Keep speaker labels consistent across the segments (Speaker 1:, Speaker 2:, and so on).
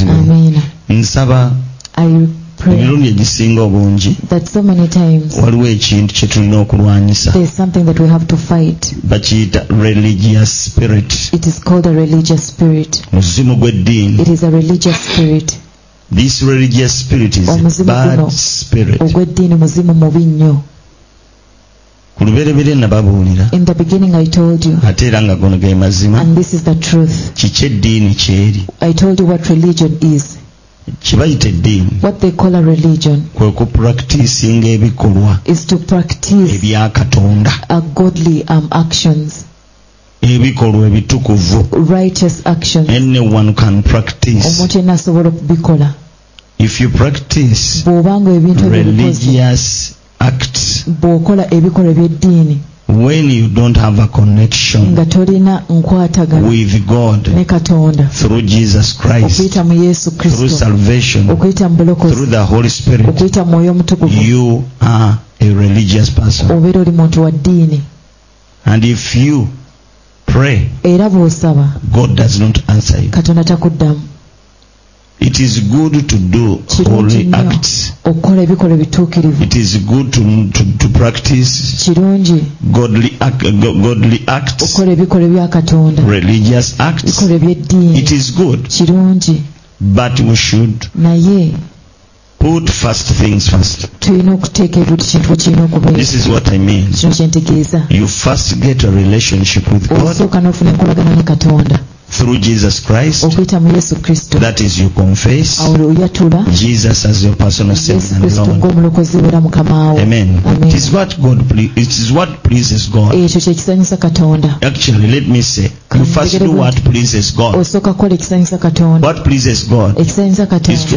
Speaker 1: Mm. nsaba
Speaker 2: I pray
Speaker 1: emirundi egisinga obungi
Speaker 2: that so many times
Speaker 1: waliwo ekintu kye tulina okulwanyisa
Speaker 2: there's something that we have to fight.
Speaker 1: bakiyita religious spirit
Speaker 2: It is called a religious spirit.
Speaker 1: muzimu
Speaker 2: It
Speaker 1: gw'eddiini
Speaker 2: is a religious spirit.
Speaker 1: this religious spirit is a
Speaker 2: Omuzimu guno.
Speaker 1: bad spirit
Speaker 2: Ogw'eddiini muzimu mubi nnyo.
Speaker 1: ku lubereberye nababuulira
Speaker 2: In the beginning I told you,
Speaker 1: ate era nga gono ge mazima
Speaker 2: and this is the truth.
Speaker 1: kiki eddiini kyeri
Speaker 2: I told you what religion is,
Speaker 1: kye bayita eddiini
Speaker 2: what they call a religion.
Speaker 1: kwe kupulakitiisinga ebikolwa
Speaker 2: is to practice
Speaker 1: ebya katonda
Speaker 2: uh, godly um, actions,
Speaker 1: ebikolwa ebitukuvu
Speaker 2: righteous actions.
Speaker 1: anyone can practice
Speaker 2: omuntu yenna asobola okubikola
Speaker 1: if you practice
Speaker 2: bw'obanga ebintu ebyo obikoze,
Speaker 1: religious acts
Speaker 2: bw'okola ebikolwa eby'eddiini
Speaker 1: when you don't have a connection
Speaker 2: nga tolina nkwatagana
Speaker 1: with God
Speaker 2: ne katonda
Speaker 1: through Jesus Christ,
Speaker 2: okuyita mu yesu
Speaker 1: through
Speaker 2: kristo
Speaker 1: salvation,
Speaker 2: okuyita mu
Speaker 1: through
Speaker 2: bulokozi
Speaker 1: the Holy Spirit,
Speaker 2: okuyita mu mwoyo omutukuvu
Speaker 1: you are a religious person.
Speaker 2: obeera oli muntu wa ddiini
Speaker 1: And if you pray,
Speaker 2: era bw'osaba
Speaker 1: God does not answer you.
Speaker 2: katonda takuddamu
Speaker 1: It is good to do
Speaker 2: kirungi
Speaker 1: holy
Speaker 2: nnyo
Speaker 1: acts.
Speaker 2: okukola ebikolwa bituukirivu
Speaker 1: It is good to, to, to practice
Speaker 2: kirungi
Speaker 1: godly, act, go- godly acts,
Speaker 2: okukola ebikolwa ebya katonda
Speaker 1: religious acts.
Speaker 2: ebikolwa eby'eddiini
Speaker 1: It is good,
Speaker 2: kirungi
Speaker 1: but we should
Speaker 2: naye
Speaker 1: put first things first.
Speaker 2: tulina okuteeka buli kintu we kirina okubeera
Speaker 1: This is what I mean.
Speaker 2: kino kyentegeeza
Speaker 1: You first get a relationship with God
Speaker 2: olusooka n'ofuna enkolagana ne katonda
Speaker 1: through Jesus Christ.
Speaker 2: okuyita mu yesu kristo
Speaker 1: That is, you confess
Speaker 2: awo lweyatula
Speaker 1: Jesus as your personal
Speaker 2: yesu
Speaker 1: Savior and
Speaker 2: kristo
Speaker 1: Lord.
Speaker 2: ng'omulokozi wera mukama wo
Speaker 1: Amen.
Speaker 2: Amen.
Speaker 1: It is what God. Ple- it is what pleases God.
Speaker 2: ekyo kyekisanyusa katonda
Speaker 1: Actually, let me say, you first do what pleases God.
Speaker 2: osooka kukola ekisanyusa katonda
Speaker 1: What pleases God
Speaker 2: ekisanyusa
Speaker 1: is to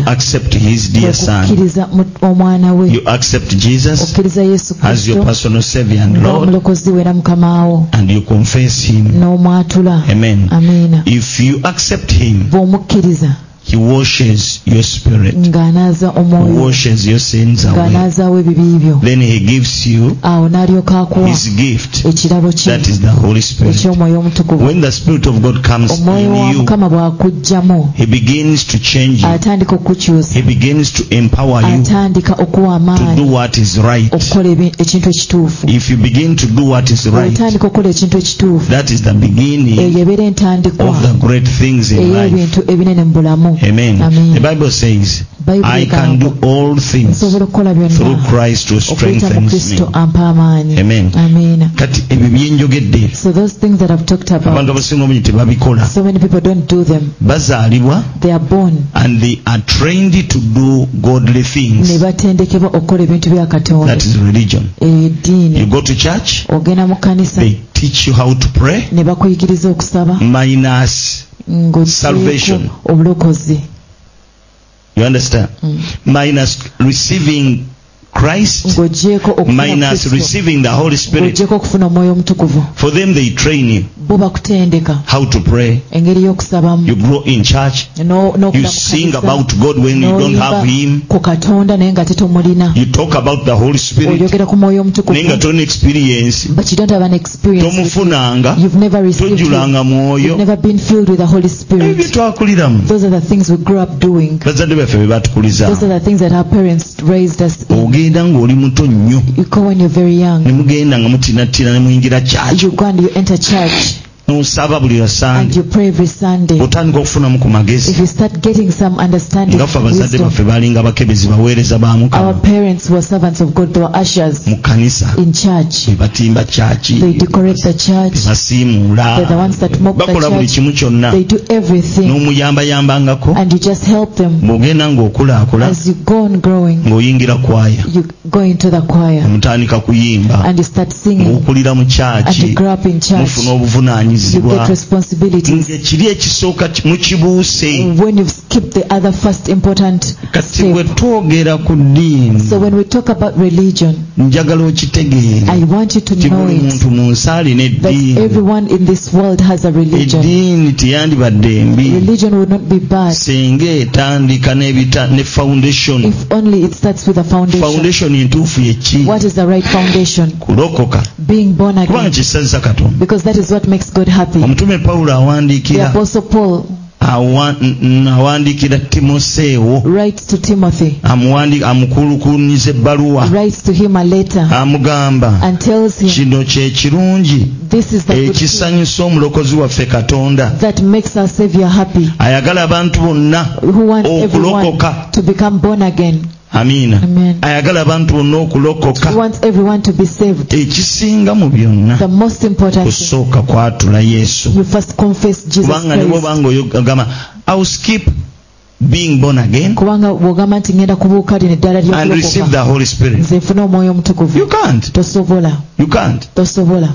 Speaker 2: katonda
Speaker 1: accept His dear Son.
Speaker 2: okukkiriza mu- omwana we
Speaker 1: You accept Jesus
Speaker 2: okkiriza yesu
Speaker 1: as
Speaker 2: kristo
Speaker 1: your personal Savior and Lord,
Speaker 2: ng'omulokozi wera mukama wo
Speaker 1: and you confess Him.
Speaker 2: n'omwatula
Speaker 1: Amen.
Speaker 2: amiina
Speaker 1: If you accept Him,
Speaker 2: bw'omukkiriza
Speaker 1: He washes your spirit,
Speaker 2: ng'anaaza omwoyo
Speaker 1: washes your sins away.
Speaker 2: ng'anaazaawo ebibi byo
Speaker 1: Then He gives you
Speaker 2: awo n'alyoka akuwa
Speaker 1: His gift.
Speaker 2: ekirabo kye
Speaker 1: That is the Holy Spirit.
Speaker 2: eky'omwoyo omutukuvu
Speaker 1: When the Spirit of God comes
Speaker 2: omwoyo
Speaker 1: in
Speaker 2: wa
Speaker 1: you,
Speaker 2: mukama bw'akuggyamu
Speaker 1: He begins to change you.
Speaker 2: atandika okukukyusa
Speaker 1: He begins to empower you to
Speaker 2: atandika okuwa
Speaker 1: do
Speaker 2: amaanyi
Speaker 1: what is right.
Speaker 2: okukola ebi- ekintu ekituufu
Speaker 1: If you begin to do what is right,
Speaker 2: otandika okukola ekintu ekituufu
Speaker 1: that is the beginning
Speaker 2: eyo ebeera entandikwa
Speaker 1: Mm. of the great things in life.
Speaker 2: ey'ebintu ebinene mu bulamu
Speaker 1: Amen.
Speaker 2: Amen.
Speaker 1: The Bible says,
Speaker 2: Bible
Speaker 1: I can do all things
Speaker 2: nsobola okukola
Speaker 1: through
Speaker 2: byonna
Speaker 1: Christ who
Speaker 2: okuyita mu
Speaker 1: strengthens
Speaker 2: kristo
Speaker 1: me.
Speaker 2: ampa amaanyi
Speaker 1: Amen.
Speaker 2: amiina
Speaker 1: kati ebyo byenjogedde
Speaker 2: so those things that i've talked
Speaker 1: abantu
Speaker 2: about
Speaker 1: abasinga obungi tebabikola
Speaker 2: so many people don't do them
Speaker 1: bazaalibwa
Speaker 2: they are born
Speaker 1: and they are trained to do godly things
Speaker 2: ne batendekebwa okukola ebintu bya katonda
Speaker 1: that is religion
Speaker 2: eddiini
Speaker 1: you go to church
Speaker 2: ogenda mu kkanisa
Speaker 1: they teach you how to pray
Speaker 2: ne bakuyigiriza okusaba
Speaker 1: minus Mm. Salvation.
Speaker 2: ng'oteeko obulokozi
Speaker 1: you understand
Speaker 2: Mm.
Speaker 1: minus receiving Christ
Speaker 2: ng'ogyeko okufuna
Speaker 1: minus
Speaker 2: Kristo,
Speaker 1: receiving the Holy Spirit
Speaker 2: ng'ogyeko okufuna omwoyo omutukuvu
Speaker 1: for them they train you
Speaker 2: bo bakutendeka
Speaker 1: how to pray
Speaker 2: engeri y'okusabamu
Speaker 1: you grow in church
Speaker 2: No- n'okula
Speaker 1: you
Speaker 2: mu
Speaker 1: sing
Speaker 2: kanisa,
Speaker 1: about God when you don't
Speaker 2: n'oyimba
Speaker 1: have him
Speaker 2: ku katonda naye nga tetomulina
Speaker 1: you talk about the Holy Spirit
Speaker 2: oyogera ku mwoyo omutukuvu
Speaker 1: naye nga tolina experience
Speaker 2: but you don't have an experience with-
Speaker 1: tomufunanga
Speaker 2: you've never received him.
Speaker 1: tojulanga
Speaker 2: you've
Speaker 1: mwoyo
Speaker 2: never been filled with the holy
Speaker 1: ebyo
Speaker 2: spirit
Speaker 1: twakuliramu
Speaker 2: those are the things we grew up doing
Speaker 1: bazadde baffe be batukuliza
Speaker 2: those are the things that our parents raised us in
Speaker 1: ogenda ng'oli muto nnyo
Speaker 2: you go when you're very young
Speaker 1: ne mugenda nga mutinatina ne muyingira kyaki
Speaker 2: you go and you enter church
Speaker 1: n'osaba buli
Speaker 2: and
Speaker 1: lwasande
Speaker 2: you pray every Sunday.
Speaker 1: otandika okufunamu ku
Speaker 2: If
Speaker 1: magezi
Speaker 2: you start getting some understanding,
Speaker 1: ngaffe abazadde
Speaker 2: wisdom,
Speaker 1: baffe baalinga abakebezi baweereza ba
Speaker 2: our
Speaker 1: mukama
Speaker 2: parents were servants of God, they were ushers
Speaker 1: mu kkanisa
Speaker 2: in church.
Speaker 1: ne batimba kyaki
Speaker 2: They decorate the church,
Speaker 1: basiimuula
Speaker 2: they're the ones that mop
Speaker 1: bakola buli
Speaker 2: the church,
Speaker 1: kimu kyonna
Speaker 2: they do everything,
Speaker 1: n'omuyambayambangako
Speaker 2: and you just help them.
Speaker 1: bw'ogenda ng'okulaakulaa
Speaker 2: As you go on growing,
Speaker 1: ng'oyingira kwaya
Speaker 2: you go into the choir
Speaker 1: omutandika kuyimba
Speaker 2: and you start singing,
Speaker 1: ng'okulira mu
Speaker 2: and you
Speaker 1: kyaki
Speaker 2: grow up in church,
Speaker 1: mufuna
Speaker 2: you
Speaker 1: obuvunaanyizibwa
Speaker 2: get responsibilities.
Speaker 1: ng'ekiri ekisooka ki- mukibuuse
Speaker 2: When you've skipped the other first important
Speaker 1: kati bwe
Speaker 2: step.
Speaker 1: twogera ku ddiini
Speaker 2: So when we talk about religion,
Speaker 1: njagala okitegeere
Speaker 2: I want you
Speaker 1: ti
Speaker 2: to know
Speaker 1: buli
Speaker 2: it.
Speaker 1: muntu mu nsi alina
Speaker 2: that
Speaker 1: eddiini
Speaker 2: everyone in this world has a religion.
Speaker 1: eddiini teyandibadde mbi
Speaker 2: Religion would not be bad
Speaker 1: singa etandika n'ebita- ne foundation
Speaker 2: if only it starts with a foundation.
Speaker 1: foundation entuufu yeki
Speaker 2: What is Mm. the right foundation?
Speaker 1: kulokoka
Speaker 2: Being born
Speaker 1: kubanga
Speaker 2: again.
Speaker 1: kisazza katonda
Speaker 2: Because that is what makes God happy.
Speaker 1: omutume pawulo
Speaker 2: The
Speaker 1: awandiikira
Speaker 2: Apostle Paul
Speaker 1: awa- n- n- awandiikira timoseewo
Speaker 2: Write to Timothy.
Speaker 1: amuwandi- amukulukunyiza ebbaluwa
Speaker 2: Writes to him a letter
Speaker 1: Ah. amugamba
Speaker 2: and tells him
Speaker 1: kino kye kirungi
Speaker 2: this is the
Speaker 1: Eh,
Speaker 2: good thing
Speaker 1: ekisanyusa omulokozi waffe katonda
Speaker 2: that makes our Savior happy.
Speaker 1: ayagala abantu bonna
Speaker 2: Who wants
Speaker 1: Oh,
Speaker 2: everyone
Speaker 1: okulokoka
Speaker 2: to become born again.
Speaker 1: amiina
Speaker 2: Amen.
Speaker 1: ayagala abantu bonna okulokoka
Speaker 2: He wants everyone to be saved.
Speaker 1: ekisinga mu byonna
Speaker 2: The most important thing,
Speaker 1: kusooka kwatula yesu
Speaker 2: you first confess Jesus
Speaker 1: kubanga ne
Speaker 2: Christ.
Speaker 1: bwobanga ogamba ill skip being born again
Speaker 2: kubanga bw'ogamba nti ngenda kubuuka lino eddala
Speaker 1: and receive
Speaker 2: lyokulokoka
Speaker 1: the holy spirit
Speaker 2: nze nfune omwoyo omutukuvu
Speaker 1: you can't
Speaker 2: tosobola
Speaker 1: you can't
Speaker 2: tosobola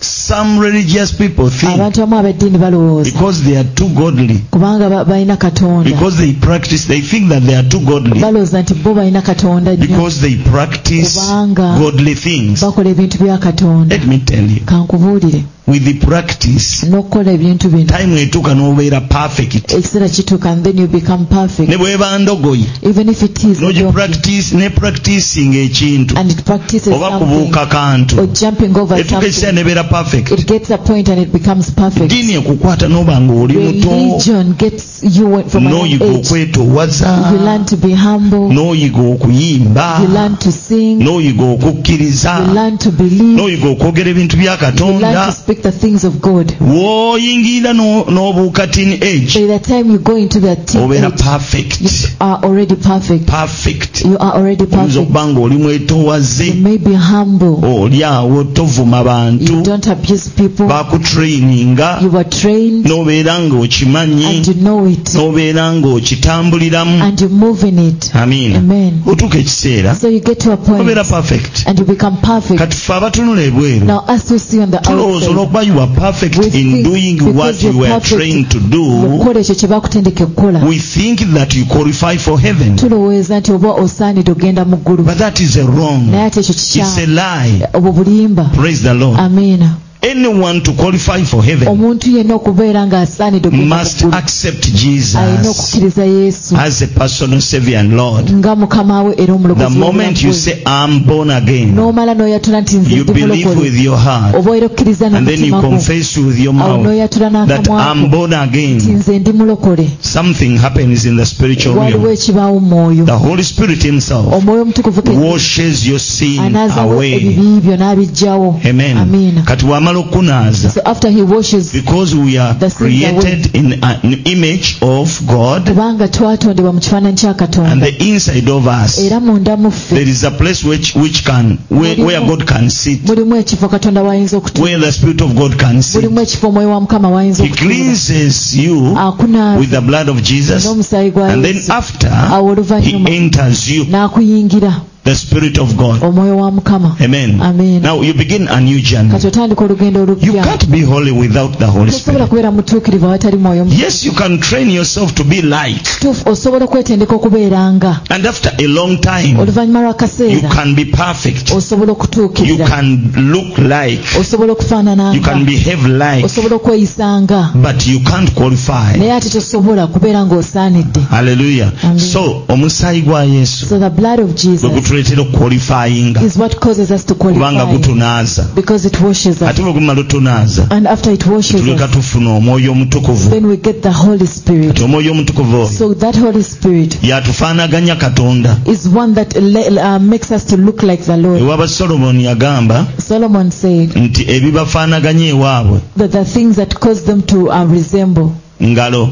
Speaker 1: some religious people think
Speaker 2: abantu abamu ab'eddiini balowooza
Speaker 1: because they are too godly
Speaker 2: kubanga ba- balina katonda
Speaker 1: because they practice they think that they are too godly
Speaker 2: balowooza nti bo balina katonda nnyo
Speaker 1: because they practice
Speaker 2: Kubanga-
Speaker 1: godly things
Speaker 2: bakola ebintu bya katonda
Speaker 1: let me tell you
Speaker 2: kankubuulire
Speaker 1: with the practice
Speaker 2: n'okukola ebintu bino
Speaker 1: time etuuka n'obeera perfect
Speaker 2: ekiseera kituuka and then you become perfect
Speaker 1: ne bweba ndogoyi
Speaker 2: even if it is
Speaker 1: nogi
Speaker 2: wrong,
Speaker 1: practice ne practicing ekintu
Speaker 2: and it practices
Speaker 1: oba
Speaker 2: something
Speaker 1: kubuuka kantu
Speaker 2: or jumping over
Speaker 1: etuuka ekiseera
Speaker 2: something
Speaker 1: nebeera perfect
Speaker 2: it gets a point and it becomes perfect
Speaker 1: ddiini ekukwata n'oba ng'oli muto
Speaker 2: religion gets you from an
Speaker 1: n'oyiga
Speaker 2: age
Speaker 1: okwetowaza
Speaker 2: you learn to be humble
Speaker 1: n'oyiga okuyimba
Speaker 2: you learn to sing
Speaker 1: n'oyiga okukkiriza
Speaker 2: you learn to believe
Speaker 1: n'oyiga okwogera ebintu bya
Speaker 2: you
Speaker 1: katonda
Speaker 2: learn to speak the things of God
Speaker 1: w'oyingirira no- n'obuuka tin age
Speaker 2: by the time you go into that
Speaker 1: obeera
Speaker 2: teenage
Speaker 1: perfect
Speaker 2: you are already perfect
Speaker 1: perfect
Speaker 2: you are already
Speaker 1: oyinza
Speaker 2: perfect
Speaker 1: okuba ng'oli mwetowaze
Speaker 2: you may be humble
Speaker 1: oli awo tovuma
Speaker 2: you
Speaker 1: bantu
Speaker 2: don't abuse people
Speaker 1: bakutraininga
Speaker 2: you were trained
Speaker 1: n'obeera
Speaker 2: and
Speaker 1: ng'okimanyi
Speaker 2: you know it
Speaker 1: n'obeera ng'okitambuliramu
Speaker 2: and you move in it
Speaker 1: amiina
Speaker 2: amen
Speaker 1: otuuka ekiseera
Speaker 2: so you get to a point
Speaker 1: obeera perfect
Speaker 2: and you become perfect
Speaker 1: kati ffe abatunula ebweru
Speaker 2: now us who see on the
Speaker 1: tulowooza
Speaker 2: outside
Speaker 1: olwokuba you are
Speaker 2: We
Speaker 1: perfect in
Speaker 2: think
Speaker 1: doing what
Speaker 2: because
Speaker 1: you
Speaker 2: you're
Speaker 1: were
Speaker 2: perfect,
Speaker 1: trained to do
Speaker 2: okukola ekyo kye bakutendeka okukola
Speaker 1: we think that you qualify for heaven
Speaker 2: tulowooza nti oba osaanidde ogenda mu ggulu
Speaker 1: but that is a
Speaker 2: naye
Speaker 1: wrong
Speaker 2: ate ekyo
Speaker 1: it's a
Speaker 2: kikyamu
Speaker 1: lie
Speaker 2: obwo bulimba
Speaker 1: praise the lord
Speaker 2: amiina
Speaker 1: anyone to qualify for heaven
Speaker 2: omuntu yenna okubeera ng'asaanidde ogenda mu
Speaker 1: must
Speaker 2: ggulu
Speaker 1: accept
Speaker 2: alina
Speaker 1: jesus
Speaker 2: okukkiriza yesu
Speaker 1: as a personal savior and lord
Speaker 2: nga mukama we era
Speaker 1: the
Speaker 2: omulokozi
Speaker 1: moment you
Speaker 2: w'obulamu bwe.
Speaker 1: say i'm born again
Speaker 2: n'omala n'oyatula nti nze
Speaker 1: you
Speaker 2: ndi
Speaker 1: believe
Speaker 2: mulokole
Speaker 1: with your heart
Speaker 2: oba era okkiriza
Speaker 1: and then you
Speaker 2: n'omutima gwo
Speaker 1: confess with your
Speaker 2: awo
Speaker 1: mouth
Speaker 2: n'oyatula
Speaker 1: that i'm
Speaker 2: n'akamwako
Speaker 1: born
Speaker 2: ti
Speaker 1: again
Speaker 2: nze ndi mulokole
Speaker 1: something happens in the spiritual
Speaker 2: waliwo
Speaker 1: realm
Speaker 2: ekibaawo mwoyo
Speaker 1: the holy spirit himself
Speaker 2: omwoyo omutukuvu ke
Speaker 1: washes your sin
Speaker 2: anaazawo
Speaker 1: away
Speaker 2: ebibi byo n'abijjawo
Speaker 1: amen
Speaker 2: amiina
Speaker 1: kati wamala okunaaza
Speaker 2: so after he washes
Speaker 1: because we are
Speaker 2: The sins are
Speaker 1: created in an image of god
Speaker 2: kubanga twatondebwa mu kifaananyi kya
Speaker 1: and
Speaker 2: katonda
Speaker 1: the inside of us
Speaker 2: era munda mu
Speaker 1: there
Speaker 2: ffe
Speaker 1: is a place which, which can where, where god can sit
Speaker 2: mulimu ekifo katonda w'ayinza okutu
Speaker 1: where the spirit of god can sit
Speaker 2: mulimu ekifo omwoyo wa mukama w'ayinza
Speaker 1: He
Speaker 2: okutuula
Speaker 1: cleanses you
Speaker 2: akunaaza
Speaker 1: with the blood of Jesus,
Speaker 2: n'omusaayi gwa
Speaker 1: and then
Speaker 2: yesu awo
Speaker 1: after He
Speaker 2: oluvannyuma
Speaker 1: enters you,
Speaker 2: n'akuyingira
Speaker 1: the Spirit of God.
Speaker 2: omwoyo wa mukama
Speaker 1: Amen.
Speaker 2: amen
Speaker 1: Now you begin a new journey.
Speaker 2: kati otandika olugendo
Speaker 1: You
Speaker 2: olupya
Speaker 1: can't be holy without the Holy
Speaker 2: tosobola
Speaker 1: Spirit.
Speaker 2: kubeera mutuukirivu awatali mwoyo mu-
Speaker 1: Yes, you can train yourself to be like,
Speaker 2: Kituufu, osobola okwetendeka okubeeranga
Speaker 1: and after a long time,
Speaker 2: oluvannyuma
Speaker 1: you
Speaker 2: lw'akaseera
Speaker 1: can be perfect.
Speaker 2: osobola
Speaker 1: You
Speaker 2: okutuukirira
Speaker 1: can look like,
Speaker 2: osobola
Speaker 1: you
Speaker 2: okufaanananga
Speaker 1: can behave like,
Speaker 2: osobola okweyisanga
Speaker 1: but you can't qualify.
Speaker 2: naye ate tosobola kubeera ng'osaanidde
Speaker 1: Hallelujah.
Speaker 2: Amen.
Speaker 1: So, omusaayi gwa Yesu
Speaker 2: so the blood of
Speaker 1: gwe
Speaker 2: jesus
Speaker 1: gutuleetera okuqualifyinga
Speaker 2: is what causes us to
Speaker 1: kubanga
Speaker 2: qualify
Speaker 1: gutunaaza
Speaker 2: because it washes us
Speaker 1: ate bwe gumala otunaaza
Speaker 2: and after it washes
Speaker 1: tuleka
Speaker 2: us
Speaker 1: tufuna omwoyo omutukuvu
Speaker 2: then we get the holy spirit
Speaker 1: ti omwoyo omutukuvu oyo
Speaker 2: so that holy spirit
Speaker 1: yatufaanaganya katonda
Speaker 2: is one that le- uh, makes us to look like the lord
Speaker 1: ewaba solomoni yagamba
Speaker 2: solomon said
Speaker 1: nti ebibafaanaganya ewaabwe
Speaker 2: that the things that cause them to uh, resemble
Speaker 1: ngalo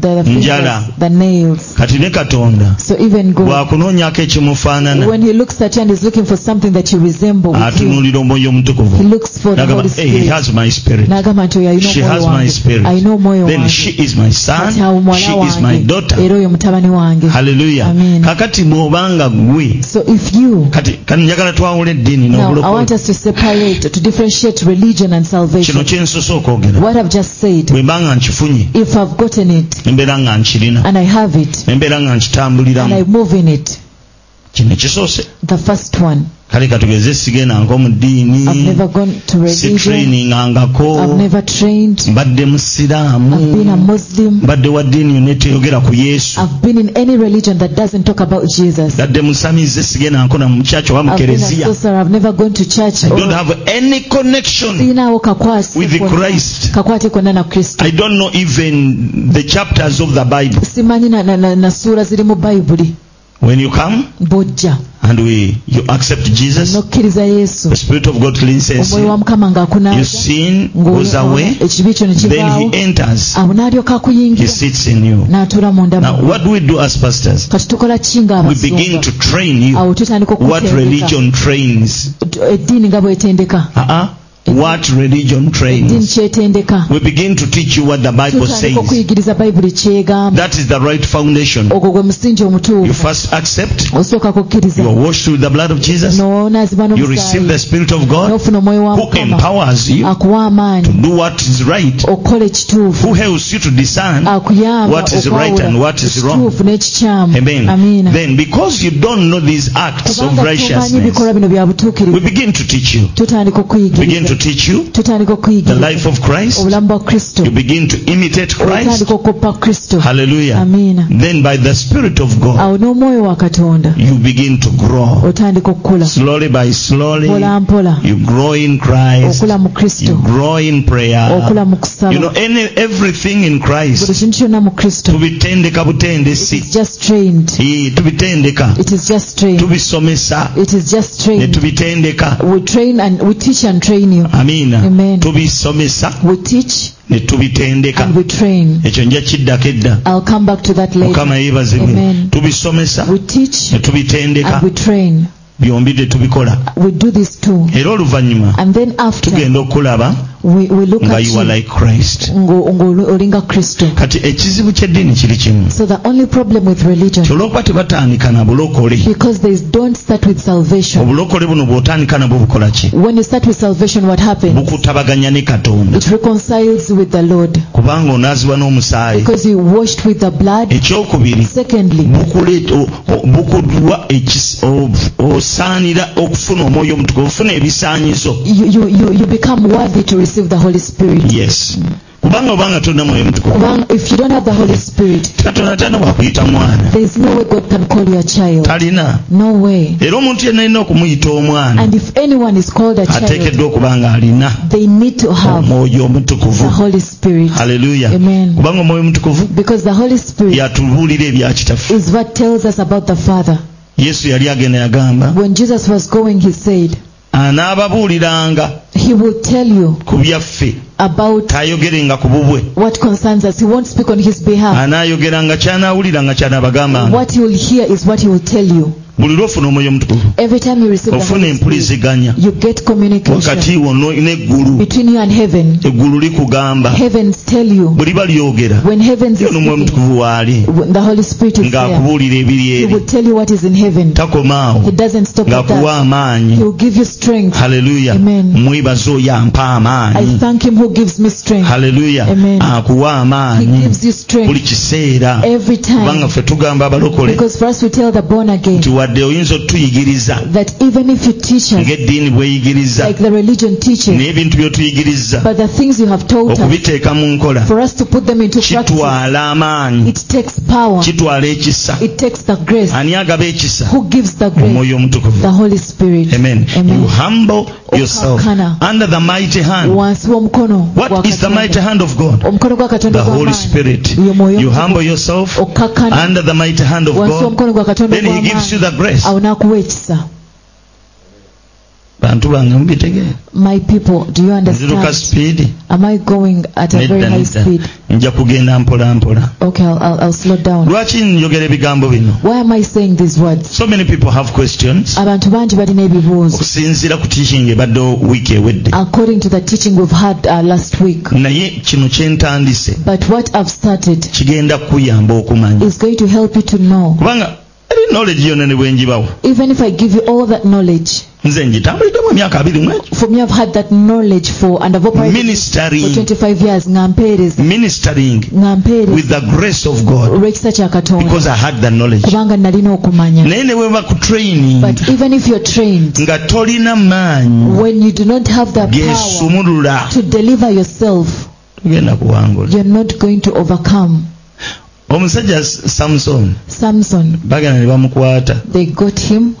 Speaker 2: the, the, fingers,
Speaker 1: Njala.
Speaker 2: the nails
Speaker 1: kati ne katonda
Speaker 2: so even god
Speaker 1: bw'akunoonyako ekimufaanana
Speaker 2: when he looks at you and is looking for something that you resemble with you,
Speaker 1: atunuulira omwoyo
Speaker 2: he
Speaker 1: omutukuvu
Speaker 2: looks for the
Speaker 1: nagamba
Speaker 2: holy
Speaker 1: Ah, "Hey, he
Speaker 2: spirit
Speaker 1: has my spirit
Speaker 2: n'agamba nti oyo alina
Speaker 1: she
Speaker 2: omwoyo
Speaker 1: has my
Speaker 2: wange
Speaker 1: spirit
Speaker 2: alina omwoyo
Speaker 1: then
Speaker 2: wange
Speaker 1: she is my son
Speaker 2: kati awo
Speaker 1: she
Speaker 2: muwala
Speaker 1: is my
Speaker 2: wange
Speaker 1: daughter
Speaker 2: era oyo mutabani wange
Speaker 1: haleluya
Speaker 2: Amen.
Speaker 1: kakati bw'obanga ggwe
Speaker 2: so if you
Speaker 1: kati kati njagala twawula eddiini
Speaker 2: now i
Speaker 1: n'obulokole
Speaker 2: want us to separate to differentiate religion and
Speaker 1: kino
Speaker 2: salvation
Speaker 1: kyensose okwogera
Speaker 2: what i've just said
Speaker 1: bwe mba nga nkifunye
Speaker 2: if i've gotten it
Speaker 1: ne mbeera nga nkirina
Speaker 2: and i have it
Speaker 1: ne mbeera nga
Speaker 2: and i
Speaker 1: nkitambuliramu
Speaker 2: move in it
Speaker 1: kino kisoose
Speaker 2: the first one
Speaker 1: kale katugezeesige nange omu
Speaker 2: I've
Speaker 1: ddiini
Speaker 2: never gone to
Speaker 1: si
Speaker 2: religion. I've
Speaker 1: trainingangako
Speaker 2: never trained.
Speaker 1: mbadde musiraamu
Speaker 2: I've been a Muslim.
Speaker 1: mbadde wa ddiini yonna eteyogera ku yesu
Speaker 2: I've been in any religion that doesn't talk about Jesus.
Speaker 1: dadde musamize sigendanko na mukyaki oba
Speaker 2: I've been a
Speaker 1: mukereziya
Speaker 2: sorcerer. I've never gone to church.
Speaker 1: I don't have any connection
Speaker 2: Sinawo kakwasi
Speaker 1: with
Speaker 2: kwonna-
Speaker 1: Christ.
Speaker 2: kakwate kwonna na kristo
Speaker 1: I don't know even the chapters of the Bible
Speaker 2: simanyi na, na, na, na sura ziri mu bayibuli
Speaker 1: when you come
Speaker 2: bojja
Speaker 1: and we you accept Jesus
Speaker 2: n'okkiriza yesu
Speaker 1: the spirit of God cleanses
Speaker 2: omwoyo wa
Speaker 1: you
Speaker 2: mukama
Speaker 1: your
Speaker 2: ng'akunaaza
Speaker 1: sin goes away
Speaker 2: ekibi kyo ne
Speaker 1: then
Speaker 2: kivaawo
Speaker 1: he enters
Speaker 2: awo n'alyoka
Speaker 1: he
Speaker 2: akuyingira
Speaker 1: sits in you
Speaker 2: n'atuula munda
Speaker 1: now
Speaker 2: mu
Speaker 1: what do we do as pastors
Speaker 2: kati tukola ki
Speaker 1: we begin
Speaker 2: ng'abasonga
Speaker 1: to train you
Speaker 2: awo tutandika
Speaker 1: what
Speaker 2: okutendeka
Speaker 1: religion trains
Speaker 2: eddiini nga bw'etendeka
Speaker 1: uh-uh. what religion
Speaker 2: eddiini
Speaker 1: trains
Speaker 2: kyetendeka
Speaker 1: we begin to teach you what the Bible
Speaker 2: tutandika
Speaker 1: says
Speaker 2: okuyigiriza bayibuli kyegamba
Speaker 1: That is the right foundation.
Speaker 2: ogwo gwe musingi
Speaker 1: You
Speaker 2: omutuufu
Speaker 1: first accept,
Speaker 2: osooka kukkiriza
Speaker 1: you are washed through the blood of Jesus,
Speaker 2: n'onaaziba
Speaker 1: you receive the
Speaker 2: n'omusaayi
Speaker 1: Spirit of God
Speaker 2: n'ofuna omwoyo wa
Speaker 1: who
Speaker 2: mukama
Speaker 1: empowers you
Speaker 2: akuwa amaanyi
Speaker 1: to do what is right,
Speaker 2: okukola ekituufu
Speaker 1: who helps you to discern.
Speaker 2: akuyamba
Speaker 1: What is right and what is wrong.
Speaker 2: ekituufu n'ekikyamu
Speaker 1: Amen.
Speaker 2: amiina
Speaker 1: Then, because you don't know these acts of
Speaker 2: kubanga tumanyi
Speaker 1: righteousness,
Speaker 2: ebikolwa bino bya
Speaker 1: we
Speaker 2: butuukirivu
Speaker 1: begin to teach you,
Speaker 2: tutandika
Speaker 1: begin to
Speaker 2: okuyigiriza
Speaker 1: teach you
Speaker 2: tutandika
Speaker 1: the
Speaker 2: okuyigiriza
Speaker 1: life of Christ,
Speaker 2: obulamu bwa kristo
Speaker 1: you begin to imitate Christ.
Speaker 2: otandika okoppa kristo
Speaker 1: Hallelujah.
Speaker 2: amiina
Speaker 1: Then, by the Spirit of God,
Speaker 2: awo n'omwoyo wa katonda
Speaker 1: you begin to grow.
Speaker 2: otandika okukula
Speaker 1: Slowly by
Speaker 2: mpola
Speaker 1: slowly,
Speaker 2: mpola
Speaker 1: you grow in Christ.
Speaker 2: okula mu kristo
Speaker 1: You grow in
Speaker 2: okula
Speaker 1: prayer.
Speaker 2: mu
Speaker 1: You know,
Speaker 2: kusaba
Speaker 1: any, everything in
Speaker 2: buli
Speaker 1: Christ.
Speaker 2: kintu kyonna mu kristo
Speaker 1: Tubitendeka butendesi.
Speaker 2: It's just trained
Speaker 1: Eh, Tubitendeka.
Speaker 2: it is just trained
Speaker 1: Tubisomesa.
Speaker 2: it is just
Speaker 1: Ne
Speaker 2: trained
Speaker 1: tubitendeka.
Speaker 2: we train and we teach and train you
Speaker 1: Amina.
Speaker 2: Amen.
Speaker 1: Tubisomesa.
Speaker 2: we teach
Speaker 1: Ne tubitendeka.
Speaker 2: and we train
Speaker 1: Ekyo nja kiddako edda.
Speaker 2: I'll come back to that later.
Speaker 1: Mukama yeebazibwe.
Speaker 2: Amen.
Speaker 1: Tubisomesa.
Speaker 2: We teach
Speaker 1: Ne
Speaker 2: and
Speaker 1: tubitendeka.
Speaker 2: we train.
Speaker 1: Byombi tetubikola.
Speaker 2: We do this too.
Speaker 1: Era oluvannyuma
Speaker 2: And then after,
Speaker 1: tugenda okulaba
Speaker 2: we, we look
Speaker 1: nga
Speaker 2: at
Speaker 1: you are
Speaker 2: you.
Speaker 1: like Christ.
Speaker 2: Ngo- ngo- olinga Kristo.
Speaker 1: Kati ekizibu ky'eddiini kiri kimu.
Speaker 2: So the only problem with religion,
Speaker 1: Kyo olw'okuba tebatandika na bulokole.
Speaker 2: because they don't start with salvation.
Speaker 1: obulokole buno bw'otandika nabwo bukola ki
Speaker 2: When you start with salvation, what happens?
Speaker 1: bukutabaganya ne katonda
Speaker 2: It reconciles you with the Lord
Speaker 1: kubanga onaaziwa n'omusaayi
Speaker 2: because you washed with the blood.
Speaker 1: ekyokubiri
Speaker 2: Secondly,
Speaker 1: bukuleeta- o- o- bukuwa ekis- o- osaanira okufuna omwoyo omutukuvu ofuna ebisaanyizo
Speaker 2: you, you, you, you become worthy to receive the Holy Spirit.
Speaker 1: yes kubanga obanga tolina mwoyo mutukuvu
Speaker 2: One- If you don't have the Holy Spirit,
Speaker 1: katonda talina bwakuyita mwana
Speaker 2: there's no way God can call you a child.
Speaker 1: talina
Speaker 2: No way.
Speaker 1: era omuntu yenna alina okumuyita omwana
Speaker 2: And if anyone is called a child,
Speaker 1: ateekeddwa okuba nga alina
Speaker 2: they need to have
Speaker 1: omwoyo
Speaker 2: the
Speaker 1: omutukuvu
Speaker 2: Holy Spirit.
Speaker 1: haleluya
Speaker 2: Amen.
Speaker 1: kubanga omwoyo omutukuvu
Speaker 2: Because the Holy Spirit
Speaker 1: yatubuulira ebya kitaffe
Speaker 2: is what tells us about the Father.
Speaker 1: yesu yali agenda yagamba
Speaker 2: When Jesus was going, he said,
Speaker 1: anaababuuliranga
Speaker 2: He will tell you
Speaker 1: ku byaffe
Speaker 2: about
Speaker 1: tayogerenga ku bubwe
Speaker 2: what concerns us. He won't speak on his behalf.
Speaker 1: anaayogeranga kyanaawuliranga kyanaabagambanga
Speaker 2: What you'll hear is what he will tell you.
Speaker 1: buli lwofuna omwoyo omutukuvu
Speaker 2: Every time you receive the
Speaker 1: ofuna
Speaker 2: Holy Spirit,
Speaker 1: empuliziganya
Speaker 2: you get
Speaker 1: wakati
Speaker 2: communication
Speaker 1: wono n'eggulu
Speaker 2: between you and heaven.
Speaker 1: eggulu likugamba
Speaker 2: Heavens tell you.
Speaker 1: bwe liba lyogera
Speaker 2: When heavens is
Speaker 1: yo n'omwoyo
Speaker 2: speaking,
Speaker 1: omutukuvu waali
Speaker 2: when the Holy Spirit is there.
Speaker 1: ng'akubuulira ebiri
Speaker 2: He
Speaker 1: eri
Speaker 2: will tell you what is in heaven.
Speaker 1: takomaawo
Speaker 2: He doesn't stop at
Speaker 1: ng'akuwa
Speaker 2: that.
Speaker 1: amaanyi
Speaker 2: He will give you strength.
Speaker 1: haleluya
Speaker 2: Amen.
Speaker 1: mwebaza oyo ampa
Speaker 2: I
Speaker 1: amaanyi
Speaker 2: thank him who gives me strength.
Speaker 1: haleluya
Speaker 2: Amen.
Speaker 1: akuwa
Speaker 2: He
Speaker 1: amaanyi
Speaker 2: gives you
Speaker 1: buli
Speaker 2: strength
Speaker 1: kiseera
Speaker 2: every
Speaker 1: kubanga
Speaker 2: time.
Speaker 1: ffe tugamba abalokole
Speaker 2: Because for us we tell the born again
Speaker 1: nti wadde oyinza otuyigiriza
Speaker 2: that even if you teach us
Speaker 1: ng'eddiini bweyigiriza
Speaker 2: like the religion teaches,
Speaker 1: naye ebintu by'otuyigiriza
Speaker 2: but the things you have taught us,
Speaker 1: okubiteeka mu nkola
Speaker 2: for us to put them into practice,
Speaker 1: kitwala amaanyi
Speaker 2: it takes power.
Speaker 1: kitwala ekisa
Speaker 2: It takes the grace.
Speaker 1: ani agaba ekisa
Speaker 2: Who gives the grace?
Speaker 1: omwoyo omutukuvu
Speaker 2: The Holy Spirit.
Speaker 1: amen
Speaker 2: Amen.
Speaker 1: you humble yourself
Speaker 2: Okakkana.
Speaker 1: under the mighty hand
Speaker 2: Wansi w'omukono
Speaker 1: what
Speaker 2: gwa
Speaker 1: is the mighty
Speaker 2: Katonda.
Speaker 1: hand of god
Speaker 2: Omukono gwa Katonda
Speaker 1: the holy
Speaker 2: gw'amaanyi.
Speaker 1: spirit
Speaker 2: Ye mwoyo
Speaker 1: you
Speaker 2: omutukuvu.
Speaker 1: humble yourself
Speaker 2: Okkakkana.
Speaker 1: under the mighty hand of
Speaker 2: wansi
Speaker 1: god
Speaker 2: w'omukono gwa Katonda
Speaker 1: then he gives you
Speaker 2: gw'amaanyi.
Speaker 1: the grace
Speaker 2: Awo n'akuwa ekisa.
Speaker 1: bantu bange mubitegeera
Speaker 2: My people, do you
Speaker 1: nziruka
Speaker 2: understand?
Speaker 1: sipiidi
Speaker 2: Am I going at a very
Speaker 1: nedda
Speaker 2: high
Speaker 1: nedda
Speaker 2: speed?
Speaker 1: nja kugenda mpola mpola
Speaker 2: Okay, I'll, I'll, I'll slow down.
Speaker 1: lwaki njogera ebigambo bino
Speaker 2: Why am I saying these words?
Speaker 1: so many people have questions
Speaker 2: abantu bangi balina ebibuuzo
Speaker 1: okusinziira ku teaching ebadde wiiki ewedde
Speaker 2: according to the teaching we've had uh, last week
Speaker 1: naye kino kyentandise
Speaker 2: but what i've started
Speaker 1: kigenda kukuyamba okumanya
Speaker 2: is going to help you to know
Speaker 1: kubanga eri knowledge yonna ne bwengibawo
Speaker 2: Even if I give you all that knowledge,
Speaker 1: nze ngitambuliddemu emyaka abiri mu ekyo
Speaker 2: for me I've had that knowledge for and I've operated for
Speaker 1: ministering
Speaker 2: 25 years nga mpeereza
Speaker 1: ministering
Speaker 2: nga
Speaker 1: with
Speaker 2: mpeereza
Speaker 1: the grace of god
Speaker 2: olw'ekisa kya katonda
Speaker 1: because i had the knowledge
Speaker 2: kubanga nalina okumanya
Speaker 1: naye ne bwe bakutraining
Speaker 2: but even if you're trained
Speaker 1: nga tolina maanyi
Speaker 2: when you do not have the power
Speaker 1: gesumulula
Speaker 2: to deliver yourself
Speaker 1: tugenda kuwangula
Speaker 2: you're not going to overcome
Speaker 1: omusajja S- samusoni
Speaker 2: samson
Speaker 1: bagenda ne bamukwata
Speaker 2: they got him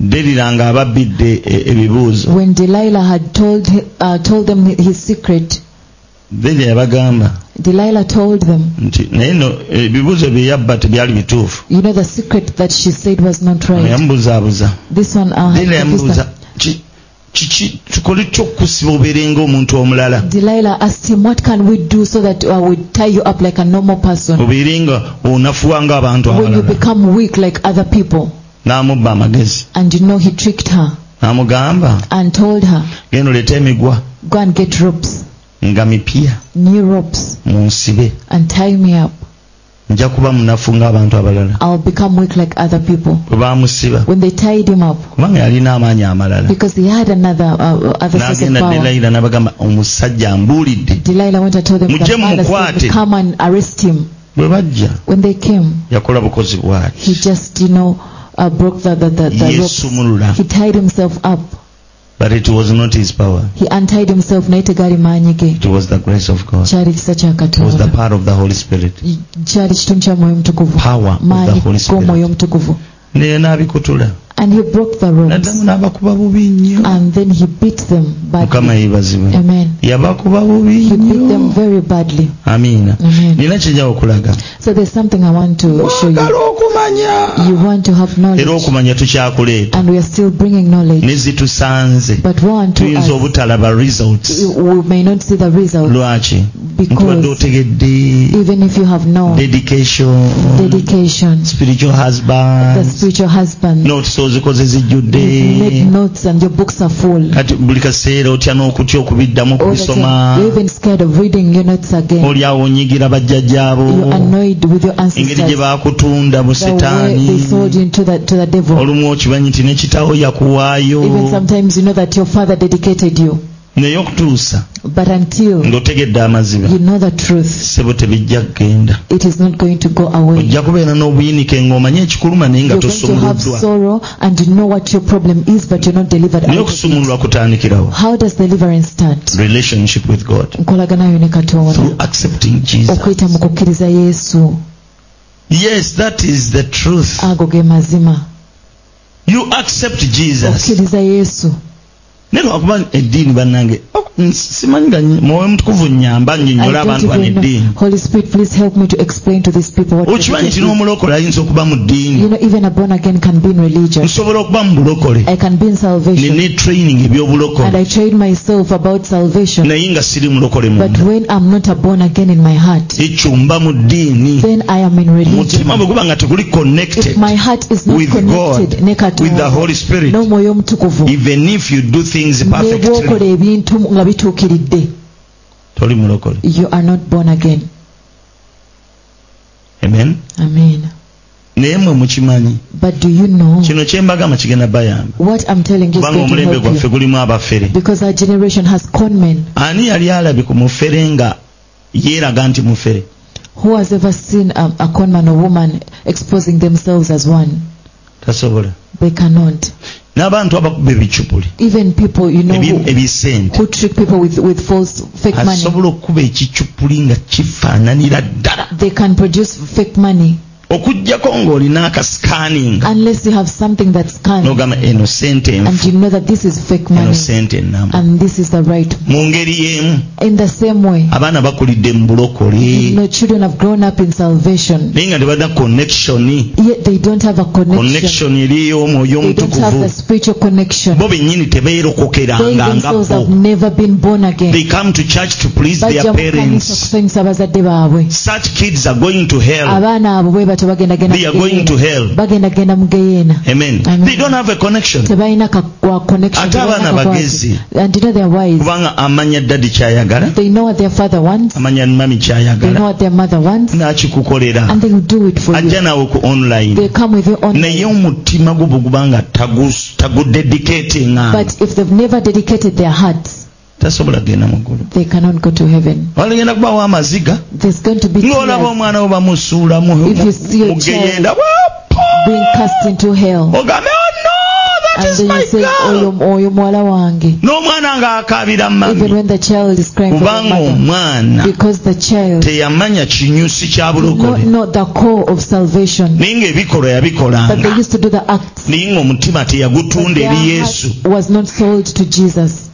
Speaker 1: derira nga ababbidde e- ebibuuzo
Speaker 2: when delilah had told, hi- uh, told them his secret
Speaker 1: derira yabagamba
Speaker 2: delilah told them
Speaker 1: nti naye no ebibuuzo bye yabba tebyali bituufu
Speaker 2: you know the secret that she said was not
Speaker 1: Ono
Speaker 2: right
Speaker 1: yamubuzaabuza
Speaker 2: this one uh,
Speaker 1: derira
Speaker 2: Hephaestus-
Speaker 1: yamubuuza "Ki- kiki tukole kyokukusiba obeere ng'omuntu omulala
Speaker 2: Delilah asked him, What can we do so that I would tie you up like a normal person
Speaker 1: obeere nga onafuwa ng'abantu
Speaker 2: when you
Speaker 1: abalala
Speaker 2: become weak like other people?
Speaker 1: n'amubba amagezi
Speaker 2: And you know, he tricked her
Speaker 1: n'amugamba
Speaker 2: and told her,
Speaker 1: genda oleeta emigwa
Speaker 2: Go and get ropes,
Speaker 1: nga mipya
Speaker 2: new ropes,
Speaker 1: mu nsibe
Speaker 2: and tie me up.
Speaker 1: nja kuba munafu ng'abantu abalala
Speaker 2: I'll become weak like other people.
Speaker 1: bwe baamusiba
Speaker 2: When they tied him up,
Speaker 1: kubanga yalina amaanyi amalala
Speaker 2: because he had another uh, other source of
Speaker 1: n'agenda
Speaker 2: power,
Speaker 1: delayira n'abagamba omusajja ambuulidde
Speaker 2: Delilah went and told them,
Speaker 1: Mujje
Speaker 2: the father
Speaker 1: mumukwate.
Speaker 2: said, Come and arrest him.
Speaker 1: bwe bajja
Speaker 2: When they came,
Speaker 1: yakola bukozi bwaki
Speaker 2: he just, you know, uh, broke the, the, the, the ropes.
Speaker 1: yeesumulula
Speaker 2: He tied himself up.
Speaker 1: but it was not his power
Speaker 2: He untied himself naye tegaali maanyi ge.
Speaker 1: it was the grace of god
Speaker 2: kyali kisa kya
Speaker 1: it was the
Speaker 2: katonda
Speaker 1: power of the holy spirit
Speaker 2: kyali kitundu kya mwoyo mutukuvu
Speaker 1: power of the
Speaker 2: maanyi
Speaker 1: holy
Speaker 2: g'omwoyo
Speaker 1: spirit
Speaker 2: omutukuvu
Speaker 1: naye n'abikutula
Speaker 2: and he broke the ropes
Speaker 1: naddamu n'abakuba bubi nnyo
Speaker 2: and then he beat them
Speaker 1: mukama
Speaker 2: badly
Speaker 1: yeebazibwe
Speaker 2: amen
Speaker 1: yabakuba bubi
Speaker 2: he beat them
Speaker 1: nnyo
Speaker 2: very badly
Speaker 1: amiina
Speaker 2: amen
Speaker 1: nina kyenjawo okulaga
Speaker 2: so there's something i want to show you
Speaker 1: wagala okumanya
Speaker 2: you want to have
Speaker 1: era
Speaker 2: knowledge
Speaker 1: okumanya tukyakuleeta
Speaker 2: and we are still bringing knowledge
Speaker 1: nezitusanze
Speaker 2: but one to
Speaker 1: tuyinza
Speaker 2: us
Speaker 1: obutalaba results
Speaker 2: we may not see the result
Speaker 1: lwaki ntubadde
Speaker 2: because
Speaker 1: otegedde
Speaker 2: even if you have known
Speaker 1: dedication
Speaker 2: dedication
Speaker 1: spiritual
Speaker 2: the
Speaker 1: husband
Speaker 2: spiritual husband
Speaker 1: notes ozikoze zijjudde
Speaker 2: you've made notes and your books are full
Speaker 1: kati buli kaseera otya n'okutya okubiddamu
Speaker 2: All the time,
Speaker 1: okubisoma
Speaker 2: you're even scared of reading your notes again.
Speaker 1: oli awo onyigira bajja gyabo
Speaker 2: You're annoyed with your
Speaker 1: engeri gye
Speaker 2: ancestors.
Speaker 1: bakutunda mu
Speaker 2: The way
Speaker 1: setaani
Speaker 2: they sold you into the, to the devil.
Speaker 1: olumu okimanyi nti ne kitaawo yakuwaayo
Speaker 2: Even sometimes you know that your father dedicated you.
Speaker 1: naye okutuusa
Speaker 2: But until
Speaker 1: ng'otegedde amaziba
Speaker 2: you know the truth,
Speaker 1: sebo tebijja kgenda
Speaker 2: it is not going to go away.
Speaker 1: ojja kubeera n'obuyinike ng'omanyi ekikuluma naye nga
Speaker 2: You're going to have
Speaker 1: tosumuluddwa
Speaker 2: sorrow and you know what your problem is, but you're not delivered.
Speaker 1: naye
Speaker 2: out of it.
Speaker 1: okusumululwa kutandikirawo
Speaker 2: How does deliverance start?
Speaker 1: relationship with god
Speaker 2: nkolagana yo ne
Speaker 1: through
Speaker 2: katonda
Speaker 1: accepting jesus
Speaker 2: okuyita mu kukkiriza yesu
Speaker 1: yes that is the truth
Speaker 2: ago ge mazima
Speaker 1: you accept jesus
Speaker 2: okkiriza yesu
Speaker 1: naye lwakuba eddiini bannange oh, nsi- simanyi nga nyi- mwoyo mutukuvu nyamba
Speaker 2: I
Speaker 1: nnyonyola
Speaker 2: don't
Speaker 1: abantu bano
Speaker 2: even know.
Speaker 1: eddiini
Speaker 2: Holy Spirit, please help me to explain to these people what
Speaker 1: okimanyi
Speaker 2: religion
Speaker 1: nti
Speaker 2: is.
Speaker 1: n'omulokola ayinza okuba mu
Speaker 2: You
Speaker 1: ddiini
Speaker 2: know, even a born again can be in religion.
Speaker 1: nsobola okuba mu bulokole
Speaker 2: I can be in
Speaker 1: ne
Speaker 2: salvation.
Speaker 1: ne training
Speaker 2: And
Speaker 1: eby'obulokole
Speaker 2: I train myself about salvation.
Speaker 1: naye nga siri mulokole
Speaker 2: But
Speaker 1: munda
Speaker 2: when I'm not a born again in my heart,
Speaker 1: ekyumba mu ddiini
Speaker 2: then I am in religion.
Speaker 1: mutima bwe guba nga tekuli connected
Speaker 2: If my heart is not
Speaker 1: With
Speaker 2: connected,
Speaker 1: God,
Speaker 2: ne Katonda,
Speaker 1: with the Holy Spirit.
Speaker 2: n'omwoyo omutukuvu
Speaker 1: even if you do things
Speaker 2: ne bw'okola
Speaker 1: perfectly
Speaker 2: ebintu nga bituukiridde
Speaker 1: toli mulokole
Speaker 2: you are not born again
Speaker 1: amen
Speaker 2: amen
Speaker 1: naye mwe mukimanyi
Speaker 2: but do you know
Speaker 1: kino kyembagamba kigenda bayamba
Speaker 2: what i'm telling you is
Speaker 1: kubanga
Speaker 2: going to
Speaker 1: omulembe
Speaker 2: help
Speaker 1: gwaffe
Speaker 2: you
Speaker 1: gulimu abafere
Speaker 2: because our generation has con men
Speaker 1: ani yali alabye ku mufere nga yeeraga nti mufere
Speaker 2: Who has ever seen a, a con man or woman exposing themselves as one?
Speaker 1: tasobola
Speaker 2: They cannot.
Speaker 1: n'abantu abakuba ebicupuli
Speaker 2: Even people, you know,
Speaker 1: ebi-
Speaker 2: who,
Speaker 1: ebisente
Speaker 2: who trick people with, with false, fake money,
Speaker 1: asobola okukuba ekicupuli nga kifaananira ddala
Speaker 2: they can produce fake money
Speaker 1: okugjako ng'olina akasikaninga
Speaker 2: unless you have something that's scanned
Speaker 1: n'ogamba eno sente
Speaker 2: and
Speaker 1: enfu
Speaker 2: you know that this is fake
Speaker 1: eno
Speaker 2: money
Speaker 1: sente ennamu
Speaker 2: and this is the right.
Speaker 1: mu ngeri y'emu
Speaker 2: In the same way,
Speaker 1: abaana bakulidde mu
Speaker 2: you
Speaker 1: bulokole
Speaker 2: know, children have grown up in salvation,
Speaker 1: naye nga tebalina connectioni
Speaker 2: yet they don't have a connection.
Speaker 1: connectioni eri ey'omwoyo
Speaker 2: They don't have
Speaker 1: omutukuvu
Speaker 2: a spiritual connection.
Speaker 1: bo bennyini
Speaker 2: They themselves have
Speaker 1: tebeerokokerangangako
Speaker 2: never been born again.
Speaker 1: they come to church to please
Speaker 2: Bajja
Speaker 1: their
Speaker 2: mu kkanisa
Speaker 1: parents
Speaker 2: okusanyusa abazadde baabwe.
Speaker 1: such kids are going to hell
Speaker 2: abaana abo bwe abalala tebagendagenda
Speaker 1: They are going to hell.
Speaker 2: bagendagenda mu geyeena
Speaker 1: Amen.
Speaker 2: Amen.
Speaker 1: They don't have a connection.
Speaker 2: tebalina ka- wa connection,
Speaker 1: Ate abaana
Speaker 2: tebalina kakwate.
Speaker 1: bagezi.
Speaker 2: and you know they are wise
Speaker 1: Kubanga amanya daddy kyayagala,
Speaker 2: they know what their father wants
Speaker 1: amanya mami
Speaker 2: they know
Speaker 1: kyayagala,
Speaker 2: what their mother wants
Speaker 1: n'akikukolera.
Speaker 2: and they will do it for
Speaker 1: Ajja
Speaker 2: you
Speaker 1: naawe ku online.
Speaker 2: they come with you on
Speaker 1: Naye omutima gwo bwe guba nga tagus- tagudedicatinga,
Speaker 2: but if they've never dedicated their hearts
Speaker 1: tasobola genda mu ggulu.
Speaker 2: they cannot go to heaven
Speaker 1: Waligenda kubawo amaziga,
Speaker 2: there's going to be
Speaker 1: ng'olaba
Speaker 2: tears
Speaker 1: omwana wo bamusuula mu mu-
Speaker 2: If you see
Speaker 1: mu
Speaker 2: your
Speaker 1: geyenda,
Speaker 2: child
Speaker 1: "Wappa!"
Speaker 2: being cast into hell
Speaker 1: ogambe "Oh no, that
Speaker 2: and
Speaker 1: is
Speaker 2: then
Speaker 1: my
Speaker 2: you say "Oh, oyo
Speaker 1: girl."
Speaker 2: oyo muwala wange
Speaker 1: n'omwana ng'akaabira mami
Speaker 2: even when the child is crying for the
Speaker 1: kubanga
Speaker 2: mother
Speaker 1: omwana
Speaker 2: because the child
Speaker 1: teyamanya kinyusi kya
Speaker 2: did not
Speaker 1: bulokole
Speaker 2: know the core of salvation
Speaker 1: naye ng'ebikolwa
Speaker 2: but they
Speaker 1: yabikolanga
Speaker 2: used to do the acts
Speaker 1: naye ng'omutima
Speaker 2: but
Speaker 1: teyagutunda
Speaker 2: their
Speaker 1: eri yesu
Speaker 2: heart was not sold to Jesus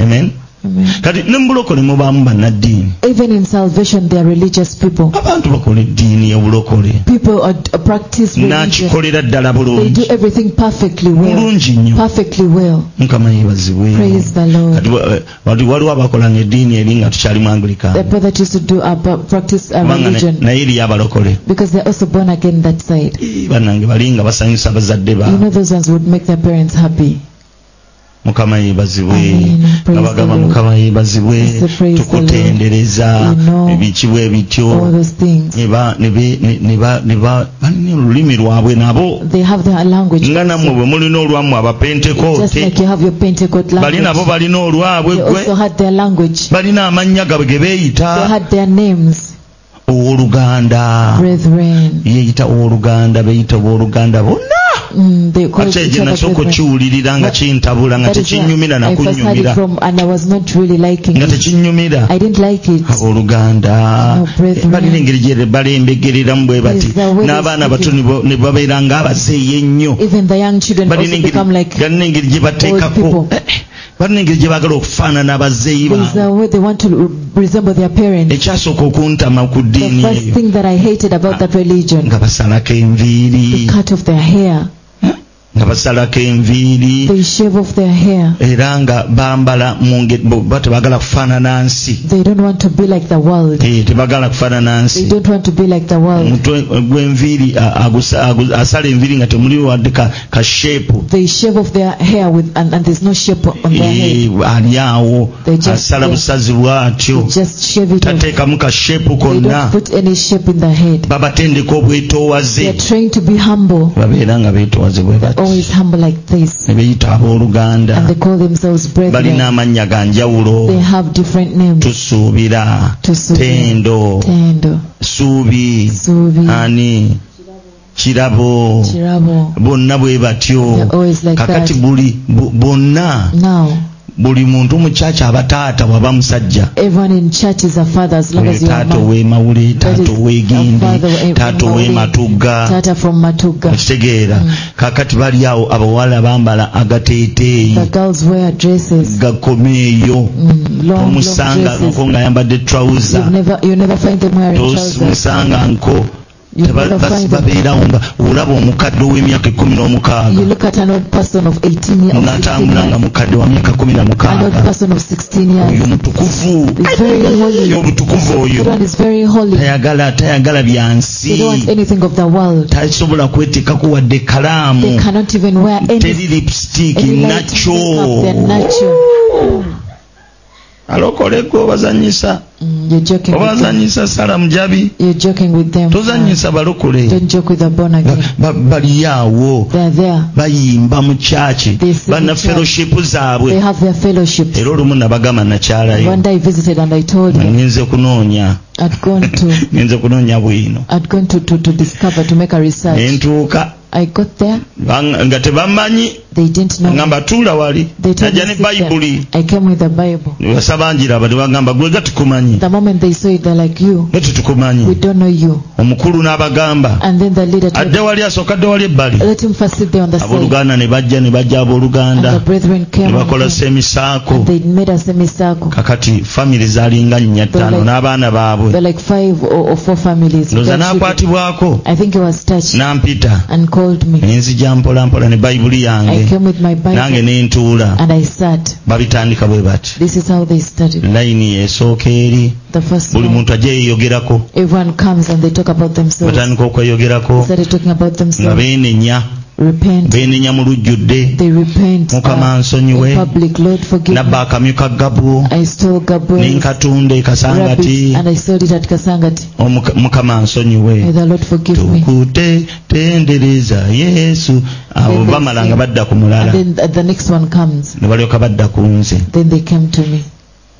Speaker 1: amen
Speaker 2: Amen.
Speaker 1: kati ne mubulokole mubaamu bannaddiini
Speaker 2: even in salvation they are religious people
Speaker 1: abantu bakola eddiini y'obulokole
Speaker 2: people are, are practice religion
Speaker 1: n'akikolera ddala
Speaker 2: they do
Speaker 1: bulungi
Speaker 2: everything perfectly well
Speaker 1: bulungi nnyo
Speaker 2: perfectly well
Speaker 1: mukama yeebazibwe
Speaker 2: praise the Lord
Speaker 1: kati wa- eh, wali- waliwo abakolanga eddiini eri nga tukyali mu
Speaker 2: the
Speaker 1: anglikan
Speaker 2: brother used to do uh, pra- practice a
Speaker 1: kubanga ne-
Speaker 2: religion
Speaker 1: naye eri y'abalokole
Speaker 2: because they're also born again that side
Speaker 1: Eh, bannange bali nga basanyusa abazadde
Speaker 2: you
Speaker 1: baabwe
Speaker 2: know those ones would make their parents happy
Speaker 1: mukama yeebazibwe
Speaker 2: Amen. Praise
Speaker 1: nga bagamba
Speaker 2: the Lord.
Speaker 1: mukama yeebazibwe
Speaker 2: Yes, praise the Lord.
Speaker 1: tukutendereza
Speaker 2: You know.
Speaker 1: ebiki bwe bityo
Speaker 2: all those things
Speaker 1: ne ba- ne be- ne- ne ba- ne ba- balina olulimi lwabwe nabo
Speaker 2: they have their language
Speaker 1: nga nammwe bwe mulina olwammwe
Speaker 2: just like
Speaker 1: abapentekoote
Speaker 2: you have your Pentecost
Speaker 1: bali nabo
Speaker 2: language
Speaker 1: balina olwabwe
Speaker 2: they also
Speaker 1: gwe
Speaker 2: had their language
Speaker 1: balina amannya gabwe ge
Speaker 2: they
Speaker 1: beeyita
Speaker 2: had their names
Speaker 1: owooluganda
Speaker 2: brethren
Speaker 1: yeeyita owooluganda beeyita booluganda bonna
Speaker 2: mm, they called
Speaker 1: ate
Speaker 2: each
Speaker 1: gye
Speaker 2: other
Speaker 1: nasooka
Speaker 2: brethren
Speaker 1: okkiwulirira nga
Speaker 2: That-
Speaker 1: kintabula nga
Speaker 2: That is
Speaker 1: tekinyumira
Speaker 2: where I first heard it
Speaker 1: nakunyumira
Speaker 2: from and I was not really liking
Speaker 1: nga
Speaker 2: it
Speaker 1: tekinyumira
Speaker 2: I didn't like it
Speaker 1: Ah, oh. abooluganda Eh,
Speaker 2: No, brethren.
Speaker 1: balina engeri gye balembegereramu bwe bati
Speaker 2: Yes, the way they
Speaker 1: n'abaana
Speaker 2: speak
Speaker 1: bato ne bo- ne babeera ng'abazeeyi ennyo
Speaker 2: even the young children
Speaker 1: balina
Speaker 2: also
Speaker 1: engeri
Speaker 2: become like
Speaker 1: balina engeri gye bateekako
Speaker 2: old people.
Speaker 1: Eh, eh, balina engeri gye baagala okufaanana abazeeyi
Speaker 2: there is
Speaker 1: baabwe
Speaker 2: a way they want to resemble their parents
Speaker 1: ekyasooka okuntama ku
Speaker 2: the
Speaker 1: ddiini
Speaker 2: first
Speaker 1: eyo
Speaker 2: thing that I hated about that religion
Speaker 1: nga basalako enviiri
Speaker 2: they cut off their hair
Speaker 1: nga basalako enviiri
Speaker 2: they shave off their hair
Speaker 1: era nga bambala mu ngeri bo- ba tebagala kufaanana nsi
Speaker 2: they don't want to be like the world
Speaker 1: Eh, tebagala kufaanana
Speaker 2: they
Speaker 1: nsi
Speaker 2: don't want to be like the world
Speaker 1: omutwe gw'enviiri a- agusa- agu- asala enviiri nga temuli wadde ka- ka sheepu
Speaker 2: they shave off their hair with and, and there's no shape on their head
Speaker 1: Eh, ali awo
Speaker 2: They just-
Speaker 1: asala
Speaker 2: they-
Speaker 1: busazi bw'atyo
Speaker 2: just shave it off
Speaker 1: tateekamu ka sheepu
Speaker 2: they
Speaker 1: konna
Speaker 2: don't put any shape in their head
Speaker 1: babatendeka obwetoowaze
Speaker 2: they're trained to be humble
Speaker 1: babeera nga beetoowaze bwe bati
Speaker 2: always humble like this
Speaker 1: ne beeyita abooluganda
Speaker 2: Oh, and they call themselves
Speaker 1: balina
Speaker 2: brethren
Speaker 1: amannya ga njawulo
Speaker 2: they have different names
Speaker 1: tusuubira
Speaker 2: Tusuubira.
Speaker 1: tendo
Speaker 2: tendo
Speaker 1: suubi
Speaker 2: subi
Speaker 1: ani kirabo
Speaker 2: chirabo
Speaker 1: bonna bwe batyo
Speaker 2: they're always oh, like
Speaker 1: kakati
Speaker 2: that
Speaker 1: buli bu- bonna
Speaker 2: now
Speaker 1: buli muntu mu kyaki aba taata waba musajja
Speaker 2: everyone in church is a father as long
Speaker 1: oyo
Speaker 2: as you are a
Speaker 1: taata
Speaker 2: man.
Speaker 1: ow'emawule taata
Speaker 2: is
Speaker 1: ow'egindi
Speaker 2: a father we-
Speaker 1: taata
Speaker 2: Mawule.
Speaker 1: ow'ematugga
Speaker 2: tata from matuga
Speaker 1: okitegeera kakati bali awo abawala bambala agateeteeyi
Speaker 2: the girls wear dresses
Speaker 1: gakome eyo
Speaker 2: mm, long long
Speaker 1: omusanga
Speaker 2: dresses
Speaker 1: nko ng'ayambadde trouser
Speaker 2: you never you never find them wearing trousers
Speaker 1: tomusanga nko
Speaker 2: you
Speaker 1: Teba-
Speaker 2: never
Speaker 1: basi
Speaker 2: find them
Speaker 1: babeerawo nga olaba omukadde ow'emyaka ekkumi
Speaker 2: you
Speaker 1: n'omukaaga
Speaker 2: look at an old person of 18 years of 16
Speaker 1: n'atambula nga
Speaker 2: years
Speaker 1: mukadde wa myaka kumi na
Speaker 2: an old
Speaker 1: mukaaga
Speaker 2: person of 16
Speaker 1: oyo
Speaker 2: years
Speaker 1: mutukuvu
Speaker 2: is very holy
Speaker 1: obutukuvu oyo
Speaker 2: everyone is very holy
Speaker 1: tayagala tayagala bya
Speaker 2: they don't want
Speaker 1: nsi
Speaker 2: anything of the world
Speaker 1: tasobola kweteekako wadde kalaamu
Speaker 2: they cannot even wear
Speaker 1: teri
Speaker 2: any
Speaker 1: lipstick
Speaker 2: any light
Speaker 1: nakyo
Speaker 2: makeup they're natural
Speaker 1: alokoleko obazanyisa
Speaker 2: Mm, you're joking with them.
Speaker 1: obazanyisa sala mujabi
Speaker 2: you're joking with them Mm.
Speaker 1: tozanyisa balokole
Speaker 2: don't joke with the born again
Speaker 1: Ba- baliyaawo
Speaker 2: they're there
Speaker 1: bayimba mu kyaki
Speaker 2: They sing
Speaker 1: bana
Speaker 2: in church.
Speaker 1: fellowship
Speaker 2: they
Speaker 1: zaabwe
Speaker 2: have their fellowships
Speaker 1: era olumu nabagamba
Speaker 2: one
Speaker 1: nakyalayo
Speaker 2: day I visited and I told him
Speaker 1: ngenze kunoonya
Speaker 2: I'd gone to
Speaker 1: ngenze kunoonya bwino
Speaker 2: I'd gone to, to, to discover to make a
Speaker 1: Mm.
Speaker 2: research.
Speaker 1: nentuuka
Speaker 2: I got there,
Speaker 1: bang- nga tebamanyi
Speaker 2: they didn't know.
Speaker 1: ngamba tuula wali
Speaker 2: They told
Speaker 1: najja
Speaker 2: me
Speaker 1: ne
Speaker 2: sit
Speaker 1: bayibuli
Speaker 2: there. I came with the Bible.
Speaker 1: basabanjiraba tebagamba gwe gatukumanyi
Speaker 2: The moment they saw it, they're like, "You,
Speaker 1: gwe
Speaker 2: we
Speaker 1: tetukumanyi
Speaker 2: don't know you."
Speaker 1: omukulu n'abagamba
Speaker 2: And then the leader told,
Speaker 1: adde wali asooka adde wali ebbali
Speaker 2: "Let him first sit there on the side."
Speaker 1: abooluganda ne bajja ne bajja
Speaker 2: And the
Speaker 1: abooluganda
Speaker 2: brethren
Speaker 1: ne
Speaker 2: came.
Speaker 1: bakola
Speaker 2: And came.
Speaker 1: semisaako
Speaker 2: And they made a semicircle.
Speaker 1: kakati famire zaalinga nnya ttaano n'abaana baabwe
Speaker 2: They're like five or, or four families.
Speaker 1: ndowooza
Speaker 2: That should-
Speaker 1: n'akwatibwako
Speaker 2: I think he was touched
Speaker 1: n'ampita
Speaker 2: and called me.
Speaker 1: nenzija mpola mpola ne bayibuli
Speaker 2: I
Speaker 1: yange
Speaker 2: came with my
Speaker 1: Hmm. nange
Speaker 2: Bible
Speaker 1: ne ntuula
Speaker 2: and I sat.
Speaker 1: babitandika bwe bati
Speaker 2: This is how they started.
Speaker 1: layini esooka eri
Speaker 2: The first
Speaker 1: Hmm. buli
Speaker 2: one.
Speaker 1: muntu ajja yeeyogerako
Speaker 2: Everyone comes and they talk about themselves.
Speaker 1: batandika okweyogerako
Speaker 2: They started talking about
Speaker 1: nga
Speaker 2: themselves.
Speaker 1: beenenya
Speaker 2: Repent.
Speaker 1: beenenya mu lujjudde
Speaker 2: They repent.
Speaker 1: mukama
Speaker 2: uh,
Speaker 1: nsonyiwe
Speaker 2: in public, Lord, forgive
Speaker 1: nabba
Speaker 2: me.
Speaker 1: akamyu ka gabwo
Speaker 2: I stole Gabriel's
Speaker 1: nenkatunda ekasangati
Speaker 2: rabbits and I sold it at Kasangati.
Speaker 1: Omuka- mukama nsonyiwe
Speaker 2: May the Lord forgive me.
Speaker 1: tukute tendereza yesu abo
Speaker 2: Then they
Speaker 1: bamala
Speaker 2: sing.
Speaker 1: nga badda ku mulala
Speaker 2: And then uh, the next one comes.
Speaker 1: ne balyoka badda ku nze
Speaker 2: Then they came to me.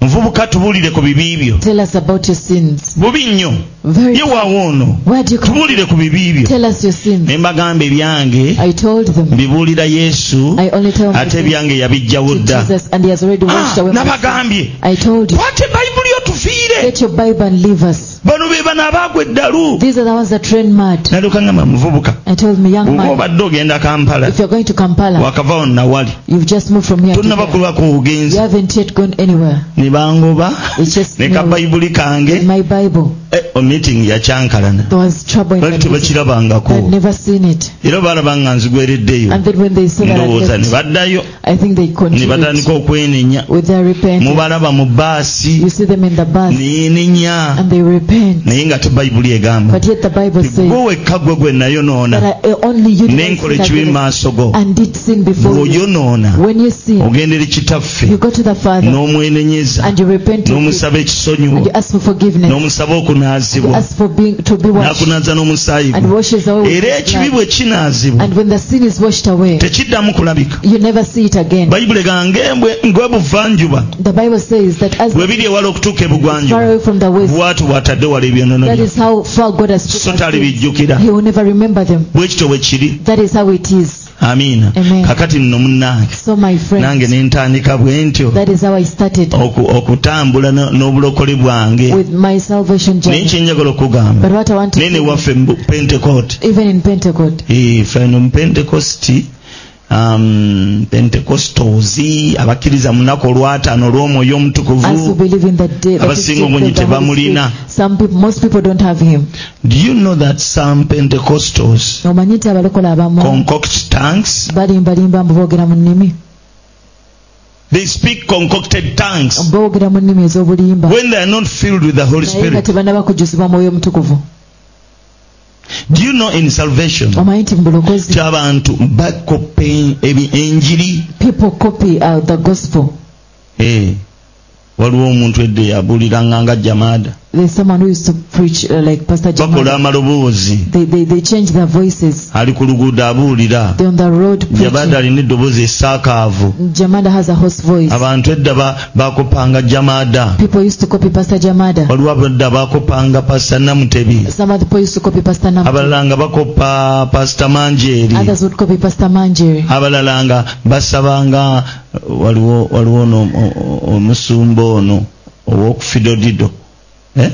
Speaker 1: muvubuka tubuulire ku bibi byo
Speaker 2: Tell us about your sins.
Speaker 1: bubi nnyo
Speaker 2: Very.
Speaker 1: ye waawo ono
Speaker 2: Where do you come?
Speaker 1: tubuulire ku bibi byo
Speaker 2: Tell us your sins.
Speaker 1: ne mbagamba ebyange
Speaker 2: I told them.
Speaker 1: mbibuulira yesu
Speaker 2: I only tell my
Speaker 1: ate
Speaker 2: sins
Speaker 1: ebyange yabijjawo
Speaker 2: to
Speaker 1: dda
Speaker 2: Jesus, and He has already washed
Speaker 1: Ah,
Speaker 2: away my sins.
Speaker 1: nabagambye
Speaker 2: I told you.
Speaker 1: kwate bayibuli otufiire
Speaker 2: Get your Bible and leave us.
Speaker 1: bano be bano abaagwa eddalu
Speaker 2: These are the ones that train mad.
Speaker 1: nalyokaŋama muvubuka
Speaker 2: I told me, young
Speaker 1: oba
Speaker 2: man,
Speaker 1: obadde ogenda kampala
Speaker 2: if you're going to Kampala,
Speaker 1: wakavawo nawali
Speaker 2: you've just moved from here. To
Speaker 1: tonnaba
Speaker 2: here.
Speaker 1: kulwako
Speaker 2: You
Speaker 1: obugenzi
Speaker 2: haven't yet gone anywhere.
Speaker 1: ne bangoba
Speaker 2: It's just
Speaker 1: ne
Speaker 2: me.
Speaker 1: kabayibuli kange
Speaker 2: my Bible.
Speaker 1: eh, o meeting yakyankalana
Speaker 2: There was trouble in
Speaker 1: bali
Speaker 2: the music. I'd
Speaker 1: tebakirabangako
Speaker 2: never seen it.
Speaker 1: era balaba nga
Speaker 2: And
Speaker 1: nzigwereddeyo
Speaker 2: then when they saw that I
Speaker 1: ndowooza ne
Speaker 2: left,
Speaker 1: baddayo
Speaker 2: I think they
Speaker 1: ne
Speaker 2: continued
Speaker 1: batandika okwenenya
Speaker 2: with their repentance.
Speaker 1: mubalaba mu baasi
Speaker 2: You see them in the bus
Speaker 1: neenenya
Speaker 2: and they repent.
Speaker 1: naye nga te bayibuli egamba
Speaker 2: But yet the Bible says
Speaker 1: gwe wekka gwe gwe nayonoona
Speaker 2: that I, uh, only you did not
Speaker 1: nenkola
Speaker 2: sin
Speaker 1: ekibi mu
Speaker 2: against
Speaker 1: maaso go
Speaker 2: and did sin before you.
Speaker 1: bw'oyonoona
Speaker 2: When you sin,
Speaker 1: ogendera
Speaker 2: you
Speaker 1: kitaffe
Speaker 2: go to the Father
Speaker 1: n'omwenenyeza
Speaker 2: and you repent to Him
Speaker 1: n'omusaba
Speaker 2: and
Speaker 1: ekisonyiwo
Speaker 2: you ask for forgiveness.
Speaker 1: n'omusaba
Speaker 2: You
Speaker 1: okunaazibwa
Speaker 2: ask for being to be washed
Speaker 1: n'akunaaza n'omusaayi
Speaker 2: and
Speaker 1: gwe
Speaker 2: washes away. with
Speaker 1: era
Speaker 2: His
Speaker 1: ekibi
Speaker 2: blood.
Speaker 1: bwe kinaazibwa
Speaker 2: And when the sin is washed away,
Speaker 1: tekiddamu kulabika
Speaker 2: you never see it again.
Speaker 1: bayibuli gange ngwe buvanjuba
Speaker 2: The Bible says that as
Speaker 1: bwe biri ewala okutuuka
Speaker 2: far
Speaker 1: ebugwanjuba
Speaker 2: away from the west,
Speaker 1: bwatu bw'atadde wala ebyonono
Speaker 2: that
Speaker 1: byo
Speaker 2: is how far God has
Speaker 1: so
Speaker 2: put us.
Speaker 1: talibijjukira
Speaker 2: He will never remember them.
Speaker 1: bwe kityo bwe kiri
Speaker 2: That is how it is.
Speaker 1: amiina
Speaker 2: Amen.
Speaker 1: kakati nno munnange
Speaker 2: So, my friend,
Speaker 1: nange ne ntandika bwe ntyo
Speaker 2: that is how I started.
Speaker 1: oku- okutambula no- n'obulokole bwange
Speaker 2: with my salvation
Speaker 1: naye
Speaker 2: journey.
Speaker 1: kyenjagala okugamba
Speaker 2: But what I want to
Speaker 1: naye ne
Speaker 2: say,
Speaker 1: waffe mu pentecote
Speaker 2: even in Pentecost,
Speaker 1: Eh, ffe no mu pentecosti um, pentecostals abakkiriza mu lunaku olwataano olw'omwoyo
Speaker 2: as who
Speaker 1: omutukuvu
Speaker 2: believe in the day, that is
Speaker 1: Abasinga
Speaker 2: given by
Speaker 1: obungi
Speaker 2: the Holy
Speaker 1: tebamulina.
Speaker 2: Spirit, some people, most people don't have him.
Speaker 1: do you know that some pentecostals
Speaker 2: Omanyi nti abalokola abamu
Speaker 1: concoct tongues.
Speaker 2: balimbalimba mbu boogera mu nnimi,
Speaker 1: They speak concocted tongues
Speaker 2: boogera mu nnimi ez'obulimba
Speaker 1: when they are not filled with the Holy
Speaker 2: naye nga
Speaker 1: Spirit.
Speaker 2: tebanaba kujuzibwa mwoyo mutukuvu.
Speaker 1: Do you know in salvation,
Speaker 2: Omanyi nti mu bulokozi,
Speaker 1: abantu bakopa ebi- enjiri?
Speaker 2: people copy uh, the gospel.
Speaker 1: Eh, Waliwo omuntu edde yabuuliranga nga jamaada.
Speaker 2: There's someone who used to preach uh, like Pastor
Speaker 1: Bakola
Speaker 2: Jamal.
Speaker 1: amaloboozi.
Speaker 2: They, they, they change their voices.
Speaker 1: Ali ku luguudo abuulira.
Speaker 2: They're on the road
Speaker 1: Jamaada
Speaker 2: preaching.
Speaker 1: alina eddoboozi essaakaavu.
Speaker 2: Jamada has a hoarse voice.
Speaker 1: Abantu edda ba- bakopanga jamaada.
Speaker 2: People used to copy Pastor Jamada.
Speaker 1: Waliwo abadda bakopanga pasita Namutebi.
Speaker 2: Some other people used to copy Pastor Nam.
Speaker 1: Abalala nga bakopa pasita Manjeeri.
Speaker 2: Others would copy Pastor Manjeri.
Speaker 1: abalala nga basabanga waliwo waliwo ono o- o- omusumba ono ow'okufidodido Eh?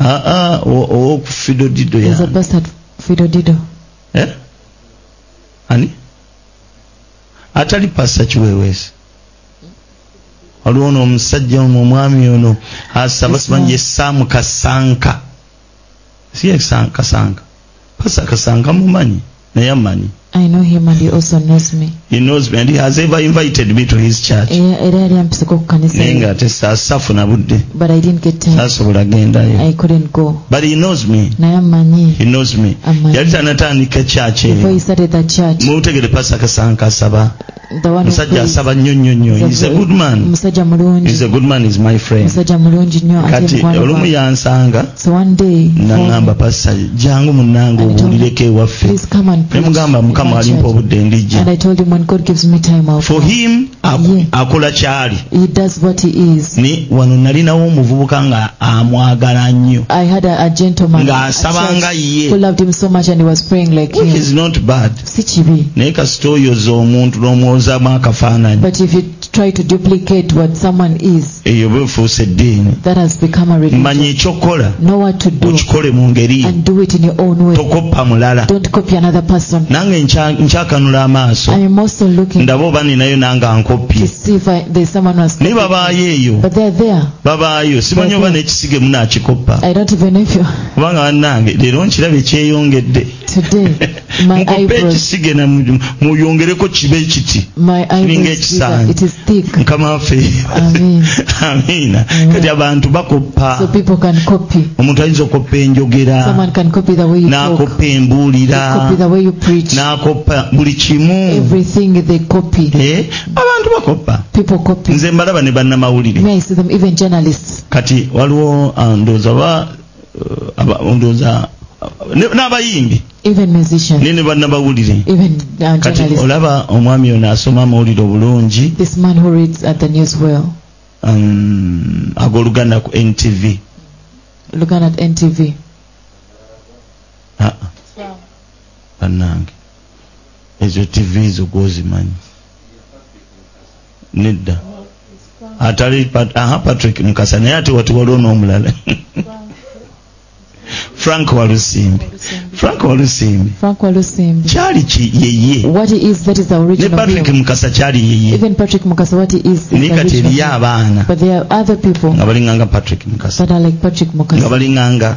Speaker 1: Ah, aa owo- ow'okufidodido
Speaker 2: There's a
Speaker 1: ya
Speaker 2: pastor at Fido Dido.
Speaker 1: Eh? ani atali pasa kiweweesi waliwo ono omusajja ono omwami ono asaba
Speaker 2: Yes,
Speaker 1: simanyi
Speaker 2: ma'am.
Speaker 1: esaamu kasanka si yesan- kasanka pasa kasanka mumanyi naye amanyi
Speaker 2: I know him and he also knows me. Eh,
Speaker 1: He knows me and he has ever invited me to his church.
Speaker 2: Era era yali ampiseko ku kanisa
Speaker 1: Naye
Speaker 2: ye,
Speaker 1: nga ate saasafuna budde.
Speaker 2: but I didn't get time.
Speaker 1: Saasobola gendayo.
Speaker 2: I couldn't go.
Speaker 1: But he knows me.
Speaker 2: Naye ammanyi.
Speaker 1: He knows me.
Speaker 2: Amanyi.
Speaker 1: Yali tanatandika church
Speaker 2: Before he
Speaker 1: eyo.
Speaker 2: started the church,
Speaker 1: Mutegere pasa kasanka asaba.
Speaker 2: the one who
Speaker 1: Musajja
Speaker 2: prays,
Speaker 1: asaba nnyo nnyo nnyo. He's a good man.
Speaker 2: musajja
Speaker 1: He's
Speaker 2: mulungi.
Speaker 1: a good man is my friend.
Speaker 2: Musajja mulungi nnyo ate
Speaker 1: Kati
Speaker 2: mukwano
Speaker 1: olumu
Speaker 2: gwange.
Speaker 1: yansanga
Speaker 2: So one day, he called
Speaker 1: nangamba
Speaker 2: me,
Speaker 1: pasa jangu munnange obuulireko ewaffe.
Speaker 2: please come and preach.
Speaker 1: Nemugamba
Speaker 2: in
Speaker 1: mukama
Speaker 2: my
Speaker 1: alimpa
Speaker 2: church."
Speaker 1: obudde
Speaker 2: And
Speaker 1: ndijja.
Speaker 2: I told him when God gives me time, I'll
Speaker 1: For
Speaker 2: come.
Speaker 1: him aku-
Speaker 2: Ye.
Speaker 1: akola kyali.
Speaker 2: He does what he is.
Speaker 1: ne wano nalinawo omuvubuka nga amwagala nnyo
Speaker 2: I had a, a gentleman at
Speaker 1: ng'asabanga
Speaker 2: church who
Speaker 1: ye
Speaker 2: loved him so much and he was praying like
Speaker 1: which
Speaker 2: him.
Speaker 1: is not bad
Speaker 2: Si kibi.
Speaker 1: naye kasita oyoza omuntu n'omwozamu akafaananyi
Speaker 2: But if you try to duplicate what someone is,
Speaker 1: eyo oba efuusa eddiini
Speaker 2: that has become a
Speaker 1: manya
Speaker 2: religion.
Speaker 1: ekyokukola
Speaker 2: Know what to do
Speaker 1: okikole mu ngeri yo.
Speaker 2: and do it in your own way.
Speaker 1: tokoppa mulala
Speaker 2: Don't copy another person.
Speaker 1: nange nkya- nkyakanula amaaso
Speaker 2: I am also looking
Speaker 1: ndaba oba ninayo nange
Speaker 2: to
Speaker 1: ankopye
Speaker 2: see if I, there's someone who has
Speaker 1: naye
Speaker 2: copied.
Speaker 1: babaayo eyo
Speaker 2: But they're there.
Speaker 1: babaayo simanyi oba n'ekisige munaakikoppa
Speaker 2: I don't even know if you
Speaker 1: kubanga bannange leero nkiraba ekyeyongedde
Speaker 2: today. My
Speaker 1: mukope
Speaker 2: eyebrows.
Speaker 1: ekisige namu- muyongereko kibe kiti
Speaker 2: My
Speaker 1: Kiringa
Speaker 2: eyebrows bigger.
Speaker 1: ekisaanyi.
Speaker 2: It is thick.
Speaker 1: mukama waffe
Speaker 2: Amen.
Speaker 1: amiina kati abantu bakoppa
Speaker 2: Mm. So people can copy.
Speaker 1: omuntu ayinza okoppa enjogera
Speaker 2: Someone can copy the way you talk.
Speaker 1: n'akoppa embuulira
Speaker 2: Copy the way you preach.
Speaker 1: n'akoppa buli kimu
Speaker 2: Everything they copy.
Speaker 1: Eh, abantu bakoppa
Speaker 2: People copy.
Speaker 1: nze mbalaba ne bannamawulire
Speaker 2: May I see them, even journalists.
Speaker 1: kati waliwo ah, ndowooza ba eh, aba- ndowooza ah, ne- n'abayimbi
Speaker 2: Even musicians.
Speaker 1: naye ne bannabawulire
Speaker 2: Even uh,
Speaker 1: kati
Speaker 2: journalists.
Speaker 1: olaba omwami ono asoma amawulire obulungi
Speaker 2: This man who reads at the news well.
Speaker 1: um, ag'oluganda ku ntv
Speaker 2: Looking at NTV.
Speaker 1: Ah, ah, bannange ezo tv ezo gwozimanyi nedda atali Pat- aha patrick mukasa naye ate wati waliwo n'omulala frank walusimbi frank walusimbi
Speaker 2: Frank Walusimbi.
Speaker 1: kyali ki yeye
Speaker 2: What he is, that is the
Speaker 1: ne
Speaker 2: original
Speaker 1: patrick
Speaker 2: him.
Speaker 1: mukasa kyali yeye
Speaker 2: Even Patrick Mukasa, what he is, is
Speaker 1: naye
Speaker 2: the
Speaker 1: kati
Speaker 2: original
Speaker 1: eriyo
Speaker 2: him.
Speaker 1: abaana
Speaker 2: But there are other people
Speaker 1: nga balinga nga patrick mukasa
Speaker 2: that are like Patrick
Speaker 1: nga
Speaker 2: Mukasa.
Speaker 1: balinga nga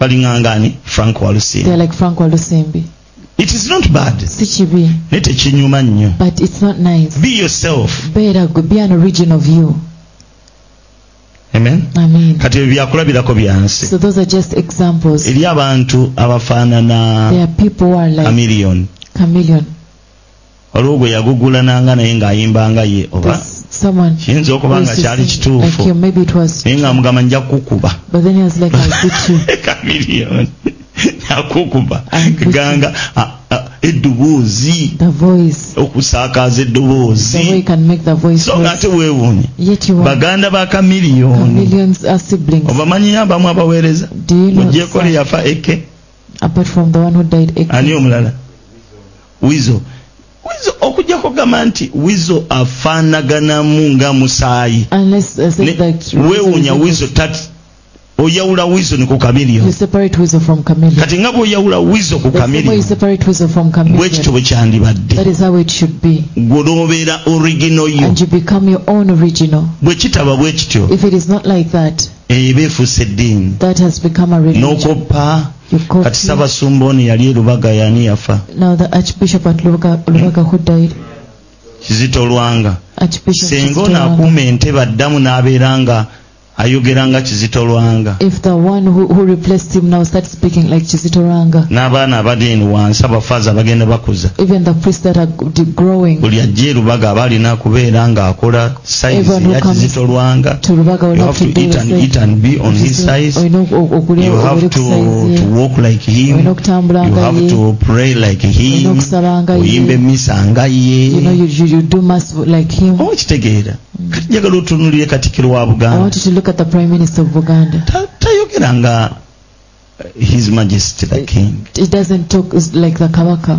Speaker 1: balinga nga ani frank
Speaker 2: They are
Speaker 1: walusimbi
Speaker 2: like Frank Walusimbi.
Speaker 1: it is not bad
Speaker 2: Si kibi,
Speaker 1: naye tekinyuma nnyo
Speaker 2: but it's not nice.
Speaker 1: be yourself
Speaker 2: Better go- be an origin of you.
Speaker 1: amen
Speaker 2: Amen.
Speaker 1: kati ebyo byakulabirako byansi
Speaker 2: So those are just examples.
Speaker 1: eri abantu
Speaker 2: There
Speaker 1: abafaanana
Speaker 2: are people who are like
Speaker 1: amiliyoni
Speaker 2: chameleon.
Speaker 1: olwo gwe yagugulananga naye ng'ayimbanga ye oba
Speaker 2: There's someone
Speaker 1: kiyinza okuba nga
Speaker 2: who's
Speaker 1: kyali
Speaker 2: like you.
Speaker 1: kituufu
Speaker 2: Maybe it was,
Speaker 1: naye ng'amugamba nja kukukuba
Speaker 2: but then he was like, I'll beat you.
Speaker 1: kamiliyoni akukuba
Speaker 2: Ambushi.
Speaker 1: ganga "Ah, ah, eddoboozi
Speaker 2: The voice,
Speaker 1: okusaakaaza
Speaker 2: the way you
Speaker 1: eddoboozi
Speaker 2: can make the voice.
Speaker 1: so nga
Speaker 2: worse.
Speaker 1: ate weewuunye
Speaker 2: Yet you are
Speaker 1: baganda ba kamiliyoni
Speaker 2: chameleons are siblings.
Speaker 1: obamanyiyo abamu abaweereza
Speaker 2: Do you know
Speaker 1: mugyeko
Speaker 2: some-
Speaker 1: lyeyafa eke
Speaker 2: apart from the one who died? Ek-
Speaker 1: ani omulala wizo wizo okujja kugamba nti wizo afaanaganamu nga musaayi
Speaker 2: Unless uh, says
Speaker 1: Ne-
Speaker 2: that
Speaker 1: weewuunya wizo tati oyawula wizo ne ku
Speaker 2: you
Speaker 1: kamiliyoni
Speaker 2: separate wizo from chameleon.
Speaker 1: kati nga bw'oyawula wizo ku
Speaker 2: That's the way you
Speaker 1: kamiliyoni
Speaker 2: separate wizo from
Speaker 1: bwe kityo
Speaker 2: chameleon.
Speaker 1: bwe kyandibadde
Speaker 2: That is how it should be.
Speaker 1: gwe n'obeera origino yo
Speaker 2: And you become your own original.
Speaker 1: bwe kitaba bwe kityo
Speaker 2: If it is not like that,
Speaker 1: eba efuusa eddiini
Speaker 2: that has become a religion.
Speaker 1: n'okoppa
Speaker 2: You copy.
Speaker 1: kati sabasumba ono yali erubaga yani yafa
Speaker 2: Now the Archbishop at Lubaga, Lubaga who died,
Speaker 1: kizito lwanga
Speaker 2: Archbishop
Speaker 1: senga ono
Speaker 2: Chistola,
Speaker 1: akuuma ente baddamu n'abeera nga ayogera nga kizito lwanga
Speaker 2: if the one who, who replaced him now starts speaking like Chizitoranga,
Speaker 1: n'abaana abali eno wansi abafaazi abagenda bakuza
Speaker 2: even the priests that are g- growing
Speaker 1: buli ajja erubaga aba alina kubeera ng'akola sayizi eya kizito lwanga
Speaker 2: to Lubaga
Speaker 1: you
Speaker 2: will have
Speaker 1: have
Speaker 2: to
Speaker 1: to
Speaker 2: do
Speaker 1: eat
Speaker 2: the
Speaker 1: and eat
Speaker 2: same.
Speaker 1: and be on his size
Speaker 2: Olina oku- okulya
Speaker 1: you have
Speaker 2: obuli
Speaker 1: to,
Speaker 2: ku size
Speaker 1: to
Speaker 2: ye,
Speaker 1: walk like
Speaker 2: olina
Speaker 1: him
Speaker 2: okutambula
Speaker 1: you
Speaker 2: nga
Speaker 1: have
Speaker 2: ye,
Speaker 1: to pray like
Speaker 2: olina
Speaker 1: him
Speaker 2: okusaba nga
Speaker 1: oyimba
Speaker 2: ye.
Speaker 1: emisa nga
Speaker 2: You know,
Speaker 1: ye
Speaker 2: you, Mm. you, you do mass like him.
Speaker 1: Oh, okitegeera kati njagala otunulire katikiro wa
Speaker 2: I want
Speaker 1: buganda
Speaker 2: you to look at the Prime Minister of Uganda.
Speaker 1: Ta- tayogera nga eh, his majesty the king
Speaker 2: He doesn't talk is like the Kabaka.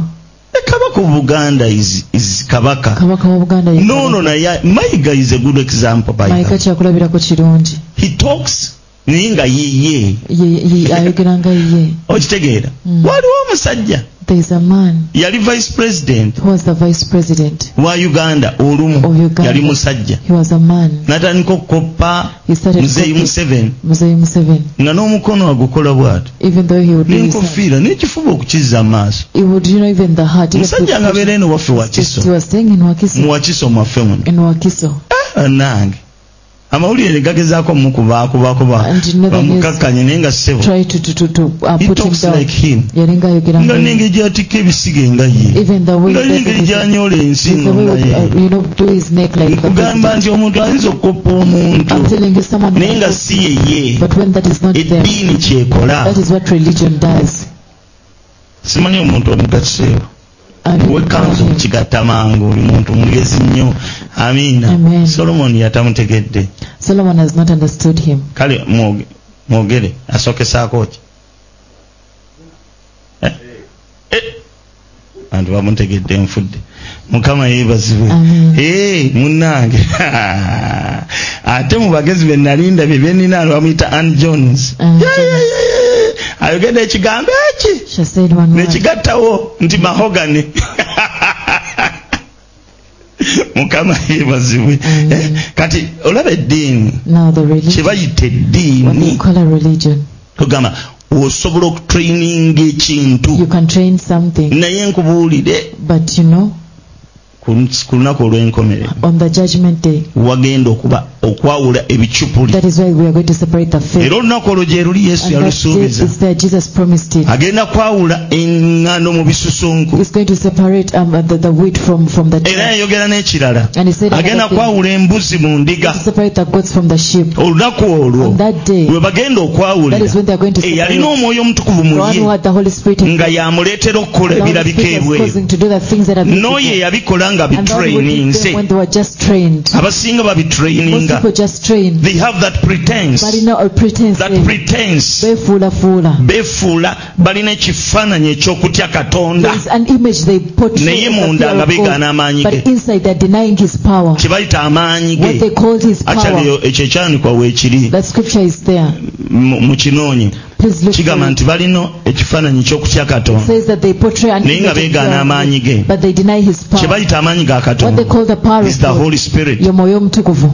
Speaker 1: Eh, kabaka of buganda is, is kabaka
Speaker 2: Kabaka wa Buganda ye
Speaker 1: noono naye mayiga is a good example by
Speaker 2: maika
Speaker 1: that.
Speaker 2: kyakulabirako kirungi
Speaker 1: he talks naye nga yiye
Speaker 2: Ye- ye- ayogera nga ye
Speaker 1: okitegeera
Speaker 2: Mm.
Speaker 1: waliwo omusajja
Speaker 2: there is a man
Speaker 1: yali vice president
Speaker 2: who was the vice president
Speaker 1: wa uganda
Speaker 2: Of
Speaker 1: olumu
Speaker 2: Uganda.
Speaker 1: yali musajja
Speaker 2: he was a man
Speaker 1: n'atandika okukoppa
Speaker 2: he started
Speaker 1: muzeeyi
Speaker 2: copying
Speaker 1: museveni
Speaker 2: Muzeyi Museveni
Speaker 1: nga n'omukono agukola bw'atyo
Speaker 2: even though he would do his
Speaker 1: n'enkofiira n'ekifuba okukizza amaaso
Speaker 2: he would you know even the heart even
Speaker 1: musajja nga abeera eno waffe
Speaker 2: the- he
Speaker 1: wakiso
Speaker 2: was staying in
Speaker 1: mu
Speaker 2: Wakiso
Speaker 1: wakiso mwaffe muno Ah,
Speaker 2: in Wakiso
Speaker 1: nange amawulire ne gagezaako mukubaakubakuba
Speaker 2: And you know the news-
Speaker 1: bamukakkanye naye nga ssebo
Speaker 2: try to to to, to uh,
Speaker 1: he
Speaker 2: put him
Speaker 1: talks
Speaker 2: down Mm-hmm.
Speaker 1: like him
Speaker 2: yali nga ayogera
Speaker 1: nga
Speaker 2: nga ye.
Speaker 1: n'engeri gyatikka ebisige nga ye
Speaker 2: even the way
Speaker 1: nga
Speaker 2: he does
Speaker 1: n'engeri
Speaker 2: everything.
Speaker 1: gyanyola
Speaker 2: It's
Speaker 1: ensino
Speaker 2: the way
Speaker 1: nga
Speaker 2: would, uh,
Speaker 1: ye
Speaker 2: you know do his neck like the
Speaker 1: nkugamba
Speaker 2: president.
Speaker 1: nti omuntu ayinza okukoppa omuntu
Speaker 2: I'm telling you someone
Speaker 1: naye nga
Speaker 2: but
Speaker 1: si yeye
Speaker 2: when that is not there
Speaker 1: eddiini kyekola
Speaker 2: that is what religion does
Speaker 1: simanyi omuntu omugaseewo
Speaker 2: I mean,
Speaker 1: wekanzu mukigatta mangu oli muntu mugezi nnyo amiina
Speaker 2: Amen.
Speaker 1: solomoni yatamutegedde
Speaker 2: Solomon has not understood him.
Speaker 1: kale mwoge- mwogere asokesaako ki Eh? Eh, bantu bamutegedde nfudde mukama yeebazibwe
Speaker 2: Amen.
Speaker 1: Eh, munnange ate mu bagezi be nalinda bye benina bamuyita an jones
Speaker 2: Ann
Speaker 1: Yeah, yeah, yeah, yeah. ayogedde ekigambo eki
Speaker 2: She said one word.
Speaker 1: nekigattawo nti mahogani mukama yeebazibwe
Speaker 2: Amen.
Speaker 1: Eh, kati olaba eddiini
Speaker 2: Now the religion,
Speaker 1: kyebayita
Speaker 2: what they
Speaker 1: eddiini
Speaker 2: call a religion,
Speaker 1: tugamba osobola okutraininga ekintu
Speaker 2: You can train something,
Speaker 1: naye nkubuulire
Speaker 2: but you know,
Speaker 1: ku ku lunaku olw'enkomerero
Speaker 2: on the judgment day,
Speaker 1: wagenda okuba okwawula ebicupuli
Speaker 2: that is why we are going to separate the faith.
Speaker 1: era olunaku olwo gye luli yesu
Speaker 2: And that
Speaker 1: yalusuubiza
Speaker 2: day is that Jesus promised it.
Speaker 1: agenda kwawula eŋŋando mu bisusunku
Speaker 2: He's going to separate um, the, the wheat from, from the
Speaker 1: era
Speaker 2: chaff.
Speaker 1: yayogera n'ekirala
Speaker 2: And he said, another
Speaker 1: agenda
Speaker 2: thing,
Speaker 1: kwawula embuzi mu ndiga
Speaker 2: to separate the goats from the sheep.
Speaker 1: olunaku olwo
Speaker 2: On that day,
Speaker 1: lwe bagenda
Speaker 2: that
Speaker 1: okwawulira
Speaker 2: is when they are going to separate.
Speaker 1: eyalina omwoyo omutukuvu mu
Speaker 2: The one
Speaker 1: ye
Speaker 2: who had the Holy Spirit in
Speaker 1: nga yamuleetera okukola
Speaker 2: the Holy
Speaker 1: ebirabika
Speaker 2: Spirit was
Speaker 1: ebweru
Speaker 2: causing to do the things that are
Speaker 1: n'oyo
Speaker 2: beautiful.
Speaker 1: eyabikola nga
Speaker 2: And that would give
Speaker 1: bitraininze
Speaker 2: them when they were just trained.
Speaker 1: abasinga
Speaker 2: Most
Speaker 1: babitraininga
Speaker 2: people just trained.
Speaker 1: they have that pretense
Speaker 2: Balina a pretense.
Speaker 1: that
Speaker 2: thing.
Speaker 1: pretense
Speaker 2: Beefuulafuula.
Speaker 1: beefuula balina ekifaananyi ekyokutya katonda
Speaker 2: There is an image they portray
Speaker 1: Naye
Speaker 2: as a
Speaker 1: munda
Speaker 2: fear
Speaker 1: nga
Speaker 2: of God,
Speaker 1: beegaana amaanyi ge.
Speaker 2: but inside they are denying his power.
Speaker 1: kye bayita amaanyi
Speaker 2: What they
Speaker 1: ge
Speaker 2: called his
Speaker 1: akyali
Speaker 2: power.
Speaker 1: ekyo ekyanikwa weekiri
Speaker 2: That scripture is there.
Speaker 1: mu- mukinoonye
Speaker 2: Please look.
Speaker 1: kigamba
Speaker 2: for it.
Speaker 1: nti balina ekifaananyi ekyokutya
Speaker 2: It
Speaker 1: katonda
Speaker 2: says that they portray an
Speaker 1: naye
Speaker 2: image
Speaker 1: nga
Speaker 2: of
Speaker 1: beegaana
Speaker 2: God,
Speaker 1: amaanyi ge
Speaker 2: but they deny his
Speaker 1: kye
Speaker 2: power.
Speaker 1: bayita amaanyi ga
Speaker 2: What they
Speaker 1: katonda
Speaker 2: call the power
Speaker 1: is
Speaker 2: of
Speaker 1: the
Speaker 2: God.
Speaker 1: holy spirit
Speaker 2: Ye mwoyo omutukuvu.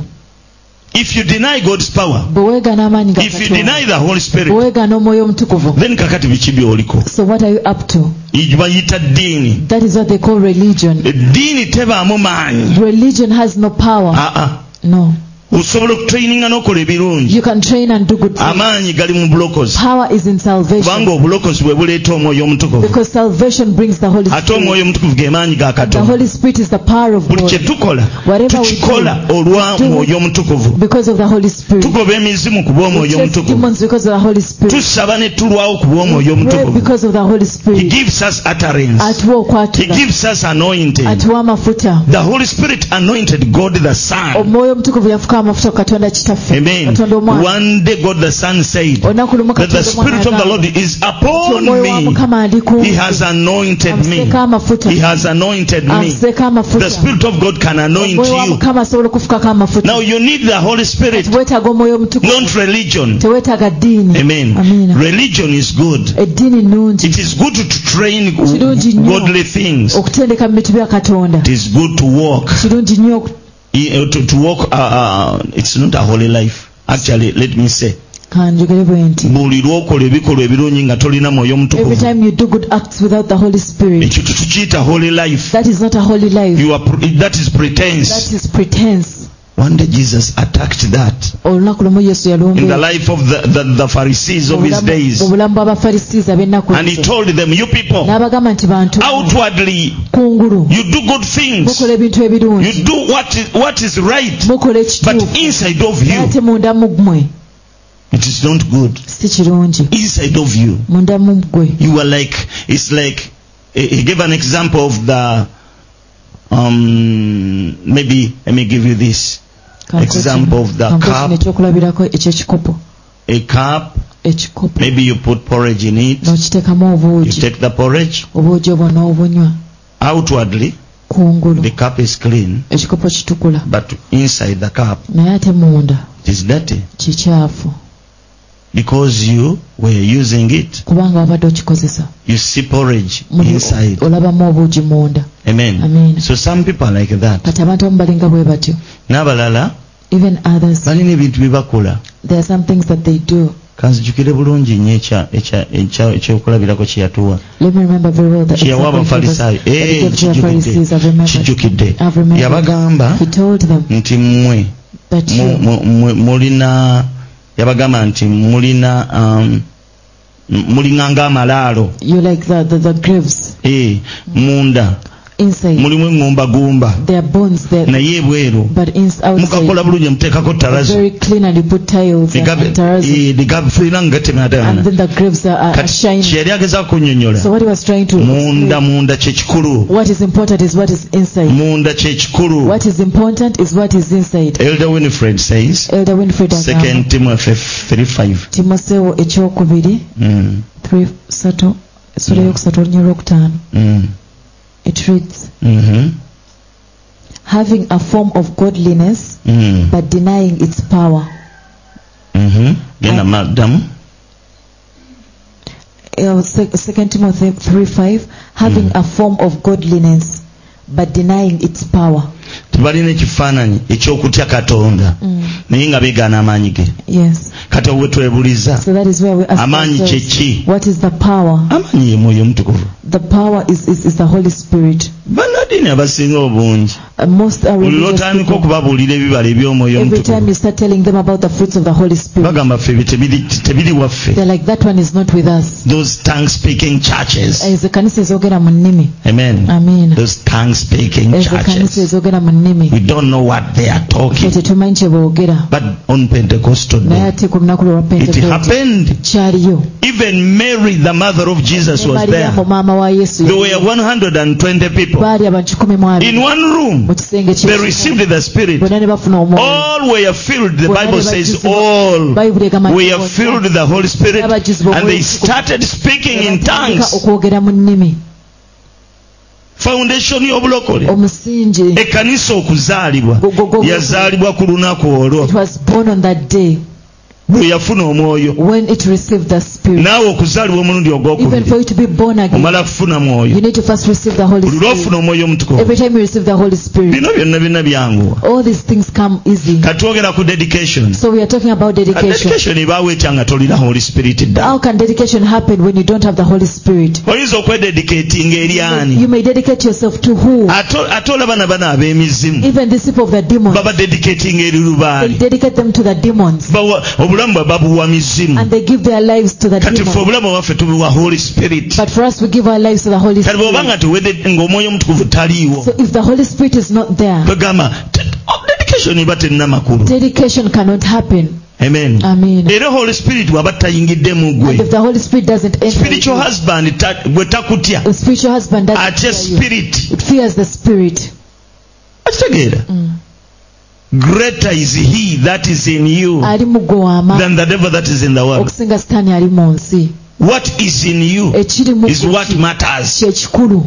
Speaker 1: if you deny god's power
Speaker 2: Bwe weegaana amaanyi ga
Speaker 1: if you
Speaker 2: Katonda,
Speaker 1: deny the holy
Speaker 2: bwe
Speaker 1: spirit
Speaker 2: weegaana omwoyo omutukuvu.
Speaker 1: then kakati biki byoliko
Speaker 2: So what are you up to?
Speaker 1: bayita ddiini
Speaker 2: That is what they call religion.
Speaker 1: E eddiini tebaamu maanyi
Speaker 2: Religion has no power.
Speaker 1: aa
Speaker 2: No.
Speaker 1: osobola Ah, okutraininga n'okola ebirungi
Speaker 2: You can train and do good things.
Speaker 1: amaanyi gali mu bulokozi
Speaker 2: Power is in salvation.
Speaker 1: kubanga obulokozi bwe buleeta omwoyo omutukuvu
Speaker 2: Because salvation brings the Holy
Speaker 1: ate
Speaker 2: Spirit.
Speaker 1: omwoyo omutukuvu ge maanyi ga
Speaker 2: The
Speaker 1: katonda
Speaker 2: Holy Spirit is the power of
Speaker 1: buli kye
Speaker 2: God.
Speaker 1: tukola
Speaker 2: Whatever we
Speaker 1: tukikola
Speaker 2: do,
Speaker 1: olwa
Speaker 2: do
Speaker 1: mwoyo omutukuvu
Speaker 2: because of the Holy Spirit.
Speaker 1: tugoba emizimu kuba
Speaker 2: We
Speaker 1: omwoyo
Speaker 2: chase
Speaker 1: omutukuvu
Speaker 2: demons because of the Holy Spirit.
Speaker 1: tusaba ne tulwawo kuba omwoyo
Speaker 2: Pray
Speaker 1: omutukuvu
Speaker 2: because of the Holy
Speaker 1: he
Speaker 2: Spirit.
Speaker 1: gives us utterance
Speaker 2: Atuwa
Speaker 1: he
Speaker 2: okwatula.
Speaker 1: gives us anointing
Speaker 2: Atuwa amafuta.
Speaker 1: the holy spirit anointed god the son
Speaker 2: Omwoyo omutukuvu yafuka amafuta ku Katonda kitaffe.
Speaker 1: amen
Speaker 2: Katonda omwana.
Speaker 1: one day god the son said
Speaker 2: Olunaku lumu
Speaker 1: that the
Speaker 2: Katonda
Speaker 1: spirit of the
Speaker 2: omwana
Speaker 1: lord
Speaker 2: agamba,
Speaker 1: is
Speaker 2: "Nti
Speaker 1: upon
Speaker 2: omwoyo wa
Speaker 1: me
Speaker 2: Mukama ali ku
Speaker 1: he has anointed me
Speaker 2: amuseeka amafuta.
Speaker 1: he has anointed me
Speaker 2: Amuseeka
Speaker 1: the
Speaker 2: amafuta.
Speaker 1: spirit of god can anoint
Speaker 2: omwoyo wa
Speaker 1: you
Speaker 2: mukama asobola okufukako amafuta
Speaker 1: now you need the holy spirit
Speaker 2: teweetaaga omwoyo omutukuvu
Speaker 1: not religion
Speaker 2: teweetaaga ddiini
Speaker 1: amen
Speaker 2: Amina.
Speaker 1: religion is good
Speaker 2: eddiini nnungi
Speaker 1: it is good to train
Speaker 2: Kirungi nnyo.
Speaker 1: godly things
Speaker 2: okutendeka mu bitu bya katonda
Speaker 1: it is good to walk
Speaker 2: kirungi nnyo oku-
Speaker 1: Eh, to, to walk uh, uh, it's not a holy life actually let me say
Speaker 2: kanjogere bwe nti
Speaker 1: buli lwokola ebikolwa ebirungi nga tolina mwoyo
Speaker 2: every
Speaker 1: omutukuvu
Speaker 2: time you do good acts without the holy spirit
Speaker 1: ekyo tukiyita holy life
Speaker 2: that is not a holy life
Speaker 1: you are, pr- that is
Speaker 2: that
Speaker 1: pretense
Speaker 2: is pretense
Speaker 1: one day jesus attacked that
Speaker 2: olunaku lumu yesu
Speaker 1: in the
Speaker 2: yalumba
Speaker 1: life of the, the, the pharisees of his days
Speaker 2: mu bulamu bw'abafarisiiza ab'ennaku
Speaker 1: and he
Speaker 2: ezo
Speaker 1: told them you people
Speaker 2: n'abagamba nti bantu
Speaker 1: outwardly
Speaker 2: kungulu
Speaker 1: you do good things
Speaker 2: mukola ebintu ebirungi
Speaker 1: you do what is, what is right
Speaker 2: mukola
Speaker 1: but
Speaker 2: ekituufu
Speaker 1: inside of you
Speaker 2: ate munda mu mmwe
Speaker 1: it is not good
Speaker 2: si kirungi
Speaker 1: inside of you
Speaker 2: munda mu ggwe
Speaker 1: you are like it's like he he gave an example of the um maybe let me give you this Example of the cup.
Speaker 2: ekyokulabirako ekyekikopo
Speaker 1: a cup
Speaker 2: ekikopo
Speaker 1: maybe you put porridge in it
Speaker 2: n'okiteekamu
Speaker 1: you
Speaker 2: obuugi
Speaker 1: take the porridge
Speaker 2: obuugi obwo n'obunywa
Speaker 1: outwardly
Speaker 2: kungulu
Speaker 1: the cup is clean
Speaker 2: ekikopo kitukula
Speaker 1: but inside the cup
Speaker 2: naye ate munda
Speaker 1: it is dirty
Speaker 2: kikyafu
Speaker 1: because you were using it
Speaker 2: kubanga wabadde okikozesa
Speaker 1: you see porridge
Speaker 2: Muli-
Speaker 1: inside
Speaker 2: olabamu obuugi munda
Speaker 1: amen
Speaker 2: Amen.
Speaker 1: so some people are like that
Speaker 2: kati abantu abamu balinga bwe batyo
Speaker 1: n'abalala
Speaker 2: even others
Speaker 1: balina ebintu bye bakola
Speaker 2: there are some things that they do
Speaker 1: kanzijukire bulungi nnyo ekya- ekya- ekya- ekyokulabirako kye Eh, yatuwa
Speaker 2: let me remember very well the
Speaker 1: kyeyawa
Speaker 2: example he gave us
Speaker 1: abafalisaayo
Speaker 2: that he gave to the Pharisees. I've remembered.
Speaker 1: kijjukidde
Speaker 2: I've remembered.
Speaker 1: yabagamba
Speaker 2: He told them
Speaker 1: nti mmwe
Speaker 2: that
Speaker 1: mu-
Speaker 2: you,
Speaker 1: mu- mu- mulina yabagamba nti mulina um, m- mulinga ng'amalaalo
Speaker 2: you like the, the, the graves
Speaker 1: Eh, munda
Speaker 2: inside.
Speaker 1: mulimu eŋŋumbagumba
Speaker 2: There are bones there,
Speaker 1: naye ebweru
Speaker 2: but ins outside.
Speaker 1: mukakola bulungi muteekako
Speaker 2: It's
Speaker 1: talazo
Speaker 2: very clean and you put tiles and, and terrazos,
Speaker 1: ligabeera nga
Speaker 2: and
Speaker 1: gatemeratemana
Speaker 2: then the graves are, are, are
Speaker 1: kati
Speaker 2: shining.
Speaker 1: kyeyali agezaako kunnyonnyola
Speaker 2: So what he was trying to
Speaker 1: munda
Speaker 2: explain,
Speaker 1: munda kyekikulu
Speaker 2: what is important is what is inside.
Speaker 1: munda kyekikulu
Speaker 2: What is important is what is inside.
Speaker 1: elder winifred says
Speaker 2: Elder Winfred
Speaker 1: Eh, second
Speaker 2: agamba
Speaker 1: timothy 35
Speaker 2: timoseewo ekyokubiri
Speaker 1: mm,
Speaker 2: 3 esula eyokusatu olunya lwokutaano
Speaker 1: mm,
Speaker 2: it reads
Speaker 1: mhm,
Speaker 2: having a form of godliness
Speaker 1: mm,
Speaker 2: but denying its power
Speaker 1: mhm. genda maddamu
Speaker 2: Uh, sec- second timothy
Speaker 1: Mm.
Speaker 2: 3 5 having a form of godliness but denying its power
Speaker 1: Ti balina ekifaananyi ekyokutya katonda
Speaker 2: Mm.
Speaker 1: naye nga beegaana amaanyi ge
Speaker 2: Yes.
Speaker 1: kati obwe twebuliza
Speaker 2: So that is where we ask
Speaker 1: amaanyi
Speaker 2: ourselves,
Speaker 1: kyeki
Speaker 2: what is the power?
Speaker 1: amaanyi ye mwoyo omutukuvu
Speaker 2: The power is, is, is the Holy Spirit.
Speaker 1: bannaddiini abasinga obungi
Speaker 2: Uh, most are
Speaker 1: buli
Speaker 2: religious
Speaker 1: lwotandika
Speaker 2: people,
Speaker 1: okubabuulira ebibala eby'omwoyo
Speaker 2: every time
Speaker 1: omutukuvu
Speaker 2: you start telling them about the fruits of the Holy Spirit,
Speaker 1: bagamba ffe ebyo tebiri- tebiri waffe
Speaker 2: they're like, that one is not with us.
Speaker 1: those tongue speaking churches
Speaker 2: Ezo kanisa ezogera mu nnimi.
Speaker 1: amen
Speaker 2: Amina.
Speaker 1: those tongue speaking
Speaker 2: Ezo kanisa
Speaker 1: churches
Speaker 2: ezogera mu nnimi.
Speaker 1: we don't know what they are talking
Speaker 2: Kati tetumanyi kye boogera.
Speaker 1: but on pentecostal
Speaker 2: Naye
Speaker 1: day
Speaker 2: ate ku lunaku lwa
Speaker 1: it
Speaker 2: Pentecost
Speaker 1: happened
Speaker 2: kyaliyo.
Speaker 1: even mary the mother of jesus was there
Speaker 2: Mariyamu maama wa Yesu.
Speaker 1: there were 120 people
Speaker 2: Baali abantu kikumi mu abiri.
Speaker 1: in one room
Speaker 2: Mu kisenge
Speaker 1: they Oh.
Speaker 2: kye.
Speaker 1: received the spirit
Speaker 2: Bonna ne bafuna omwoyo.
Speaker 1: all were filled the bible says all
Speaker 2: Bayibuli egamba nti
Speaker 1: were
Speaker 2: bonna
Speaker 1: filled with the holy spirit and they started speaking in
Speaker 2: batandika
Speaker 1: tongues
Speaker 2: okwogera mu nnimi.
Speaker 1: foundation y'obulokole
Speaker 2: Omusingi.
Speaker 1: ekkanisa okuzaalibwa
Speaker 2: Gwe- gwe- gwe-
Speaker 1: yazaalibwa ku lunaku olwo
Speaker 2: It was born on that day
Speaker 1: bwe yafuna omwoyo
Speaker 2: when it received the Spirit.
Speaker 1: naawe okuzaalibwa omulundi
Speaker 2: Even for
Speaker 1: ogwokubiri
Speaker 2: you to be born again,
Speaker 1: omala kufuna
Speaker 2: you
Speaker 1: mwoyo
Speaker 2: need to first receive the Holy
Speaker 1: buli lwofuna
Speaker 2: Spirit.
Speaker 1: omwoyo omutukuvu
Speaker 2: Every time you receive the Holy Spirit,
Speaker 1: bino byonna byonna byanguwa
Speaker 2: all these things come easy.
Speaker 1: katwogera ku dedication
Speaker 2: So we are talking about
Speaker 1: Ka
Speaker 2: dedication.
Speaker 1: dedication ebaawo etya nga tolina holy spirit
Speaker 2: How
Speaker 1: dda
Speaker 2: can dedication happen when you don't have the Holy Spirit?
Speaker 1: oyinza okwededicatinga eri
Speaker 2: You
Speaker 1: ani
Speaker 2: may dedicate yourself to who?
Speaker 1: Ate- ate olabana bana ab'emizimu
Speaker 2: Even these people of the demons,
Speaker 1: baba dedicatinga eri
Speaker 2: they
Speaker 1: lubaali
Speaker 2: dedicate them to the demons
Speaker 1: Bawa- obulamu bwe babuwa mizimu
Speaker 2: and they give their lives to the
Speaker 1: kati ffe
Speaker 2: demons.
Speaker 1: obulamu bwaffe tubuwa holy spirit
Speaker 2: But for us, we give our lives to the Holy
Speaker 1: kati bwoba
Speaker 2: Spirit.
Speaker 1: nga tuwedde ng'omwoyo omutukuvu taliiwo
Speaker 2: So if the Holy Spirit is not there,
Speaker 1: twegamba "Te- oh, dedication eba terina makulu
Speaker 2: dedication cannot happen.
Speaker 1: amen
Speaker 2: Amen.
Speaker 1: era holy spirit bw'aba tayingidde mu
Speaker 2: And
Speaker 1: ggwe
Speaker 2: if the Holy Spirit doesn't enter,
Speaker 1: spiritual
Speaker 2: you,
Speaker 1: husband ta- gwe takutya
Speaker 2: the spiritual husband doesn't
Speaker 1: atya
Speaker 2: fear you.
Speaker 1: spirit
Speaker 2: It fears the spirit.
Speaker 1: akitegeera
Speaker 2: Mm.
Speaker 1: greater is he that is in you
Speaker 2: Ali mu ggwe w'amaanyi
Speaker 1: than the devil that is in the world
Speaker 2: okusinga sitaani ali mu nsi.
Speaker 1: what is in you
Speaker 2: Ekiri mu
Speaker 1: is what
Speaker 2: ggwe
Speaker 1: matters
Speaker 2: kye kikulu.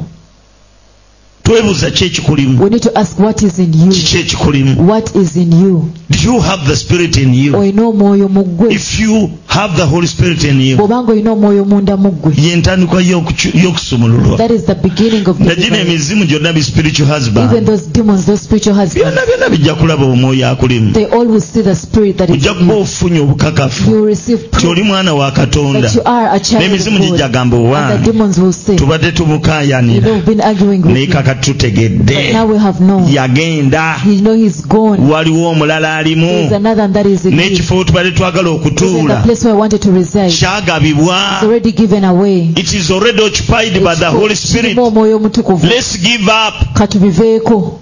Speaker 1: twebuuza ki ekikulimu
Speaker 2: We need to ask what is in you.
Speaker 1: kiki ekikulimu
Speaker 2: What is in you?
Speaker 1: do you have the spirit in you
Speaker 2: Olina omwoyo mu ggwe.
Speaker 1: Mm. if you have the holy spirit in you
Speaker 2: Bw'oba ng'olina omwoyo munda mu ggwe.
Speaker 1: yentandikwa y'okucu- y'okusumululwa
Speaker 2: That is the beginning of
Speaker 1: nagina
Speaker 2: deliverance.
Speaker 1: emizimu gyonna bi spiritual
Speaker 2: Even
Speaker 1: husband
Speaker 2: those demons, those spiritual husbands,
Speaker 1: byonna byonna bijja kulaba omwoyo akulimu
Speaker 2: they always see the spirit that is
Speaker 1: ojja
Speaker 2: in
Speaker 1: kuba
Speaker 2: you.
Speaker 1: ofunye obukakafu
Speaker 2: You receive proof
Speaker 1: tyoli mwana wa katonda
Speaker 2: that you are a child
Speaker 1: n'emizimu
Speaker 2: of
Speaker 1: gijja
Speaker 2: God.
Speaker 1: gamba
Speaker 2: And the
Speaker 1: owange
Speaker 2: demons will say,
Speaker 1: tubadde
Speaker 2: you know,
Speaker 1: tumukayanira
Speaker 2: we've been arguing with
Speaker 1: naye
Speaker 2: you.
Speaker 1: kaka
Speaker 2: But
Speaker 1: tutegedde
Speaker 2: now we have known.
Speaker 1: yagenda
Speaker 2: You know he's gone.
Speaker 1: waliwo omulala
Speaker 2: There's
Speaker 1: alimu
Speaker 2: another and that is in you.
Speaker 1: n'ekifo tubadde twagala
Speaker 2: Even the
Speaker 1: okutuula
Speaker 2: place where I wanted to reside is
Speaker 1: kyagabibwa
Speaker 2: already given away.
Speaker 1: it is already occupied by the holy spirit
Speaker 2: Kirimu omwoyo omutukuvu.
Speaker 1: let's give up
Speaker 2: katubiveeko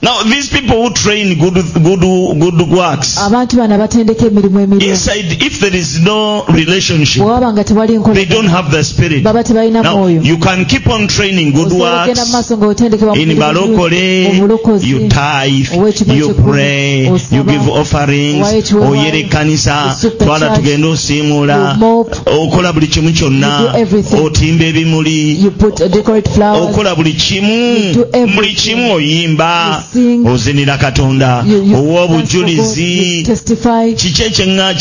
Speaker 1: now these people who train good, good, good works
Speaker 2: abantu bano abatendeka emirimu emirungi
Speaker 1: inside if there is no relationship
Speaker 2: bwewaba nga tewali
Speaker 1: they don't
Speaker 2: nkola
Speaker 1: have the spirit
Speaker 2: baba tebalina
Speaker 1: now
Speaker 2: mwoyo
Speaker 1: you can keep on training good
Speaker 2: Osobola ogenda mu
Speaker 1: works
Speaker 2: maaso ng'otendekebwa mu
Speaker 1: in
Speaker 2: mirimu
Speaker 1: balokole
Speaker 2: emirungi, mu bulokozi,
Speaker 1: you tithe
Speaker 2: Ow'ekimu
Speaker 1: you
Speaker 2: ekikumi,
Speaker 1: pray you
Speaker 2: osaba,
Speaker 1: give offerings
Speaker 2: owa ekiweebwayo,
Speaker 1: oyera ekkanisa
Speaker 2: osukka
Speaker 1: twala
Speaker 2: church,
Speaker 1: tugende osiimuula
Speaker 2: you mop,
Speaker 1: okola buli kimu
Speaker 2: you
Speaker 1: kyonna
Speaker 2: do everything.
Speaker 1: otimba ebimuli
Speaker 2: you put uh, decorate flowers
Speaker 1: okola buli kimu
Speaker 2: You do everything.
Speaker 1: buli kimu oyimba
Speaker 2: You sing.
Speaker 1: ozinira katonda
Speaker 2: you, you
Speaker 1: owa
Speaker 2: dance for God, you
Speaker 1: obujulizi
Speaker 2: testify
Speaker 1: kiki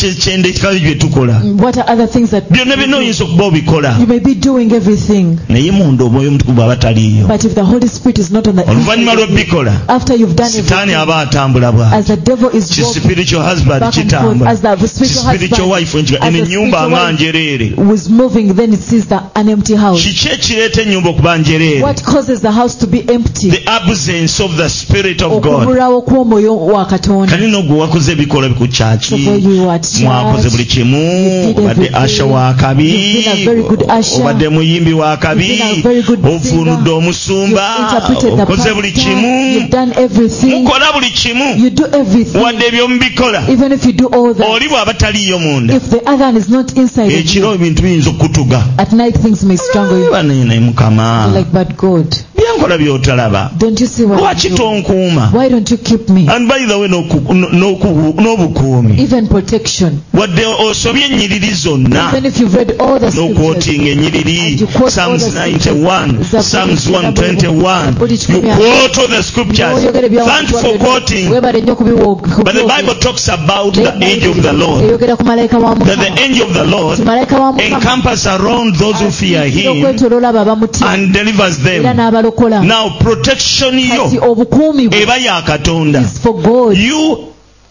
Speaker 1: ekyekyendekikayo bye tukola
Speaker 2: what are other things that
Speaker 1: byonna byonna oyinza okuba obikola
Speaker 2: you may be doing everything
Speaker 1: naye munda omwoyo omutukuvu aba taliiyo
Speaker 2: but if the Holy Spirit is not on the
Speaker 1: oluvannyuma
Speaker 2: inside of you,
Speaker 1: lw'ebikola
Speaker 2: after you've done
Speaker 1: sitaani
Speaker 2: everything
Speaker 1: aba atambula bwati
Speaker 2: as the devil is
Speaker 1: ki
Speaker 2: walking
Speaker 1: spiritual husband
Speaker 2: back and forth
Speaker 1: kitambula
Speaker 2: as the
Speaker 1: ki
Speaker 2: spiritual
Speaker 1: spiritual
Speaker 2: husband
Speaker 1: wife
Speaker 2: as
Speaker 1: eno
Speaker 2: a
Speaker 1: ennyumba
Speaker 2: spiritual
Speaker 1: nga
Speaker 2: wife.
Speaker 1: njereere
Speaker 2: was moving then it sees the an empty house
Speaker 1: kiki ekireeta ennyumba okuba njereere
Speaker 2: what causes the house to be empty
Speaker 1: the absence of the spirit of god
Speaker 2: okubulawo kw'omwoyo wa katonda
Speaker 1: kanino gwe wakoze ebikolwa ku
Speaker 2: So
Speaker 1: kyaki
Speaker 2: for you at
Speaker 1: mwakoze buli
Speaker 2: church,
Speaker 1: kimu
Speaker 2: did
Speaker 1: obadde
Speaker 2: everything.
Speaker 1: asha wa kabi
Speaker 2: You've been a very good usher.
Speaker 1: obadde muyimbi wa kabi
Speaker 2: You've been a very good singer.
Speaker 1: ovunudde
Speaker 2: you've
Speaker 1: omusumba
Speaker 2: interpreted the
Speaker 1: okoze buli
Speaker 2: pastor,
Speaker 1: kimu
Speaker 2: you've done everything
Speaker 1: mukola buli kimu
Speaker 2: you do everything
Speaker 1: wadde ebyomubikola
Speaker 2: even if you do all that
Speaker 1: oli bw'aba taliiyo munda
Speaker 2: if the other one is not inside of you
Speaker 1: ekiro ebintu biyinza okutuga
Speaker 2: at night things may strangle you
Speaker 1: banene
Speaker 2: You're
Speaker 1: mukama
Speaker 2: like but God
Speaker 1: byenkola byotalaba
Speaker 2: don't you see what
Speaker 1: lwaki
Speaker 2: you do?
Speaker 1: tonkuuma
Speaker 2: why don't you keep me
Speaker 1: and by the way n'oku- n'oku- n'obukuumi
Speaker 2: even protection
Speaker 1: wadde osobye ennyiriri zonna
Speaker 2: even if you've read all the scriptures
Speaker 1: n'okwotinga ennyiriri
Speaker 2: And you quote
Speaker 1: psalms
Speaker 2: all the
Speaker 1: 91
Speaker 2: scriptures.
Speaker 1: psalms
Speaker 2: Zaburi
Speaker 1: 121
Speaker 2: kikumi
Speaker 1: you
Speaker 2: na-
Speaker 1: quote all the scriptures
Speaker 2: n'oyogera
Speaker 1: thank you for quoting
Speaker 2: webale nnyo
Speaker 1: but the bible talks about the angel of the lord
Speaker 2: eyogera ku malayika wa
Speaker 1: that the
Speaker 2: mukama
Speaker 1: angel of the lord
Speaker 2: Ti malayika wa mukama
Speaker 1: encompass around those who fear him
Speaker 2: okwetoloola abo abamutya
Speaker 1: and delivers
Speaker 2: era
Speaker 1: them
Speaker 2: byakola
Speaker 1: now protection
Speaker 2: kati
Speaker 1: yo
Speaker 2: obukuumi bwe
Speaker 1: eba ya katonda
Speaker 2: is for god
Speaker 1: you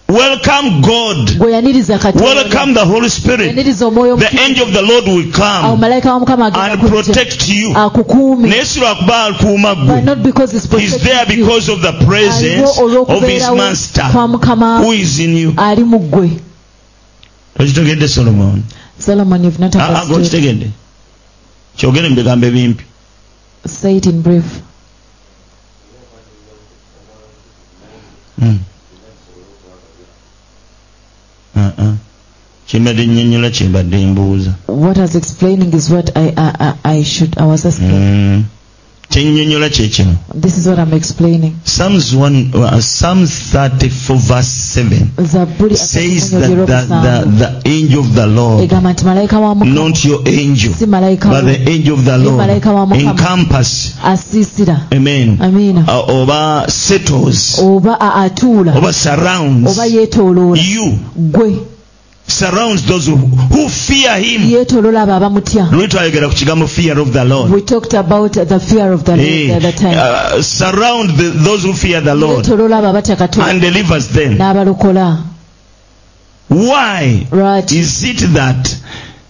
Speaker 1: welcome god
Speaker 2: gwe yaniriza
Speaker 1: welcome
Speaker 2: katonda
Speaker 1: the holy spirit
Speaker 2: yaniriza omwoyo
Speaker 1: the
Speaker 2: omutukuvu.
Speaker 1: angel of the lord will
Speaker 2: awo
Speaker 1: come
Speaker 2: malayika wa mukama agenda
Speaker 1: and
Speaker 2: kujja,
Speaker 1: protect you
Speaker 2: akukuume
Speaker 1: naye si lwakuba akuuma
Speaker 2: but
Speaker 1: ggwe
Speaker 2: not because it's
Speaker 1: is there
Speaker 2: protecting you.
Speaker 1: because of the
Speaker 2: Aliwo
Speaker 1: presence of his
Speaker 2: olw'okubeerawo kwa
Speaker 1: master who
Speaker 2: mukama
Speaker 1: is in you
Speaker 2: ali mu ggwe
Speaker 1: okitegedde solomon
Speaker 2: solomon you've not
Speaker 1: Ah, ah,
Speaker 2: understood
Speaker 1: okitegedde kyogere mu bigambo ebimpi
Speaker 2: say it in brief
Speaker 1: Mm. Ah, ah. kyembadde nnyonnyola kyembadde mbuuza
Speaker 2: what i was explaining is what i i, I, I should i was asking
Speaker 1: Mm. kyennyonnyola kyekimu
Speaker 2: this is what i'm explaining
Speaker 1: Psalms, 1, uh, Psalms 34 verse 7
Speaker 2: zabbuli
Speaker 1: says
Speaker 2: akasanyo
Speaker 1: that the,
Speaker 2: olwokusanvu
Speaker 1: the, the angel of the Lord,
Speaker 2: egamba nti malayika wa mukama
Speaker 1: not your angel,
Speaker 2: si malayika
Speaker 1: but
Speaker 2: wa
Speaker 1: the angel of the Lord
Speaker 2: malayika wa Mukama.
Speaker 1: encompass,
Speaker 2: asiisira
Speaker 1: amen,
Speaker 2: amiina
Speaker 1: uh, oba settles,
Speaker 2: oba a- atuula
Speaker 1: oba surrounds
Speaker 2: oba yeetooloola
Speaker 1: you,
Speaker 2: gwe
Speaker 1: surrounds those who, who fear him.
Speaker 2: yeetooloola abo abamutya
Speaker 1: luli twayogera ku kigambo fear of the lord
Speaker 2: we talked about the fear of the lord
Speaker 1: Eh,
Speaker 2: the other time
Speaker 1: uh, surround the, those who fear the lord
Speaker 2: yeetooloola abo abatya
Speaker 1: and
Speaker 2: katonda
Speaker 1: delivers them
Speaker 2: n'abalokola
Speaker 1: why
Speaker 2: lwaki
Speaker 1: is it that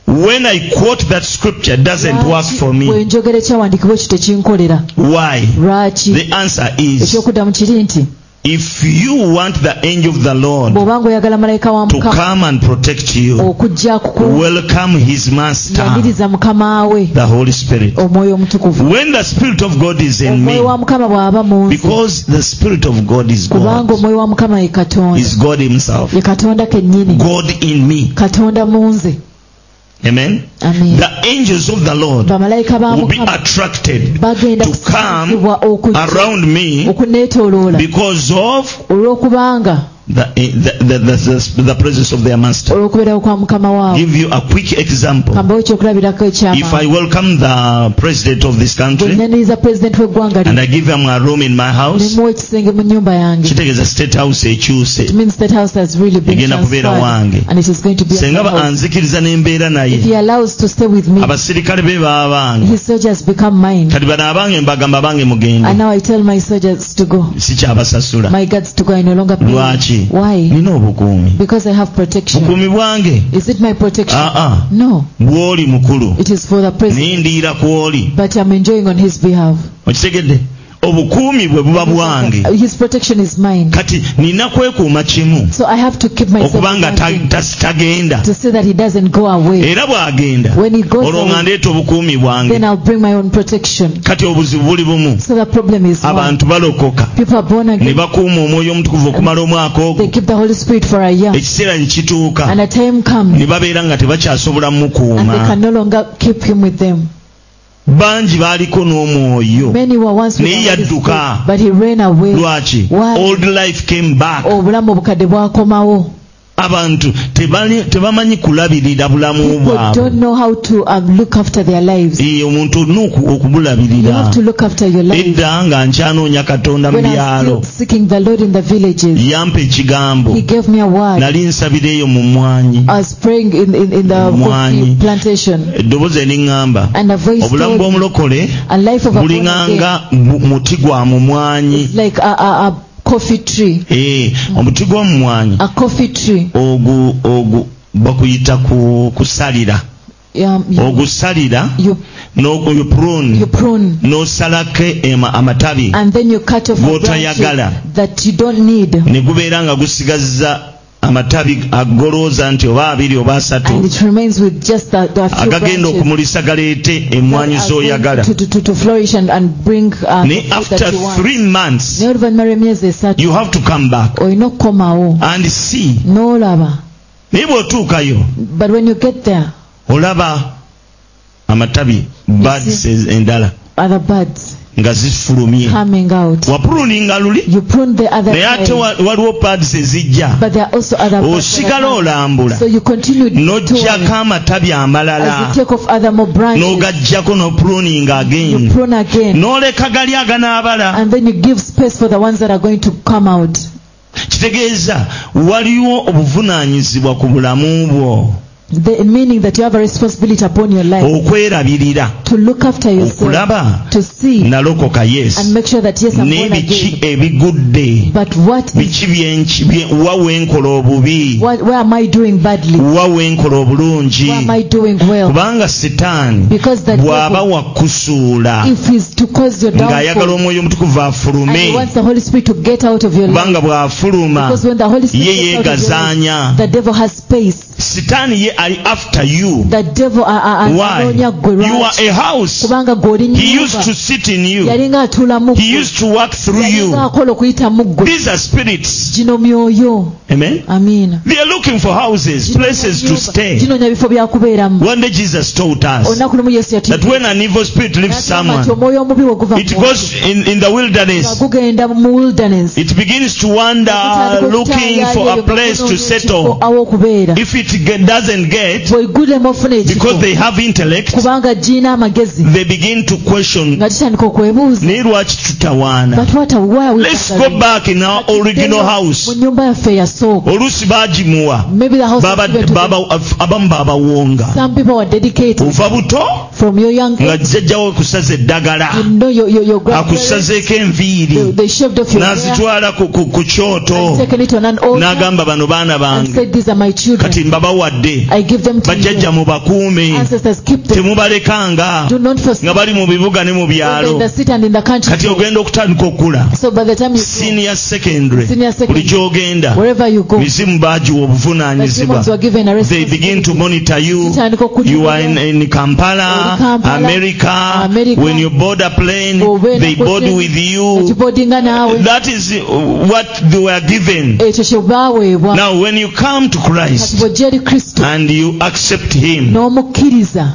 Speaker 1: when i quote that scripture doesn't work for me
Speaker 2: wenjogera ekyawandiikibwa ekyo tekinkolera
Speaker 1: why
Speaker 2: lwaki
Speaker 1: the answer is
Speaker 2: ekyokuddamu kiri nti
Speaker 1: if you want the angel of the lord
Speaker 2: bw'obanga oyagala malayika wa
Speaker 1: to
Speaker 2: mukama
Speaker 1: come Oh, and protect you
Speaker 2: okujja akukuwa
Speaker 1: welcome his master
Speaker 2: yaniriza mukama we
Speaker 1: the holy spirit
Speaker 2: omwoyo omutukuvu
Speaker 1: when the spirit of god is in me
Speaker 2: omwoyo wa mukama bw'aba mu nze
Speaker 1: because the spirit of god is god
Speaker 2: kubanga omwoyo wa mukama ye katonda
Speaker 1: is god himself
Speaker 2: ye katonda kennyini
Speaker 1: God in me.
Speaker 2: katonda mu nze
Speaker 1: Amen.
Speaker 2: amin
Speaker 1: The angels of the Lord
Speaker 2: bamalayika ba
Speaker 1: will be
Speaker 2: mukama
Speaker 1: attracted
Speaker 2: bagenda
Speaker 1: to come Oh,
Speaker 2: kusikibwa okujja
Speaker 1: around me
Speaker 2: okuneetooloola
Speaker 1: because of
Speaker 2: olw'okubanga
Speaker 1: the, the, the, the, the presence of their master.
Speaker 2: olw'okubeerawo kwa mukama waabwe
Speaker 1: Give you a quick example.
Speaker 2: kambawo ekyokulabirako
Speaker 1: If I
Speaker 2: ekyamaanyi
Speaker 1: welcome the president of this
Speaker 2: bwe
Speaker 1: country
Speaker 2: naniriza pulezidenti w'eggwanga
Speaker 1: and
Speaker 2: lino
Speaker 1: I give him a room in my house,
Speaker 2: nemuwa ekisenge mu nnyumba yange
Speaker 1: kitegeeza state house e
Speaker 2: It
Speaker 1: ekyuse.
Speaker 2: means that house has really been
Speaker 1: Egenda
Speaker 2: transferred
Speaker 1: kubeera wange.
Speaker 2: and it is going to be a
Speaker 1: Senga ba-
Speaker 2: house.
Speaker 1: anzikiriza n'embeera
Speaker 2: If he
Speaker 1: naye
Speaker 2: allows to stay with me,
Speaker 1: abasirikale be baabange
Speaker 2: his soldiers become mine.
Speaker 1: kati bano abange mbagamba abange
Speaker 2: And
Speaker 1: mugende
Speaker 2: now I tell my soldiers to go.
Speaker 1: sikyabasasula
Speaker 2: My guards to go. I no longer pay.
Speaker 1: Lwaki?
Speaker 2: Why?
Speaker 1: nina obukuumi
Speaker 2: Because I have protection.
Speaker 1: bukuumi bwange
Speaker 2: Is it my
Speaker 1: Ah.
Speaker 2: protection?
Speaker 1: aa
Speaker 2: No.
Speaker 1: bw'oli mukulu
Speaker 2: It is for the president.
Speaker 1: naye ndiira kw'oli
Speaker 2: But I'm enjoying on his behalf. Uh,
Speaker 1: okitegedde obukuumi bwe buba bwange
Speaker 2: His protection is mine.
Speaker 1: kati nina kwekuuma kimu
Speaker 2: So I have to keep myself
Speaker 1: okuba nga ta-
Speaker 2: guarded
Speaker 1: ta- tagenda
Speaker 2: to see that he doesn't go away.
Speaker 1: era bw'agenda
Speaker 2: When he goes
Speaker 1: olwo nga
Speaker 2: away,
Speaker 1: ndeeta obukuumi bwange
Speaker 2: then I'll bring my own protection.
Speaker 1: kati obuzibu buli bumu
Speaker 2: So the problem is one.
Speaker 1: abantu balokoka
Speaker 2: People are born
Speaker 1: ne
Speaker 2: again.
Speaker 1: bakuuma omwoyo omutukuvu okumala omwaka
Speaker 2: They
Speaker 1: ogwo
Speaker 2: keep the Holy Spirit for a year.
Speaker 1: ekiseera ne kituuka
Speaker 2: And a time
Speaker 1: ne
Speaker 2: comes
Speaker 1: babeera nga tebakyasobola
Speaker 2: and they
Speaker 1: mumukuuma
Speaker 2: can no longer keep him with them.
Speaker 1: bangi baaliko n'omwoyo
Speaker 2: Many were once with
Speaker 1: Naye
Speaker 2: the Holy Spirit,
Speaker 1: yadduka.
Speaker 2: but he ran away.
Speaker 1: lwaki
Speaker 2: Why? Oh.
Speaker 1: old life came back
Speaker 2: Obulamu obukadde bwakomawo.
Speaker 1: abantu tebali- tebamanyi kulabirira bulamu
Speaker 2: People don't
Speaker 1: bwabwe
Speaker 2: know how to um, look after their lives.
Speaker 1: Ee, omuntu olina oku-
Speaker 2: You
Speaker 1: okubulabirira
Speaker 2: have to look after your life.
Speaker 1: edda nga nkyanoonya katonda mu
Speaker 2: When I
Speaker 1: byalo
Speaker 2: was still seeking the Lord in the villages,
Speaker 1: yampa ekigambo
Speaker 2: He Ah. gave me a word.
Speaker 1: nali nsabira eyo mu mwanyi
Speaker 2: I was praying in, in, in the
Speaker 1: Mwanyi.
Speaker 2: coffee plantation,
Speaker 1: eddoboozi eriŋŋamba
Speaker 2: and a voice
Speaker 1: obulamu
Speaker 2: told me,
Speaker 1: bw'omulokole
Speaker 2: a life of a born
Speaker 1: bulinganga
Speaker 2: again,
Speaker 1: mu- muti gwa mu mwanyi
Speaker 2: is like a, a, a coffee tree,
Speaker 1: Ee, omuti gw'omu mwanyi
Speaker 2: a coffee tree.
Speaker 1: ogu ogu bakuyita ku- kusalira
Speaker 2: Um, you,
Speaker 1: ogusalira
Speaker 2: you,
Speaker 1: n'okuprune
Speaker 2: you prune.
Speaker 1: n'osalako ema- amatabi
Speaker 2: and then you cut off a branch
Speaker 1: Gw'otoyagala.
Speaker 2: that you don't need
Speaker 1: ne gubeera nga gusigazza amatabi agolooza nti oba abiri oba
Speaker 2: and
Speaker 1: asatu
Speaker 2: it remains with just the, the few
Speaker 1: agagenda
Speaker 2: branches
Speaker 1: okumulisa galeete
Speaker 2: that
Speaker 1: emwanyi
Speaker 2: are going
Speaker 1: z'oyagala
Speaker 2: to, to, to, to flourish and, and bring uh, the
Speaker 1: naye
Speaker 2: fruit
Speaker 1: after
Speaker 2: that you want.
Speaker 1: three months
Speaker 2: naye oluvannyuma lw'emyezi esatu
Speaker 1: you have to come back
Speaker 2: olina okukomawo
Speaker 1: and see
Speaker 2: n'olaba
Speaker 1: naye bw'otuukayo
Speaker 2: but when you get there
Speaker 1: olaba amatabi buds endala
Speaker 2: other birds
Speaker 1: nga zifulumye
Speaker 2: coming out
Speaker 1: wapuluninga luli
Speaker 2: you prune the other
Speaker 1: naye ate
Speaker 2: side,
Speaker 1: wa- waliwo pads ezijja
Speaker 2: but there are also other
Speaker 1: Oh,
Speaker 2: birds that
Speaker 1: osigala
Speaker 2: are coming.
Speaker 1: olambula
Speaker 2: so you continue
Speaker 1: n'oggyako
Speaker 2: to
Speaker 1: amatabi amalala
Speaker 2: as you take off other more branches
Speaker 1: n'ogaggyako n'opruninga
Speaker 2: you
Speaker 1: again
Speaker 2: prune again
Speaker 1: n'oleka gali aganaabala
Speaker 2: and then you give space for the ones that are going to come out
Speaker 1: kitegeeza waliwo obuvunaanyizibwa ku bulamu bwo
Speaker 2: The, meaning that you have a responsibility upon your life
Speaker 1: okwerabirira
Speaker 2: to look after yourself,
Speaker 1: okulaba
Speaker 2: to see
Speaker 1: nalokoka
Speaker 2: and
Speaker 1: yes
Speaker 2: make sure that yes, I'm born
Speaker 1: n'ebiki
Speaker 2: again.
Speaker 1: ebigudde
Speaker 2: But what is
Speaker 1: biki byenki- bye- wa wenkola obubi
Speaker 2: what, where am I doing badly? Where
Speaker 1: wa wenkola obulungi
Speaker 2: am I doing well?
Speaker 1: kubanga sitaani
Speaker 2: Because the
Speaker 1: bw'aba
Speaker 2: devil,
Speaker 1: wakusuula
Speaker 2: if he's to cause your
Speaker 1: ng'ayagala
Speaker 2: downfall,
Speaker 1: omwoyo omutukuvu
Speaker 2: and he
Speaker 1: afulume
Speaker 2: wants the Holy Spirit to get out of your life,
Speaker 1: kubanga bw'afuluma
Speaker 2: because when the Holy Spirit
Speaker 1: ye
Speaker 2: gets out of your life,
Speaker 1: yeegazaanya
Speaker 2: the devil has space.
Speaker 1: sitaani ye ali after you
Speaker 2: The devil a- a-
Speaker 1: why
Speaker 2: anoonya gwe
Speaker 1: you are
Speaker 2: lwaki?
Speaker 1: a house
Speaker 2: kubanga gw'oli
Speaker 1: he used to
Speaker 2: nnyumba
Speaker 1: sit in you
Speaker 2: yalinga atula mu
Speaker 1: he
Speaker 2: ggwe
Speaker 1: used to work through
Speaker 2: yalinga
Speaker 1: you
Speaker 2: akola okuyita mu ggwe
Speaker 1: these are spirits
Speaker 2: gino myoyo
Speaker 1: amen
Speaker 2: amiina
Speaker 1: they are looking for houses places to stay
Speaker 2: ginoonya bifo byakubeeramu
Speaker 1: one day jesus told us
Speaker 2: olunaku lumu yesu
Speaker 1: that
Speaker 2: yatugamba
Speaker 1: when an evil spirit leaves
Speaker 2: nti
Speaker 1: someone
Speaker 2: omwoyo omubi we guva
Speaker 1: it
Speaker 2: mu
Speaker 1: goes in, in the wilderness
Speaker 2: gugenda mu wilderness
Speaker 1: it begins to wander looking for a place to settle
Speaker 2: awokubeera
Speaker 1: if it get, doesn't get
Speaker 2: bwegulemu ofuna ekifo
Speaker 1: because they have intellect
Speaker 2: kubanga giina amagezi
Speaker 1: they begin to question
Speaker 2: nga tutandika okwebuuza
Speaker 1: naye lwaki tutawaana
Speaker 2: but what a why are we
Speaker 1: let's
Speaker 2: bothering?
Speaker 1: go back in our original
Speaker 2: mu
Speaker 1: house
Speaker 2: nyumba yaffe eyasooka
Speaker 1: oluusi bagimuwa
Speaker 2: maybe the house
Speaker 1: Baba-
Speaker 2: is given to them.
Speaker 1: baba- af- abamu babawonga
Speaker 2: some people are dedicated
Speaker 1: ova buto
Speaker 2: from your young
Speaker 1: nga
Speaker 2: age
Speaker 1: jjajjawo ekusaza eddagala
Speaker 2: you know your, your, your grandparents
Speaker 1: akusazeeko
Speaker 2: they,
Speaker 1: enviiri
Speaker 2: they shaved off your hair
Speaker 1: n'azitwala ku- ku ku
Speaker 2: and
Speaker 1: kyoto
Speaker 2: taken it on an altar
Speaker 1: n'agamba bano baana
Speaker 2: and
Speaker 1: bange
Speaker 2: said these are my children
Speaker 1: kati mbabawadde
Speaker 2: I give them to
Speaker 1: bajjajja
Speaker 2: you
Speaker 1: mubakuume
Speaker 2: ancestors keep them
Speaker 1: temubalekanga
Speaker 2: do not forsake
Speaker 1: nga bali mu bibuga ne mu
Speaker 2: them in
Speaker 1: byalo
Speaker 2: the city and in the
Speaker 1: kati
Speaker 2: country
Speaker 1: ogenda okutandika okula
Speaker 2: so by the time you go,
Speaker 1: senior secondary
Speaker 2: Senior
Speaker 1: buli
Speaker 2: secondary.
Speaker 1: gy'ogenda
Speaker 2: wherever you go
Speaker 1: mizimu bagiwa
Speaker 2: the demons were
Speaker 1: obuvunaanyizibwa
Speaker 2: given a
Speaker 1: they begin to
Speaker 2: responsibility
Speaker 1: monitor you
Speaker 2: zitandika
Speaker 1: you are in,
Speaker 2: okukutukira
Speaker 1: in Kampala,
Speaker 2: Eri Kampala,
Speaker 1: America,
Speaker 2: America.
Speaker 1: when you board a plane,
Speaker 2: Bw'obeera
Speaker 1: they
Speaker 2: ku
Speaker 1: board
Speaker 2: plane,
Speaker 1: with
Speaker 2: nga
Speaker 1: you.
Speaker 2: kibodinga naawe
Speaker 1: That is uh, what they were given.
Speaker 2: ekyo kye baaweebwa
Speaker 1: Now, when you come to
Speaker 2: kati
Speaker 1: Christ
Speaker 2: bw'ojja eri kristo
Speaker 1: and you accept Him,
Speaker 2: n'omukkiriza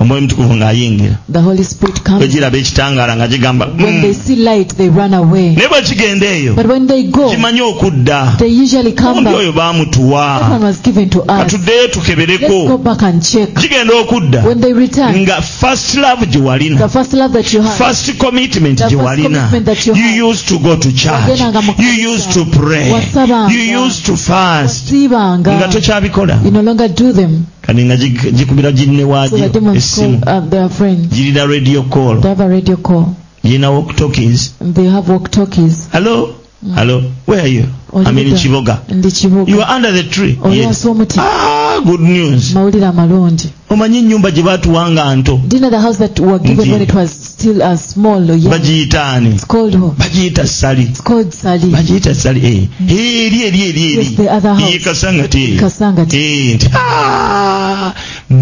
Speaker 1: Omwoyo Mutukuvu ng'ayingira.
Speaker 2: the holy spirit comes
Speaker 1: Ogiraba ekitangaala nga gigamba,
Speaker 2: when they
Speaker 1: "Mm."
Speaker 2: see light they run away
Speaker 1: naye bwe kigenda eyo
Speaker 2: but when they go
Speaker 1: kimanyi okudda
Speaker 2: they usually come
Speaker 1: omuntu
Speaker 2: back
Speaker 1: oyo
Speaker 2: That one
Speaker 1: baamutuwa
Speaker 2: was given to us.
Speaker 1: katuddeyo
Speaker 2: Let's go
Speaker 1: tukebereko
Speaker 2: back and check.
Speaker 1: kigenda okudda
Speaker 2: When they return,
Speaker 1: nga first love gye walina
Speaker 2: the first love that you had,
Speaker 1: first commitment
Speaker 2: The
Speaker 1: gye
Speaker 2: first
Speaker 1: walina
Speaker 2: commitment that you had.
Speaker 1: you used to go to church
Speaker 2: Wagendanga mu
Speaker 1: you
Speaker 2: kanisa.
Speaker 1: used to pray
Speaker 2: Wasabanga.
Speaker 1: you used to fast nga
Speaker 2: sibanga.
Speaker 1: tokyabikola
Speaker 2: You no longer do them.
Speaker 1: kani nga gi- gikubira ginne
Speaker 2: So the
Speaker 1: waagyo
Speaker 2: demons
Speaker 1: essimu
Speaker 2: call uh, their friends.
Speaker 1: girira radio
Speaker 2: They
Speaker 1: call
Speaker 2: have a radio call.
Speaker 1: girina walktalkis
Speaker 2: And they have walk talkies.
Speaker 1: hallo
Speaker 2: Mm.
Speaker 1: hallo where are you
Speaker 2: Oli
Speaker 1: i mean
Speaker 2: dda.
Speaker 1: kiboga
Speaker 2: Ndi
Speaker 1: you
Speaker 2: kibuga.
Speaker 1: are under the tree
Speaker 2: Oli
Speaker 1: yes
Speaker 2: asomuti.
Speaker 1: ah good news
Speaker 2: Mawulire amalungi.
Speaker 1: omanyi ennyumba gye baatuwa nga nto
Speaker 2: Do you know the house that were given
Speaker 1: Nti.
Speaker 2: when it was still a small or young?
Speaker 1: bagiyitaani
Speaker 2: It's called home.
Speaker 1: bagiyita sali
Speaker 2: It's called Sali.
Speaker 1: bagiyita sali eh. Eh, eri eri eri
Speaker 2: Mm. Yes,
Speaker 1: eri
Speaker 2: the other house.
Speaker 1: yekasanga te
Speaker 2: Kasangati.
Speaker 1: Eh, nti, "Ah,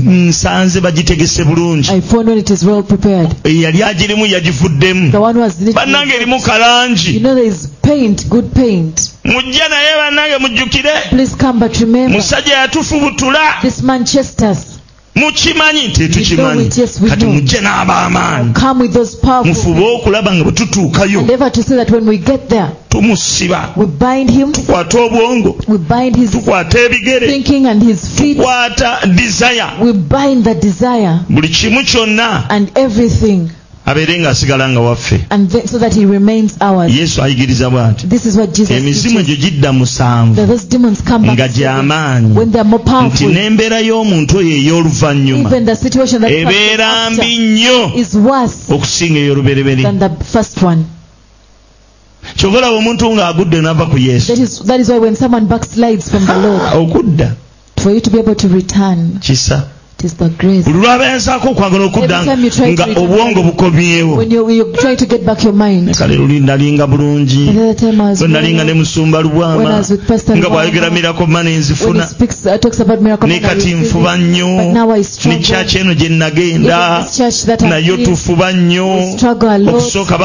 Speaker 1: nsanze bagitegese bulungi
Speaker 2: I found when it is well prepared.
Speaker 1: Eh, yali agirimu
Speaker 2: The
Speaker 1: yagivuddemu
Speaker 2: one was
Speaker 1: bannange
Speaker 2: literally,
Speaker 1: erimu
Speaker 2: you
Speaker 1: kalangi
Speaker 2: know there is paint, good paint.
Speaker 1: mujja naye bannange mujjukire
Speaker 2: Please come but remember
Speaker 1: musajja yatufubutula
Speaker 2: this man chased us.
Speaker 1: mukimanyi nti
Speaker 2: We
Speaker 1: tetukimanyi
Speaker 2: know it, yes, we
Speaker 1: kati
Speaker 2: know.
Speaker 1: mujje n'abaamaanyi
Speaker 2: Come with those powerful
Speaker 1: mufube okulaba nga bwe tutuukayo
Speaker 2: endeavor to say that when we get there,
Speaker 1: tumusiba
Speaker 2: we bind him,
Speaker 1: tukwata obwongo
Speaker 2: we bind his
Speaker 1: tukwata ebigere
Speaker 2: thinking and his feet,
Speaker 1: tukwata desire
Speaker 2: we bind the desire
Speaker 1: buli kimu kyonna
Speaker 2: and everything,
Speaker 1: abeere ng'asigala nga waffe
Speaker 2: and then, so that he remains ours.
Speaker 1: yesu ayigiriza bw'ati
Speaker 2: This is what Jesus
Speaker 1: emizimu
Speaker 2: teaches.
Speaker 1: egyo gidda musanvu
Speaker 2: That those demons come back
Speaker 1: nga
Speaker 2: seven,
Speaker 1: gy'amaanyi
Speaker 2: when they are more
Speaker 1: nti
Speaker 2: powerful.
Speaker 1: n'embeera y'omuntu oyo ey'oluvannyuma
Speaker 2: Even the situation that comes
Speaker 1: ebeera mbi
Speaker 2: after
Speaker 1: nnyo
Speaker 2: is worse
Speaker 1: okusinga ey'olubereberye
Speaker 2: than the first one.
Speaker 1: kyovalaba omuntu ng'agudde n'ava ku yesu
Speaker 2: That is that is why when someone backslides from the Lord,
Speaker 1: Ah, okudda
Speaker 2: for you to be able to return,
Speaker 1: kisa
Speaker 2: it is the grace.
Speaker 1: buli lwabayazaako okwagala okudda
Speaker 2: Every time you try to
Speaker 1: nga
Speaker 2: return-
Speaker 1: obwongo bukomyewo
Speaker 2: when you're, you're trying to get back your mind.
Speaker 1: kale luli nalinga bulungi
Speaker 2: And the other time I was
Speaker 1: lwe nalinga ne
Speaker 2: when
Speaker 1: musumba lubwama
Speaker 2: I was with Pastor
Speaker 1: nga bw'ayogera
Speaker 2: Lwanga,
Speaker 1: mirako ma
Speaker 2: when he
Speaker 1: nenzifuna
Speaker 2: speaks, uh, talks about miracle,
Speaker 1: ne
Speaker 2: and I
Speaker 1: kati
Speaker 2: receive
Speaker 1: nfuba
Speaker 2: it.
Speaker 1: nnyo
Speaker 2: but now I
Speaker 1: ne
Speaker 2: struggle.
Speaker 1: kyaki eno gye nagenda
Speaker 2: Even this church that I
Speaker 1: nayo
Speaker 2: feel,
Speaker 1: tufuba nnyo
Speaker 2: we struggle a lot.
Speaker 1: okusooka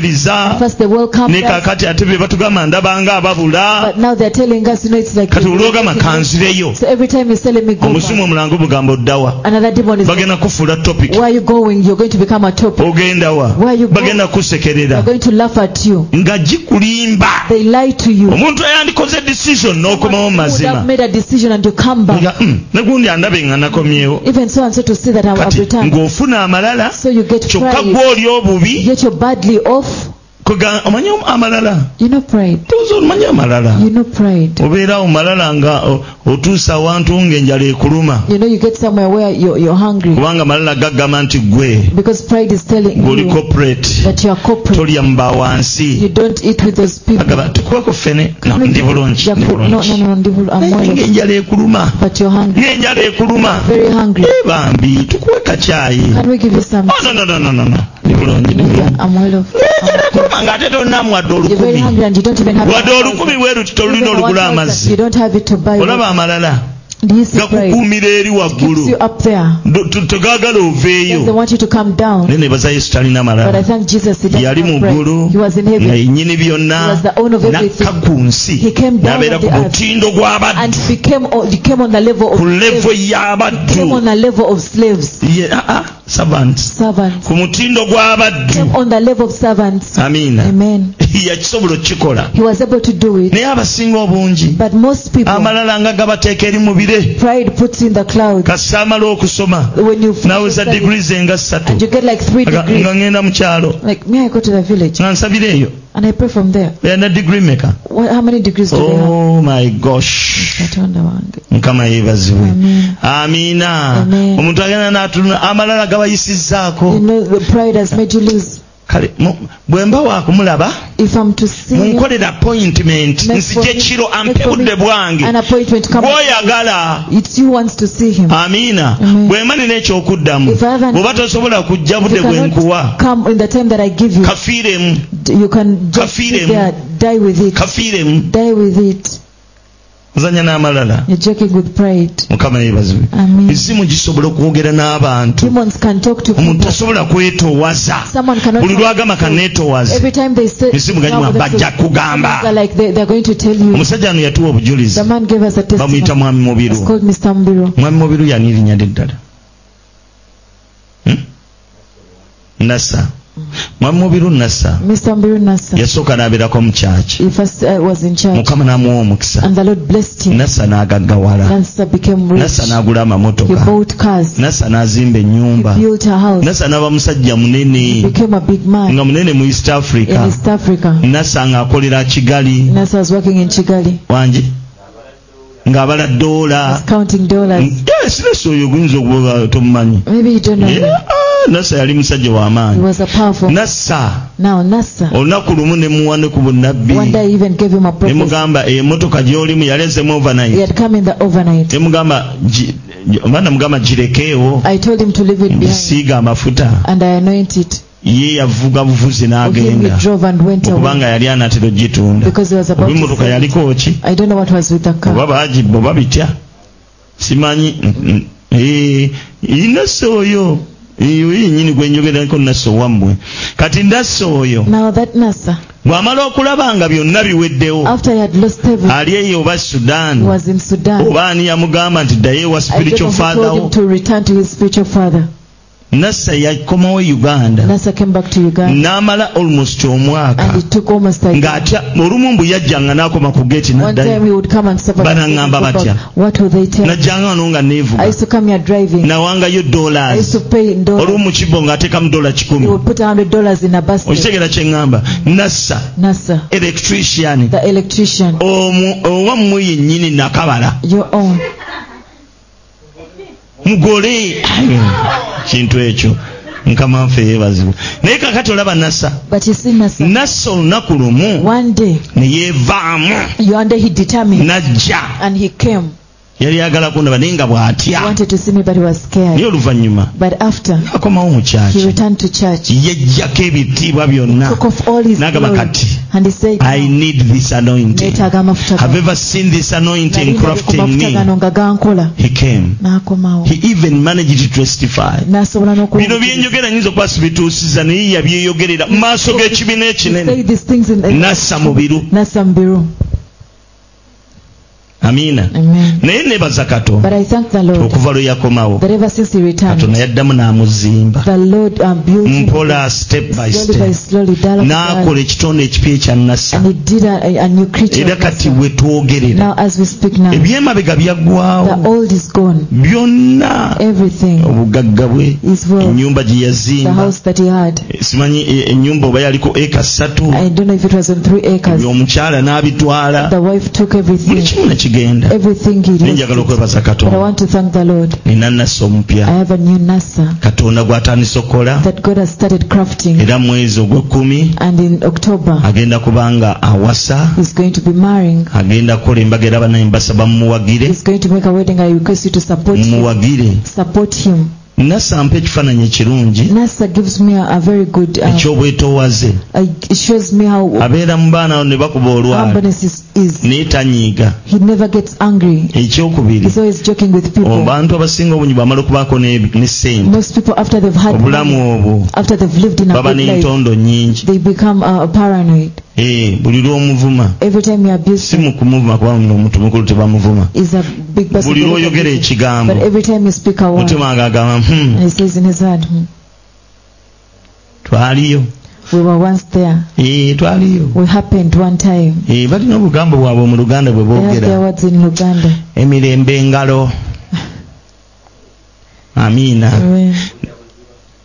Speaker 1: baatwaniriza
Speaker 2: first they welcome
Speaker 1: ne
Speaker 2: us,
Speaker 1: kakati ate be batugamba ndaba nga ababula
Speaker 2: but now they're telling us, you know, it's like
Speaker 1: kati olwogamba kanzireyo
Speaker 2: so every time you telling me go
Speaker 1: omusimu
Speaker 2: back,
Speaker 1: omulango mugamba oddawa
Speaker 2: another demon is
Speaker 1: bagenda kufuula topic
Speaker 2: where are you going? You're going to become a topic.
Speaker 1: ogenda wa
Speaker 2: Where you go-
Speaker 1: bagenda
Speaker 2: They're
Speaker 1: kusekerera
Speaker 2: going to laugh at you.
Speaker 1: nga gikulimba
Speaker 2: They lie to you.
Speaker 1: omuntu eyandikoze decision n'okomawo
Speaker 2: Someone
Speaker 1: mu
Speaker 2: who would have
Speaker 1: mazima
Speaker 2: made a decision and you come back.
Speaker 1: nga "Mm, ne gundi andaba nga nakomyewo
Speaker 2: Even so and so to say that I have
Speaker 1: kati
Speaker 2: returned.
Speaker 1: ng'ofuna amalala
Speaker 2: So you get
Speaker 1: kyokka
Speaker 2: pride.
Speaker 1: gwe oli obubi
Speaker 2: Yet you're badly off.
Speaker 1: Kuga- omanyi amalala
Speaker 2: You know pride.
Speaker 1: tuuza omanyi amalala
Speaker 2: You know pride.
Speaker 1: obeera awo malala nga o- otuusa awantu ng'enjala ekuluma
Speaker 2: You know you get somewhere where you're, you're hungry
Speaker 1: kubanga amalala gaggamba nti gwe
Speaker 2: because pride is telling
Speaker 1: ng'oli
Speaker 2: you
Speaker 1: corporate
Speaker 2: that you are corporate.
Speaker 1: tolya muba wansi
Speaker 2: You don't eat with those people.
Speaker 1: agaba tukubeko ffene No, ndi bulungi
Speaker 2: Yeah,
Speaker 1: ndi
Speaker 2: no, no,
Speaker 1: bulungi
Speaker 2: no, no, devil, I'm
Speaker 1: Naye
Speaker 2: well,
Speaker 1: ng'enjala ekuluma
Speaker 2: but you're hungry,
Speaker 1: ng'enjala ekuluma
Speaker 2: very hungry.
Speaker 1: Eh, bambi tukuwe kacaayi
Speaker 2: Can we give you some?
Speaker 1: Oh, no, no, no, no, no, no. Ndi bulungi ndi
Speaker 2: Yeah,
Speaker 1: bulungi
Speaker 2: I'm well off.
Speaker 1: Ng'enjala ekuluma ng'ate tonnamwadde
Speaker 2: You're very
Speaker 1: olukumi
Speaker 2: hungry and you don't even have
Speaker 1: wadde olukumi bwe luti
Speaker 2: Even
Speaker 1: tolulina
Speaker 2: one
Speaker 1: olugula
Speaker 2: thousand, you
Speaker 1: amazzi
Speaker 2: don't have it to buy.
Speaker 1: olaba amalala
Speaker 2: Do you see pride?
Speaker 1: gakukuumira eri
Speaker 2: Keeps you
Speaker 1: waggulu
Speaker 2: up there.
Speaker 1: Do- tu- tegaagala
Speaker 2: Yes, they
Speaker 1: oveeyo
Speaker 2: want you to come down.
Speaker 1: naye ne baza yesu talina
Speaker 2: But I
Speaker 1: malala
Speaker 2: thank Jesus he
Speaker 1: yali
Speaker 2: doesn't
Speaker 1: mu
Speaker 2: have pride.
Speaker 1: ggulu
Speaker 2: He was in heaven
Speaker 1: nnyini
Speaker 2: He
Speaker 1: byonna
Speaker 2: was the owner of everything.
Speaker 1: nakka ku nsi
Speaker 2: He came down
Speaker 1: n'abeera
Speaker 2: on
Speaker 1: ku
Speaker 2: the earth.
Speaker 1: mutindo gw'abaddu
Speaker 2: and became on- he came on the level
Speaker 1: ku
Speaker 2: of
Speaker 1: levo
Speaker 2: slaves. came on
Speaker 1: y'abaddu
Speaker 2: the level of slaves,
Speaker 1: Ye- ah, ah, servants
Speaker 2: servants.
Speaker 1: ku mutindo
Speaker 2: Came
Speaker 1: gw'abaddu
Speaker 2: on the level of servants.
Speaker 1: amiina
Speaker 2: Amen.
Speaker 1: yakisobola okukikola
Speaker 2: He was able to do it.
Speaker 1: naye abasinga obungi
Speaker 2: But most people,
Speaker 1: amalala nga gabateeka eri mu bire
Speaker 2: pride puts you in the clouds.
Speaker 1: kasita amala okusoma
Speaker 2: When you
Speaker 1: naweza
Speaker 2: study
Speaker 1: diguli ze nga ssatu
Speaker 2: and you get like three
Speaker 1: Aga-
Speaker 2: degrees.
Speaker 1: nga ngenda mu kyalo
Speaker 2: Like me, I go to the village
Speaker 1: nga nsabira eyo
Speaker 2: and I pray from there.
Speaker 1: erina diguli meka
Speaker 2: What, how many degrees do they have?
Speaker 1: oh my gosh
Speaker 2: Katonda wange.
Speaker 1: mukama yeebazibwe
Speaker 2: Amen.
Speaker 1: amiina
Speaker 2: Amen.
Speaker 1: omuntu agenda n'atuluna amalala
Speaker 2: You
Speaker 1: gabayisizaako
Speaker 2: know, the pride has made you lose.
Speaker 1: kale mu- bwe mba waakumulaba
Speaker 2: If I'm to see you,
Speaker 1: munkolera appointment
Speaker 2: Make
Speaker 1: nzije
Speaker 2: for me-
Speaker 1: kiro
Speaker 2: make
Speaker 1: ampe
Speaker 2: for me
Speaker 1: budde bwange
Speaker 2: an appointment comes,
Speaker 1: bw'oyagala
Speaker 2: it's you wants to see
Speaker 1: Ah,
Speaker 2: him.
Speaker 1: amiina
Speaker 2: Amen.
Speaker 1: bwe mba nina ekyokuddamu
Speaker 2: If I haven't-
Speaker 1: bw'oba tosobola kujja budde
Speaker 2: You
Speaker 1: bwe
Speaker 2: cannot
Speaker 1: nkuwa
Speaker 2: come in the time that I give you.
Speaker 1: kafiiremu
Speaker 2: D- You can just
Speaker 1: Kafiremu.
Speaker 2: sit there, die with it.
Speaker 1: kafiiremu
Speaker 2: Die with it.
Speaker 1: nzanya n'amalala
Speaker 2: You're joking with pride.
Speaker 1: mukama yeebazibwe
Speaker 2: Amen.
Speaker 1: ezimu gisobola okwogera n'abantu
Speaker 2: Demons can talk to
Speaker 1: omuntu
Speaker 2: people.
Speaker 1: tasobola kwetoowaza
Speaker 2: Someone cannot.
Speaker 1: buli lwagamba kaneetoowaze
Speaker 2: Every time they say,
Speaker 1: Misimu ganyuma,
Speaker 2: Now, that's
Speaker 1: bajja
Speaker 2: it.
Speaker 1: kugamba.
Speaker 2: They're like they, they're going to tell you.
Speaker 1: omusajja ano yatuwa obujulizi
Speaker 2: The man gave us a testimony.
Speaker 1: bamuyita mwami
Speaker 2: It's
Speaker 1: mubiru
Speaker 2: called Mr. Mbiru.
Speaker 1: mwami mubiru yanirinya ddeddala Hmm? nasa mwami mubiru nasa
Speaker 2: Mr. Mbiru Nasa.
Speaker 1: yasooka n'abeerako mu kyaki
Speaker 2: He first uh, was in church,
Speaker 1: mukama n'amuwa omukisa
Speaker 2: and the Lord blessed him.
Speaker 1: nasa n'agaggawala
Speaker 2: Nasa became rich.
Speaker 1: nasa n'agula
Speaker 2: He
Speaker 1: amamotoka
Speaker 2: bought cars.
Speaker 1: nasa n'azimba ennyumba
Speaker 2: Built a house.
Speaker 1: nasa n'aba musajja munene
Speaker 2: Became a big man
Speaker 1: nga munene mu east
Speaker 2: in
Speaker 1: africa
Speaker 2: East Africa.
Speaker 1: nasa ng'akolera kigali
Speaker 2: Nasa was working in Chigali.
Speaker 1: wanje ng'abala doola
Speaker 2: He's counting
Speaker 1: Mm.
Speaker 2: dollars.
Speaker 1: sinasa oyo ogunyiza okuba tomumanyi
Speaker 2: Maybe you don't know.
Speaker 1: Eh,
Speaker 2: him.
Speaker 1: ah, nasa yali musajja
Speaker 2: He
Speaker 1: w'amaanyi
Speaker 2: was a powerful.
Speaker 1: nasa
Speaker 2: Now Nasa.
Speaker 1: olunaku lumu ne muwane ku
Speaker 2: One
Speaker 1: bunnabbi
Speaker 2: day he even gave him a
Speaker 1: ne
Speaker 2: prophecy.
Speaker 1: mugamba emmotoka gy'olimu yalezemu
Speaker 2: He
Speaker 1: overnight
Speaker 2: had come in the overnight.
Speaker 1: ne mugamba gi- gi- oba namugamba girekeewo
Speaker 2: I told him to leave it behind,
Speaker 1: gisiiga amafuta
Speaker 2: and I anointed it.
Speaker 1: ye yavuga buvuzi
Speaker 2: him he
Speaker 1: n'agenda
Speaker 2: drove and went away
Speaker 1: okubanga yali anatera ogitunda
Speaker 2: because he was about
Speaker 1: oba
Speaker 2: to
Speaker 1: emmotoka
Speaker 2: sell it.
Speaker 1: yaliko ki
Speaker 2: I don't know what was with the car.
Speaker 1: oba bagibba oba bitya simanyi mm, nasa oyo Eh, oyo yenyini gwenjogerako nasa owammwe kati nasa oyo
Speaker 2: Now that Nasa,
Speaker 1: bw'amala okulaba nga byonna biweddewo
Speaker 2: after he had lost everything,
Speaker 1: ali eyo oba
Speaker 2: he
Speaker 1: sudan
Speaker 2: was in Sudan.
Speaker 1: oba ani yamugamba nti ddayo ewa
Speaker 2: I don't know
Speaker 1: spiritual
Speaker 2: who told him
Speaker 1: fatherwo
Speaker 2: to return to his spiritual father.
Speaker 1: nasa yakomawo uganda
Speaker 2: Nasa came back to Uganda
Speaker 1: n'amala almost omwaka
Speaker 2: and it took almost a year.
Speaker 1: ng'atya olumu mbu yajjanga n'akoma ku geeti
Speaker 2: One time
Speaker 1: n'addayo
Speaker 2: he would come and suffer.
Speaker 1: Banangamba batya?
Speaker 2: What would they tell?
Speaker 1: najjanga wano nga
Speaker 2: I
Speaker 1: neevuga
Speaker 2: used to come here driving.
Speaker 1: nawangayo
Speaker 2: I
Speaker 1: dollars
Speaker 2: used to pay in dollars.
Speaker 1: olumu mu kibbo ng'ateekamu dola kikumi
Speaker 2: He would put a hundred dollars in a basket.
Speaker 1: okitegera kyeŋŋamba nassa
Speaker 2: Nasa,
Speaker 1: electrician
Speaker 2: the
Speaker 1: Oh.
Speaker 2: electrician,
Speaker 1: omu- owammwe yennyini nakabala
Speaker 2: your own.
Speaker 1: mugole Ayo, kintu ekyo mukama waffe yeebazibwe naye kakati olaba nassa
Speaker 2: But you see, Nasa,
Speaker 1: nassa olunaku lumu
Speaker 2: one day,
Speaker 1: ne yeevaamu
Speaker 2: one day he determined
Speaker 1: najja
Speaker 2: and he came.
Speaker 1: yali yagala kundaba naye nga
Speaker 2: He
Speaker 1: bw'atya
Speaker 2: wanted to see me, but he was scared.
Speaker 1: naye oluvannyuma
Speaker 2: But after
Speaker 1: akomawo mu
Speaker 2: he
Speaker 1: kyaki
Speaker 2: returned to church,
Speaker 1: yejjako ebitiibwa byonna
Speaker 2: took off all his
Speaker 1: Nagamba
Speaker 2: glory,
Speaker 1: kati,
Speaker 2: and he said,
Speaker 1: i need this anointing
Speaker 2: neetaaga amafuta
Speaker 1: have
Speaker 2: gano.
Speaker 1: ever seen this anointing
Speaker 2: Nali ku
Speaker 1: crafting
Speaker 2: mafuta
Speaker 1: me
Speaker 2: gano nga gankola
Speaker 1: he came
Speaker 2: n'akomawo
Speaker 1: he even managed to testify
Speaker 2: n'asobola
Speaker 1: bino
Speaker 2: n'okuwuliriza.
Speaker 1: byenjogera nyinza okuba sibituusiza naye yabyeyogerera mu maaso g'ekibiina
Speaker 2: He said
Speaker 1: ekinene
Speaker 2: these things in
Speaker 1: nassa mubiru
Speaker 2: Nasa Mbiru.
Speaker 1: amiina
Speaker 2: Amen.
Speaker 1: naye nebaza kato
Speaker 2: But I thank the Lord
Speaker 1: okuva lwe yakomawo
Speaker 2: that ever since He
Speaker 1: kato
Speaker 2: returned,
Speaker 1: nayaddamu n'amuzimba
Speaker 2: the Lord um, built him
Speaker 1: mpola step by
Speaker 2: slowly by
Speaker 1: step
Speaker 2: slowly, dialogue
Speaker 1: n'akola ekitonda ekipya ekyanasa
Speaker 2: and He did a, a new creature.
Speaker 1: era
Speaker 2: of
Speaker 1: kati
Speaker 2: us.
Speaker 1: we twogerera
Speaker 2: Now, as we speak now,
Speaker 1: ebyemabega
Speaker 2: the eh,
Speaker 1: byaggwawo
Speaker 2: old is gone.
Speaker 1: byonna
Speaker 2: Everything
Speaker 1: obugagga bwe
Speaker 2: is well.
Speaker 1: ennyumba gye
Speaker 2: The
Speaker 1: yazimba
Speaker 2: house that he had,
Speaker 1: simanyi e- ennyumba oba yaliko eka ssatu
Speaker 2: I don't know if it was on three acres.
Speaker 1: omukyala n'abitwala
Speaker 2: The wife took
Speaker 1: buli
Speaker 2: everything,
Speaker 1: kimu nekigenda
Speaker 2: everything he lost.
Speaker 1: nenjagala okwebaza
Speaker 2: But I
Speaker 1: katonda
Speaker 2: want to thank the Lord.
Speaker 1: nina nasa omupya
Speaker 2: I have a new NASA
Speaker 1: katonda gw'atandisa okukola
Speaker 2: that God has started crafting,
Speaker 1: era mu mwezi ogw'ekkumi
Speaker 2: and in October
Speaker 1: agenda kubanga awasa
Speaker 2: he's going to be marrying.
Speaker 1: agenda kukola embaga era banaye mbasaba mumuwagire
Speaker 2: He's going to make a wedding. I request you to support him.
Speaker 1: mumuwagire
Speaker 2: Support him.
Speaker 1: nasa mpa ekifaananyi ekirungi
Speaker 2: NASA gives me a, a very good. Uh,
Speaker 1: ekyobwetoowaze
Speaker 2: uh, it shows me how
Speaker 1: abeera mu baana ne bakuba olwala
Speaker 2: humbleness is, is.
Speaker 1: naye tanyiiga
Speaker 2: He never gets angry.
Speaker 1: ekyokubiri
Speaker 2: He's always joking with people.
Speaker 1: abantu abasinga obunyi bamala okubaako ne- ne sente
Speaker 2: Most people after they've had
Speaker 1: obulamu
Speaker 2: money,
Speaker 1: obwo
Speaker 2: after they've lived in a
Speaker 1: baba
Speaker 2: good life,
Speaker 1: n'entondo nnyingi
Speaker 2: they become uh, paranoid.
Speaker 1: Eh, buli lw'omuvuma
Speaker 2: Every time you abuse
Speaker 1: si
Speaker 2: them
Speaker 1: mu kumuvuma kuba muno omuntu mukulu tebamuvuma
Speaker 2: is a big
Speaker 1: buli lw'oyogera
Speaker 2: possibility.
Speaker 1: ekigambo
Speaker 2: But every time you speak a word,
Speaker 1: mutima wange agamba "Hmm,
Speaker 2: and he says in his heart, "Hmm,
Speaker 1: twaliyo
Speaker 2: we were once there.
Speaker 1: Eh, twaliyo
Speaker 2: We happened one time.
Speaker 1: Eh, balina obugambo bwabwe mu luganda bwe
Speaker 2: They have their
Speaker 1: boogera
Speaker 2: words in Luganda.
Speaker 1: emirembe engalo amiina
Speaker 2: Amen.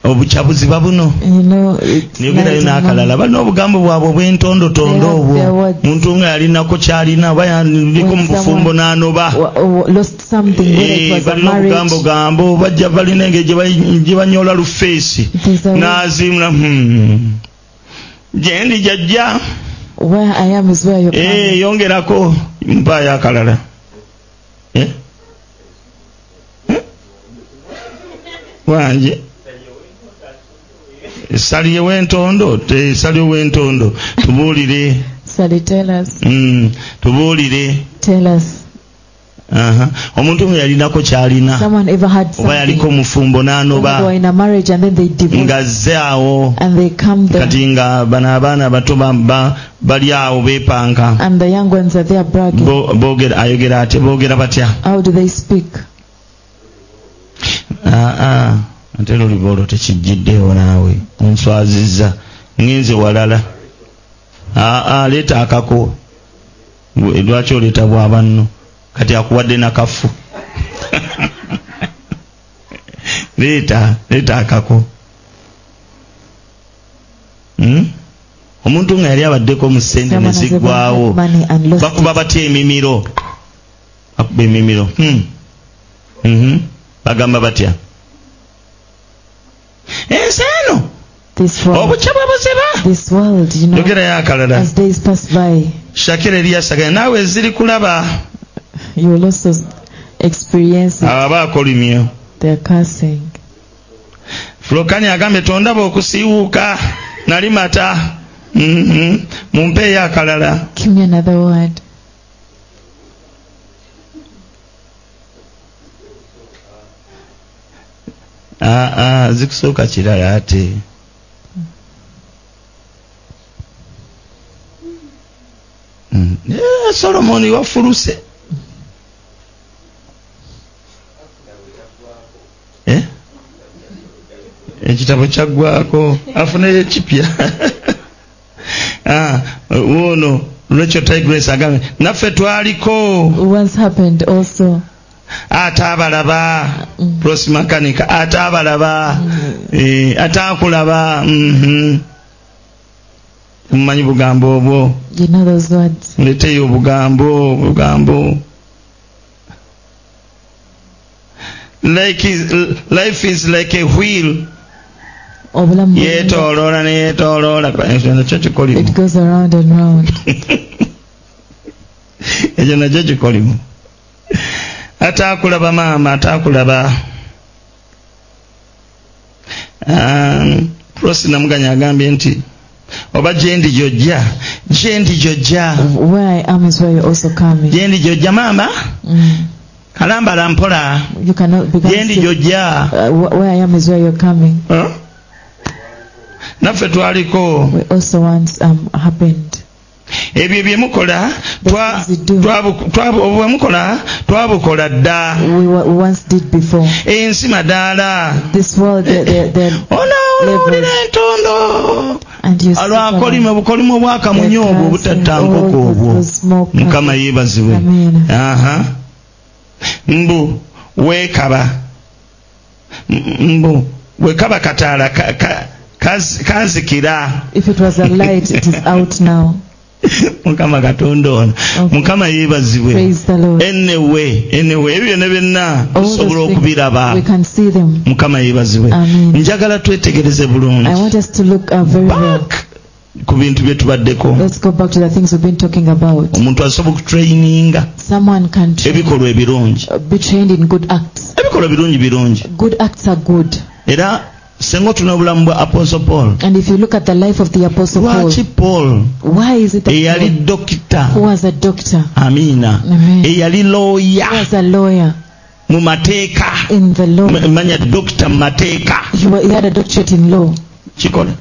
Speaker 1: obukyabuzi babuno
Speaker 2: You know, it's
Speaker 1: neyogerayo
Speaker 2: night and
Speaker 1: n'akalala
Speaker 2: morning.
Speaker 1: balina obugambo bwabwe obwentondotondo
Speaker 2: They have
Speaker 1: obwo
Speaker 2: their words.
Speaker 1: muntu nga yalinako kyalina oba yaliko mu
Speaker 2: When
Speaker 1: bufumbo
Speaker 2: someone-
Speaker 1: n'anoba
Speaker 2: um, Wa- wa- lost something, whether it was a
Speaker 1: Eh, balina
Speaker 2: marriage.
Speaker 1: obugambogambo bajja balina engeri gye bayi- gye banyola lufeesi
Speaker 2: There's a way.
Speaker 1: n'aziimula "Hmm, gye ndi jajja
Speaker 2: Where I am is where you're
Speaker 1: Eh,
Speaker 2: coming.
Speaker 1: yongerako mpaayo akalala Eh? Eh? wange esaliyo w'entondo te- esaliyo w'entondo tubuulire
Speaker 2: So they tell us,
Speaker 1: mm, tubuulire
Speaker 2: tell us.
Speaker 1: aha. omuntu nga yalinako kyalina
Speaker 2: Someone ever had
Speaker 1: oba yaliko
Speaker 2: something.
Speaker 1: mufumbo
Speaker 2: Someone who are
Speaker 1: n'anoba
Speaker 2: in a marriage and then they divorce
Speaker 1: ngazze awo
Speaker 2: and they come there
Speaker 1: kati nga bano abaana abato ba- ba- bali awo beepanka
Speaker 2: and the young ones are there bragging.
Speaker 1: Bo- boogera- ayogera atya boogera batya
Speaker 2: How do they speak?
Speaker 1: aa Ah, ate luliba olwo tekijjiddeewo naawe onswazizza ngenze walala aa leeta akako Gwe- lwaki oleeta bwabanno kati akuwadde nakafu leeta leeta akako Mm? omuntu nga yali abaddeko mu ssente
Speaker 2: Someone
Speaker 1: ne
Speaker 2: has ever
Speaker 1: ziggwawo
Speaker 2: had money and lost
Speaker 1: bakuba batya emimiro bakuba emimiro Hmm. Mhm. bagamba batya ensi eno
Speaker 2: this world.
Speaker 1: obukya bwe buziba
Speaker 2: This world, you know,
Speaker 1: yogerayo akalala
Speaker 2: as days pass by,
Speaker 1: shakira eriyasagana naawe eziri kulaba
Speaker 2: you will also experience it.
Speaker 1: aba baakolimyo
Speaker 2: They're cursing.
Speaker 1: fulokani agambye tondaba okusiiwuuka nali mata Mhm. mumpeeyo akalala
Speaker 2: Give me another word.
Speaker 1: aa zikusooka Ah, kirala ate Mm. Eh, solomoni wafuluse Eh? ekitabo kyaggwako afuneyo ekipya Ah, wuuno lwekyo tigrace agambe naffe twaliko
Speaker 2: Once happened also. Mm,
Speaker 1: ate abalaba pros makanika ate abalaba eh, ate akulaba mhm. mumanyi bugambo obwo
Speaker 2: You know those words.
Speaker 1: muleteyo obugambo obugambo Like is, life is like a wheel
Speaker 2: Obulamu bwe-
Speaker 1: yetoloola neyetoloola ekyo nakyo kikolimu
Speaker 2: It goes around and round.
Speaker 1: ekyo nakyo kikolimu ate akulaba maama ate akulaba Um, prosi namuganya agambye nti oba gyendi gyojja gyendi gyojja
Speaker 2: Where I am is where you're also coming.
Speaker 1: gyendi gyojja maama
Speaker 2: Mm.
Speaker 1: kalambala mpola
Speaker 2: You cannot become
Speaker 1: gyendi
Speaker 2: still-
Speaker 1: gyojja
Speaker 2: uh, wh- where I am is where you're coming.
Speaker 1: Huh? naffe twaliko
Speaker 2: We also once um happened.
Speaker 1: ebyo bye mukola
Speaker 2: The
Speaker 1: twa-
Speaker 2: things you do.
Speaker 1: twabu- twabu- obwo bwe mukola twabukola dda
Speaker 2: we, wa- we once did before.
Speaker 1: ensi madaala
Speaker 2: This world, they're, they're, they're,
Speaker 1: onoowulira
Speaker 2: Levels.
Speaker 1: entondo
Speaker 2: and you see
Speaker 1: olwakolima
Speaker 2: them.
Speaker 1: obukolima obwakamunye obwo obutatta nkoko obwo mukama yeebazibwe
Speaker 2: Amen.
Speaker 1: aha mbu weekaba M- mbu wekaba kataala ka- ka- kaz- kazikira
Speaker 2: If it was a light, it is out now.
Speaker 1: mukama katonda ono
Speaker 2: Okay.
Speaker 1: mukama yeebazibwe
Speaker 2: Praise the Lord.
Speaker 1: Eh, enewe enewe ebyo byonna byonna
Speaker 2: All those
Speaker 1: tusobola
Speaker 2: things,
Speaker 1: okubiraba
Speaker 2: We can see them.
Speaker 1: mukama yeebazibwe
Speaker 2: Amen.
Speaker 1: njagala twetegereze bulungi
Speaker 2: I want us to look uh, very well.
Speaker 1: back ku bintu bye tubaddeko
Speaker 2: Let's go back to the things we've been talking about.
Speaker 1: omuntu asobola okutraininga
Speaker 2: Someone can tra-
Speaker 1: ebikolwa ebirungi
Speaker 2: uh, be trained in good acts.
Speaker 1: ebikolwa birungi birungi
Speaker 2: Good acts are good.
Speaker 1: era senga otuna obulamu bwa apostle paul
Speaker 2: And if you look at the life of the Apostle Paul,
Speaker 1: lwaki paul
Speaker 2: why is it that
Speaker 1: eyali
Speaker 2: Paul,
Speaker 1: dokita
Speaker 2: who was a doctor,
Speaker 1: amiina
Speaker 2: Amen.
Speaker 1: eyali looya
Speaker 2: who was a lawyer
Speaker 1: mu mateeka
Speaker 2: in the law,
Speaker 1: M- manya dokita mu mateeka
Speaker 2: he, wa- he had a doctorate in law.
Speaker 1: kikola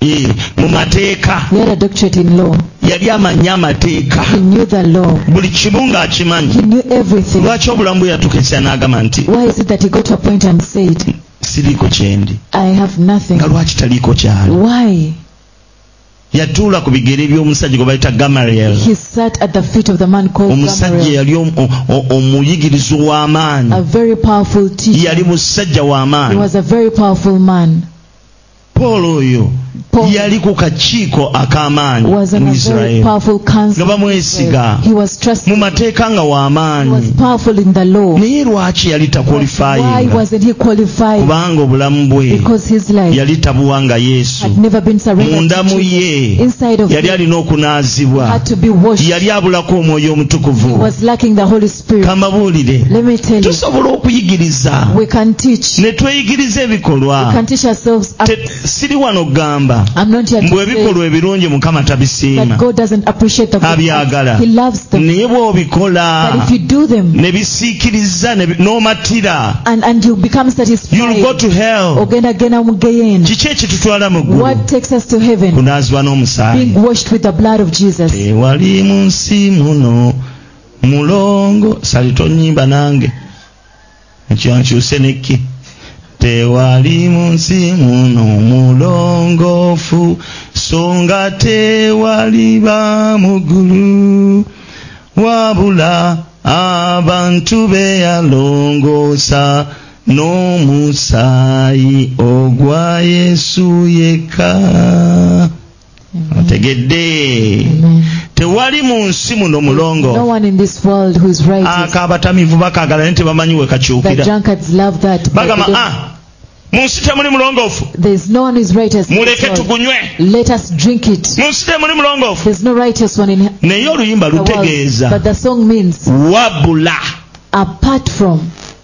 Speaker 1: Eh, mu mateeka
Speaker 2: He had a doctorate in law.
Speaker 1: yali amanyi amateeka
Speaker 2: He knew the law.
Speaker 1: buli kimu ng'akimanyi
Speaker 2: He knew everything.
Speaker 1: lwaki obulamu bwe yatukesera n'agamba nti
Speaker 2: Why is it that he got to a point and said,
Speaker 1: siriiko kyendi
Speaker 2: I have nothing?
Speaker 1: nga lwaki taliiko kyali
Speaker 2: Why?
Speaker 1: yatuula ku bigere by'omusajja gwe bayita gamaliyeri
Speaker 2: He sat at the feet of the man called
Speaker 1: omusajja
Speaker 2: Gamaliel,
Speaker 1: yali omu- o- o- omuyigirizi
Speaker 2: a
Speaker 1: w'amaanyi
Speaker 2: very powerful teacher.
Speaker 1: yali musajja
Speaker 2: He
Speaker 1: w'amaanyi
Speaker 2: was a very powerful man.
Speaker 1: paul oyo
Speaker 2: Paul
Speaker 1: yali ku kakiiko ak'amaanyi
Speaker 2: was
Speaker 1: mu
Speaker 2: an, a very
Speaker 1: isirayiri
Speaker 2: powerful
Speaker 1: nga
Speaker 2: counsel.
Speaker 1: bamwesiga
Speaker 2: He was
Speaker 1: mu
Speaker 2: trusted.
Speaker 1: mateeka nga
Speaker 2: He was
Speaker 1: w'amaanyi
Speaker 2: powerful in the law.
Speaker 1: naye lwaki yali
Speaker 2: Why
Speaker 1: takwolifayinga
Speaker 2: wasn't he qualified?
Speaker 1: kubanga obulamu bwe
Speaker 2: Because his life
Speaker 1: yali tabuwa nga yesu
Speaker 2: had never been surrendered
Speaker 1: munda
Speaker 2: to
Speaker 1: mu
Speaker 2: Jesus.
Speaker 1: ye
Speaker 2: Inside of
Speaker 1: yali
Speaker 2: him
Speaker 1: alina okunaazibwa
Speaker 2: had to be washed.
Speaker 1: yali abulako omwoyo
Speaker 2: He
Speaker 1: omutukuvu
Speaker 2: was lacking the Holy Spirit.
Speaker 1: kamabuulire
Speaker 2: Let me tell you,
Speaker 1: tusobola okuyigiriza
Speaker 2: we can teach.
Speaker 1: ne tweyigiriza
Speaker 2: We
Speaker 1: ebikolwa
Speaker 2: can teach ourselves. up.
Speaker 1: Ah. Te- siri wano kugamba
Speaker 2: I'm not here to
Speaker 1: mbwe
Speaker 2: say
Speaker 1: ebikolwa ebirungi mukama
Speaker 2: that
Speaker 1: tabisiima
Speaker 2: God doesn't appreciate the good
Speaker 1: abyagala
Speaker 2: acts. He loves them.
Speaker 1: naye
Speaker 2: But
Speaker 1: bw'obikola
Speaker 2: if you do them
Speaker 1: ne bisiikiriza ne bi- n'omatira
Speaker 2: and, and you become
Speaker 1: you'll go
Speaker 2: satisfied,
Speaker 1: to hell
Speaker 2: ogenda gena mu geyena.
Speaker 1: kiki ekitutwala mu ggulu
Speaker 2: What takes us to heaven?
Speaker 1: kunaazibwa n'omusaayi
Speaker 2: Being washed with the blood of Jesus.
Speaker 1: tewali mu nsi muno mulongo sali tonyimba nange ekyo nkyuse neki tewali mu nsi muno mulongoofu so nga tewali ba muggulu wabula abantu be yalongoosa n'omusaayi ogwa yesu yekka otegedde
Speaker 2: Amen.
Speaker 1: tewali mu nsi muno
Speaker 2: No
Speaker 1: mulongo
Speaker 2: one in this world who is
Speaker 1: Ah,
Speaker 2: righteous.
Speaker 1: akabatamivu bakagala naye tebamanyi
Speaker 2: The
Speaker 1: wekakyukira
Speaker 2: drunkards love that. but
Speaker 1: bagamba
Speaker 2: they don't-
Speaker 1: a mu nsi temuli mulongoofu
Speaker 2: There's no one who is righteous. in this
Speaker 1: muleke Mm.
Speaker 2: world.
Speaker 1: tugunywe
Speaker 2: Let us drink it.
Speaker 1: mu nsi temuli mulongoofu
Speaker 2: There's no righteous one in the
Speaker 1: naye oluyimba
Speaker 2: world. But
Speaker 1: lutegeeza
Speaker 2: the song means
Speaker 1: wabula
Speaker 2: apart from,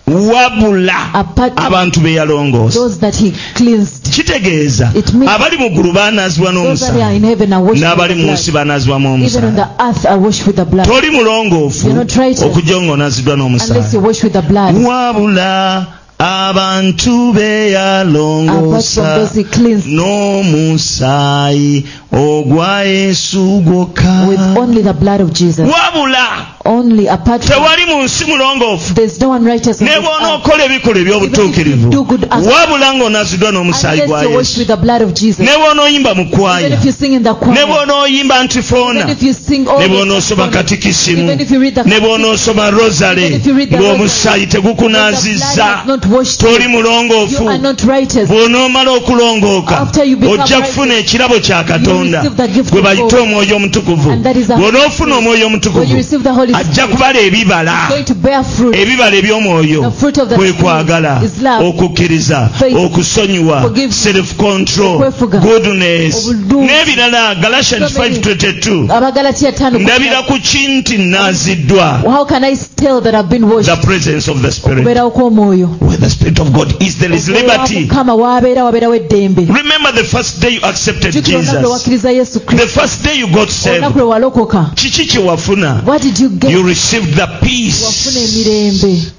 Speaker 1: wabula
Speaker 2: apart from
Speaker 1: abantu be yalongoosa
Speaker 2: those that he cleansed.
Speaker 1: kitegeeza
Speaker 2: It means-
Speaker 1: abali mu ggulu baanaazibwa
Speaker 2: Those that are in
Speaker 1: n'omusaayi
Speaker 2: heaven are washed
Speaker 1: n'abali
Speaker 2: with
Speaker 1: mu nsi
Speaker 2: the blood.
Speaker 1: banaazibwamu
Speaker 2: Even on
Speaker 1: omusaayi
Speaker 2: the earth are washed with the blood.
Speaker 1: toli mulongoofu
Speaker 2: You're not righteous.
Speaker 1: okujja ng'onaaziddwa n'omusaayi
Speaker 2: Unless you're washed with the blood.
Speaker 1: wabula abantu be
Speaker 2: Apart from
Speaker 1: yalongoosa
Speaker 2: those he cleansed
Speaker 1: n'omusaayi ogwa yesu gwokka
Speaker 2: with only the blood of Jesus.
Speaker 1: wabula
Speaker 2: Only apart from
Speaker 1: tewali mu nsi mulongoofu
Speaker 2: There's no one righteous on
Speaker 1: ne
Speaker 2: this earth.
Speaker 1: bw'onookola ebikolwa eby'obutuukirivu
Speaker 2: Do good acts.
Speaker 1: wabula ng'onaaziddwa n'omusaayi gwa
Speaker 2: Unless you're
Speaker 1: yesu
Speaker 2: washed with the blood of Jesus.
Speaker 1: ne bw'onooyimba mu
Speaker 2: Even
Speaker 1: kwaya
Speaker 2: if you sing in the choir.
Speaker 1: ne bw'onooyimba ntifoona
Speaker 2: Even if you sing all
Speaker 1: ne
Speaker 2: those
Speaker 1: bw'onoosoma
Speaker 2: songs,
Speaker 1: katikisimu
Speaker 2: Even if you read the
Speaker 1: ne bw'onoosoma
Speaker 2: Even
Speaker 1: rosale
Speaker 2: if you read the
Speaker 1: ng'omusaayi
Speaker 2: the blood
Speaker 1: tegukunaazizza
Speaker 2: has not washed
Speaker 1: toli
Speaker 2: you. You
Speaker 1: mulongoofu
Speaker 2: are not righteous.
Speaker 1: bw'onoomala okulongooka
Speaker 2: After you become
Speaker 1: ojja
Speaker 2: righteous,
Speaker 1: kufuna ekirabo kya katonda
Speaker 2: you receive the gift
Speaker 1: gwe
Speaker 2: of
Speaker 1: bayite
Speaker 2: God.
Speaker 1: omwoyo omutukuvu
Speaker 2: And that is a-
Speaker 1: bw'onoofuna omwoyo
Speaker 2: When you
Speaker 1: omutukuvu
Speaker 2: receive the Holy Spirit,
Speaker 1: ajja kubala ebibala
Speaker 2: you're going to bear fruit.
Speaker 1: ebibala eby'omwoyo
Speaker 2: The fruit of the
Speaker 1: kwe
Speaker 2: Spirit
Speaker 1: kwagala
Speaker 2: is love,
Speaker 1: okukkiriza
Speaker 2: faith,
Speaker 1: okusonyiwa
Speaker 2: forgiveness,
Speaker 1: self control
Speaker 2: okwefuga,
Speaker 1: goodness
Speaker 2: obulungi.
Speaker 1: n'ebirala galatians
Speaker 2: So many-
Speaker 1: 5:22
Speaker 2: Abagalatiya tano ku-
Speaker 1: ndabira ku ki nti naaziddwa
Speaker 2: How can I tell that I've been washed?
Speaker 1: the presence of the spirit
Speaker 2: Kubeerawo kw'omwoyo.
Speaker 1: where the spirit of god is there is liberty
Speaker 2: Mukama w'abeera wabeerawo eddembe.
Speaker 1: remember the first day you accepted
Speaker 2: Jjukira olunaku lwe
Speaker 1: jesus
Speaker 2: wakkiriza Yesu Kristo.
Speaker 1: The first day you got
Speaker 2: Olunaku
Speaker 1: saved,
Speaker 2: lwe walokoka.
Speaker 1: chichi chewafuna,
Speaker 2: What did you get?
Speaker 1: you received the
Speaker 2: Wafuna
Speaker 1: peace
Speaker 2: emirembe.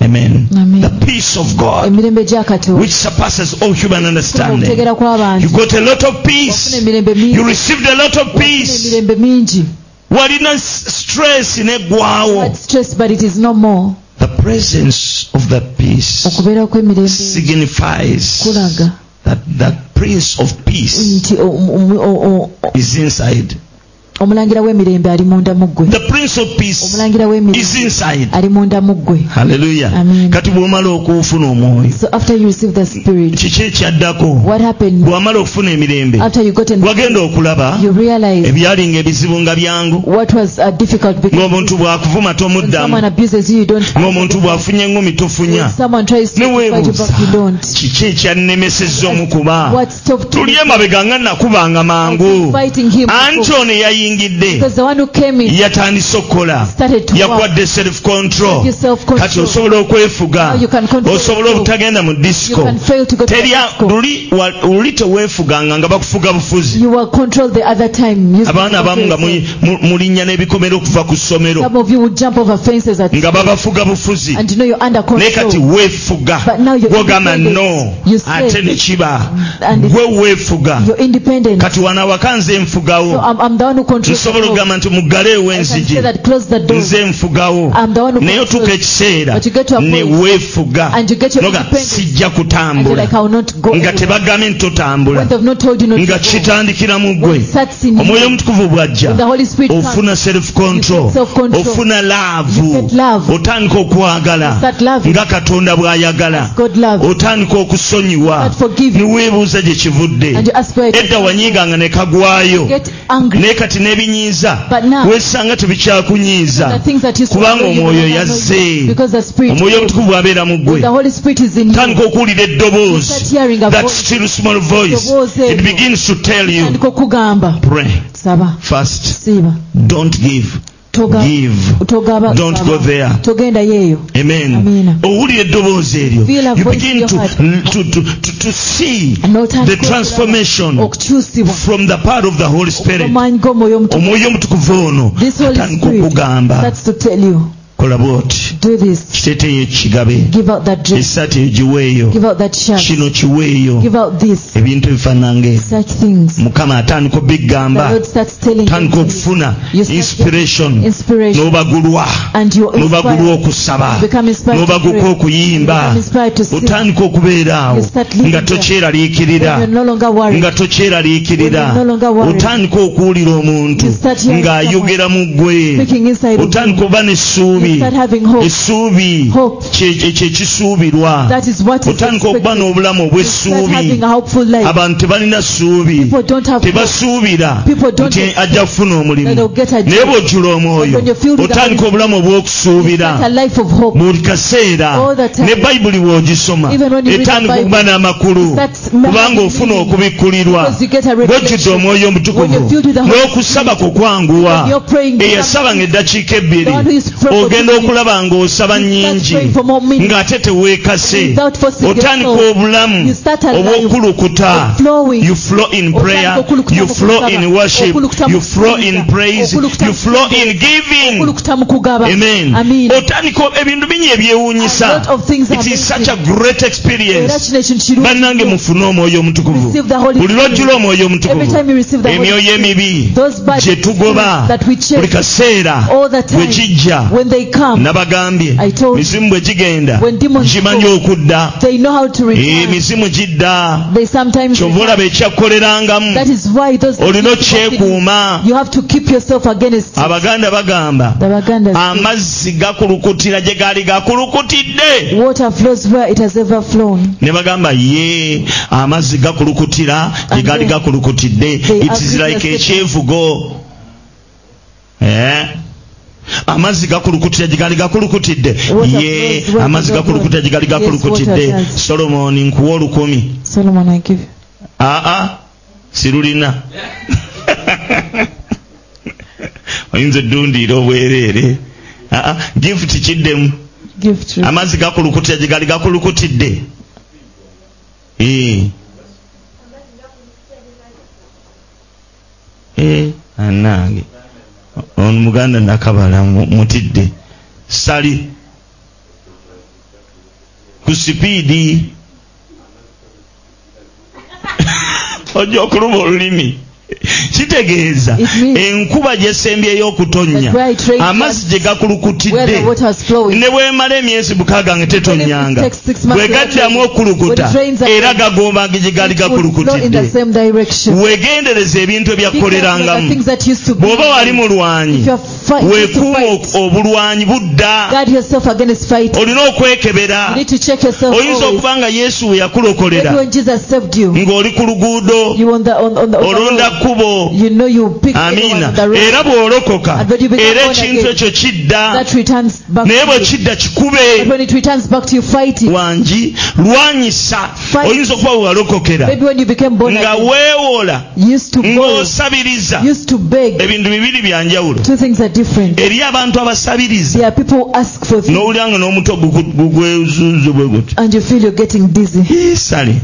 Speaker 1: amen
Speaker 2: Amen.
Speaker 1: the peace of god
Speaker 2: emirembe gya
Speaker 1: which
Speaker 2: katonda
Speaker 1: surpasses all human
Speaker 2: funa okutegeera
Speaker 1: understanding you
Speaker 2: kw'abantu
Speaker 1: got a lot of
Speaker 2: wafuna
Speaker 1: peace
Speaker 2: emirembe mingi
Speaker 1: you received a lot of
Speaker 2: Wafuna
Speaker 1: peace
Speaker 2: emirembe mingi
Speaker 1: walina s- stress
Speaker 2: But
Speaker 1: neggwawo
Speaker 2: stress but it is no more
Speaker 1: the presence of the peace
Speaker 2: okubeera kw'emirembe
Speaker 1: signifies
Speaker 2: kulaga
Speaker 1: that the prince of peace
Speaker 2: nti omu- omu- o- o- o-
Speaker 1: is inside
Speaker 2: omulangira w'emirembe ali munda mu ggwe
Speaker 1: the prince of peace
Speaker 2: omulangira
Speaker 1: is
Speaker 2: w'emirembe
Speaker 1: inside
Speaker 2: ali munda mu ggwe
Speaker 1: haleluya
Speaker 2: Amen.
Speaker 1: kati bw'omala okuwufuna omwoyo
Speaker 2: so after you receive the spirit
Speaker 1: kiki ekyaddako
Speaker 2: what happened
Speaker 1: bw'omala okufuna emirembe
Speaker 2: after you got and
Speaker 1: wagenda okulaba
Speaker 2: you realize
Speaker 1: ebyalinga ebizibu nga byangu
Speaker 2: what was uh, difficult because
Speaker 1: ng'omuntu bw'akuvuma
Speaker 2: when someone
Speaker 1: tomuddamu
Speaker 2: abuses you you don't
Speaker 1: ng'omuntu bw'afunye engumi
Speaker 2: when
Speaker 1: tofunya
Speaker 2: someone tries to fight you
Speaker 1: neweebuuza
Speaker 2: back you don't
Speaker 1: kiki ekyannemesezza omukuba
Speaker 2: what stopped
Speaker 1: tuli
Speaker 2: you
Speaker 1: emabega nga nakubanga mangu
Speaker 2: from fighting him
Speaker 1: anti
Speaker 2: before?
Speaker 1: ono eyayingidde
Speaker 2: because the one who came in
Speaker 1: yatandise okukola
Speaker 2: started to work
Speaker 1: yakwadde self control
Speaker 2: Give you self-control.
Speaker 1: kati osobola okwefuga
Speaker 2: Now you can control
Speaker 1: osobola
Speaker 2: yourself.
Speaker 1: obutagenda mu
Speaker 2: you
Speaker 1: disco
Speaker 2: can fail to go to
Speaker 1: terya
Speaker 2: the school
Speaker 1: luli wa- luli teweefuganga nga bakufuga bufuzi
Speaker 2: you were controlled the other time You
Speaker 1: abaana abamu nga
Speaker 2: yourself.
Speaker 1: muli- mu- mulinnya n'ebikomera okuva ku ssomero
Speaker 2: Some of you would jump over fences at
Speaker 1: nga babafuga bufuzi
Speaker 2: and you know you're under
Speaker 1: naye kati
Speaker 2: control.
Speaker 1: weefuga
Speaker 2: But now you're
Speaker 1: gwogamba no
Speaker 2: independent. You say-
Speaker 1: ate nekiba
Speaker 2: And it's-
Speaker 1: gwe weefuga
Speaker 2: You're independent.
Speaker 1: kati wano awaka nze
Speaker 2: So
Speaker 1: nfugawo
Speaker 2: I'm, I'm the one who controls. the
Speaker 1: nsobola
Speaker 2: door.
Speaker 1: okugamba nti muggaleewo
Speaker 2: I can
Speaker 1: enzigi
Speaker 2: say that close the door
Speaker 1: nze nfugawo
Speaker 2: I'm the one who
Speaker 1: naye otuuka
Speaker 2: controls.
Speaker 1: ekiseera
Speaker 2: But you get to a point
Speaker 1: ne weefuga
Speaker 2: and you get your
Speaker 1: noga
Speaker 2: independence.
Speaker 1: sijja
Speaker 2: and you're
Speaker 1: kutambula
Speaker 2: like I will not go.
Speaker 1: nga
Speaker 2: anywhere.
Speaker 1: tebagambe nti
Speaker 2: When
Speaker 1: totambula
Speaker 2: they've not told you not
Speaker 1: nga
Speaker 2: to go.
Speaker 1: kitandikira mu ggwe
Speaker 2: Starts in
Speaker 1: omwoyo
Speaker 2: you.
Speaker 1: omutukuvu
Speaker 2: The
Speaker 1: bw'ajja
Speaker 2: Holy Spirit comes.
Speaker 1: ofuna self control
Speaker 2: You get self-control.
Speaker 1: ofuna laavu
Speaker 2: You get love.
Speaker 1: otandika
Speaker 2: You
Speaker 1: okwagala
Speaker 2: start loving.
Speaker 1: nga katonda bw'ayagala
Speaker 2: God loves.
Speaker 1: otandika okusonyiwa
Speaker 2: Start forgiving.
Speaker 1: niweebuuza gye kivudde
Speaker 2: And you ask where it
Speaker 1: edda
Speaker 2: is.
Speaker 1: wanyiiganga ne kagwayo
Speaker 2: Get angry.
Speaker 1: naye kati n'ebinyiiza
Speaker 2: But now-
Speaker 1: weesanga
Speaker 2: The
Speaker 1: tebikyakunyiiza
Speaker 2: things that you
Speaker 1: kubanga
Speaker 2: you
Speaker 1: omwoyo
Speaker 2: don't know
Speaker 1: yazze.
Speaker 2: because the spirit
Speaker 1: omwoyo omutukuvu bw'abeera mu ggwe
Speaker 2: the Holy Spirit is in
Speaker 1: tandika
Speaker 2: you.
Speaker 1: okuwulira
Speaker 2: You
Speaker 1: eddoboozi
Speaker 2: start hearing a
Speaker 1: that
Speaker 2: voice.
Speaker 1: still small voice
Speaker 2: Eddoboozi
Speaker 1: it
Speaker 2: eryo.
Speaker 1: begins to tell you
Speaker 2: Tandika okugamba
Speaker 1: pray
Speaker 2: saba
Speaker 1: first
Speaker 2: siba
Speaker 1: don't give
Speaker 2: toga
Speaker 1: give
Speaker 2: togaba
Speaker 1: Don't
Speaker 2: saba.
Speaker 1: go there.
Speaker 2: togenda yeeyo
Speaker 1: amen
Speaker 2: Amina.
Speaker 1: owulira eddoboozi eryo
Speaker 2: Feel a
Speaker 1: you
Speaker 2: voice in
Speaker 1: begin
Speaker 2: your
Speaker 1: to,
Speaker 2: heart.
Speaker 1: to, to, to, to see
Speaker 2: N'otandika
Speaker 1: the transformation
Speaker 2: okukyusibwa
Speaker 1: from the power of the holy spirit
Speaker 2: omumanyi g'omwoyo omutukuvu
Speaker 1: omwoyo omutukuvu ono
Speaker 2: This Holy
Speaker 1: atandika
Speaker 2: Spirit
Speaker 1: okugamba
Speaker 2: starts to tell you,
Speaker 1: kola bw'oti
Speaker 2: do this,
Speaker 1: kiteeteeyo ekigabe
Speaker 2: give out that dress,
Speaker 1: esaati eyo giweeyo
Speaker 2: give out that shirt,
Speaker 1: kino kiweeyo
Speaker 2: give out this,
Speaker 1: ebintu ebifaanange
Speaker 2: such things.
Speaker 1: mukama atandika
Speaker 2: The
Speaker 1: obbigamba
Speaker 2: Lord starts telling
Speaker 1: tandika
Speaker 2: you
Speaker 1: okufuna
Speaker 2: You start
Speaker 1: inspiration
Speaker 2: inspiration,
Speaker 1: n'obagulwa
Speaker 2: and you're
Speaker 1: n'obagulwa
Speaker 2: inspired.
Speaker 1: okusaba
Speaker 2: Become inspired to
Speaker 1: n'obaguka
Speaker 2: pray.
Speaker 1: okuyimba
Speaker 2: Become inspired to sing.
Speaker 1: otandika okubeera awo
Speaker 2: You start living
Speaker 1: nga tokyeraliikirira
Speaker 2: When you're no longer worried,
Speaker 1: nga tokyeraliikirira
Speaker 2: When you're no longer worried.
Speaker 1: otandika okuwulira omuntu
Speaker 2: You start hearing
Speaker 1: ng'ayogera mu ggwe
Speaker 2: speaking inside of you,
Speaker 1: otandika oba n'essuubi
Speaker 2: you start having hope.
Speaker 1: essuubi
Speaker 2: Hope.
Speaker 1: kye- kye- kyekisuubirwa
Speaker 2: That is what is
Speaker 1: otandika okuba
Speaker 2: expected.
Speaker 1: n'obulamu
Speaker 2: You start having
Speaker 1: obw'essuubi
Speaker 2: a hopeful life.
Speaker 1: abantu tebalina ssuubi
Speaker 2: People don't have hope.
Speaker 1: tebasuubira
Speaker 2: People don't
Speaker 1: nti ajja kufuna omulimu
Speaker 2: that they'll get a job.
Speaker 1: naye bw'ojjula omwoyo
Speaker 2: But when you feel with
Speaker 1: otandika
Speaker 2: the-
Speaker 1: obulamu obw'okusuubira
Speaker 2: Start a life of hope.
Speaker 1: buli kaseera
Speaker 2: All the time.
Speaker 1: ne bayibuli bw'ogisoma
Speaker 2: Even when you read the
Speaker 1: etandika
Speaker 2: Bible,
Speaker 1: okuba n'amakulu
Speaker 2: starts
Speaker 1: kubanga ofuna
Speaker 2: meaning.
Speaker 1: okubikkulirwa
Speaker 2: Because you get a
Speaker 1: bw'ojjudde
Speaker 2: revelation.
Speaker 1: omwoyo
Speaker 2: When
Speaker 1: omutukuvu
Speaker 2: you feel to the Holy
Speaker 1: n'okusaba kwo kwanguwa
Speaker 2: When you're praying,
Speaker 1: eyasabanga eddakiika ebbiri
Speaker 2: The one who is praying for
Speaker 1: ogenda
Speaker 2: two
Speaker 1: okulaba ng'osaba
Speaker 2: You start
Speaker 1: nnyingi
Speaker 2: praying for more minutes.
Speaker 1: ng'ate teweekase
Speaker 2: Without forcing
Speaker 1: otandika
Speaker 2: yourself.
Speaker 1: obulamu
Speaker 2: You start a life
Speaker 1: obw'okulukuta
Speaker 2: of flowing.
Speaker 1: you flow in prayer
Speaker 2: Otandika okulukuta
Speaker 1: you
Speaker 2: mu
Speaker 1: flow
Speaker 2: kusaba,
Speaker 1: in worship
Speaker 2: okulukuta mu
Speaker 1: you flow in
Speaker 2: kusinza,
Speaker 1: praise
Speaker 2: okulukuta
Speaker 1: you
Speaker 2: mu
Speaker 1: flow
Speaker 2: kusinza,
Speaker 1: in giving
Speaker 2: okulukuta mu kugaba
Speaker 1: amen
Speaker 2: Amin.
Speaker 1: otandika ebintu bingi
Speaker 2: A
Speaker 1: ebyewuunyisa
Speaker 2: lot of things
Speaker 1: it is
Speaker 2: amazing.
Speaker 1: such a great
Speaker 2: era
Speaker 1: experience
Speaker 2: kino ekintu kirungi
Speaker 1: bannange
Speaker 2: nnyo.
Speaker 1: mufune omwoyo omutukuvu
Speaker 2: Receive the Holy
Speaker 1: buli
Speaker 2: Spirit.
Speaker 1: lwojjula omwoyo
Speaker 2: Every
Speaker 1: omutukuvu
Speaker 2: time you receive the Holy
Speaker 1: emyoyo
Speaker 2: Spirit,
Speaker 1: emibi
Speaker 2: those bad
Speaker 1: gye tugoba
Speaker 2: spirits that we chase
Speaker 1: buli kaseera
Speaker 2: all
Speaker 1: bwe
Speaker 2: the time,
Speaker 1: kijja
Speaker 2: when they come,
Speaker 1: nabagambye
Speaker 2: I told you,
Speaker 1: mizimu bwe gigenda
Speaker 2: when demons
Speaker 1: gimanyi
Speaker 2: go,
Speaker 1: okudda
Speaker 2: they know
Speaker 1: Eh,
Speaker 2: how to return.
Speaker 1: emizimu gidda
Speaker 2: They sometimes
Speaker 1: kyova olaba
Speaker 2: That
Speaker 1: ekyakkolerangamu
Speaker 2: is why those
Speaker 1: olina
Speaker 2: you
Speaker 1: okyekuuma
Speaker 2: have to keep yourself against it.
Speaker 1: abaganda bagamba
Speaker 2: the
Speaker 1: Ah.
Speaker 2: Bagandas.
Speaker 1: amazzi gakulukutira gye gaali gakulukutidde
Speaker 2: Water flows where it has ever flown.
Speaker 1: ne bagamba ye amazzi gakulukutira gye gaali gakulukutidde itiziraika ekyevugo Eh? amazzi gakulukutira gye gaali gakulukutidde ye amazzi gakulukutira gye gaali gakulukutidde solomoni nkuwa olukumi
Speaker 2: Solomon, I give you.
Speaker 1: aa Ah, sirulina oyinza oddundiira obwereere aa gifuti kiddemu
Speaker 2: Give to
Speaker 1: amazzi gakulukutira gye gali gakulukutidde Eh. Eh, anange ono muganda nakabala mu- mutidde sali ku sipiidi ojja okuluma olulimi kitegeeza
Speaker 2: It means-
Speaker 1: enkuba gyesembyeyo okutonnya
Speaker 2: That where it rains
Speaker 1: amazzi gye
Speaker 2: where
Speaker 1: gakulukutidde
Speaker 2: the water is flowing.
Speaker 1: ne bwemala emyezi mukaaga nga
Speaker 2: When
Speaker 1: tetonyanga
Speaker 2: it takes six months,
Speaker 1: bwe gaddamu okukulukuta
Speaker 2: when it rains again,
Speaker 1: era gagombanga gye gaali
Speaker 2: It will flow in the
Speaker 1: gakulukutidde
Speaker 2: same direction.
Speaker 1: wegendereza ebintu
Speaker 2: Because of the
Speaker 1: ebyakkolerangamu
Speaker 2: things that used to be.
Speaker 1: bw'oba wali mulwanyi
Speaker 2: If you are fi- used to
Speaker 1: weekuuma
Speaker 2: fight,
Speaker 1: obulwanyi budda
Speaker 2: guard yourself against fighting.
Speaker 1: olina
Speaker 2: You
Speaker 1: okwekebera
Speaker 2: need to check yourself
Speaker 1: oyinza
Speaker 2: always.
Speaker 1: okuba nga yesu we
Speaker 2: Maybe
Speaker 1: yakulokolera
Speaker 2: when Jesus saved you,
Speaker 1: ng'oli ku luguudo
Speaker 2: you on the on, on the, on the
Speaker 1: olonda kkubo
Speaker 2: road, you know you pick everyone
Speaker 1: amiina
Speaker 2: on the road
Speaker 1: era bw'olokoka
Speaker 2: And when you become
Speaker 1: era
Speaker 2: born
Speaker 1: ekintu
Speaker 2: again,
Speaker 1: ekyo kidda
Speaker 2: that returns back.
Speaker 1: naye bwe
Speaker 2: to you.
Speaker 1: kidda
Speaker 2: But
Speaker 1: kikube
Speaker 2: when it returns back to you, fight it.
Speaker 1: wangi lwanyisa
Speaker 2: Fight.
Speaker 1: oyinza okuba wewalokokera
Speaker 2: Maybe when you became born
Speaker 1: nga
Speaker 2: again,
Speaker 1: weewola
Speaker 2: you used to borrow,
Speaker 1: ng'osabiriza
Speaker 2: used to beg.
Speaker 1: ebintu bibiri byanjawulo
Speaker 2: Two things are different.
Speaker 1: eri abantu abasabiriza
Speaker 2: There are people who ask for things
Speaker 1: n'owulira nga n'omuto guku- gugwezuze bwe guti
Speaker 2: and you feel you're getting dizzy.
Speaker 1: isale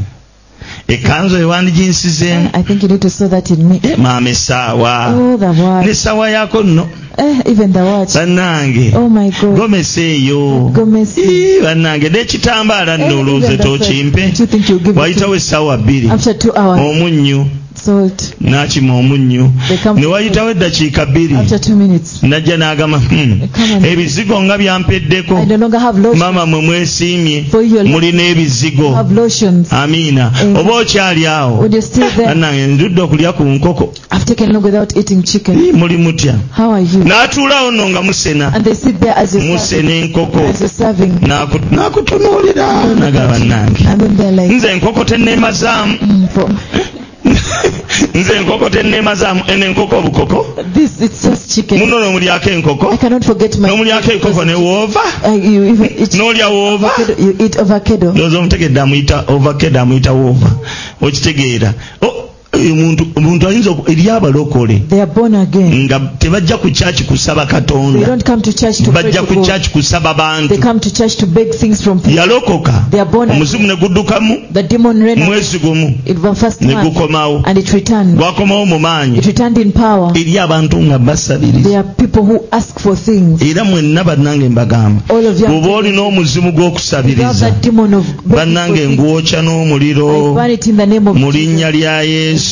Speaker 1: ekkanzu ewandiginsizeemu
Speaker 2: I think you need to saw that in me.
Speaker 1: Eh, maama essaawa
Speaker 2: Oh, the watch.
Speaker 1: n'essaawa yaako nno
Speaker 2: Eh, even the watch.
Speaker 1: bannange
Speaker 2: Oh my God.
Speaker 1: gomesa eyo
Speaker 2: Gomez. Eh,
Speaker 1: Ii, bannange n'ekitambaala nno olowooza tokimpe
Speaker 2: Do you think you'll give it to
Speaker 1: wayitawo essaawa bbiri
Speaker 2: me? after two hours?
Speaker 1: Oh. omunnyu
Speaker 2: Salt.
Speaker 1: n'akima omunnyu
Speaker 2: They come
Speaker 1: ne wayitawo eddakiika bbiri
Speaker 2: after two minutes.
Speaker 1: najja n'agamba "Hmm,
Speaker 2: Come on.
Speaker 1: ebizigo nga byampeddeko
Speaker 2: I no longer have lotion.
Speaker 1: maama mwe mwesiimye
Speaker 2: For your life,
Speaker 1: mulina
Speaker 2: I
Speaker 1: ebizigo
Speaker 2: have Mm. lotions.
Speaker 1: amiina
Speaker 2: Amen.
Speaker 1: oba okyali awo
Speaker 2: When you're still there,
Speaker 1: bannange ndudde okulya ku nkoko
Speaker 2: I've taken long without eating chicken.
Speaker 1: Ii, muli mutya
Speaker 2: How are you?
Speaker 1: n'atuulawo nno nga musena
Speaker 2: And they sit there as you're, serving,
Speaker 1: musena enkoko
Speaker 2: as you're serving.
Speaker 1: N'aku- n'akutunuulira nagaba nange
Speaker 2: And then they're like,
Speaker 1: nze enkoko tenneemazaamu
Speaker 2: mm, for-
Speaker 1: nze enkoko tenneemazaamu eno enkoko obukoko
Speaker 2: this, it's just chicken.
Speaker 1: muno nomulyako
Speaker 2: I
Speaker 1: enkoko
Speaker 2: cannot forget my.
Speaker 1: nomulyako enkoko ne woova
Speaker 2: Uh, you even eat
Speaker 1: n'olya woova
Speaker 2: avocado. You eat avocado.
Speaker 1: ndowooza omutegedde amuyita ovakeda amuyita woova okitegeera O, eh, omuntu omuntu ayinza oku- eri abalokole
Speaker 2: They are born again.
Speaker 1: nga tebajja ku kyaki kusaba
Speaker 2: Mm. They
Speaker 1: katonda
Speaker 2: don't come to church to pray
Speaker 1: bajja
Speaker 2: to
Speaker 1: ku
Speaker 2: God.
Speaker 1: kyaki kusaba
Speaker 2: They
Speaker 1: bantu
Speaker 2: come to church to beg things from people.
Speaker 1: yalokoka
Speaker 2: They are born again.
Speaker 1: omuzimu ne guddukamu
Speaker 2: The demon ran away
Speaker 1: mwezi gumu
Speaker 2: in the first
Speaker 1: ne
Speaker 2: month
Speaker 1: gukomawo
Speaker 2: and it returned.
Speaker 1: gwakomawo mu maanyi
Speaker 2: It returned in power.
Speaker 1: eri abantu nga basabiriza
Speaker 2: There are people who ask for things.
Speaker 1: era mwenna bannange mbagamba
Speaker 2: All of you
Speaker 1: bw'oba
Speaker 2: have
Speaker 1: olina omuzimu gw'okusabiriza
Speaker 2: that demon of begging
Speaker 1: bannange
Speaker 2: for things.
Speaker 1: nguwokya
Speaker 2: I
Speaker 1: n'omuliro
Speaker 2: burn it in the name of
Speaker 1: mu
Speaker 2: Jesus.
Speaker 1: linnya lya yesu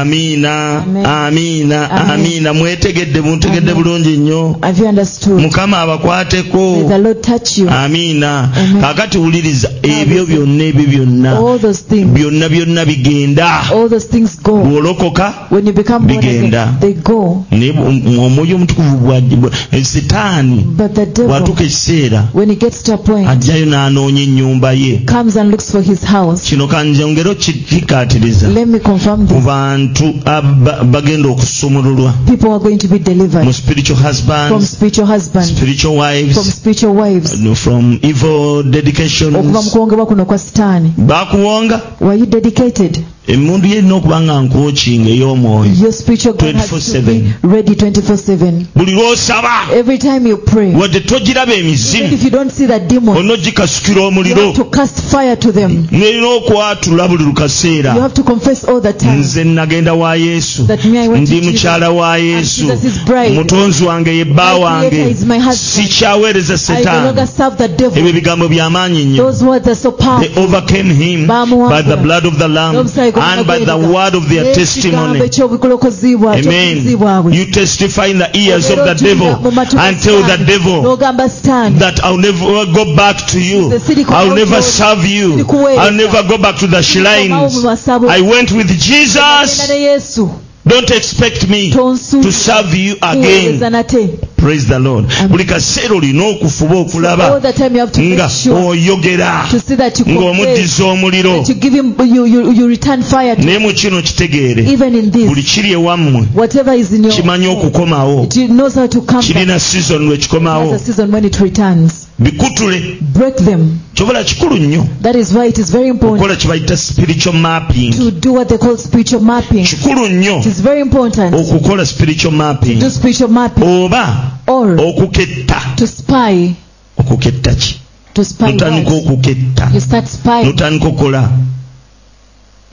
Speaker 1: amiina
Speaker 2: Amen.
Speaker 1: amiina
Speaker 2: Amen.
Speaker 1: amiina mwetegedde muntegedde
Speaker 2: Amen.
Speaker 1: bulungi nnyo
Speaker 2: Have you understood?
Speaker 1: mukama
Speaker 2: May
Speaker 1: abakwateko
Speaker 2: the Lord touch
Speaker 1: Ah,
Speaker 2: you.
Speaker 1: amiina
Speaker 2: Amen. Oh.
Speaker 1: kaakati wuliriza ebyo byonna ebyo byonna
Speaker 2: All those things,
Speaker 1: byonna byonna bigenda
Speaker 2: all those things go.
Speaker 1: bw'olokoka
Speaker 2: When you become born
Speaker 1: Bigenda.
Speaker 2: again, they go.
Speaker 1: naye om- omwoyo omutukuvu bw'ajja- bwe- setaani
Speaker 2: But the devil,
Speaker 1: bwatuuka ekiseera
Speaker 2: when he gets to a point,
Speaker 1: ajjayo n'anoonya ennyumba ye
Speaker 2: comes and looks for his house.
Speaker 1: kino kanjongero kikatiriza
Speaker 2: Let me confirm
Speaker 1: mu
Speaker 2: this.
Speaker 1: bantu aba- bagenda okusumululwa
Speaker 2: People are going to be
Speaker 1: mu
Speaker 2: delivered
Speaker 1: spiritual
Speaker 2: from
Speaker 1: husbands
Speaker 2: spiritual husbands,
Speaker 1: spiritual
Speaker 2: from
Speaker 1: wives
Speaker 2: spiritual wives.
Speaker 1: no, from evil
Speaker 2: okuva mu
Speaker 1: dedications
Speaker 2: kuwongebwa kuno kwa sitaani
Speaker 1: bakuwonga
Speaker 2: were you dedicated
Speaker 1: emundu yalina okuba nga nkwokinga ey'omwoyo
Speaker 2: your spiritual God has to be
Speaker 1: 24/7.
Speaker 2: ready 24/7
Speaker 1: buli lw'osaba
Speaker 2: every time you pray even
Speaker 1: wadde togiraba emizimu
Speaker 2: if you don't see that demon
Speaker 1: onogikasukira
Speaker 2: you
Speaker 1: omuliro
Speaker 2: have to cast fire to them
Speaker 1: nerina okwatula buli
Speaker 2: you
Speaker 1: lukaseera
Speaker 2: have to confess all the time
Speaker 1: nze nagenda wa yesu
Speaker 2: that me I went
Speaker 1: ndi
Speaker 2: to Jesus
Speaker 1: mukyala wa yesu
Speaker 2: Jesus is bride.
Speaker 1: mutonzi wange ye bba
Speaker 2: My creator
Speaker 1: wange
Speaker 2: is my husband.
Speaker 1: sikyaweereza
Speaker 2: I no
Speaker 1: setaani
Speaker 2: longer serve the devil
Speaker 1: ebyo bigambo by'amaanyi nnyo
Speaker 2: those words are so
Speaker 1: They
Speaker 2: powerful
Speaker 1: overcame him
Speaker 2: Bamuwangula.
Speaker 1: by the blood of the Lamb and by the word of their
Speaker 2: Ekigambo
Speaker 1: testimony.
Speaker 2: eky'obulokozibwa
Speaker 1: Amen.
Speaker 2: ky'obuzibwaabwe
Speaker 1: You testify in the ears of the devil and tell the devil
Speaker 2: n'ogamba sitaani
Speaker 1: that I'll never go back to you. I'll never serve you. I'll never go back to the shrines. I went with
Speaker 2: Genda
Speaker 1: Jesus.
Speaker 2: ne yesu
Speaker 1: Don't expect me to
Speaker 2: tonsuubiza
Speaker 1: serve you
Speaker 2: kuweereza
Speaker 1: again.
Speaker 2: nate
Speaker 1: Praise the Lord.
Speaker 2: Amen.
Speaker 1: Buli kaseera olina okufuba
Speaker 2: all
Speaker 1: okulaba
Speaker 2: the time you have to
Speaker 1: nga Oh,
Speaker 2: make sure
Speaker 1: oyogera
Speaker 2: to see that you confess
Speaker 1: ng'omuddiza omuliro.
Speaker 2: that you give him you, you, you return fire to
Speaker 1: naye mu kino kitegeere
Speaker 2: even in this
Speaker 1: buli kiri ewammwe
Speaker 2: whatever is in your
Speaker 1: kimanyi okukomawo
Speaker 2: it knows how to come back
Speaker 1: kirina season lwe
Speaker 2: as a
Speaker 1: kikomawo
Speaker 2: season when it returns
Speaker 1: bikutule
Speaker 2: break them
Speaker 1: kyobola kikulu nnyo
Speaker 2: that is why it is very important
Speaker 1: okukola kye bayita spiritual mapping
Speaker 2: to do what they call spiritual mapping it
Speaker 1: kikulu nnyo
Speaker 2: is very important
Speaker 1: okukola spiritual mapping
Speaker 2: do spiritual mapping
Speaker 1: oba
Speaker 2: or
Speaker 1: okuketta
Speaker 2: to spy
Speaker 1: okuketta ki
Speaker 2: to spy
Speaker 1: notandika
Speaker 2: words.
Speaker 1: okuketta
Speaker 2: you start spying
Speaker 1: notandika okola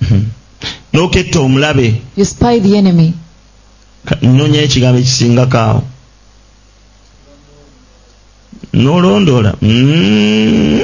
Speaker 1: Hmm. noketta omulabe
Speaker 2: you spy the enemy
Speaker 1: Ka- nnonyayo ekigambo ekisingako awo n'olondola Mm.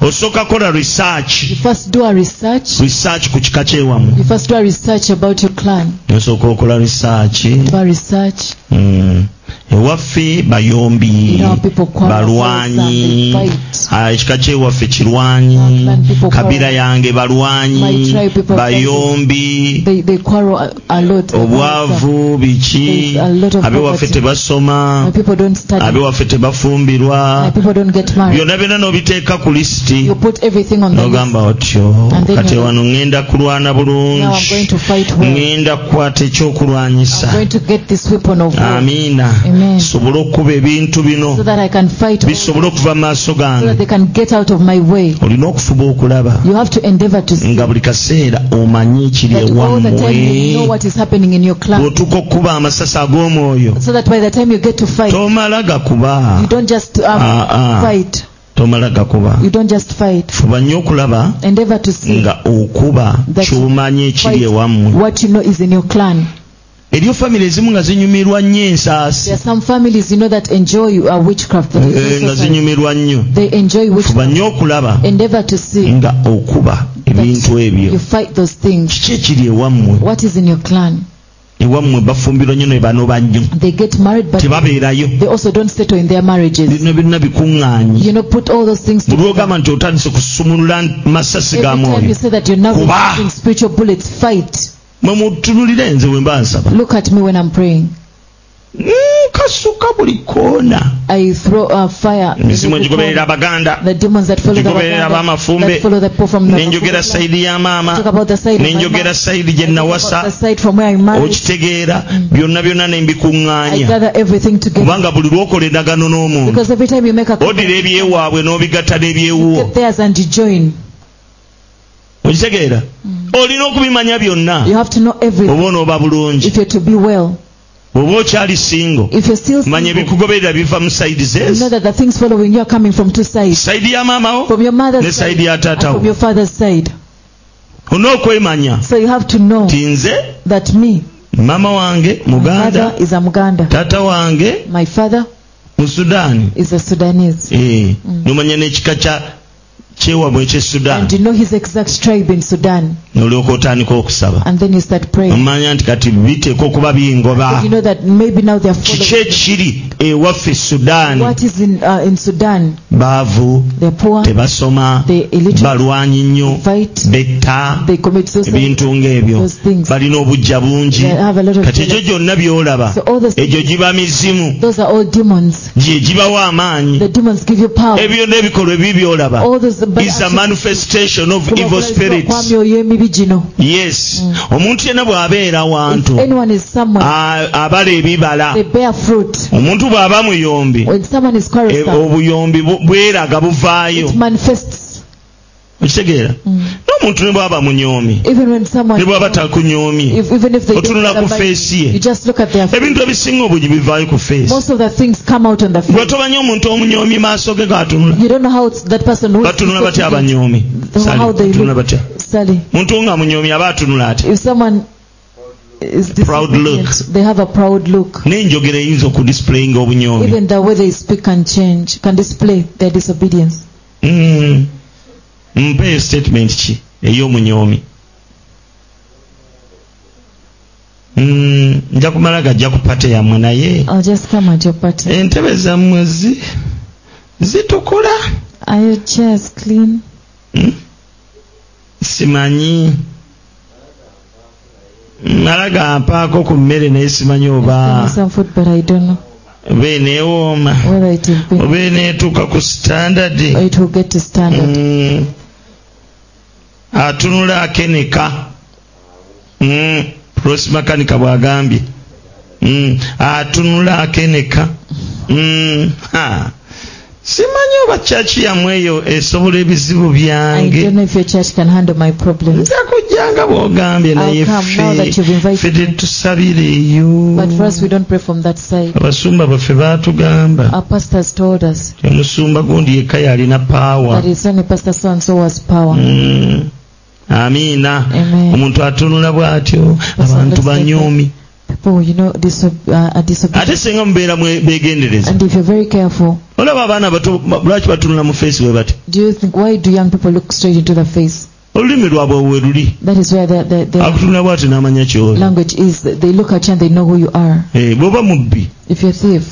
Speaker 1: osooka kola
Speaker 2: You
Speaker 1: research
Speaker 2: first do a research.
Speaker 1: research ku kika kyewamu
Speaker 2: You first do a research about your clan.
Speaker 1: nosooka okola research
Speaker 2: Do a research.
Speaker 1: Mm. ewaffe bayombi
Speaker 2: You know, people quarrel
Speaker 1: balwanyi
Speaker 2: themselves and they fight.
Speaker 1: Ah, ekika kyewaffe
Speaker 2: Our
Speaker 1: kirwanyi
Speaker 2: clan people
Speaker 1: kabira
Speaker 2: quarrel.
Speaker 1: yange
Speaker 2: My
Speaker 1: balwanyi
Speaker 2: tribe people
Speaker 1: bayombi
Speaker 2: They, they quarrel a, a lot. among themselves.
Speaker 1: obwavu biki
Speaker 2: There's a lot of
Speaker 1: abewaffe
Speaker 2: poverty.
Speaker 1: tebasoma
Speaker 2: My people don't study.
Speaker 1: abewaffe
Speaker 2: My
Speaker 1: tebafumbirwa
Speaker 2: people don't get married.
Speaker 1: byonna byonna n'obiteeka ku lisiti
Speaker 2: You put everything on the list.
Speaker 1: nogamba otyo
Speaker 2: And then
Speaker 1: kati
Speaker 2: you-
Speaker 1: wano ŋŋenda kulwana
Speaker 2: Now I'm going
Speaker 1: bulungi
Speaker 2: to fight well.
Speaker 1: ŋŋenda kukwata ekyokulwanyisa
Speaker 2: I'm going to get this weapon of war
Speaker 1: amiina
Speaker 2: Amen.
Speaker 1: sobole okukuba ebintu bino
Speaker 2: so that I can fight well, so
Speaker 1: bisobole okuva mu maaso
Speaker 2: that
Speaker 1: gange
Speaker 2: they can get out of my way.
Speaker 1: olina okufuba okulaba
Speaker 2: You have to endeavor to see
Speaker 1: nga buli kaseera omanye ekiri
Speaker 2: that all the
Speaker 1: ewammwe
Speaker 2: time you know what is happening in your clan.
Speaker 1: bw'otuuka okukuba amasasi ag'omwoyo
Speaker 2: So that by the time you get to fight,
Speaker 1: tomala gakuba
Speaker 2: you don't just um,
Speaker 1: Ah, ah.
Speaker 2: fight.
Speaker 1: tomala gakuba
Speaker 2: You don't just fight.
Speaker 1: fuba nnyo okulaba
Speaker 2: Endeavor to see
Speaker 1: nga okuba
Speaker 2: That-
Speaker 1: kyomanyi ekiri
Speaker 2: Fight.
Speaker 1: ewammwe
Speaker 2: what you know is in your clan.
Speaker 1: eriyo famire ezimu nga zinyumirwa nnyo
Speaker 2: There
Speaker 1: ensaasi
Speaker 2: are some families you know that enjoy uh, witchcraft. That
Speaker 1: Eh,
Speaker 2: is
Speaker 1: nga
Speaker 2: also
Speaker 1: zinyumirwa nnyo
Speaker 2: they enjoy
Speaker 1: fuba Mm.
Speaker 2: witchcraft.
Speaker 1: nnyo okulaba
Speaker 2: Endeavor to see
Speaker 1: nga okuba ebintu ebyo
Speaker 2: Eh. you fight those things.
Speaker 1: kiki ekiri ewammwe
Speaker 2: What is in your clan?
Speaker 1: ewammwe bafumbirwa nnyo ne banoba nnyo
Speaker 2: They get married, but
Speaker 1: tebabeerayo
Speaker 2: they also don't settle in their marriages.
Speaker 1: bino byonna bikuŋŋaanye
Speaker 2: You know, put all those things
Speaker 1: buli
Speaker 2: together.
Speaker 1: ogamba nti otandise kusumulula masasi
Speaker 2: Every
Speaker 1: ga
Speaker 2: time you
Speaker 1: mwoyo
Speaker 2: say that you're now
Speaker 1: Kuba.
Speaker 2: receiving spiritual bullets, fight.
Speaker 1: mwe mutunulire nze bwe mba nsaba
Speaker 2: Look at me when I'm praying.
Speaker 1: Mm, kasuka buli koona
Speaker 2: I throw uh, fire.
Speaker 1: emisimu egigoberera abaganda
Speaker 2: The demons that follow the
Speaker 1: Egigoberera
Speaker 2: Baganda,
Speaker 1: ab'amafumbe.
Speaker 2: that follow the poor from the
Speaker 1: nenjogera
Speaker 2: Baganda.
Speaker 1: sayidi ya
Speaker 2: Talk
Speaker 1: maama
Speaker 2: about the side of my
Speaker 1: nenjogera
Speaker 2: mouth.
Speaker 1: sayidi gye
Speaker 2: I talk about the
Speaker 1: nawasa
Speaker 2: side from where I married.
Speaker 1: okitegeera byonna byonna ne
Speaker 2: I
Speaker 1: mbikuŋŋaanya
Speaker 2: gather everything together.
Speaker 1: kubanga buli lwokola endagaano n'omuntu
Speaker 2: Because every time you make a
Speaker 1: odira ebyewaabwe n'obigatta n'ebyewuwo
Speaker 2: get theirs and you join,
Speaker 1: okitegeera olina okubimanya byonna
Speaker 2: you have to know everything
Speaker 1: oba onooba bulungi
Speaker 2: if you're to be well.
Speaker 1: oba okyali singo
Speaker 2: If you're still
Speaker 1: manya
Speaker 2: single,
Speaker 1: ebikugoberera biva mu sayidi
Speaker 2: know
Speaker 1: zeezo
Speaker 2: that the things following you are coming from two sides.
Speaker 1: sayidi ya maamawo
Speaker 2: From your
Speaker 1: ne
Speaker 2: mother's side
Speaker 1: sayidi ya
Speaker 2: and from
Speaker 1: taatawo
Speaker 2: your father's side.
Speaker 1: olina okwemanya
Speaker 2: So you have to know
Speaker 1: ti nze
Speaker 2: that me,
Speaker 1: maama wange muganda
Speaker 2: father is a Muganda.
Speaker 1: taata wange
Speaker 2: My father
Speaker 1: mu sudaani
Speaker 2: is a Sudanese.
Speaker 1: Eh, nomanya n'ekika kya kyewabwe ekye
Speaker 2: And
Speaker 1: sudaani
Speaker 2: you know his exact tribe in Sudan.
Speaker 1: nolyoka otandika okusaba
Speaker 2: And then you start praying.
Speaker 1: omanya nti kati biteeka okuba bingoba
Speaker 2: You know that maybe now they are
Speaker 1: kiki
Speaker 2: following.
Speaker 1: ekiri ewaffe sudaani
Speaker 2: What is in, uh, in Sudan?
Speaker 1: baavu
Speaker 2: They're poor,
Speaker 1: tebasoma
Speaker 2: they're illiterate,
Speaker 1: balwanyi nnyo
Speaker 2: fight,
Speaker 1: betta
Speaker 2: they commit suicide.
Speaker 1: ebintu ngaebyo
Speaker 2: Those things.
Speaker 1: balina obujja bungi
Speaker 2: They have a lot of
Speaker 1: kati egyo
Speaker 2: jealousy.
Speaker 1: gyonna byolaba
Speaker 2: So all those things-
Speaker 1: egyo giba mizimu
Speaker 2: Those are all demons.
Speaker 1: gye gibawo amaanyi
Speaker 2: The demons give you power.
Speaker 1: ebyo byonna ebikolwa ebibi byolaba
Speaker 2: All those bad
Speaker 1: is a
Speaker 2: actions-
Speaker 1: manifestation of evil spirits
Speaker 2: kwamyo y'emibi gino.
Speaker 1: yes omuntu yenna bw'abeera
Speaker 2: Mm. If
Speaker 1: wantu
Speaker 2: anyone is someone,
Speaker 1: a- abala ebibala
Speaker 2: they bear fruit.
Speaker 1: omuntu bw'aba muyombi
Speaker 2: When someone is
Speaker 1: e-
Speaker 2: quarrelsome,
Speaker 1: obuyombi bu- bweraga buvaayo
Speaker 2: it manifests.
Speaker 1: okitegeera
Speaker 2: Mm.
Speaker 1: n'omuntu ne bw'aba munyoomi
Speaker 2: Even when someone,
Speaker 1: ne bw'aba takunyoomi
Speaker 2: if, even if they don't
Speaker 1: otunula ku
Speaker 2: celebrate,
Speaker 1: feesi ye
Speaker 2: you just look at their face.
Speaker 1: ebintu ebisinga obugi bivaayo ku feesi
Speaker 2: Most of the things come out on the
Speaker 1: gwe
Speaker 2: face.
Speaker 1: tomanyi omuntu omunyoomi maaso ge gatunula
Speaker 2: You don't know how it's- that person who is
Speaker 1: batunula batya
Speaker 2: difficult,
Speaker 1: abanyoomi
Speaker 2: how they
Speaker 1: tunula
Speaker 2: look.
Speaker 1: batya
Speaker 2: Sally,
Speaker 1: muntu nga munyoomi aba atunula ati
Speaker 2: if someone is
Speaker 1: Proud look.
Speaker 2: disobedient, they have a proud look.
Speaker 1: n'enjogera eyinza okudisplayinga obunyoomi
Speaker 2: Even the way they speak can change, can display their disobedience.
Speaker 1: Mm. mpe statement ki ey'omunyoomi Mm, nja kumala gajja ku pate yammwe naye
Speaker 2: I'll just come at your party.
Speaker 1: entebe zammwe zi- zitukula
Speaker 2: Are your chairs clean?
Speaker 1: Mm. simanyi mala gampaako ku mmere naye simanyi
Speaker 2: Give me
Speaker 1: oba
Speaker 2: some food, but I don't know
Speaker 1: oba eneewooma
Speaker 2: whether it will be
Speaker 1: oba eneetuuka ku standardi
Speaker 2: or it will get to standard.
Speaker 1: Mm. atunula akeneka Mm. pros makanika bwagambye Mm. atunula akeneka Mm. Ha. simanyi oba kyaki yammwe eyo esobola ebizibu
Speaker 2: I
Speaker 1: byange
Speaker 2: don't know if your church can handle my problems.
Speaker 1: nja kujjanga bw'ogambye naye
Speaker 2: I'll come now that you've
Speaker 1: ffe
Speaker 2: invited
Speaker 1: ffe tetusabireeyo
Speaker 2: But first, we don't pray from that side.
Speaker 1: abasumba baffe baatugamba
Speaker 2: Our pastors told us
Speaker 1: nti omusumba gundi yekka yalina paawa
Speaker 2: that it's only Pastor so and so has power.
Speaker 1: Mm. amiina
Speaker 2: Amen.
Speaker 1: omuntu atunula bw'atyo abantu banyoomi
Speaker 2: The Oh, you know, disob- uh, are disobedient.
Speaker 1: ate singa mubeera mwe- beegendereza
Speaker 2: And if you're very careful,
Speaker 1: olaba abaana abato ba- lwaki batunula mu feesi bwe bati
Speaker 2: do you think why do young people look straight into the face?
Speaker 1: olulimi lwabwe we luli
Speaker 2: That is where their, their, their
Speaker 1: akutunula bwati n'amanya kyoli
Speaker 2: language is. They look at you and they know who you are.
Speaker 1: bweoba mubbi
Speaker 2: If you're a thief,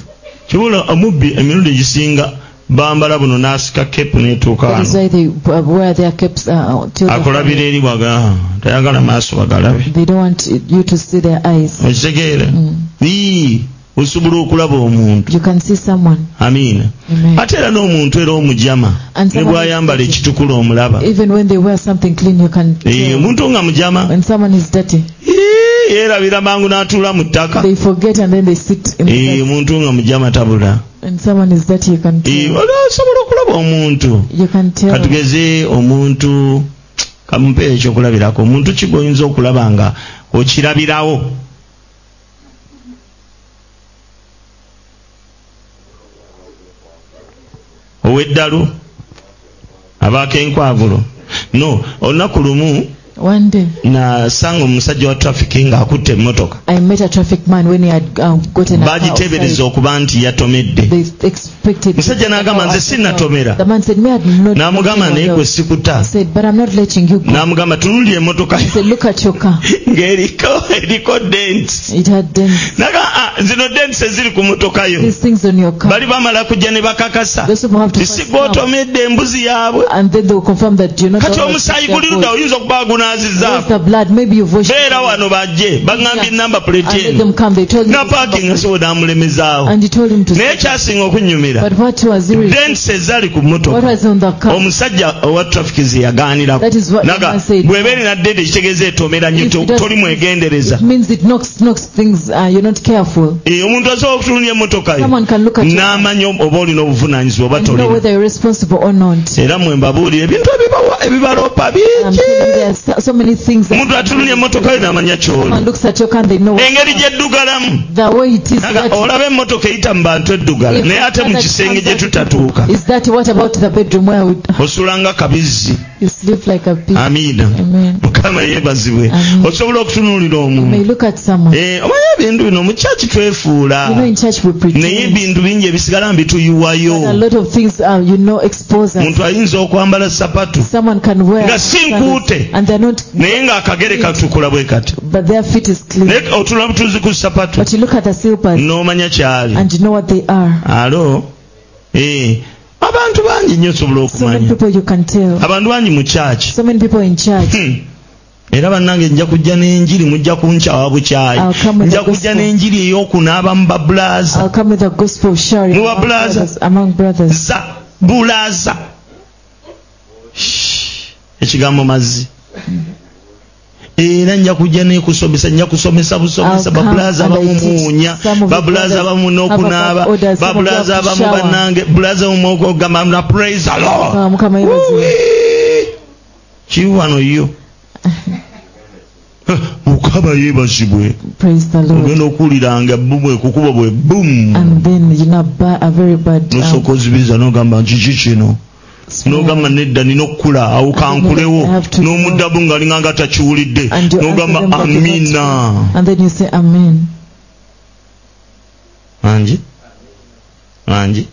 Speaker 1: kibula omubbi emirundi egisinga bambala buno n'asika kepu n'etuuka
Speaker 2: that is
Speaker 1: wano
Speaker 2: why they uh, wear their caps uh, till
Speaker 1: akulabira
Speaker 2: the
Speaker 1: eri waga tayagala maaso bagalabe
Speaker 2: They don't want you to see their eyes.
Speaker 1: okitegeera
Speaker 2: Mm.
Speaker 1: ii osobola okulaba omuntu
Speaker 2: You can see someone.
Speaker 1: amiina
Speaker 2: Amen.
Speaker 1: ate era n'omuntu era omujama
Speaker 2: And
Speaker 1: ne
Speaker 2: someone
Speaker 1: bw'ayambala
Speaker 2: is dirty.
Speaker 1: ekitukula omulaba
Speaker 2: Even when they wear something clean, you can.
Speaker 1: Eh,
Speaker 2: tell.
Speaker 1: omuntu nga mujama
Speaker 2: When someone is dirty,
Speaker 1: Ii, yeerabira mangu n'atuula mu ttaka
Speaker 2: they forget and then they sit. In the
Speaker 1: Eh,
Speaker 2: dust.
Speaker 1: omuntu nga mujama tabula
Speaker 2: When someone is dirty, you can.
Speaker 1: Eh,
Speaker 2: Tell.
Speaker 1: osobola okulaba omuntu
Speaker 2: You can tell.
Speaker 1: katugeze omuntu kamumpe ekyokulabirako omuntu kigoyinza okulaba nga okirabirawo oweddalu abaako enkwavulo no olunaku lumu
Speaker 2: One day.
Speaker 1: nasanga omusajja wa trafiki ng'akutta emmotoka
Speaker 2: I met a traffic man when he had uh, gotten a car
Speaker 1: bagitebereza
Speaker 2: outside.
Speaker 1: okuba nti yatomedde
Speaker 2: They expected.
Speaker 1: Musajja n'agamba, "Nze sinnatomera."
Speaker 2: The man said, "Me had not."
Speaker 1: n'amugamba naye gwe sikuta
Speaker 2: I said, "But I'm not letting you go."
Speaker 1: n'amugamba tunulira emmotoka
Speaker 2: He said, "Look at your car.
Speaker 1: ng'eriko eriko dents
Speaker 2: It had dents.
Speaker 1: naga "Ah, zino dents eziri ku motoka yo
Speaker 2: These things on your car.
Speaker 1: bali bamala kujja ne bakakasa
Speaker 2: Those people have to first
Speaker 1: tisiga
Speaker 2: come,
Speaker 1: otomedde embuzi yaabwe
Speaker 2: and then they will confirm that you're not.
Speaker 1: kati
Speaker 2: the one
Speaker 1: omusaayi
Speaker 2: that
Speaker 1: guli
Speaker 2: took
Speaker 1: ludda
Speaker 2: their vote.
Speaker 1: oyinza okuba
Speaker 2: Where's
Speaker 1: agunaazizzaako
Speaker 2: the blood? Maybe you've washed. it.
Speaker 1: beera wano bajje baŋŋambye enamba
Speaker 2: And
Speaker 1: puleti
Speaker 2: let
Speaker 1: eno
Speaker 2: them come. They told
Speaker 1: nga
Speaker 2: him.
Speaker 1: paakinga siwo n'amulemezaawo
Speaker 2: And he told him to.
Speaker 1: naye ekyasinga okunnyumira
Speaker 2: But what was he?
Speaker 1: dents ezaali ku
Speaker 2: What
Speaker 1: motoka
Speaker 2: was on the car?
Speaker 1: omusajja owa traffic zeyaganirako
Speaker 2: That is what the
Speaker 1: naga
Speaker 2: man said.
Speaker 1: bw'eba erina dede ekitegeeza etomera nnyo
Speaker 2: If it does-
Speaker 1: toli mwegendereza
Speaker 2: It means it knocks knocks things. Uh, you're not careful.
Speaker 1: Eh, omuntu asobola okutunulya emmotoka yo
Speaker 2: Someone can look at you
Speaker 1: n'amanya oba olina obuvunaanyizibwa oba
Speaker 2: and know
Speaker 1: tolina
Speaker 2: whether you're responsible or not.
Speaker 1: era mwe mbabuulira ebintu ebibawa- ebibaloopa
Speaker 2: I'm
Speaker 1: bingi
Speaker 2: telling you, there are so, so many things that
Speaker 1: omuntu atunulya emmotoka yo n'amanya
Speaker 2: someone
Speaker 1: kyoli
Speaker 2: looks at your car Um, and they know what,
Speaker 1: engeri gyeddugalamu
Speaker 2: the way it is
Speaker 1: Naga,
Speaker 2: that
Speaker 1: olaba emmotoka eyita mu bantu eddugala naye ate mu kisenge gye tutatuuka
Speaker 2: is that what about the bedroom where we,
Speaker 1: osula nga kabizzi
Speaker 2: you sleep like a pig?
Speaker 1: amiina
Speaker 2: Amen.
Speaker 1: mukama yeebazibwe
Speaker 2: Amen.
Speaker 1: osobola okutunuulira
Speaker 2: You may
Speaker 1: omuntu
Speaker 2: look at someone.
Speaker 1: Eh, omanyi ebintu bino mu kyaki twefuula
Speaker 2: You know, in church
Speaker 1: naye
Speaker 2: we pretend.
Speaker 1: ebintu bingi ebisigala mbituyiwayo
Speaker 2: But a lot of things are, you know, expose us.
Speaker 1: omuntu ayinza okwambala sapatu
Speaker 2: Someone can wear
Speaker 1: Mm. Nga si nkuute.
Speaker 2: and they're not,
Speaker 1: naye ng'akagere katukula bwe kati
Speaker 2: but their feet is clean.
Speaker 1: naye otula butuzi ku sapatu
Speaker 2: But you look at the slippers
Speaker 1: n'omanya kyali
Speaker 2: and you know what they are.
Speaker 1: alo Eh, abantu bangi nnyo osobola
Speaker 2: So many
Speaker 1: okumanya
Speaker 2: people you can tell.
Speaker 1: abantu bangi mu kyaki
Speaker 2: So many people in church.
Speaker 1: Hmm. era bannange nja kujja n'enjiri mujja kunkyawa bukyayi
Speaker 2: I'll come with
Speaker 1: nja
Speaker 2: the
Speaker 1: kujja
Speaker 2: gospel.
Speaker 1: n'enjiri ey'okunaaba mu
Speaker 2: I'll
Speaker 1: babulaaza
Speaker 2: come with the gospel of sharing
Speaker 1: Mu
Speaker 2: among
Speaker 1: babulaaza.
Speaker 2: brothers, among brothers.
Speaker 1: za bulaaza Shh, ekigambo mazzi era nja kujja nekusomesa nja kusomesa busomesa
Speaker 2: I'll come
Speaker 1: babulaaza
Speaker 2: and I
Speaker 1: abamu
Speaker 2: teach
Speaker 1: muwunya
Speaker 2: some of the
Speaker 1: babulaaza
Speaker 2: brothers
Speaker 1: abamu
Speaker 2: have
Speaker 1: n'okunaaba
Speaker 2: about orders, some of
Speaker 1: babulaaza
Speaker 2: them
Speaker 1: abamu
Speaker 2: shower.
Speaker 1: bannange bulaaza abamu okugamba na praise the lord
Speaker 2: Um, Mukama yeebazibwe.
Speaker 1: Wee! kiwano yo mukama yeebazibwe
Speaker 2: Praise the Lord.
Speaker 1: ogenda okuwuliranga bumu ekukuba bwe bumu
Speaker 2: and then you know ba- a very bad um,
Speaker 1: nosooka ozibiza n'ogamba kiki kino
Speaker 2: smell.
Speaker 1: n'ogamba nedda nina okukula awukankulewo n'omuddamu ng'alinga nga takiwulidde
Speaker 2: and you answer
Speaker 1: n'ogamba
Speaker 2: them that you don't
Speaker 1: amiina
Speaker 2: smell. and then you say amen
Speaker 1: angi angi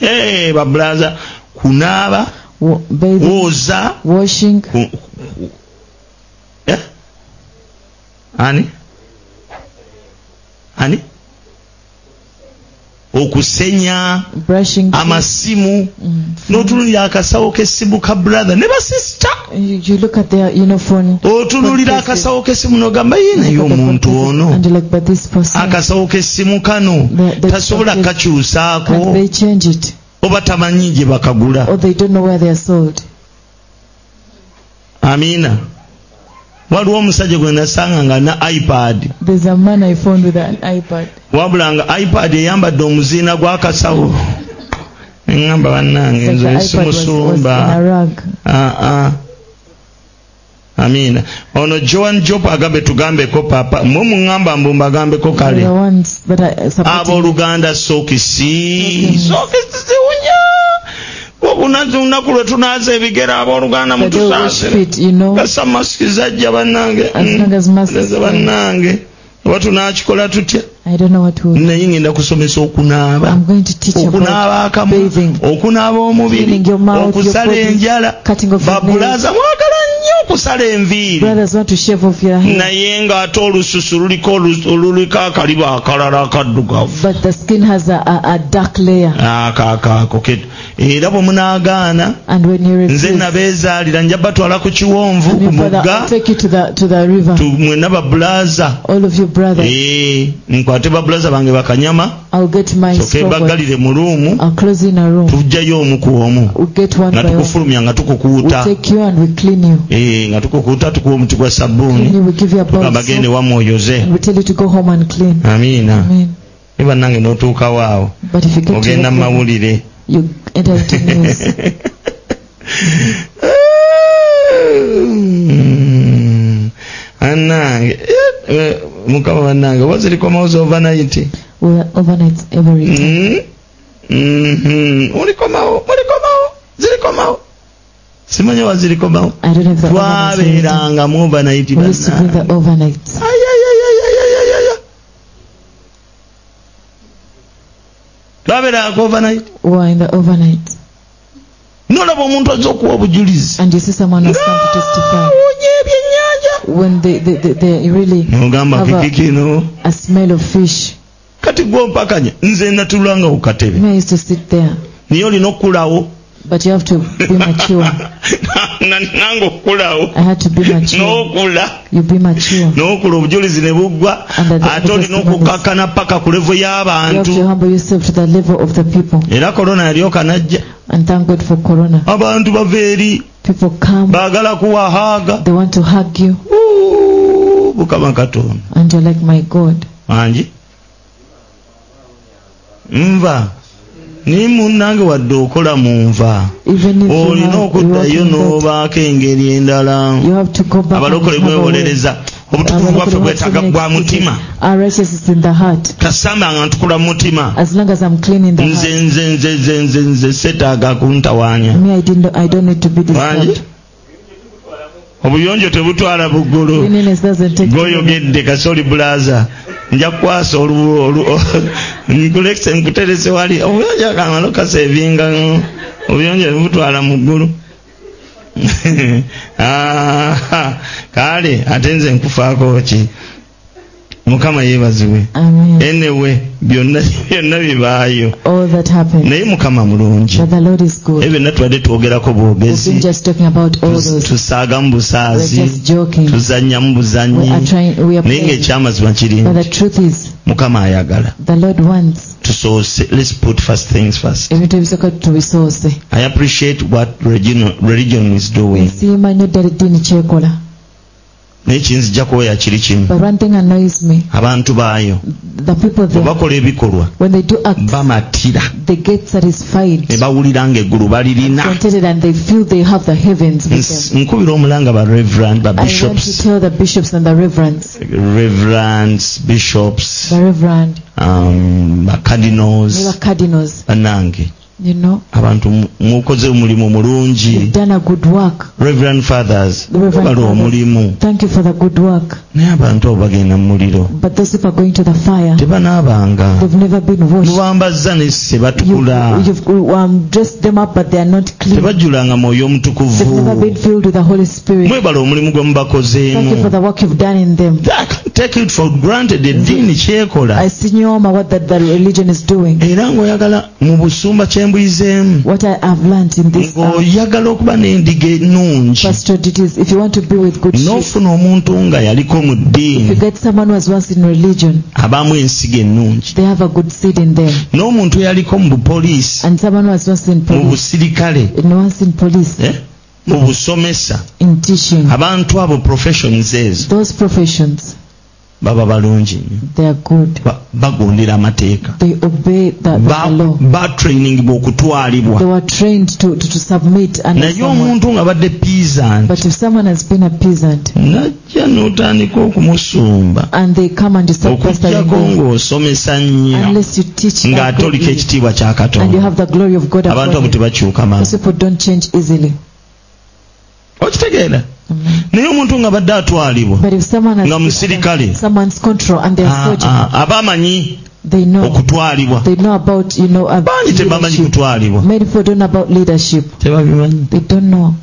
Speaker 1: Eh, babulaza kunaaba
Speaker 2: Wa- bathing,
Speaker 1: wooza
Speaker 2: washing
Speaker 1: ku- ku- eh? ani ani okusenya
Speaker 2: brushing
Speaker 1: amasimu
Speaker 2: Mm.
Speaker 1: n'otunulira akasawo k'essimu ka brother ne basisita
Speaker 2: you, you look at their you know phone
Speaker 1: otunulira akasawo k'essimu n'ogamba ye naye
Speaker 2: look at the
Speaker 1: omuntu
Speaker 2: phone,
Speaker 1: ono
Speaker 2: and you're like but this person
Speaker 1: akasawo k'essimu kano
Speaker 2: The- the-
Speaker 1: tasobola
Speaker 2: can
Speaker 1: kakyusaako
Speaker 2: they change it
Speaker 1: oba tamanyi gye bakagula
Speaker 2: or they don't know where they are sold
Speaker 1: amiina waliwo omusajja gwe nasanga nga na ipad
Speaker 2: there's a man I found with an iPad
Speaker 1: wabula nga ipad eyambadde omuziina gw'akasawo eŋamba bannange
Speaker 2: It's
Speaker 1: nze Ah,
Speaker 2: like the iPad was, was in
Speaker 1: simusumba
Speaker 2: a rug
Speaker 1: aa amiina ono joan job agambe tugambeko papa mwe muŋŋamba mbu mbagambeko kale Ah,
Speaker 2: They're the ones that are supporting
Speaker 1: abooluganda sokisi
Speaker 2: Sokisi.
Speaker 1: sokisi ziwunya obunazi lunaku lwe tunaaza ebigere abooluganda
Speaker 2: that they will wash
Speaker 1: mutusaasire
Speaker 2: feet you know
Speaker 1: gasa masiki zajja bannange
Speaker 2: as long as masks
Speaker 1: eza bannange oba tunakikola tutya
Speaker 2: I don't know what will.
Speaker 1: naye ngenda kusomesa okunaaba
Speaker 2: I'm going to teach about
Speaker 1: okunaaba akamu
Speaker 2: bathing.
Speaker 1: okunaaba omubiri
Speaker 2: Cleaning your mouth, your
Speaker 1: okusala
Speaker 2: body,
Speaker 1: enjala
Speaker 2: cutting off your
Speaker 1: babulaza mwagala nnyo okusala enviiri
Speaker 2: Brothers want to shave off your hair,
Speaker 1: naye ng'ate olususu luliko olu- oluliko akaliba akalala akaddugavu
Speaker 2: but the skin has a, a, a dark layer.
Speaker 1: akaakaako ke- era bwe munaagaana
Speaker 2: And when you
Speaker 1: Eh, nze
Speaker 2: refuse,
Speaker 1: nabeezaalira nja batwala ku kiwonvu ku
Speaker 2: your brother
Speaker 1: mugga
Speaker 2: will take you to the to the river.
Speaker 1: tu- mwenna babulaza
Speaker 2: All of you brothers,
Speaker 1: Eh, nkwate babulaza bange bakanyama
Speaker 2: I'll get my
Speaker 1: soke
Speaker 2: strong one.
Speaker 1: baggalire mu luumu
Speaker 2: I'll close you in a room.
Speaker 1: tujjayo omu ku omu
Speaker 2: We'll get one
Speaker 1: nga
Speaker 2: by one.
Speaker 1: tukufulumya nga tukukuuta
Speaker 2: We'll take you and we clean you.
Speaker 1: Eh, nga tukukuuta tukuwa omuti gwa
Speaker 2: And
Speaker 1: sabbuuni
Speaker 2: we give you a bowl
Speaker 1: gamba
Speaker 2: of
Speaker 1: gende
Speaker 2: soap.
Speaker 1: wamwoyoze
Speaker 2: And we tell you to go home and clean.
Speaker 1: amiina
Speaker 2: Amen.
Speaker 1: ne bannange n'otuukawo awo
Speaker 2: But if you get to
Speaker 1: ogenda mu
Speaker 2: the
Speaker 1: mawulire
Speaker 2: you enter into news.
Speaker 1: annange eh, eh, mukama bannange oba zirikomawo zovanaiti
Speaker 2: We're overnight every day.
Speaker 1: Mhm. Mhm. mulikomawo mulikomawo zirikomawo simanyi wa zirikomawo
Speaker 2: I don't know if the overnight.
Speaker 1: twabeeranga muovanaiti
Speaker 2: We used to do the overnight.
Speaker 1: twabeerangako ovanaiti
Speaker 2: We were in the overnight.
Speaker 1: nolaba omuntu azza okuwa obujulizi
Speaker 2: And you see someone has come to testify.
Speaker 1: ng'awonya ebyennyanja
Speaker 2: When they, they, they, they really
Speaker 1: nogamba
Speaker 2: Ava.
Speaker 1: kikikino
Speaker 2: a smell of fish.
Speaker 1: kati gwompakanya nze natulanga ku katebe
Speaker 2: Me, I used to sit there.
Speaker 1: naye olina okukulawo
Speaker 2: But you have to be mature.
Speaker 1: nange okukulawo
Speaker 2: I had to be mature.
Speaker 1: n'okula
Speaker 2: You be mature.
Speaker 1: n'okula obujulizi ne buggwa ate olina okukakkana paka ku levo
Speaker 2: You have to
Speaker 1: y'abantu
Speaker 2: humble yourself to the level of the people.
Speaker 1: era korona yalyoka najja
Speaker 2: And thank God for Corona.
Speaker 1: abantu bava eri
Speaker 2: People come,
Speaker 1: baagala kuwa haaga
Speaker 2: they want to hug you,
Speaker 1: Uu, mukama katonda
Speaker 2: and you're like, my God.
Speaker 1: wangi nva naye munnange wadde okola mu nva
Speaker 2: Even if Oh, you,
Speaker 1: olina
Speaker 2: have, you,
Speaker 1: okuddayo
Speaker 2: walk in that,
Speaker 1: n'obaako engeri endala
Speaker 2: you have to go back. and
Speaker 1: abalokole
Speaker 2: have a way.
Speaker 1: mwewolereza obutukuvu bwaffe bwetaaga gwa mutima
Speaker 2: Our righteousness in the heart.
Speaker 1: tasambanga ntukula mu mutima
Speaker 2: As long as I'm clean in the
Speaker 1: nze
Speaker 2: heart,
Speaker 1: nze nze nze nze nze setaaga kuntawaanya
Speaker 2: me I didn't I don't need to be
Speaker 1: wangi
Speaker 2: disturbed.
Speaker 1: obuyonjo tebutwala buggulu
Speaker 2: Cleanliness doesn't take time.
Speaker 1: gweoyogedde kasoli bulaza nja kukwasa olubu- olu- nkulekise nkuterese wali obuyonjo akamala okasevinga obuyonjo ebutwala mu ggulu Aha, kale ate nze nkufaako ki mukama yeebazibwe
Speaker 2: Amen.
Speaker 1: enewe byonna byonna bibaayo
Speaker 2: All that happened.
Speaker 1: naye mukama mulungi
Speaker 2: But the Lord is
Speaker 1: ebyo
Speaker 2: good.
Speaker 1: byonna tubadde twogerako
Speaker 2: We've
Speaker 1: bwogezi
Speaker 2: been just talking about all
Speaker 1: Tus-
Speaker 2: those.
Speaker 1: tusaaga mu
Speaker 2: We're
Speaker 1: busaazi
Speaker 2: just joking.
Speaker 1: tuzannyamu buzannyi
Speaker 2: We are trying we are
Speaker 1: naye
Speaker 2: praying.
Speaker 1: ngaekyamazima kiri
Speaker 2: But the
Speaker 1: nti
Speaker 2: truth is
Speaker 1: mukama ayagala
Speaker 2: the Lord wants
Speaker 1: tusoose lets put first things first
Speaker 2: ebintu ebisoka tubisoose.
Speaker 1: i appreciate what region, religion is doing
Speaker 2: Siima nnyo ddala eddiini kyekola.
Speaker 1: naye kinzija kwoya kiri kimu
Speaker 2: But one thing annoys me,
Speaker 1: abantu baayo
Speaker 2: the
Speaker 1: bwe
Speaker 2: people there
Speaker 1: bakola ebikolwa
Speaker 2: when they do acts
Speaker 1: bamatira
Speaker 2: they get satisfied.
Speaker 1: ne bawulira ngaeggulu balirina
Speaker 2: contented and they feel they have the heavens with
Speaker 1: Nsi-
Speaker 2: them.
Speaker 1: nkubira omulanga ba reverend ba
Speaker 2: I want to
Speaker 1: bishops
Speaker 2: tell the bishops and the reverends,
Speaker 1: reverends bishops
Speaker 2: the reverend,
Speaker 1: um, ba
Speaker 2: they were
Speaker 1: cardinals
Speaker 2: cardinals,
Speaker 1: banange
Speaker 2: you know,
Speaker 1: abantu mu- mukoze omulimu
Speaker 2: they've
Speaker 1: mulungi
Speaker 2: done a good work.
Speaker 1: reverend fathers
Speaker 2: Reverend
Speaker 1: bali
Speaker 2: fathers.
Speaker 1: omulimu
Speaker 2: Thank you for the good work.
Speaker 1: naye abantu abo bagenda mu muliro
Speaker 2: But those people are going to the fire,
Speaker 1: tebanaabanga
Speaker 2: they've never been washed.
Speaker 1: mubambazza nese
Speaker 2: You,
Speaker 1: batukula
Speaker 2: you've um, dressed them up, but they are not clean.
Speaker 1: tebajulanga mwoyo omutukuvu
Speaker 2: They've never been filled with the Holy Spirit.
Speaker 1: mwebala omulimu gwe
Speaker 2: Thank you for
Speaker 1: mubakozeemu
Speaker 2: the work you've done in them.
Speaker 1: That- take it for granted eddiini
Speaker 2: I
Speaker 1: kyekola
Speaker 2: see nyoma what that the religion is doing.
Speaker 1: era ng'oyagala mu busumba kyembuyizeemu
Speaker 2: What I have learnt in this uh,
Speaker 1: ng'oyagala okuba n'endiga ennungi
Speaker 2: pastoral duties, if you want to be with good sheep,
Speaker 1: n'ofuna omuntu nga yaliko mu
Speaker 2: You
Speaker 1: ddiini
Speaker 2: get someone who was once in religion,
Speaker 1: abaamu ensigo ennungi
Speaker 2: they have a good seed in them.
Speaker 1: n'omuntu eyaliko mu bupoliisi
Speaker 2: And someone who was once in
Speaker 1: mu
Speaker 2: police,
Speaker 1: busirikale
Speaker 2: and once in police,
Speaker 1: eh, mu busomesa
Speaker 2: in teaching.
Speaker 1: abantu abo professions ezo
Speaker 2: Those professions,
Speaker 1: baba balungi nnyo
Speaker 2: they are good.
Speaker 1: Ba- bagondera amateeka
Speaker 2: They obey the, the law.
Speaker 1: batrainingibwa
Speaker 2: They
Speaker 1: okutwalibwa
Speaker 2: were trained to, to, to submit under
Speaker 1: naye
Speaker 2: someone.
Speaker 1: omuntu nga badde piizanti
Speaker 2: But if someone has been a peasant
Speaker 1: najja n'otandika okumusumba
Speaker 2: and they come and disturb pastor in
Speaker 1: okuggyako
Speaker 2: them,
Speaker 1: ng'osomesa nnyo
Speaker 2: unless you teach them
Speaker 1: ng'atolika
Speaker 2: properly
Speaker 1: ekitiibwa kya
Speaker 2: and you
Speaker 1: katonda
Speaker 2: have the glory of God
Speaker 1: abantu abo
Speaker 2: upon you,
Speaker 1: tebakyuka
Speaker 2: those
Speaker 1: mangu
Speaker 2: people don't change easily.
Speaker 1: okitegeera
Speaker 2: Amen.
Speaker 1: naye omuntu nga badde atwalibwa
Speaker 2: But if someone
Speaker 1: nga
Speaker 2: has
Speaker 1: musirikale
Speaker 2: someone's control and they're
Speaker 1: ah,
Speaker 2: soldier,
Speaker 1: ah, aba amanyi
Speaker 2: they know
Speaker 1: okutwalibwa
Speaker 2: they know about you know about
Speaker 1: bangi tebamanyi
Speaker 2: leadership.
Speaker 1: kutwalibwa
Speaker 2: Many people don't know about leadership.
Speaker 1: tebabimanyi
Speaker 2: They don't know.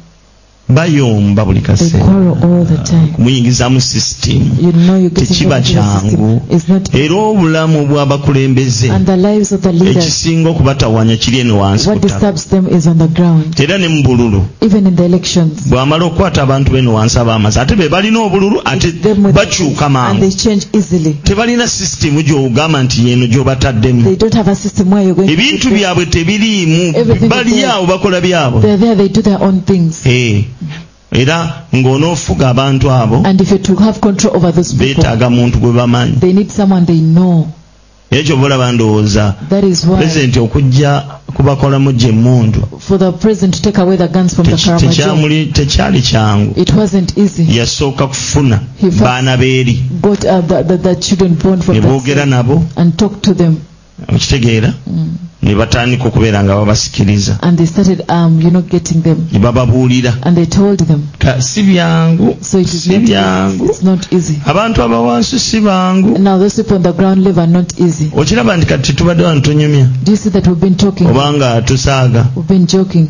Speaker 1: bayomba buli
Speaker 2: They
Speaker 1: kaseera
Speaker 2: quarrel all the time.
Speaker 1: kumuyingizamu sisitimu
Speaker 2: You know you get
Speaker 1: Tekiba kyangu.
Speaker 2: It's not
Speaker 1: era obulamu obw'abakulembeze
Speaker 2: and the lives of the leaders.
Speaker 1: ekisinga okubatawanya kiri eno wansi ku
Speaker 2: What
Speaker 1: ttaka
Speaker 2: disturbs them is on the ground,
Speaker 1: era ne mu bululu
Speaker 2: even in the elections,
Speaker 1: bw'amala okukwata abantu beno wansi ab'amazzi ate be balina obululu ate
Speaker 2: them with-
Speaker 1: bakyuka
Speaker 2: and
Speaker 1: mangu
Speaker 2: they change easily.
Speaker 1: tebalina sisitimu gy'ogamba nti yeno gy'obataddemu
Speaker 2: They don't have a system where you're going. to
Speaker 1: ebintu byabwe tebiriimu
Speaker 2: Everything is
Speaker 1: bali
Speaker 2: there.
Speaker 1: awo bakola byabwe
Speaker 2: They're there. They do their own things.
Speaker 1: Eh, era ng'onoofuga abantu abo
Speaker 2: And if you're to have control over those people,
Speaker 1: beetaaga muntu gwe bamanyi
Speaker 2: they need someone they know.
Speaker 1: ekyo bulaba ndowooza
Speaker 2: That is why
Speaker 1: pulezidenti okujja kubakolamu gye emmundu
Speaker 2: for the president to take away the guns from the
Speaker 1: teki-
Speaker 2: Karamajong,
Speaker 1: tekyamuli- tekyali kyangu
Speaker 2: it wasn't easy.
Speaker 1: yasooka kufuna
Speaker 2: He first-
Speaker 1: baana beeri
Speaker 2: Got uh, the, the, the children born from
Speaker 1: ne
Speaker 2: that
Speaker 1: boogera
Speaker 2: seed
Speaker 1: nabo
Speaker 2: and talked to them,
Speaker 1: okitegeera
Speaker 2: Mm.
Speaker 1: ne batandika okubeera nga babasikiriza
Speaker 2: and they started, um, you know, getting them,
Speaker 1: ne bababuulira
Speaker 2: and they told them.
Speaker 1: Ka- si byangu
Speaker 2: So it is
Speaker 1: si
Speaker 2: not easy.
Speaker 1: byangu
Speaker 2: It's not easy.
Speaker 1: abantu abawansi si bangu
Speaker 2: Now those people on the ground live are not easy.
Speaker 1: okiraba nti kati tubadde wano tunyumya
Speaker 2: Do you see that we've been talking?
Speaker 1: obanga tusaaga
Speaker 2: We've been joking.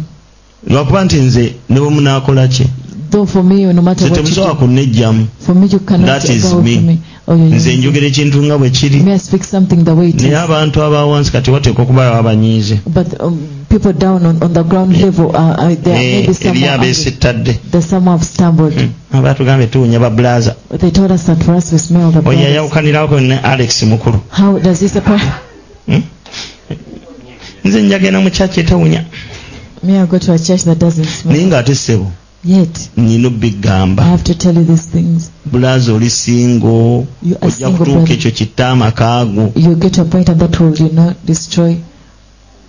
Speaker 1: lwakuba nti nze ne bwe munaakola ki
Speaker 2: Though for me, no matter
Speaker 1: nze
Speaker 2: what you
Speaker 1: temusobola
Speaker 2: do,
Speaker 1: kunnejjamu
Speaker 2: for me you cannot
Speaker 1: That
Speaker 2: take
Speaker 1: is
Speaker 2: away
Speaker 1: me.
Speaker 2: from me. Oh, yeah,
Speaker 1: nze
Speaker 2: yeah.
Speaker 1: njogera ekintu nga bwe kiri
Speaker 2: May I speak something the way it
Speaker 1: naye
Speaker 2: is?
Speaker 1: abantu abawansi kati bateeka okubayo abanyiize
Speaker 2: But um, people down on, on the ground level, are, are there
Speaker 1: Eh,
Speaker 2: maybe some
Speaker 1: eri
Speaker 2: are angry.
Speaker 1: abeesittadde
Speaker 2: There's some who have stumbled.
Speaker 1: Hmm. abatugambye tuwunya babulaza
Speaker 2: They told us that for us we smell the
Speaker 1: oyo
Speaker 2: brothers.
Speaker 1: yayawukanirako ne alex mukulu
Speaker 2: How does this apply?
Speaker 1: Hmm? nze njagenda mu kyaki etawunya
Speaker 2: May I go to a church that doesn't smell?
Speaker 1: naye ng'ate ssebo
Speaker 2: Yet,
Speaker 1: nina
Speaker 2: I
Speaker 1: obbigamba
Speaker 2: have to tell you these things.
Speaker 1: bulaza oli singo
Speaker 2: You are
Speaker 1: ojja
Speaker 2: single
Speaker 1: kutuuka
Speaker 2: brother.
Speaker 1: ekyo kitta amakaago
Speaker 2: You get to a point and that will, you know, destroy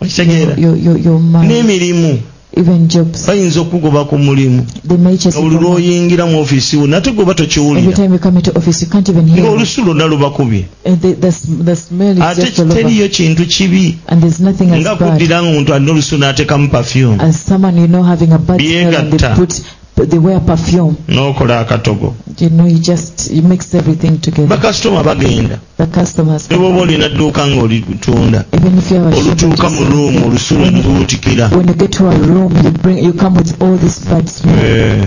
Speaker 1: okitegeera
Speaker 2: your, your, your marriage,
Speaker 1: n'emirimu
Speaker 2: even jobs.
Speaker 1: bayinza okugoba ku mulimu
Speaker 2: They may chase
Speaker 1: nga buli
Speaker 2: you from-
Speaker 1: lwoyingira mu ofiisi wo nate goba
Speaker 2: Every
Speaker 1: tokiwulira
Speaker 2: time you come into office, you can't even hear. it.
Speaker 1: ng'olusu lwonna lubakubye
Speaker 2: And the, the, sm- the smell is
Speaker 1: ate
Speaker 2: just all over.
Speaker 1: teriyo kintu kibi
Speaker 2: And there's nothing as
Speaker 1: nga
Speaker 2: bad
Speaker 1: kuddira nga omuntu alina olusu n'ateekamu pafyumu
Speaker 2: as someone, you know, having a bad smell and they
Speaker 1: Byegatta.
Speaker 2: put, but they wear perfume.
Speaker 1: n'okola akatogo
Speaker 2: You know, you just, you mix everything together.
Speaker 1: bakasitoma bagenda
Speaker 2: The customers
Speaker 1: ne bwoba olina dduuka ng'olitunda
Speaker 2: even if you have a
Speaker 1: olutuuka mu
Speaker 2: shop,
Speaker 1: luumu olusula ne lubuutikira
Speaker 2: when you get to a room you bring you come with all this bad smell
Speaker 1: Eh,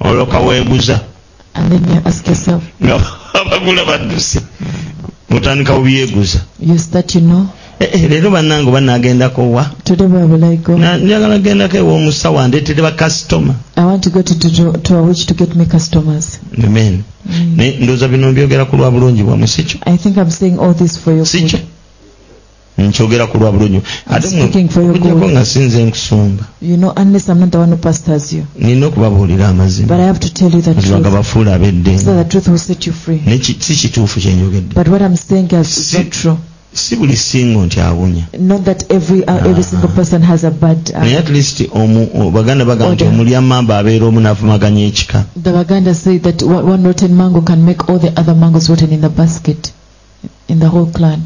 Speaker 1: olwo kaweeguza
Speaker 2: and then you ask yourself
Speaker 1: nga abagula badduse otandika bubyeguza
Speaker 2: you start you know
Speaker 1: Eh, eh, leero bannange banaagendako wa
Speaker 2: today where will I go
Speaker 1: Na- njagala gendako ew'omusawo ndeetere bakasitoma
Speaker 2: I want to go to to, to a witch to get me customers
Speaker 1: amen naye ndowooza bino mbyogera ku lwa bulungi bwamu sikyo
Speaker 2: I think I'm saying all this for your
Speaker 1: sikyo
Speaker 2: good
Speaker 1: nkyogera ku lwa bulungi ate mwe-
Speaker 2: speaking for your
Speaker 1: kujjako
Speaker 2: good.
Speaker 1: nga sinze nkusumba
Speaker 2: you know unless I'm not the one who pastors you
Speaker 1: nina okubabuulira amazima
Speaker 2: but I have to tell you the
Speaker 1: mazima
Speaker 2: truth
Speaker 1: gabafuula
Speaker 2: so
Speaker 1: ab'eddembe
Speaker 2: the truth will set you free
Speaker 1: Ne ki- si kituufu kyenjogedde
Speaker 2: but what I'm saying is is
Speaker 1: Si-
Speaker 2: not true
Speaker 1: si buli singo nti awunya
Speaker 2: not that every uh, every single person has a bad
Speaker 1: naye
Speaker 2: uh,
Speaker 1: at least omu- o- baganda bagamba nti
Speaker 2: Order.
Speaker 1: omulya mamba abeera omunaavumaganya ekika
Speaker 2: The Waganda say that one one rotten mango can make all the other mangoes rotten in the basket, in the whole clan.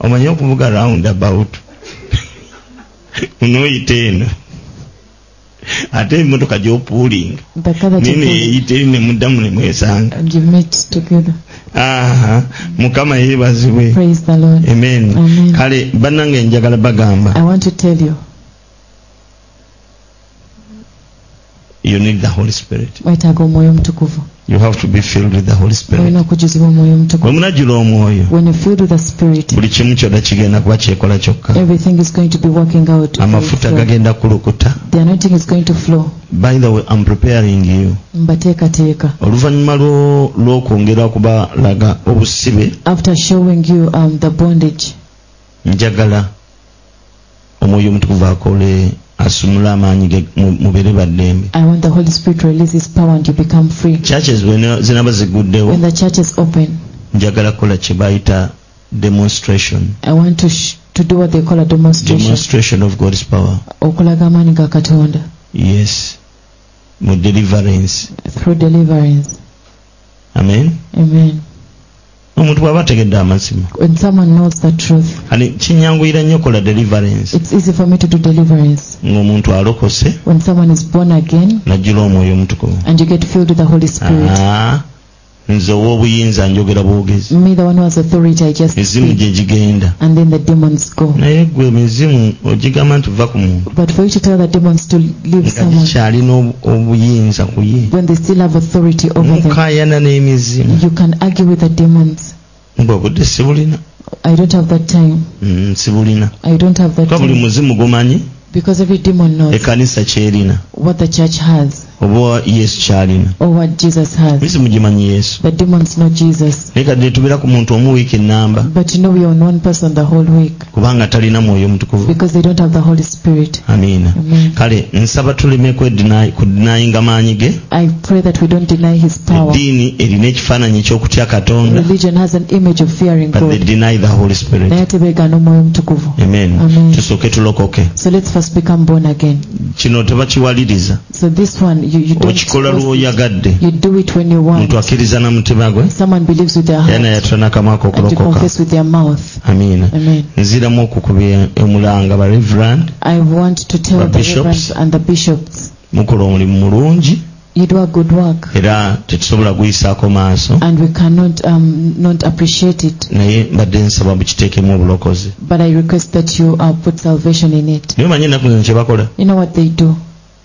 Speaker 1: omanye okuvuga round about unooyita eno ate emmotoka gy'opuulinga
Speaker 2: The car that
Speaker 1: naye
Speaker 2: you pull
Speaker 1: neyeyita eri nemuddamu nemwesanga
Speaker 2: and you meet together.
Speaker 1: aha mukama yeebazibwe
Speaker 2: Praise the Lord.
Speaker 1: amen
Speaker 2: Amen. Ah.
Speaker 1: kale bannange njagala bagamba
Speaker 2: I want to tell you,
Speaker 1: you need the holy spirit
Speaker 2: wetaaga omwoyo omutukuvu.
Speaker 1: you have to be filled with the holy
Speaker 2: Olina
Speaker 1: spirit
Speaker 2: okujuzibwa omwoyo
Speaker 1: bwe
Speaker 2: omutukuvu.
Speaker 1: munajjula omwoyo
Speaker 2: When you're filled with the Spirit,
Speaker 1: buli kimu kyonna kigenda kuba kyekola kyokka
Speaker 2: everything is going to be working out.
Speaker 1: amafuta
Speaker 2: Flow.
Speaker 1: gagenda kulukuta
Speaker 2: The anointing is going to flow.
Speaker 1: by the way i'm preparing you
Speaker 2: Mbateekateeka.
Speaker 1: oluvannyuma lwo- lw'okwongera kubalaga obusibe
Speaker 2: After showing you um, the bondage,
Speaker 1: njagala omwoyo omutukuvu akole asumule amaanyi ge mu- mubeere baddembe
Speaker 2: I want the Holy Spirit to release His power and you become free.
Speaker 1: churches bwena- zinaba ziguddewo
Speaker 2: When the church is open,
Speaker 1: njagala kukola kye bayita demonstration
Speaker 2: I want to sh- to do what they call a demonstration
Speaker 1: demonstration of god's power
Speaker 2: okulaga amaanyi ga katonda
Speaker 1: yes mu deliverance
Speaker 2: through deliverance
Speaker 1: amen
Speaker 2: amen
Speaker 1: omuntu bw'aba ategedde amazima
Speaker 2: When someone knows the truth,
Speaker 1: kati kinyanguyira nnyo kola deliverance
Speaker 2: it's easy for me to do deliverance.
Speaker 1: ng'omuntu alokose
Speaker 2: When someone is born again
Speaker 1: najjula omwoyo omutukuvu
Speaker 2: and you get filled with the Holy Spirit,
Speaker 1: Ah, nze ow'obuyinza njogera bwogezi
Speaker 2: me, the one who has authority, I just
Speaker 1: ezimu
Speaker 2: speak,
Speaker 1: gye gigenda
Speaker 2: and then the demons go.
Speaker 1: naye gwe mizimu ogigamba nti va ku muntu
Speaker 2: But for you to tell the demons to leave
Speaker 1: nga
Speaker 2: someone
Speaker 1: gikyalina obu- obuyinza ku ye
Speaker 2: when they still have authority over them,
Speaker 1: mukayana n'emizimu
Speaker 2: you can argue with the demons.
Speaker 1: mbwe obudde sibulina
Speaker 2: I don't have that time.
Speaker 1: Mm, sibulina
Speaker 2: I don't have that
Speaker 1: ka buli
Speaker 2: time.
Speaker 1: muzimu gumanyi
Speaker 2: Because every demon knows
Speaker 1: ekkanisa kyerina
Speaker 2: what the church has
Speaker 1: oba yesu kyalina
Speaker 2: or what Jesus has.
Speaker 1: mizimu gimanyi yesu
Speaker 2: The demons know Jesus.
Speaker 1: naye kadde tubeera ku muntu omu wiiki enamba
Speaker 2: But you know, we own one person the whole week
Speaker 1: kubanga talina mwoyo mutukuvu
Speaker 2: because they don't have the Holy Spirit.
Speaker 1: amiina
Speaker 2: Amen.
Speaker 1: kale nsaba tuleme kwedinayi- kudinayinga maanyi ge
Speaker 2: I pray that we don't deny His power.
Speaker 1: eddiini erina ekifaananyi ekyokutya katonda
Speaker 2: Religion has an image of fearing
Speaker 1: but they
Speaker 2: God.
Speaker 1: deny the holy spirit
Speaker 2: Naye tebeegaana Omwoyo Omutukuvu.
Speaker 1: amen
Speaker 2: Amen.
Speaker 1: tusooke tulokoke
Speaker 2: So let's first become born again.
Speaker 1: kino tebakiwaliriza
Speaker 2: So this one, you, you don't.
Speaker 1: okikola
Speaker 2: force it.
Speaker 1: lwoyagadde
Speaker 2: You do it when you want.
Speaker 1: omuntu akkiriza na mutima gwe
Speaker 2: Someone believes with their
Speaker 1: era naye
Speaker 2: heart
Speaker 1: atulana akamwaka
Speaker 2: and to
Speaker 1: okulokoka
Speaker 2: confess with their mouth.
Speaker 1: amiina
Speaker 2: Amen.
Speaker 1: nziramu okukuba e- omulanga ba reverand
Speaker 2: I want to tell
Speaker 1: The
Speaker 2: the
Speaker 1: bishops.
Speaker 2: reverends and the bishops,
Speaker 1: mukola omulimu mulungi
Speaker 2: you do a good work,
Speaker 1: era tetusobola guyisaako maaso
Speaker 2: and we cannot um, not appreciate it.
Speaker 1: naye mbadde nsaba bukiteekemu obulokozi
Speaker 2: But I request that you uh, put salvation in it.
Speaker 1: naye manye ennaku zino kye bakola
Speaker 2: You know what they do.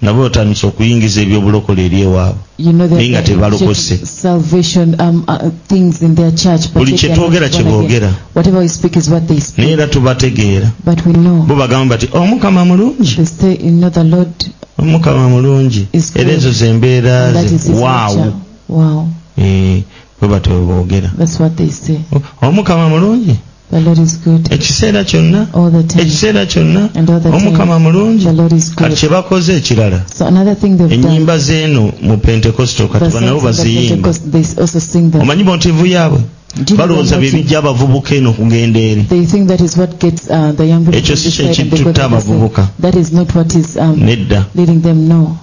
Speaker 1: nabo batandisa okuyingiza ebyobulokole eri ewaabwe
Speaker 2: You know
Speaker 1: Naye nga
Speaker 2: that
Speaker 1: tebalokose.
Speaker 2: salvation um, uh, things in their church, but
Speaker 1: buli
Speaker 2: yet
Speaker 1: kye
Speaker 2: they are
Speaker 1: twogera
Speaker 2: not
Speaker 1: kye
Speaker 2: born again.
Speaker 1: boogera
Speaker 2: whatever we speak is what they
Speaker 1: naye
Speaker 2: speak.
Speaker 1: era tubategeera
Speaker 2: But we know
Speaker 1: bo bagamba bati omukama mulungi
Speaker 2: they say, you know, the Lord,
Speaker 1: omukama mulungi
Speaker 2: Is good.
Speaker 1: era ezo zembeera
Speaker 2: and that
Speaker 1: ze
Speaker 2: is His
Speaker 1: waawo
Speaker 2: nature. Wow,
Speaker 1: Eh, bwe batyo bwe boogera
Speaker 2: that's what they say.
Speaker 1: O- omukama mulungi
Speaker 2: The Lord is good
Speaker 1: ekiseera kyonna
Speaker 2: all the time,
Speaker 1: ekiseera kyonna
Speaker 2: and all the
Speaker 1: omukama
Speaker 2: time,
Speaker 1: mulungi
Speaker 2: the Lord is
Speaker 1: kati
Speaker 2: good.
Speaker 1: kye bakoze ekirala
Speaker 2: So another thing they've done.
Speaker 1: ennyimba zeeno mu pentekosito
Speaker 2: The
Speaker 1: kati banabo
Speaker 2: sons of the
Speaker 1: baziyimba
Speaker 2: Pentecost, they also sing them.
Speaker 1: omanyi bontivu yaabwe
Speaker 2: Do you know
Speaker 1: balowooza
Speaker 2: what
Speaker 1: bye
Speaker 2: it-
Speaker 1: bijja abavubuka eno okugenda eri
Speaker 2: They think that is what gets uh, the young people
Speaker 1: Ekyo
Speaker 2: to
Speaker 1: si kye
Speaker 2: decide and they go
Speaker 1: kitutta
Speaker 2: to the side.
Speaker 1: abavubuka.
Speaker 2: That is not what is um,
Speaker 1: nedda
Speaker 2: leading them, no.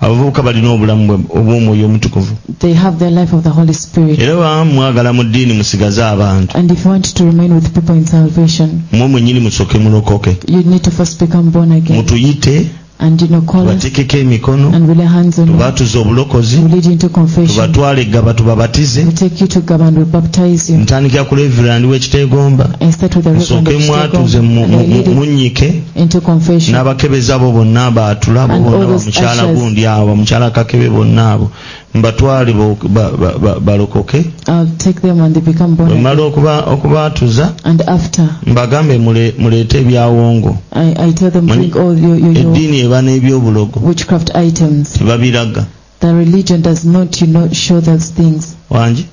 Speaker 1: abavubuka balina obulamu bwe- obw'omwoyo omutukuvu
Speaker 2: They have their life of the Holy Spirit.
Speaker 1: era baba mwagala mu ddiini musigaze abantu
Speaker 2: And if you want to remain with people in salvation,
Speaker 1: mwe mwennyini musooke mulokoke
Speaker 2: you need to first become born again.
Speaker 1: mutuyite
Speaker 2: And you know, call us
Speaker 1: tubateekeko emikono
Speaker 2: and we lay hands on you.
Speaker 1: tubatuza obulokozi
Speaker 2: We lead you into confession.
Speaker 1: tubatwale egaba tubabatize
Speaker 2: We take you to God and we baptize you.
Speaker 1: ntandikira ku levirand w'ekiteegomba
Speaker 2: I start with the reverend
Speaker 1: musooke
Speaker 2: of
Speaker 1: mwatuze
Speaker 2: Chicago,
Speaker 1: mu-
Speaker 2: and I
Speaker 1: mu-
Speaker 2: lead
Speaker 1: mu-
Speaker 2: you
Speaker 1: munyiike
Speaker 2: into confession.
Speaker 1: n'abakebezi abo bonna abaatula abo
Speaker 2: And
Speaker 1: bonna
Speaker 2: all those
Speaker 1: bamukyala
Speaker 2: ushers.
Speaker 1: gundi abo bamukyala kakebe bonna abo mbatwale bo- ba- ba- ba- balokoke
Speaker 2: I'll take them and they become born
Speaker 1: bwe
Speaker 2: again.
Speaker 1: mmala okuba- okubaatuza
Speaker 2: And after,
Speaker 1: mbagambe mule- muleete ebyawongo
Speaker 2: I, I tell them
Speaker 1: Mani-
Speaker 2: bring all your, your, your
Speaker 1: eddiini eba n'ebyobulogo
Speaker 2: witchcraft items.
Speaker 1: tebabiraga
Speaker 2: The religion does not, you know, show those things.
Speaker 1: wangi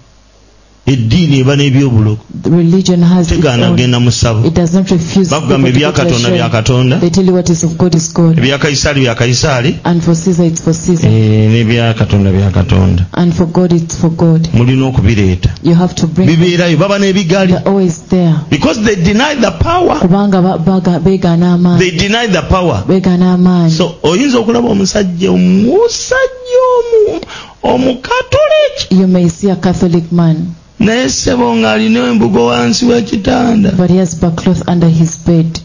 Speaker 1: eddiini eba n'ebyobulogo
Speaker 2: The religion has its
Speaker 1: tegaana
Speaker 2: own.
Speaker 1: kgenda mu ssabo
Speaker 2: It does not refuse.
Speaker 1: bakugamba
Speaker 2: people to
Speaker 1: ebya
Speaker 2: go to the
Speaker 1: katonda
Speaker 2: shrine.
Speaker 1: bya katonda
Speaker 2: They tell you what is of God is God,
Speaker 1: ebya kayisaali bya kayisaali
Speaker 2: and for Caesar it's for Caesar,
Speaker 1: eh, n'ebya katonda bya katonda
Speaker 2: and for God it's for God.
Speaker 1: mulina okubireeta
Speaker 2: You have to bring. them.
Speaker 1: bibeerayo baba n'ebigali
Speaker 2: They're always there.
Speaker 1: because they deny the power
Speaker 2: Kubanga ba- baga- beegaana amaanyi.
Speaker 1: they deny the power
Speaker 2: Beegaana amaanyi.
Speaker 1: so oyinza okulaba omusajja omusajja omu- omukatoliki
Speaker 2: You may see a Catholic man,
Speaker 1: naye ssebo ng'alina embugo wansi w'ekitanda
Speaker 2: but he has backcloth under his bed,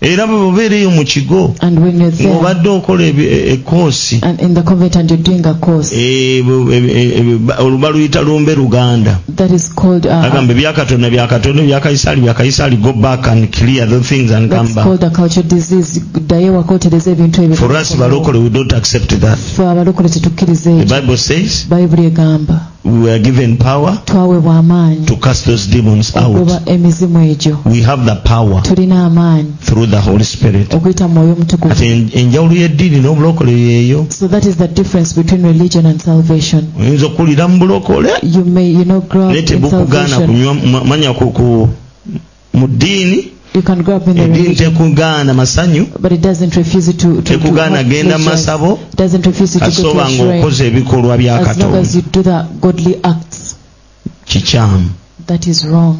Speaker 1: era bwe bobeereyo mu kigo
Speaker 2: and when you're there,
Speaker 1: ng'obadde okola ebi- e- ekoosi
Speaker 2: and in the convent, and you're doing a course.
Speaker 1: e- bu- e- e- e- ba- olu- baluyita lumbe luganda
Speaker 2: that is called uh,
Speaker 1: agamba ebyakatonda byakatonda ebyakayisaali byakayisaali go back and clear the things and come
Speaker 2: that's
Speaker 1: back
Speaker 2: called a culture disease ddayo wakotereza ebintu ebyo
Speaker 1: for us balokole we don't accept that
Speaker 2: Ffe abalokole tetukkiriza
Speaker 1: the
Speaker 2: ekyo
Speaker 1: bible says
Speaker 2: bayibuli egamba
Speaker 1: we were given power
Speaker 2: twaweebwa amaanyi
Speaker 1: to cast those demons
Speaker 2: okuba
Speaker 1: out
Speaker 2: emizimu egyo
Speaker 1: we have the power
Speaker 2: tulina amaanyi
Speaker 1: through the holy spirit
Speaker 2: okuyita mwoyo omutukuvu
Speaker 1: kati en- enjawulo y'eddiini n'obulokole yeeyo
Speaker 2: so that is the difference between religion and salvation
Speaker 1: oyinza okuwulira mu bulokole
Speaker 2: you may you know grow up
Speaker 1: naye
Speaker 2: in
Speaker 1: tebukugaana
Speaker 2: salvation
Speaker 1: kunywa ma- manya ku- ku- mu ddiini
Speaker 2: you can grow up in the
Speaker 1: eddiini
Speaker 2: religion
Speaker 1: tekugaana masanyu
Speaker 2: but it doesn't refuse you to, to, to
Speaker 1: tekugaana
Speaker 2: have
Speaker 1: genda mu
Speaker 2: pleasures.
Speaker 1: masabo
Speaker 2: doesn't refuse you to go to
Speaker 1: kasoba
Speaker 2: a shrine
Speaker 1: ng'okoze ebikolwa bya
Speaker 2: as long
Speaker 1: katonda
Speaker 2: as you do the godly acts
Speaker 1: kikyamu
Speaker 2: that is wrong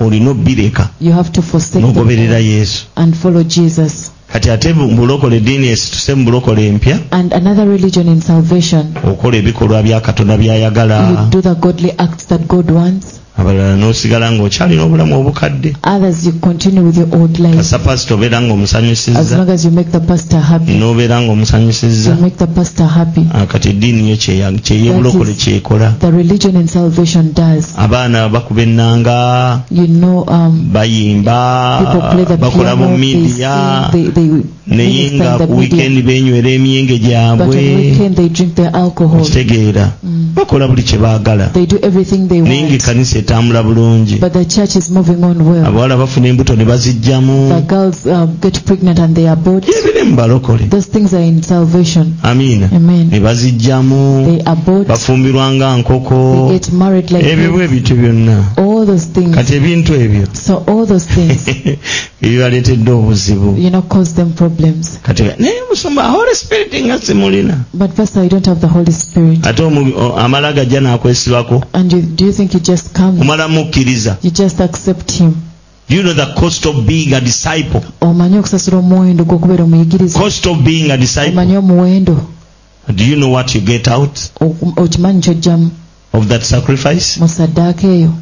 Speaker 1: olina obbireka
Speaker 2: You have to forsake the
Speaker 1: n'ogoberera
Speaker 2: world
Speaker 1: yesu
Speaker 2: and follow Jesus.
Speaker 1: kati ate mu bulokole eddiini esituse mu bulokole empya
Speaker 2: And another religion in salvation,
Speaker 1: okola ebikolwa bya katonda byayagala
Speaker 2: Uh-huh. you do the godly acts that God wants,
Speaker 1: abalala n'osigala ng'okyalina obulamu obukadde
Speaker 2: Others, you continue with your old life.
Speaker 1: kasapasita obeera
Speaker 2: As
Speaker 1: ng'omusanyusizza
Speaker 2: long as you make the pastor happy,
Speaker 1: n'obeera ng'omusanyusizza
Speaker 2: you make the pastor happy.
Speaker 1: Ah, kati eddiini yo kyeya- kyey'obulokole kyekola
Speaker 2: The religion and salvation does.
Speaker 1: abaana bakuba ennanga
Speaker 2: You know, um, people
Speaker 1: bayimba
Speaker 2: play the
Speaker 1: bakola mu
Speaker 2: piano, they
Speaker 1: midiya
Speaker 2: sing, they, they
Speaker 1: naye nga
Speaker 2: minister in the
Speaker 1: ku
Speaker 2: media,
Speaker 1: wiikendi benywera emyenge
Speaker 2: but on
Speaker 1: gyabwe
Speaker 2: weekend they drink their alcohol.
Speaker 1: okitegeera
Speaker 2: Mm.
Speaker 1: bakola buli kye baagala
Speaker 2: They do everything they
Speaker 1: naye
Speaker 2: want.
Speaker 1: ngaekkanisa etambula bulungi
Speaker 2: But the church is moving on well.
Speaker 1: abawala bafuna embuto ne
Speaker 2: The
Speaker 1: bazijjamu
Speaker 2: girls uh, get pregnant and they are bought.
Speaker 1: ebiri mu balokole
Speaker 2: Those things are in salvation.
Speaker 1: amiina ne
Speaker 2: Amen.
Speaker 1: bazijjamu
Speaker 2: They are bought.
Speaker 1: bafumbirwa nga nkoko
Speaker 2: They get married like
Speaker 1: ebyo bwe
Speaker 2: this.
Speaker 1: ebintu byonna
Speaker 2: all those things.
Speaker 1: kati ebintu ebyo
Speaker 2: So all those things,
Speaker 1: ebibaleetedde obuzibu
Speaker 2: you know, cause them problems.
Speaker 1: kati naye musumba holy spirit nga simulina
Speaker 2: But pastor, you don't have the Holy Spirit,
Speaker 1: ate omu- o- amala gajja n'akwesibako
Speaker 2: and you, do you think you just come?
Speaker 1: omala mukkiriza
Speaker 2: You just accept him.
Speaker 1: Do you know the cost of being a disciple
Speaker 2: Omanyi okusasula omuwendo gw'okubeera omuyigiriza.
Speaker 1: cost of being a disciple
Speaker 2: Omanyi omuwendo.
Speaker 1: do you know what you get out
Speaker 2: Oku- Okimanyi ky'oggyamu
Speaker 1: of that sacrifice
Speaker 2: mu saddaaka eyo.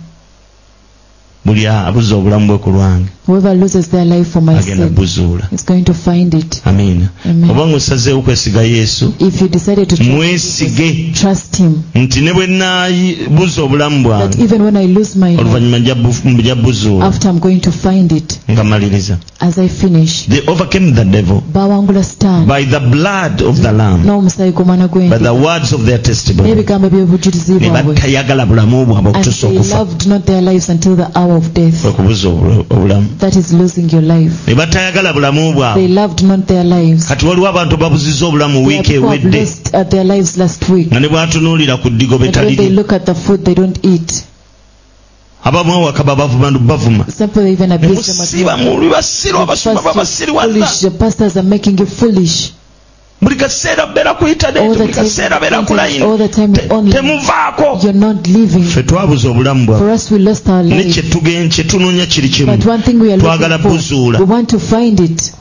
Speaker 1: buli abuza obulamu bwe ku lwange
Speaker 2: Whoever loses their life for my
Speaker 1: agenda
Speaker 2: sake
Speaker 1: buzuula
Speaker 2: is going to find it.
Speaker 1: amiina
Speaker 2: Amen.
Speaker 1: oba ngaosazeewo okwesiga yesu
Speaker 2: If you decided to tr-
Speaker 1: mwesige
Speaker 2: trust him,
Speaker 1: nti ne bwe naabuza obulamu
Speaker 2: that
Speaker 1: bwange
Speaker 2: even when I lose my life,
Speaker 1: oluvannyuma nja bu- nja buzuula
Speaker 2: after I'm going to find it
Speaker 1: nga maliriza
Speaker 2: as I finish.
Speaker 1: they overcame the devil
Speaker 2: Bawangula Stan.
Speaker 1: by the blood of the lamb
Speaker 2: n'omusayi gw'omwana
Speaker 1: by the
Speaker 2: gw'ente
Speaker 1: words of their testimony
Speaker 2: n'ebigambo eby'obujulizi
Speaker 1: ne
Speaker 2: bwabwe
Speaker 1: batayagala bulamu bwabwe
Speaker 2: and
Speaker 1: okutuusa
Speaker 2: they
Speaker 1: okufa
Speaker 2: loved not their lives until the hour of death
Speaker 1: kwe kubuza obula- obulamu
Speaker 2: that is losing your life
Speaker 1: ne batayagala bulamu
Speaker 2: they
Speaker 1: bwabwe
Speaker 2: loved not their lives
Speaker 1: kati waliwo abantu babuziza obulamu
Speaker 2: There are
Speaker 1: wiiki
Speaker 2: people who have
Speaker 1: ewedde
Speaker 2: lost uh, their lives last week
Speaker 1: nga ne bwatunuulira ku ddigo
Speaker 2: and when they
Speaker 1: betaliri
Speaker 2: look at the food they don't eat
Speaker 1: abamu awakaba bavuma bavuma
Speaker 2: some people even
Speaker 1: ne
Speaker 2: abuse them
Speaker 1: musiba mu bibasirwa basuma babasiriwaza
Speaker 2: foolish the pastors are making you foolish
Speaker 1: buli kaseera beera ku
Speaker 2: all
Speaker 1: intaneti
Speaker 2: the
Speaker 1: buli kaseera beera ku
Speaker 2: time all
Speaker 1: layini
Speaker 2: the time
Speaker 1: Te-
Speaker 2: online
Speaker 1: temuvaako
Speaker 2: you're not living
Speaker 1: ffe twabuza obulamu bwaffe
Speaker 2: for us we lost our
Speaker 1: ne
Speaker 2: life
Speaker 1: kyetugen kyetunoonya kiri kimu
Speaker 2: but one thing we are
Speaker 1: twagala
Speaker 2: looking for
Speaker 1: buzuula
Speaker 2: we want to find it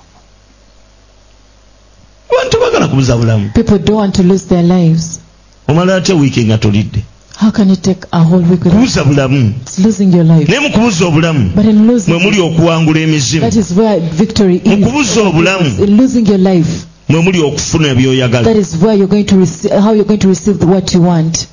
Speaker 1: abantu bagala kubuza bulamu
Speaker 2: people don't want to lose their lives
Speaker 1: omala ate wiiki nga tolidde
Speaker 2: how can you take a whole week without
Speaker 1: kubuza bulamu
Speaker 2: It's losing your life.
Speaker 1: naye mu kubuza obulamu
Speaker 2: But in losing,
Speaker 1: mwe muli okuwangula emizimu
Speaker 2: that is where victory
Speaker 1: mu
Speaker 2: is.
Speaker 1: kubuza obulamu
Speaker 2: In losing your life,
Speaker 1: mwe muli okufuna byoyagala
Speaker 2: that is where you're going to receive, how you're going to receive what you want.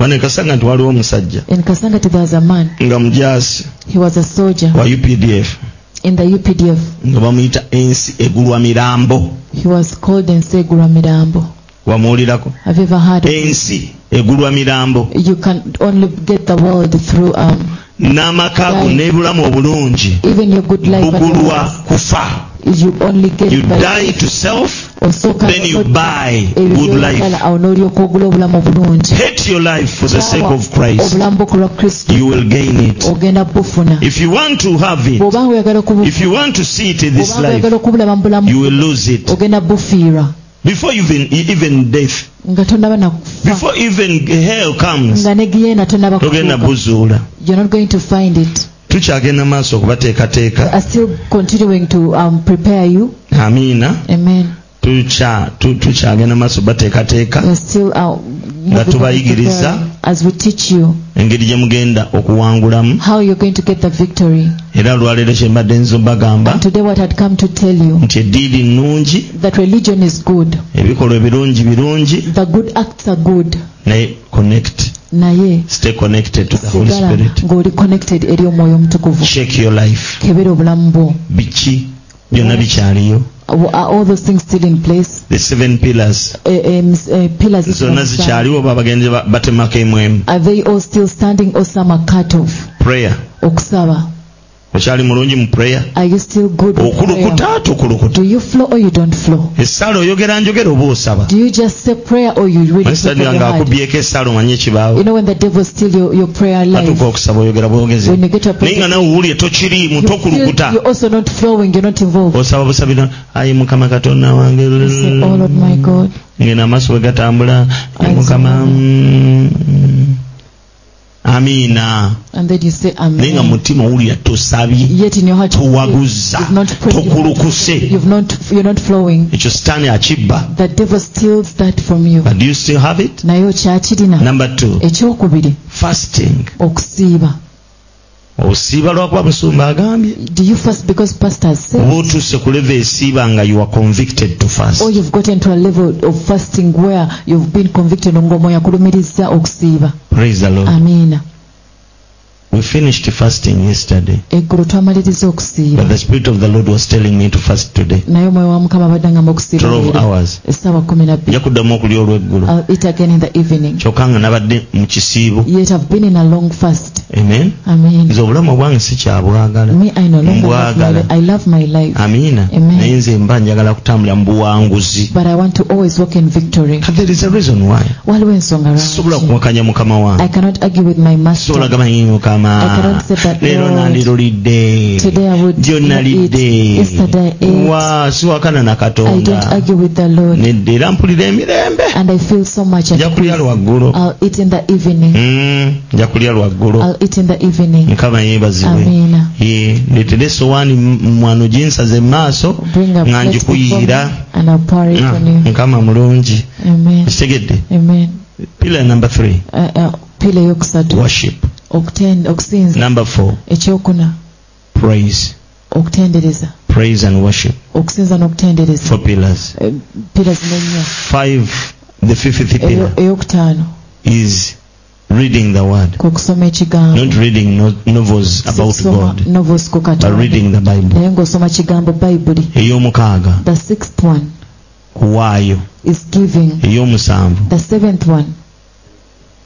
Speaker 1: bane kasanga nti waliwo omusajja
Speaker 2: In Kasangati, there was a man.
Speaker 1: nga mujaasi
Speaker 2: He was a soldier
Speaker 1: wa updf
Speaker 2: in the UPDF.
Speaker 1: nga bamuyita ensi egulwa mirambo
Speaker 2: He was called Ensegura Mirambo.
Speaker 1: wamuwulirako
Speaker 2: Have you ever heard of him?
Speaker 1: ensi egulwa mirambo
Speaker 2: You can only get the world through um,
Speaker 1: n'amaka go n'ebulamu obulungi
Speaker 2: even your good life. and your
Speaker 1: bugulwa
Speaker 2: works,
Speaker 1: kufa
Speaker 2: You only get
Speaker 1: you
Speaker 2: by
Speaker 1: die to self
Speaker 2: also
Speaker 1: then you buy good life
Speaker 2: n'olyokogula obulamu obulungi
Speaker 1: hate your life for the sake of christ
Speaker 2: obulamu bwo kulwa kristo
Speaker 1: you will gain it
Speaker 2: ogenda bufuna
Speaker 1: if you want to have it
Speaker 2: bw'obanga oyagala okubu-
Speaker 1: if you want to see it in this
Speaker 2: bw'obanga
Speaker 1: life
Speaker 2: oyagala okubulaba mu bulamu
Speaker 1: you will lose it
Speaker 2: ogenda bufiirwa
Speaker 1: before even even death
Speaker 2: nga tonaba nakufa
Speaker 1: before even hell comes
Speaker 2: nga ne giyena tonaba
Speaker 1: togenda
Speaker 2: kutuuka.
Speaker 1: buzuula
Speaker 2: You're not going to find it
Speaker 1: tukyagenda maaso okubateekateeka
Speaker 2: are still continuing to um, prepare you
Speaker 1: amiina
Speaker 2: amen
Speaker 1: tukya- tu- tukyagenda maaso
Speaker 2: We're
Speaker 1: okubateekateeka
Speaker 2: still uh,
Speaker 1: Nga tubayigiriza.
Speaker 2: preparing as we teach you
Speaker 1: engeri gye mugenda okuwangulamu
Speaker 2: how you're going to get the victory
Speaker 1: era olwaleero kye mbadde nzo mbagamba
Speaker 2: and today what had come to tell you
Speaker 1: nti eddiiri nnungi
Speaker 2: that religion is good
Speaker 1: ebikolwa ebirungi birungi
Speaker 2: the good acts are good
Speaker 1: naye connect
Speaker 2: naye
Speaker 1: stay connected to the holy
Speaker 2: sigala
Speaker 1: spirit
Speaker 2: ng'oli connected eri omwoyo omutukuvu
Speaker 1: shake your life
Speaker 2: kebera obulamu bwo
Speaker 1: biki byonna bikyaliyo
Speaker 2: are all those things still in place
Speaker 1: the seven pillars
Speaker 2: Eh, eh, mis- eh, pillars
Speaker 1: zonna
Speaker 2: z'omusango.
Speaker 1: zikyaliwo oba bagenze ba- batemako emwemu
Speaker 2: are they all still standing or some are cut off
Speaker 1: prayer
Speaker 2: okusaba
Speaker 1: okyali mulungi mu prayer
Speaker 2: are you still good
Speaker 1: Oh,
Speaker 2: with prayer?
Speaker 1: okulukuta tukulukuta
Speaker 2: do you flow or you don't flow
Speaker 1: essaala oyogera njogera oba osaba
Speaker 2: do you just say prayer or you really pray
Speaker 1: manisitadya
Speaker 2: from
Speaker 1: nga
Speaker 2: your heart?
Speaker 1: akubyeko essaala omanye
Speaker 2: you
Speaker 1: ekibaawo
Speaker 2: know when the devil steal your, your prayer life
Speaker 1: atuka okusaba oyogera bwogezi
Speaker 2: when you get to a
Speaker 1: naye
Speaker 2: prayer
Speaker 1: nga nawe wulye tokiriimu
Speaker 2: you
Speaker 1: tokulukuta
Speaker 2: feel you're also not flowing you're not involved
Speaker 1: osaba busabira ayi mukama katonda wange
Speaker 2: you say oh lord my god
Speaker 1: ngenda amaaso bwe gatambula "Ayi mukama mm, amiina
Speaker 2: and then you say
Speaker 1: naye nga mu
Speaker 2: amen
Speaker 1: mutima owulira tosabye
Speaker 2: yet in your heart you
Speaker 1: towaguzza
Speaker 2: You've not prayed.
Speaker 1: tokulukuse
Speaker 2: you've not you're not flowing
Speaker 1: ekyo sitaani akibba
Speaker 2: the devil steals that from you
Speaker 1: But do you still have it?
Speaker 2: naye okyakirina
Speaker 1: Number two,
Speaker 2: ekyokubiri
Speaker 1: fasting.
Speaker 2: okusiiba
Speaker 1: osiiba lwakuba musumba agambye
Speaker 2: Do you fast because pastor has said?
Speaker 1: oba otuuse ku leva esiiba nga you are convicted to fast
Speaker 2: Or you've gotten to a level of fasting where you've been convicted ng'omwoyo akulumiriza okusiiba.
Speaker 1: praise the lord
Speaker 2: Amiina.
Speaker 1: we finished fasting yesterday
Speaker 2: Eggulo twamaliriza okusiiba.
Speaker 1: but the spirit of the lord was telling me to fast today
Speaker 2: naye omwoyo wa mukama abadde ngamba okusiiba
Speaker 1: 12
Speaker 2: leero.
Speaker 1: hours
Speaker 2: essaawa kumi na bbiri
Speaker 1: nja kuddamu okulya olweggulo
Speaker 2: I'll eat again in the evening
Speaker 1: kyokka nga nabadde mu kisiibo
Speaker 2: yet I've been in a long fast
Speaker 1: amen
Speaker 2: amen
Speaker 1: nze obulamu bwange sikyabwagala
Speaker 2: me I no longer love my
Speaker 1: Mbwagala.
Speaker 2: life I love my life
Speaker 1: Ah. amiina
Speaker 2: Amen.
Speaker 1: naye nze mba njagala kutambulira mu buwanguzi
Speaker 2: but I want to always walk in victory
Speaker 1: But there is a reason why
Speaker 2: waliwo ensonga
Speaker 1: sisobola
Speaker 2: lwaki
Speaker 1: kuwakanya mukama
Speaker 2: I
Speaker 1: wange
Speaker 2: cannot argue with my
Speaker 1: sisobola
Speaker 2: master
Speaker 1: gamba "Yee,
Speaker 2: I
Speaker 1: mukama
Speaker 2: cannot say that
Speaker 1: leero
Speaker 2: Lord,
Speaker 1: nandirulidde
Speaker 2: today I would eat
Speaker 1: gyonalidde
Speaker 2: yesterday I ate
Speaker 1: wa siwakana na
Speaker 2: I don't
Speaker 1: katonda
Speaker 2: argue with the Lord
Speaker 1: nedda era mpulira emirembe
Speaker 2: and I feel so much
Speaker 1: nja
Speaker 2: at
Speaker 1: kulya lwaggulo
Speaker 2: I'll eat in the evening
Speaker 1: Mm, nja kulya lwaggulo
Speaker 2: I'll eat in the evening
Speaker 1: mukama yeebazibwe
Speaker 2: amina
Speaker 1: Ye, ndeetera esowaani mu- mwano ginsaze mu maaso
Speaker 2: bring
Speaker 1: nga
Speaker 2: a plate before me
Speaker 1: njikuyira
Speaker 2: and I'll pour it
Speaker 1: Ah,
Speaker 2: on you
Speaker 1: mukama mulungi
Speaker 2: amen
Speaker 1: kitegedde
Speaker 2: amen
Speaker 1: pillar number three
Speaker 2: Uh, uh, pila eyokusatu
Speaker 1: worship
Speaker 2: okutenda okusinza
Speaker 1: number four
Speaker 2: ekyokuna
Speaker 1: praise
Speaker 2: okutendereza
Speaker 1: praise and worship
Speaker 2: okusinza n'okutendereza
Speaker 1: four pillars
Speaker 2: Eh, pira zino ennya
Speaker 1: five the fifth
Speaker 2: Eyo-
Speaker 1: pillar
Speaker 2: eyokutaano
Speaker 1: is reading the word
Speaker 2: kwe kusoma ekigambo
Speaker 1: not reading no, novels
Speaker 2: Si
Speaker 1: about
Speaker 2: kusoma
Speaker 1: god
Speaker 2: novels ku
Speaker 1: but reading
Speaker 2: katonda
Speaker 1: the bible
Speaker 2: naye ng'osoma kigambo bayibuli
Speaker 1: ey'omukaaga
Speaker 2: the sixth one
Speaker 1: kuwaayo
Speaker 2: is giving
Speaker 1: ey'omusanvu
Speaker 2: the seventh one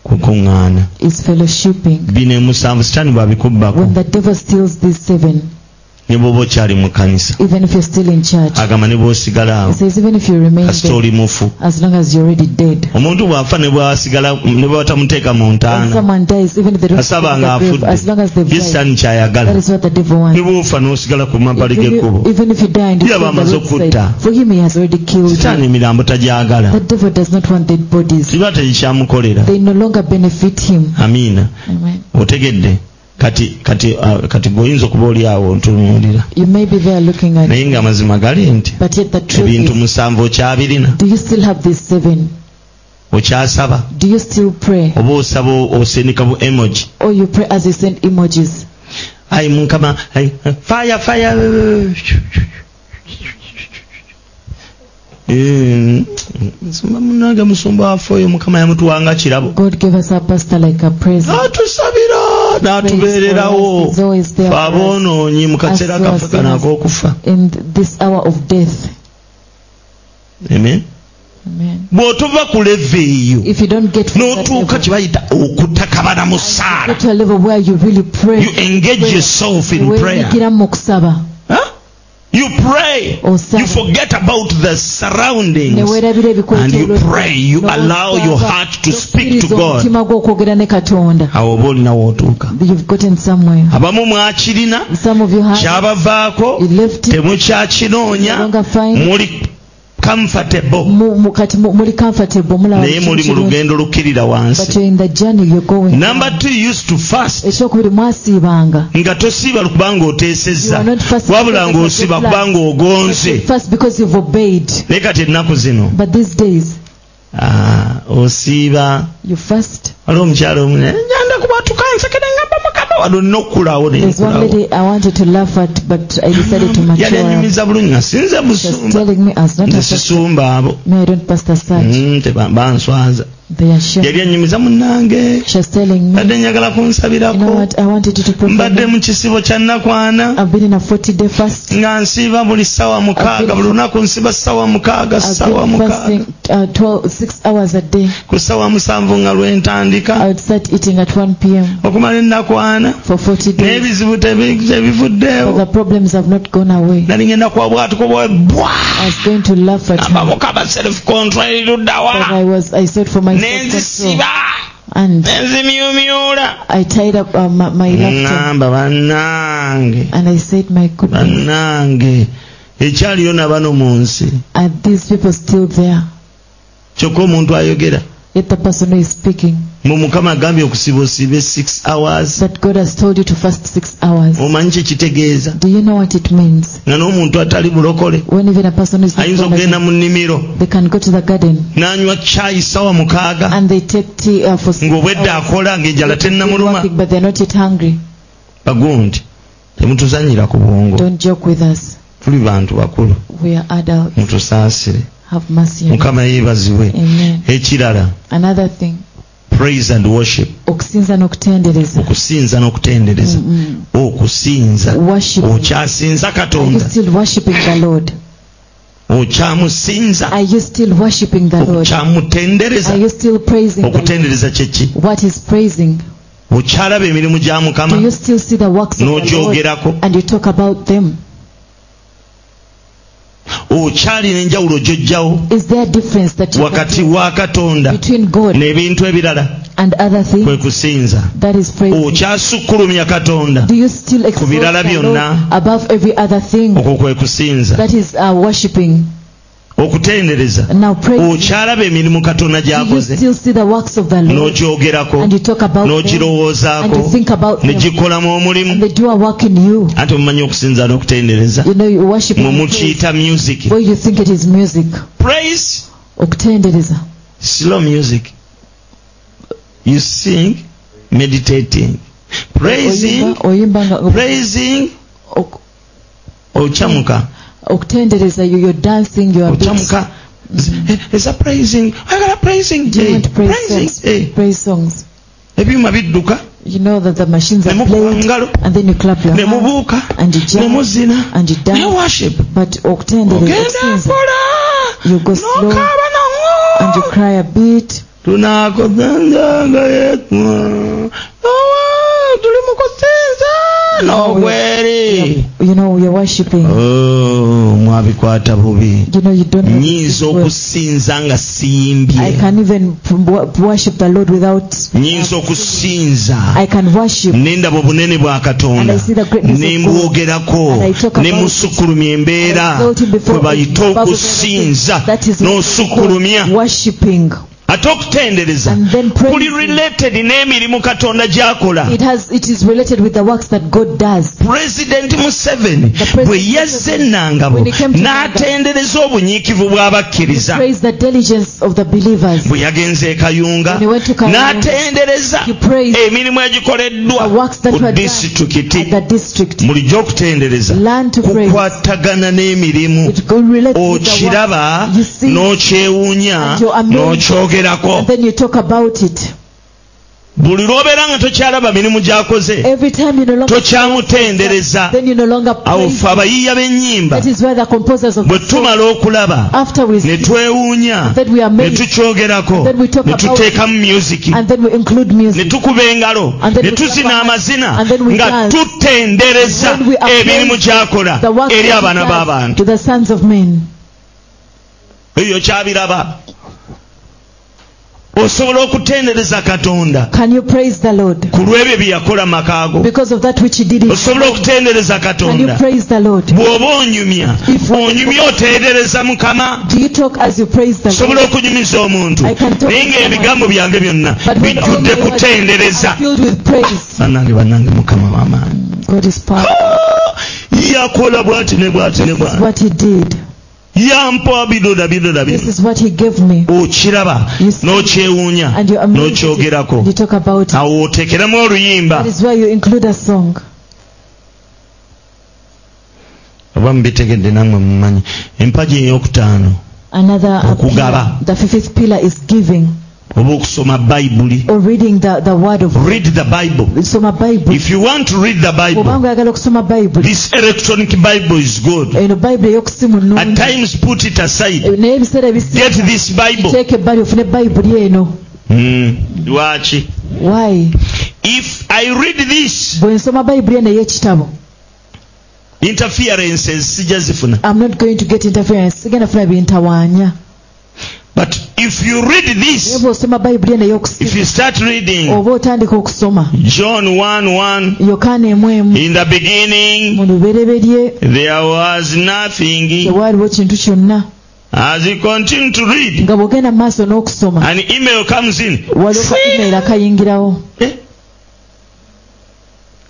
Speaker 1: kukuŋŋaana
Speaker 2: is fellowshipping
Speaker 1: bino emusanvu sitaani bw'abikubbako
Speaker 2: when the devil steals these seven
Speaker 1: ne bwoba okyali mu kkanisa
Speaker 2: even if you're still in church
Speaker 1: agamba ne bw'osigala
Speaker 2: it
Speaker 1: awo
Speaker 2: says even if you remain
Speaker 1: kasita
Speaker 2: there
Speaker 1: oli mufu
Speaker 2: as long as you're already dead
Speaker 1: omuntu bw'afa ne bwasigala ne bwatamuteeka mu
Speaker 2: when
Speaker 1: ntaana
Speaker 2: someone dies even if they don't
Speaker 1: asaba
Speaker 2: stay in
Speaker 1: nga
Speaker 2: the grave,
Speaker 1: afudde
Speaker 2: as long as they've
Speaker 1: ye
Speaker 2: died
Speaker 1: sitaani kyayagala
Speaker 2: that is what the devil wants
Speaker 1: ne bw'ofa n'osigala ku mabbali
Speaker 2: Even
Speaker 1: g'ekkubo
Speaker 2: you- even if you die and you
Speaker 1: Ye
Speaker 2: stay on the
Speaker 1: abamaze okutta.
Speaker 2: roadside, for him he has already killed
Speaker 1: sitaani
Speaker 2: you.
Speaker 1: emirambo tagyagala
Speaker 2: The devil does not want dead bodies.
Speaker 1: kiba tekikyamukolera
Speaker 2: They no longer benefit him.
Speaker 1: amiina
Speaker 2: Amen.
Speaker 1: otegedde kati kati ah, kati gweoyinza okuba oli awo ontunuulira
Speaker 2: You may be there looking at
Speaker 1: naye ng'amazima gali nti
Speaker 2: but yet the truth
Speaker 1: ebintu
Speaker 2: is,
Speaker 1: musanvu okyabirina
Speaker 2: do you still have these seven?
Speaker 1: okyasaba
Speaker 2: Do you still pray?
Speaker 1: oba osaba o- osindika bu emoji
Speaker 2: Or you pray as you send emojis?
Speaker 1: ayi mukama ayi faya faya nsumba munange musumba waffe oyo mukama yamutuwanga kirabo
Speaker 2: God gave us a pastor like a praiser.
Speaker 1: atusabira n'atubeererawo
Speaker 2: He's always there
Speaker 1: fe
Speaker 2: for us.
Speaker 1: aboonoonyi mu kaseera kaffe kano ak'okufa
Speaker 2: in this hour of death.
Speaker 1: amen
Speaker 2: Amen.
Speaker 1: bw'otova ku leva eyo
Speaker 2: If you don't get to that
Speaker 1: n'otuuka
Speaker 2: level,
Speaker 1: kye bayita okutakabana mu ssaala
Speaker 2: get to a level where you really pray.
Speaker 1: you engage yourself in prayer
Speaker 2: weeyigiramu mu kusaba
Speaker 1: Huh? you pray you
Speaker 2: osaba
Speaker 1: forget about the surroundings
Speaker 2: neweerabira
Speaker 1: and you
Speaker 2: ebikwetolodde
Speaker 1: pray you allow your heart to speak to god
Speaker 2: omutima gwe okwogera ne katonda
Speaker 1: awo oba olina wootuuka
Speaker 2: you've gotten somewhere
Speaker 1: abamu mwakirina
Speaker 2: some of you have
Speaker 1: kyabavaako
Speaker 2: you left it no
Speaker 1: temukyakinoonya
Speaker 2: longer find
Speaker 1: muli comfortable
Speaker 2: mu, mu, kati mu, muli comfortable mulaba
Speaker 1: naye muli mu
Speaker 2: kino kirungi.
Speaker 1: lugendo lukkirira
Speaker 2: but
Speaker 1: wansi
Speaker 2: you're in the journey you're going
Speaker 1: number two you used to fast
Speaker 2: ekyokubiri mwasiibanga
Speaker 1: nga tosiiba kubanga oteesezza
Speaker 2: You are not fasting
Speaker 1: wabula
Speaker 2: because of
Speaker 1: ng'osiba
Speaker 2: your plan.
Speaker 1: kubanga ogonze
Speaker 2: first because you've obeyed
Speaker 1: naye kati ennaku zino
Speaker 2: but these days
Speaker 1: ah, osiiba
Speaker 2: you fast
Speaker 1: waliwo omukyala omune njanda kubwatuka nsekere nga bamukama wano olina okukulawo
Speaker 2: there's one
Speaker 1: nekulawo
Speaker 2: lady I wanted to laugh at but I decided to
Speaker 1: yali
Speaker 2: mature up
Speaker 1: anyumiza bulungi nga sinze
Speaker 2: she's
Speaker 1: busumba
Speaker 2: telling me as not
Speaker 1: nze
Speaker 2: as a
Speaker 1: sisumba abo
Speaker 2: me I don't pastor such
Speaker 1: Mm, teba- banswaza
Speaker 2: they are sure
Speaker 1: yali anyumiza munnange
Speaker 2: She's telling me,
Speaker 1: badde njagala
Speaker 2: you know
Speaker 1: kunsabirako
Speaker 2: what, I wanted you to pray for
Speaker 1: mbadde
Speaker 2: me.
Speaker 1: mu kisibo kya nnakwana
Speaker 2: I've been in a 40 day fast.
Speaker 1: nga nsiiba buli ssaawa mukaaga buli lunaku nsiba ssaawa mukaaga
Speaker 2: I've
Speaker 1: ssaawa
Speaker 2: been
Speaker 1: mukaaga
Speaker 2: fasting uh, 12, 6 hours a day.
Speaker 1: ku ssaawa musanvu nga lwentandika
Speaker 2: I would start eating at 1 p.m.
Speaker 1: okumala ennaku ana
Speaker 2: for 40 days.
Speaker 1: n'ebizibu tebi- tebivuddeewo
Speaker 2: But the problems have not gone away.
Speaker 1: nali ngenda kwabwatuko bwe bwa
Speaker 2: I was going to laugh at her,
Speaker 1: abavuka aba self control
Speaker 2: but
Speaker 1: luddawa
Speaker 2: I was I sought for my self-control.
Speaker 1: nenzisiba
Speaker 2: and
Speaker 1: nenzimyumyula
Speaker 2: I tied up uh, my, my
Speaker 1: Mm-hmm.
Speaker 2: laughter
Speaker 1: ŋŋamba bannange
Speaker 2: and I said, my
Speaker 1: Mm-hmm.
Speaker 2: goodness,
Speaker 1: bannange ekyaliyo na bano mu nsi
Speaker 2: are these people still there?
Speaker 1: kyokka omuntu ayogera
Speaker 2: Yet the person who is speaking
Speaker 1: mu mukama agambye okusiba osibe 6 hours
Speaker 2: that God has told you to fast six hours.
Speaker 1: omanyi kyekitegeeza
Speaker 2: Do you know what it means?
Speaker 1: nga n'omuntu atali bulokole
Speaker 2: When even a person is not
Speaker 1: ayinza
Speaker 2: born again,
Speaker 1: okugenda mu nnimiro
Speaker 2: they can go to the garden
Speaker 1: n'anywa caayi sawa mukaaga
Speaker 2: and they take tea uh, for six
Speaker 1: ng'obwedde
Speaker 2: hours.
Speaker 1: akola ng'enjala
Speaker 2: They're
Speaker 1: tennamuluma
Speaker 2: working, but they're not yet hungry.
Speaker 1: bagundi temutuzanyira ku bwongo
Speaker 2: Don't joke with us.
Speaker 1: tuli bantu bakulu
Speaker 2: We are adults.
Speaker 1: mutusaasire
Speaker 2: Have mercy on us.
Speaker 1: mukama yeebazibwe
Speaker 2: Amen.
Speaker 1: ekirala
Speaker 2: Another thing,
Speaker 1: praise and worship
Speaker 2: okusinza n'okutendereza.
Speaker 1: okusinza n'okutendereza Oh,
Speaker 2: Mm-mm.
Speaker 1: okusinza
Speaker 2: Worship.
Speaker 1: okyasinza
Speaker 2: Are you
Speaker 1: katonda
Speaker 2: still worshiping the Lord?
Speaker 1: okyamusinza
Speaker 2: Are you still worshiping the Lord?
Speaker 1: okyamutendereza
Speaker 2: Are you still praising the Lord?
Speaker 1: okutendereza kyeki
Speaker 2: What is praising?
Speaker 1: okyalaba emirimu gya mukama
Speaker 2: Do you still see the works of the Lord
Speaker 1: n'ogyogerako
Speaker 2: and you talk about them?
Speaker 1: okyalina enjawulo gy'ojjawo
Speaker 2: Is there a difference that you can
Speaker 1: wakati
Speaker 2: do
Speaker 1: wa katonda
Speaker 2: between God
Speaker 1: n'ebintu ebirala
Speaker 2: and other
Speaker 1: kwe
Speaker 2: things?
Speaker 1: kusinza
Speaker 2: That is praising.
Speaker 1: okyasukkulumya katonda
Speaker 2: Do you still exalt
Speaker 1: birala
Speaker 2: the Lord
Speaker 1: byonna.
Speaker 2: above every other thing?
Speaker 1: okwo kwe kusinza
Speaker 2: That is uh, worshiping.
Speaker 1: okutendereza
Speaker 2: Now pray.
Speaker 1: okyalaba emirimu katonda
Speaker 2: Do you
Speaker 1: gy'akoze
Speaker 2: still see the works of the Lord
Speaker 1: n'ogyogerako
Speaker 2: and you talk about them and you
Speaker 1: n'ogirowoozaako
Speaker 2: think about them?
Speaker 1: negikolamu
Speaker 2: And
Speaker 1: omulimu
Speaker 2: they do a work in you.
Speaker 1: ate mumanyi okusinza n'okutendereza
Speaker 2: You know, you worship
Speaker 1: mwe
Speaker 2: and praise,
Speaker 1: mukiyita music
Speaker 2: where you think it is music.
Speaker 1: praise
Speaker 2: Okutendereza.
Speaker 1: slow music you sing meditating praising
Speaker 2: Oyimba- oyimba nga-
Speaker 1: praising
Speaker 2: ok-
Speaker 1: okyamuka
Speaker 2: okutendereza you you're dancing you are beats.
Speaker 1: okyamuka eza praising ayagala praising
Speaker 2: Do you
Speaker 1: Eh,
Speaker 2: want praise
Speaker 1: praising
Speaker 2: songs?
Speaker 1: Eh,
Speaker 2: Praise songs.
Speaker 1: ebyuma bidduka
Speaker 2: You know that the machines
Speaker 1: ne
Speaker 2: are
Speaker 1: mukuba
Speaker 2: played
Speaker 1: ngalo
Speaker 2: and then you clap your
Speaker 1: ne
Speaker 2: hands
Speaker 1: mubuuka
Speaker 2: and you
Speaker 1: ne
Speaker 2: jump
Speaker 1: muzina
Speaker 2: and you
Speaker 1: ne
Speaker 2: dance.
Speaker 1: worship
Speaker 2: But okutendereza
Speaker 1: ogenda
Speaker 2: okusinza,
Speaker 1: mpola
Speaker 2: You go slow
Speaker 1: n'okaaba
Speaker 2: and you
Speaker 1: nango
Speaker 2: cry a bit.
Speaker 1: tunakozenzanga yetwa owa tuli mu kusinza n'ogweri
Speaker 2: You know you're worshiping.
Speaker 1: Oh, mwabikwata bubi
Speaker 2: You know you don't have
Speaker 1: nyinza
Speaker 2: to worship.
Speaker 1: okusinza nga
Speaker 2: I
Speaker 1: siyimbye
Speaker 2: can even p- wo- worship the Lord without.
Speaker 1: nyinza okusinza
Speaker 2: I can worship.
Speaker 1: nendaba obunene bwa katonda
Speaker 2: And I see the greatness of God.
Speaker 1: nembwogerako
Speaker 2: And I talk about
Speaker 1: nemusukulumya embeera
Speaker 2: I exalt him before
Speaker 1: kwe bayita
Speaker 2: the Bible
Speaker 1: okusinza
Speaker 2: that is
Speaker 1: n'osukulumya
Speaker 2: worshiping.
Speaker 1: ate okutendereza
Speaker 2: And then praise
Speaker 1: kuli
Speaker 2: him.
Speaker 1: related n'emirimu katonda gy'akola
Speaker 2: It has it is related with the works that God does.
Speaker 1: pulezidenti museveni
Speaker 2: President
Speaker 1: bwe yazze
Speaker 2: Museveni,
Speaker 1: enangabo
Speaker 2: when he came to
Speaker 1: n'atendereza obunyiikivu bw'abakkiriza
Speaker 2: Praise the diligence of the believers.
Speaker 1: bwe yagenze e kayunga
Speaker 2: When he went to Kayunga,
Speaker 1: n'atendereza
Speaker 2: he praised
Speaker 1: emirimu egikoleddwa
Speaker 2: the works that
Speaker 1: ku
Speaker 2: were done
Speaker 1: disitulikiti
Speaker 2: at the district.
Speaker 1: bulijjo okutendereza
Speaker 2: Learn to praise.
Speaker 1: kukwatagana n'emirimu
Speaker 2: It go related with the works.
Speaker 1: okiraba
Speaker 2: You see it,
Speaker 1: n'okyewuunya
Speaker 2: and you're amazed,
Speaker 1: n'okyogerako
Speaker 2: And then you talk about it.
Speaker 1: buli lw'obeera nga tokyalaba mirimu gy'akoze
Speaker 2: Every time you no longer
Speaker 1: tokyamutendereza
Speaker 2: then you no longer
Speaker 1: awo
Speaker 2: praise.
Speaker 1: ffe abayiiya b'ennyimba
Speaker 2: That is why the composers of
Speaker 1: bwe
Speaker 2: the song,
Speaker 1: tumala okulaba
Speaker 2: after we
Speaker 1: ne
Speaker 2: sing,
Speaker 1: twewuunya
Speaker 2: that we are
Speaker 1: ne
Speaker 2: made
Speaker 1: tukyogerako
Speaker 2: then we talk
Speaker 1: ne
Speaker 2: about
Speaker 1: tuteekamu music
Speaker 2: and then we include
Speaker 1: ne
Speaker 2: music.
Speaker 1: tukuba engalo
Speaker 2: And then
Speaker 1: ne
Speaker 2: we
Speaker 1: tuzina
Speaker 2: clap our
Speaker 1: amazina
Speaker 2: hands, and then we
Speaker 1: nga
Speaker 2: dance.
Speaker 1: tutendereza
Speaker 2: When we are
Speaker 1: emirimu
Speaker 2: praised,
Speaker 1: gy'akola
Speaker 2: The works
Speaker 1: eri
Speaker 2: that he
Speaker 1: abaana
Speaker 2: does
Speaker 1: b'abantu
Speaker 2: to the sons of men.
Speaker 1: eyo kyabiraba osobola okutendereza katonda
Speaker 2: Can you praise the Lord
Speaker 1: ku lw'ebyo bye yakola mu makaago
Speaker 2: because of that which He did? in-
Speaker 1: osobola okutendereza
Speaker 2: Can you
Speaker 1: katonda
Speaker 2: praise the Lord?
Speaker 1: bw'oba onyumya onyumya otendereza mukama
Speaker 2: Do you talk as you praise the
Speaker 1: nsobola
Speaker 2: Lord?
Speaker 1: okunyumiza omuntu
Speaker 2: I can talk
Speaker 1: naye ng'ebigambo byange byonna
Speaker 2: But when all
Speaker 1: bijjudde
Speaker 2: my words
Speaker 1: kutendereza
Speaker 2: are filled with praise,
Speaker 1: bannange bannange mukama w'amaanyi Ah,
Speaker 2: God is powerful.
Speaker 1: yakola bwati ne bwati ne
Speaker 2: This is
Speaker 1: bwati
Speaker 2: what He did.
Speaker 1: yampowa bidoda bidoda
Speaker 2: This
Speaker 1: bidoda
Speaker 2: is what He gave me.
Speaker 1: okiraba
Speaker 2: You see.
Speaker 1: n'okyewuunya
Speaker 2: And you're amazed. at it.
Speaker 1: n'okyogerako
Speaker 2: You talk about it.
Speaker 1: awo oteekeramu oluyimba
Speaker 2: That is why you include a song.
Speaker 1: oba mubitegedde nammwe mumanyi empagi ey'okutaano
Speaker 2: Another uh,
Speaker 1: Okugaba.
Speaker 2: pillar, the fifth pillar is giving
Speaker 1: oba okusoma bayibuli
Speaker 2: or reading the, the word of
Speaker 1: read the bible
Speaker 2: soma Bible.
Speaker 1: if you want to read the bible
Speaker 2: Obanga oyagala okusoma Bible.
Speaker 1: this electronic bible is good
Speaker 2: Eno Bible ey'okusimu
Speaker 1: at
Speaker 2: nnungi.
Speaker 1: times put it aside
Speaker 2: Naye ebiseera ebisinga
Speaker 1: get this bible
Speaker 2: teeka ebbali ofune Bible eno.
Speaker 1: Mm, lwaki
Speaker 2: Why?
Speaker 1: if i read this
Speaker 2: Bwe nsoma Bible eno ey'ekitabo.
Speaker 1: interferences sijja zifuna
Speaker 2: I'm not going to get interference. Sigenda funa bintawaanya.
Speaker 1: But if you read
Speaker 2: Naye
Speaker 1: this,
Speaker 2: bw'osoma Bible eno
Speaker 1: if
Speaker 2: ey'okusimu
Speaker 1: you start reading
Speaker 2: oba otandika okusoma.
Speaker 1: John 1 1,
Speaker 2: Yokaana emu emu
Speaker 1: in the
Speaker 2: mu
Speaker 1: beginning
Speaker 2: lubereberye
Speaker 1: there was nothing.
Speaker 2: tewaaliwo kintu kyonna.
Speaker 1: As you continue to read,
Speaker 2: Nga bw'ogenda mu maaso n'okusoma.
Speaker 1: an email comes in.
Speaker 2: Waliwo ka email akayingirawo.
Speaker 1: Eh?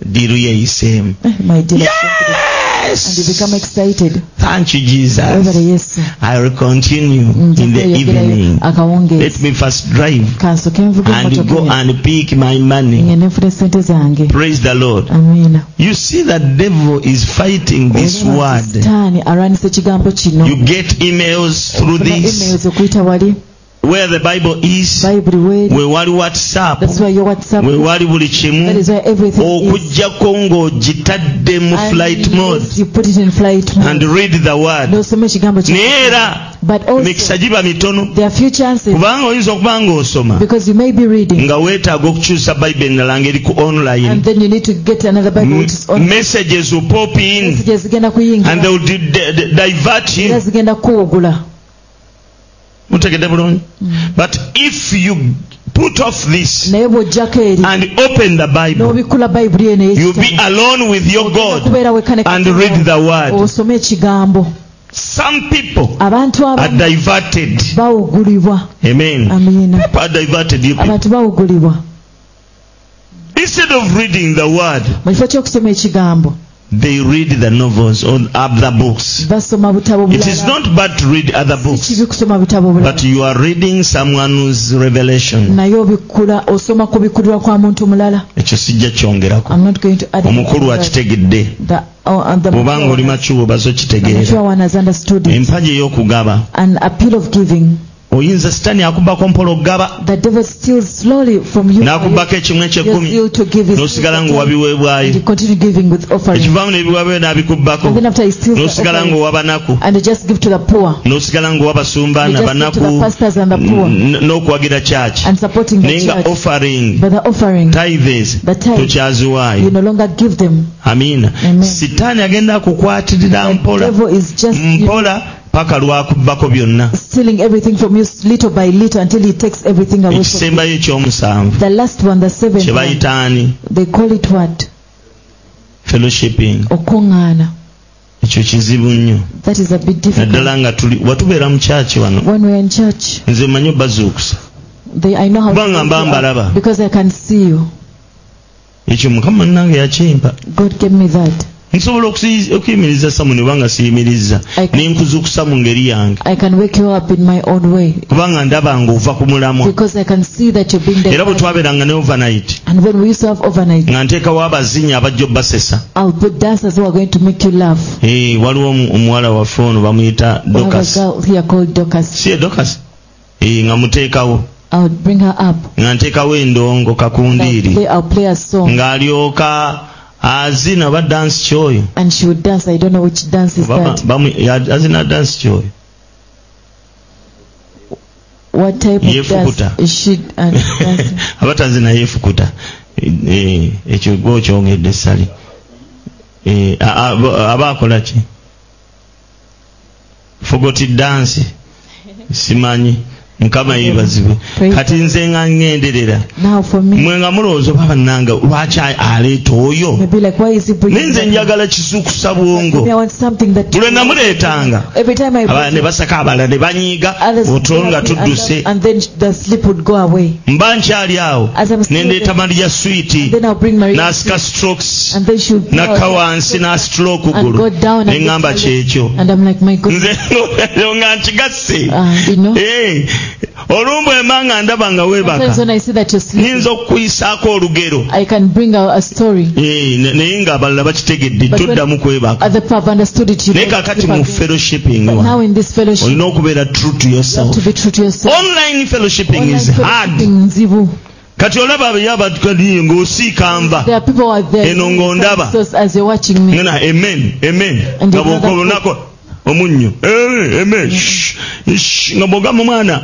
Speaker 1: Diru yeyisemu.
Speaker 2: Eh, my dear. and you become
Speaker 1: Yes.
Speaker 2: excited
Speaker 1: Thank you,
Speaker 2: whether
Speaker 1: Jesus.
Speaker 2: yes Mm,
Speaker 1: I will continue in the
Speaker 2: njayo
Speaker 1: evening. Let
Speaker 2: akawungeezi
Speaker 1: me first drive
Speaker 2: kanso kenvuga
Speaker 1: and go
Speaker 2: emotoka
Speaker 1: and pick my money.
Speaker 2: nga nenfuna sente zange
Speaker 1: Praise the Lord.
Speaker 2: amiina
Speaker 1: You see that devil is fighting this
Speaker 2: Olaba
Speaker 1: word.
Speaker 2: sitaani alwanisa ekigambo kino
Speaker 1: You get emails through
Speaker 2: Funa
Speaker 1: this.
Speaker 2: emails okuyita wali
Speaker 1: Where the Bible is,
Speaker 2: bayibuli weeri
Speaker 1: we wali WhatsApp,
Speaker 2: that's why your whatsapp
Speaker 1: we wali buli
Speaker 2: that
Speaker 1: kimu.
Speaker 2: is why everything is
Speaker 1: Okujjako ng'ogitadde mu
Speaker 2: And
Speaker 1: flight mode
Speaker 2: yes, you put it in flight mode
Speaker 1: and read the word.
Speaker 2: n'osoma ekigambo kino.
Speaker 1: Naye era
Speaker 2: but also
Speaker 1: emikisa giba mitono.
Speaker 2: there are few chances
Speaker 1: Kubanga oyinza okuba ng'osoma
Speaker 2: because you may be reading
Speaker 1: nga weetaaga okukyusa Bible endala ng'eri ku
Speaker 2: and
Speaker 1: online.
Speaker 2: then you need to get another bible which is on
Speaker 1: Hmm? Messages will pop in
Speaker 2: messages zigenda
Speaker 1: Mm. and they
Speaker 2: kuyingira
Speaker 1: will di- di- divert
Speaker 2: era
Speaker 1: you.
Speaker 2: zigenda kuwugula
Speaker 1: mutegedde bulungi
Speaker 2: Hmm.
Speaker 1: but if you put off this
Speaker 2: naye bw'ojjako eri
Speaker 1: and open the bible
Speaker 2: n'obikula bayibuli eno
Speaker 1: you'll be
Speaker 2: eyekitabo
Speaker 1: alone with your god
Speaker 2: okubeera wekka ne
Speaker 1: and
Speaker 2: Katonda.
Speaker 1: read the word
Speaker 2: osome ekigambo
Speaker 1: some people
Speaker 2: abantu
Speaker 1: are
Speaker 2: abamu
Speaker 1: diverted
Speaker 2: bawugulibwa
Speaker 1: amen
Speaker 2: amiina
Speaker 1: people are diverted you people.
Speaker 2: abantu bawugulibwa
Speaker 1: instead of reading the word
Speaker 2: mu kifo ky'okusoma ekigambo
Speaker 1: they read the novels or other books
Speaker 2: basoma butabo
Speaker 1: it is
Speaker 2: bulala
Speaker 1: not bad to read other books
Speaker 2: kibi kusoma butabo bulala
Speaker 1: but you are reading someone's revelation
Speaker 2: naye obikkula osoma ku bikulirwa kwa muntu mulala
Speaker 1: ekyo sijja kyongerako
Speaker 2: I'm not going to add
Speaker 1: omukulu
Speaker 2: anything to
Speaker 1: akitegedde
Speaker 2: that. The- oh, and the
Speaker 1: bwobanga oli
Speaker 2: mature
Speaker 1: makiwo bazokitegeera
Speaker 2: one has understood it.
Speaker 1: empagi ey'okugaba
Speaker 2: An appeal of giving.
Speaker 1: oyinza sitani akubako mpola okugaba
Speaker 2: The devil steals slowly from you.
Speaker 1: n'akubako ekimu
Speaker 2: Your
Speaker 1: ekyekumi
Speaker 2: zeal to give is
Speaker 1: n'osigala
Speaker 2: and
Speaker 1: ng'owabiweebwayo
Speaker 2: you continue giving with offering.
Speaker 1: ekivaamu n'ebiwabyo n'abikubbako
Speaker 2: And then after he steals the
Speaker 1: n'osigala
Speaker 2: offering,
Speaker 1: ng'owa banaku
Speaker 2: and you just give to the poor.
Speaker 1: n'osigala ng'owa basumba na
Speaker 2: You just give to the
Speaker 1: banaku
Speaker 2: pastors and the poor
Speaker 1: n- n'okuwagira kyaki
Speaker 2: and supporting the
Speaker 1: naye nga
Speaker 2: church.
Speaker 1: offering
Speaker 2: But the offering,
Speaker 1: tithes
Speaker 2: the tithe, you
Speaker 1: tokyaziwaayo
Speaker 2: no longer give them.
Speaker 1: amiina
Speaker 2: Amen.
Speaker 1: sitaani agenda akukwatirira mpola
Speaker 2: devil is just
Speaker 1: Mm,
Speaker 2: you know,
Speaker 1: mpola paka lwakubbako byonna
Speaker 2: stealing everything from you little by little until he takes everything away from you.
Speaker 1: ekisembayo ekyomusanvu
Speaker 2: The last one, the seventh
Speaker 1: kye
Speaker 2: one,
Speaker 1: bayitaani
Speaker 2: they call it what?
Speaker 1: fellowshipping
Speaker 2: okuŋŋaana
Speaker 1: ekyo kizibu nnyo
Speaker 2: that is a bit difficult
Speaker 1: naddala nga tuli watubeera mu kyaki wano
Speaker 2: when we're in church
Speaker 1: nze manyi obazuukusa
Speaker 2: they, i know how
Speaker 1: Kubanga
Speaker 2: you
Speaker 1: mba
Speaker 2: are
Speaker 1: mbalaba.
Speaker 2: because i can see you
Speaker 1: ekyo mukama nange yakimpa
Speaker 2: god gave me that
Speaker 1: nsobola okusi- okuyimiriza samu ne banga siyimiriza ne nkuzuukusa mu ngeri yange
Speaker 2: i can wake you up in my own way
Speaker 1: kubanga ndaba nga ova ku mulamwa
Speaker 2: because i can see that you're being
Speaker 1: era bwe
Speaker 2: delivered
Speaker 1: twabeeranga ne overnight
Speaker 2: and when we used to have overnight
Speaker 1: nga nteekawo abazinyi abajja obbasesa
Speaker 2: i'll put dancers who are going to make you laugh
Speaker 1: Eh, waliwo omu- omuwala waffe ono bamuyita
Speaker 2: we have a
Speaker 1: dokas
Speaker 2: girl here called docas
Speaker 1: si ye dokas Eh, nga muteekawo
Speaker 2: i'll bring her up
Speaker 1: nga nteekawo endongo
Speaker 2: and I'll
Speaker 1: kakundiiri
Speaker 2: play, I'll play a
Speaker 1: Mm.
Speaker 2: song
Speaker 1: ng'alyoka azina oba dansi kyoyo
Speaker 2: and she would dance i don't know which dance is
Speaker 1: Baba-
Speaker 2: that
Speaker 1: bamu- ya- azina dansi kyoyo
Speaker 2: what type of
Speaker 1: Yefukuta.
Speaker 2: dance is she and dancing
Speaker 1: abatazi naye efukuta Eh, ekyo gwe okyongedde essali Eh, a- a- bo- aba akola ki fogoti dansi simanyi mukama yeebazibwe kati nze nga ŋŋenderera
Speaker 2: now for me
Speaker 1: mwe nga mulowooza oba bannanga lwaki a- aleeta oyo
Speaker 2: maybe like why is he
Speaker 1: ne
Speaker 2: bringing
Speaker 1: nze
Speaker 2: that?
Speaker 1: njagala kisuukusa
Speaker 2: Maybe I
Speaker 1: bwongo
Speaker 2: want something that
Speaker 1: bwe namuleetanga
Speaker 2: every time I
Speaker 1: abala
Speaker 2: brought
Speaker 1: ne
Speaker 2: it,
Speaker 1: basaka abala ne banyiiga
Speaker 2: others would
Speaker 1: otulo nga
Speaker 2: grab it and
Speaker 1: tudduse
Speaker 2: then- and then the slip would go away.
Speaker 1: mba nkyali awo
Speaker 2: As I'm still
Speaker 1: nendeeta
Speaker 2: there,
Speaker 1: maliya switi
Speaker 2: then I'll bring Maria
Speaker 1: n'asika strokes
Speaker 2: and then she would
Speaker 1: nakka wansi n'asitula
Speaker 2: and
Speaker 1: okugulu
Speaker 2: go down
Speaker 1: ne
Speaker 2: and,
Speaker 1: ŋŋamba
Speaker 2: get tired.
Speaker 1: kyekyo
Speaker 2: and I'm like my God,
Speaker 1: nze olwo nga nkigasse
Speaker 2: uh, you know.
Speaker 1: Eh, olumbwema nga ndaba nga
Speaker 2: Sometimes
Speaker 1: weebaka
Speaker 2: when I see that you're sleeping,
Speaker 1: nyinza okukuyisaako olugero
Speaker 2: I can bring a, a story.
Speaker 1: Eh, ne- naye ng'abalala bakitegedde
Speaker 2: But when-
Speaker 1: toddamu kwebaka
Speaker 2: Other people have understood it. You
Speaker 1: naye
Speaker 2: don't
Speaker 1: kakati
Speaker 2: sleep
Speaker 1: mu
Speaker 2: again.
Speaker 1: fellowshipping
Speaker 2: But now
Speaker 1: wano,
Speaker 2: in this fellowship,
Speaker 1: olina okubeera true to
Speaker 2: to
Speaker 1: yourself
Speaker 2: be true to yourself.
Speaker 1: online fellowshipping
Speaker 2: Online
Speaker 1: is
Speaker 2: fellowshipping
Speaker 1: hard
Speaker 2: nzibu.
Speaker 1: kati olaba abeyabakadiye ng'osiika nva
Speaker 2: There are people who are there
Speaker 1: Eno
Speaker 2: doing
Speaker 1: ng'ondaba.
Speaker 2: services as you're watching me.
Speaker 1: ngana amen amen
Speaker 2: And
Speaker 1: nga
Speaker 2: another
Speaker 1: bwokobonako omunnyo Eh, amen Shh, shh, nga bwogamba omwana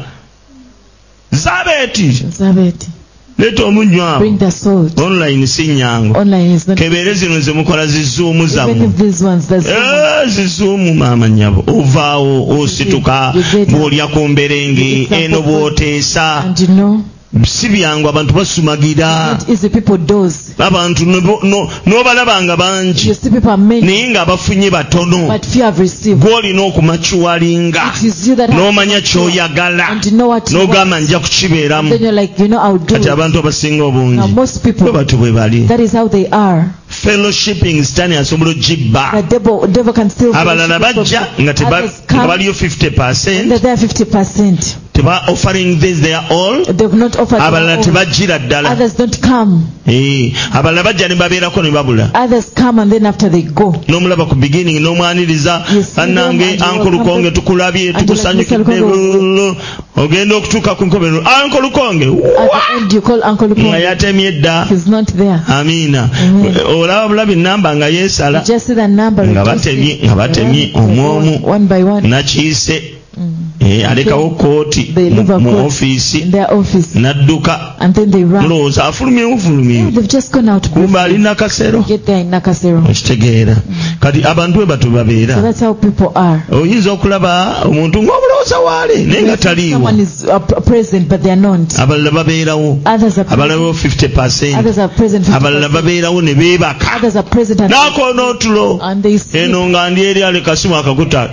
Speaker 1: zabeeti
Speaker 2: Zabet,
Speaker 1: leeta omunnyo
Speaker 2: Bring
Speaker 1: abo
Speaker 2: the salt.
Speaker 1: online si nyangu
Speaker 2: Online is not
Speaker 1: kebere zino ze mukola zizuumu
Speaker 2: even if
Speaker 1: zammwe
Speaker 2: these ones that's
Speaker 1: Eh, zizuumu maama nyabo ovaawo osituka bw'olya ku mberenge eno bw'oteesa
Speaker 2: and you know
Speaker 1: si byangu abantu basumagira
Speaker 2: It is the people does.
Speaker 1: abantu ne bo- no- n'obalaba nga
Speaker 2: You
Speaker 1: bangi
Speaker 2: see people are many,
Speaker 1: naye ng'abafunye batono
Speaker 2: but few have received.
Speaker 1: gw'olina okumakiwalinga
Speaker 2: It is you that have
Speaker 1: n'omanya ky'oyagala
Speaker 2: and you know what you want.
Speaker 1: n'ogamba nja kukibeeramu
Speaker 2: Then you're like, you know, I'll do
Speaker 1: kati
Speaker 2: it.
Speaker 1: abantu abasinga
Speaker 2: Now
Speaker 1: obungi
Speaker 2: most people,
Speaker 1: bwe batu bwe bali
Speaker 2: that is how they are.
Speaker 1: fellowshipping sitaani asobola ogibba
Speaker 2: The devil, devil can still
Speaker 1: abalala Ah, bajja nga teba-
Speaker 2: Others
Speaker 1: nga
Speaker 2: come.
Speaker 1: baliyo 50
Speaker 2: that
Speaker 1: percent
Speaker 2: they are 50%.
Speaker 1: teba offering this their all
Speaker 2: They have not offered
Speaker 1: abalala
Speaker 2: their own.
Speaker 1: tebajjira ddala
Speaker 2: Others don't come.
Speaker 1: Eh, abalala bajja ne babeerako ne babula
Speaker 2: Others come and then after they go.
Speaker 1: n'omulaba ku beginning n'omwaniriza
Speaker 2: Yes,
Speaker 1: bannange
Speaker 2: you know, and you
Speaker 1: ankolukonge
Speaker 2: will come to-
Speaker 1: tukulabye
Speaker 2: and you will come to-
Speaker 1: tukusanyukidde lululu. ogenda okutuuka ku nkomerero ankolukonge
Speaker 2: At the end you call Uncle
Speaker 1: nga
Speaker 2: Lupo.
Speaker 1: yatemye dda
Speaker 2: He's not there.
Speaker 1: Ah, amiina
Speaker 2: Amen.
Speaker 1: olaba bulabi namba nga yeesala
Speaker 2: You just see the number.
Speaker 1: Nga
Speaker 2: reducing.
Speaker 1: batemye- nga batemye omwomu.
Speaker 2: One by one.
Speaker 1: nakiise
Speaker 2: Mm.
Speaker 1: eh, alekawo kooti
Speaker 2: They leave
Speaker 1: mu-
Speaker 2: a
Speaker 1: mu
Speaker 2: court in
Speaker 1: ofiisi
Speaker 2: their office
Speaker 1: n'adduka
Speaker 2: and then they run.
Speaker 1: mulowooza afulumyewo bufulumye
Speaker 2: They've just gone out.
Speaker 1: kuba
Speaker 2: briefly.
Speaker 1: alina akasero
Speaker 2: Get there in Nakasero.
Speaker 1: okitegeera
Speaker 2: Mm.
Speaker 1: kati abantu we batu
Speaker 2: So
Speaker 1: babeera
Speaker 2: that's how people are.
Speaker 1: oyinza okulaba omuntu ng'omulowooza waale naye nga taliiwo
Speaker 2: Someone is uh, p- present but they are not.
Speaker 1: abalala babeerawo
Speaker 2: Others are present.
Speaker 1: abalalawo 50 percent
Speaker 2: Others are present. 50%.
Speaker 1: abalala babeerawo ne beebaka
Speaker 2: Others are present and,
Speaker 1: naakoona otulo
Speaker 2: and they sleep.
Speaker 1: eno nga ndi eri ale kasimu akakuta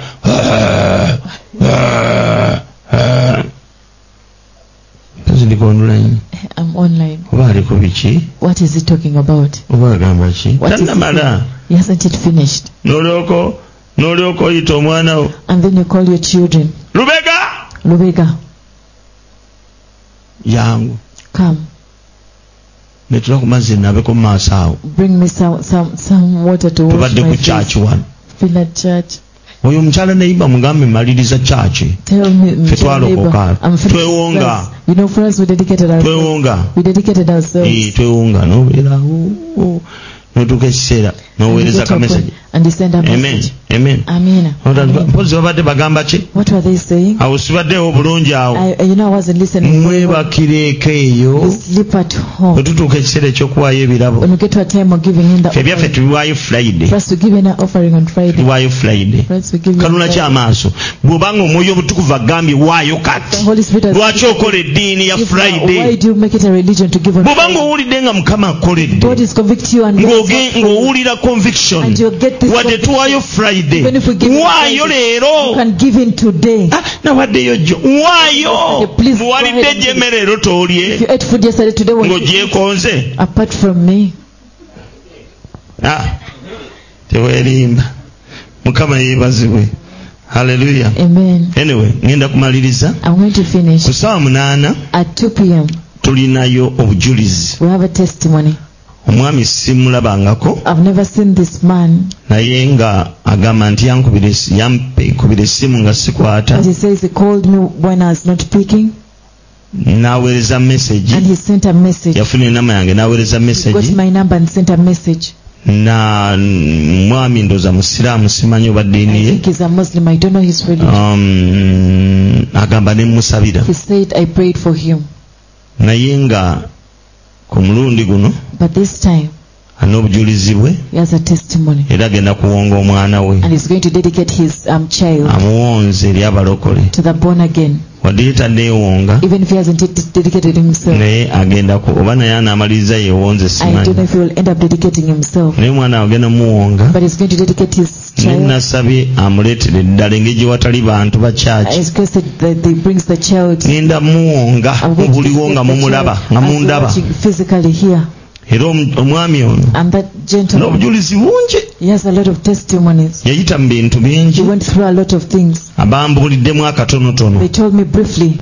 Speaker 1: kazindika online
Speaker 2: I'm online.
Speaker 1: oba aliko biki
Speaker 2: What is he talking about?
Speaker 1: oba agamba ki
Speaker 2: What is he
Speaker 1: tannamala
Speaker 2: saying? He hasn't yet finished.
Speaker 1: n'olyoka n'olyoka oyita omwana wo
Speaker 2: And then you call your children.
Speaker 1: lubega
Speaker 2: Lubega,
Speaker 1: jangu
Speaker 2: come.
Speaker 1: netula ku mazzi nabeko mu maaso awo
Speaker 2: Bring me some, some, some water to wash
Speaker 1: tubadde
Speaker 2: my
Speaker 1: ku
Speaker 2: face.
Speaker 1: kyaki wano
Speaker 2: Been at church.
Speaker 1: oyo omukyala neyimba mugambe maliriza kyaki
Speaker 2: Tell me,
Speaker 1: Ffe
Speaker 2: tell me,
Speaker 1: twalokoka.
Speaker 2: I'm finished.
Speaker 1: Twewonga.
Speaker 2: Yes. You know, for us, we dedicated ourselves.
Speaker 1: twewonga
Speaker 2: We dedicated ourselves.
Speaker 1: Eh, twewonga nobeerawo notuuka ekiseera
Speaker 2: And we
Speaker 1: noweereza
Speaker 2: get up
Speaker 1: kamesaje
Speaker 2: and- And they send a
Speaker 1: amen
Speaker 2: message.
Speaker 1: amen
Speaker 2: Amen.
Speaker 1: Notalaba- mpozi babadde bagamba ki
Speaker 2: What were they saying?
Speaker 1: awo sibaddeewo bulungi awo
Speaker 2: I, you know, I wasn't listening.
Speaker 1: mwebakira eka eyo
Speaker 2: You sleep at home.
Speaker 1: bwe tutuuka ekiseera ekyokuwaayo ebirabo
Speaker 2: When you get to a time of giving in the
Speaker 1: ffe ebyaffe
Speaker 2: offering,
Speaker 1: tubiwaayo friday
Speaker 2: first we give in an offering on Friday.
Speaker 1: tubiwaayo friday
Speaker 2: First we give in
Speaker 1: kanula
Speaker 2: Friday.
Speaker 1: kyamaaso bw'obanga omwoyo obutukuvu agambye waayo
Speaker 2: The
Speaker 1: kati
Speaker 2: Holy Spirit has
Speaker 1: lwaki okola eddiini ya
Speaker 2: If now, Why
Speaker 1: friday
Speaker 2: do you make it a religion to give on
Speaker 1: bw'obanga
Speaker 2: Friday?
Speaker 1: owulidde nga mukama akoledde
Speaker 2: God is convict you and God
Speaker 1: ng'oge-
Speaker 2: is not-
Speaker 1: ng'owulira conviction
Speaker 2: And you'll get this
Speaker 1: wadde
Speaker 2: conviction.
Speaker 1: tuwaayo friday
Speaker 2: Even if we give it
Speaker 1: waayo
Speaker 2: Friday, you
Speaker 1: leero
Speaker 2: can give in today.
Speaker 1: Ah, nawaddeyo jjo waayo
Speaker 2: Friday, please, go
Speaker 1: muwalidde
Speaker 2: ahead and
Speaker 1: ejjo
Speaker 2: give it.
Speaker 1: emmere leero
Speaker 2: If you
Speaker 1: toolye
Speaker 2: ate food yesterday, today what you eat?
Speaker 1: ng'ogyekonze
Speaker 2: apart from me,
Speaker 1: Ah, teweerimba mukama yeebazibwe halleluya
Speaker 2: Amen.
Speaker 1: anyway ngenda kumaliriza
Speaker 2: I'm going to finish
Speaker 1: ku ssaawa munaana
Speaker 2: at 2 p.m.
Speaker 1: tulinayo obujulizi
Speaker 2: We have a testimony.
Speaker 1: omwami simulabangako
Speaker 2: I've never seen this man,
Speaker 1: naye nga agamba nti yankubira es- yampa ekubira essimu nga sikwata
Speaker 2: but he says he called me when I was not speaking,
Speaker 1: n'aweereza
Speaker 2: and
Speaker 1: mesagi
Speaker 2: he sent a message.
Speaker 1: yafuna enama yange n'aweereza
Speaker 2: He got
Speaker 1: mesagi
Speaker 2: my number and sent a message.
Speaker 1: na mwami ndoza musiraamu simanyi oba ddiini
Speaker 2: I
Speaker 1: ye
Speaker 2: think he's a Muslim. I don't know his religion.
Speaker 1: Um, agamba ne musabira
Speaker 2: He said I prayed for him,
Speaker 1: naye nga ku mulundi guno
Speaker 2: but this time
Speaker 1: alina obujulizi bwe
Speaker 2: he has a testimony.
Speaker 1: era agenda kuwonga omwana we
Speaker 2: and is going to dedicate his um, child
Speaker 1: amuwonze eri abalokole
Speaker 2: to the born again,
Speaker 1: wadde ye taddeewonga
Speaker 2: even if he hasn't yet dedicated himself.
Speaker 1: naye agenda ku oba naye anaamaliriza yeewonze
Speaker 2: I don't
Speaker 1: simanyi
Speaker 2: know if he will end up dedicating himself,
Speaker 1: naye mwana agenda muwonga
Speaker 2: but he's going to dedicate his
Speaker 1: naye
Speaker 2: child.
Speaker 1: nasabye amuleetere eddala engeri gye watali bantu
Speaker 2: I
Speaker 1: bakyaki
Speaker 2: Uh, requested that they brings the child.
Speaker 1: ngenda muwonga
Speaker 2: I'm going to
Speaker 1: obuliwo nga
Speaker 2: dedicate the
Speaker 1: mumulaba
Speaker 2: child
Speaker 1: nga
Speaker 2: as we're
Speaker 1: mundaba
Speaker 2: watching physically here,
Speaker 1: era omu- omwami ono
Speaker 2: and that gentleman
Speaker 1: n'obujulizi bungi
Speaker 2: he has a lot of testimonies.
Speaker 1: yayita mu bintu bingi
Speaker 2: He went through a lot of things.
Speaker 1: abambuuliddemu akatonotono
Speaker 2: They told me briefly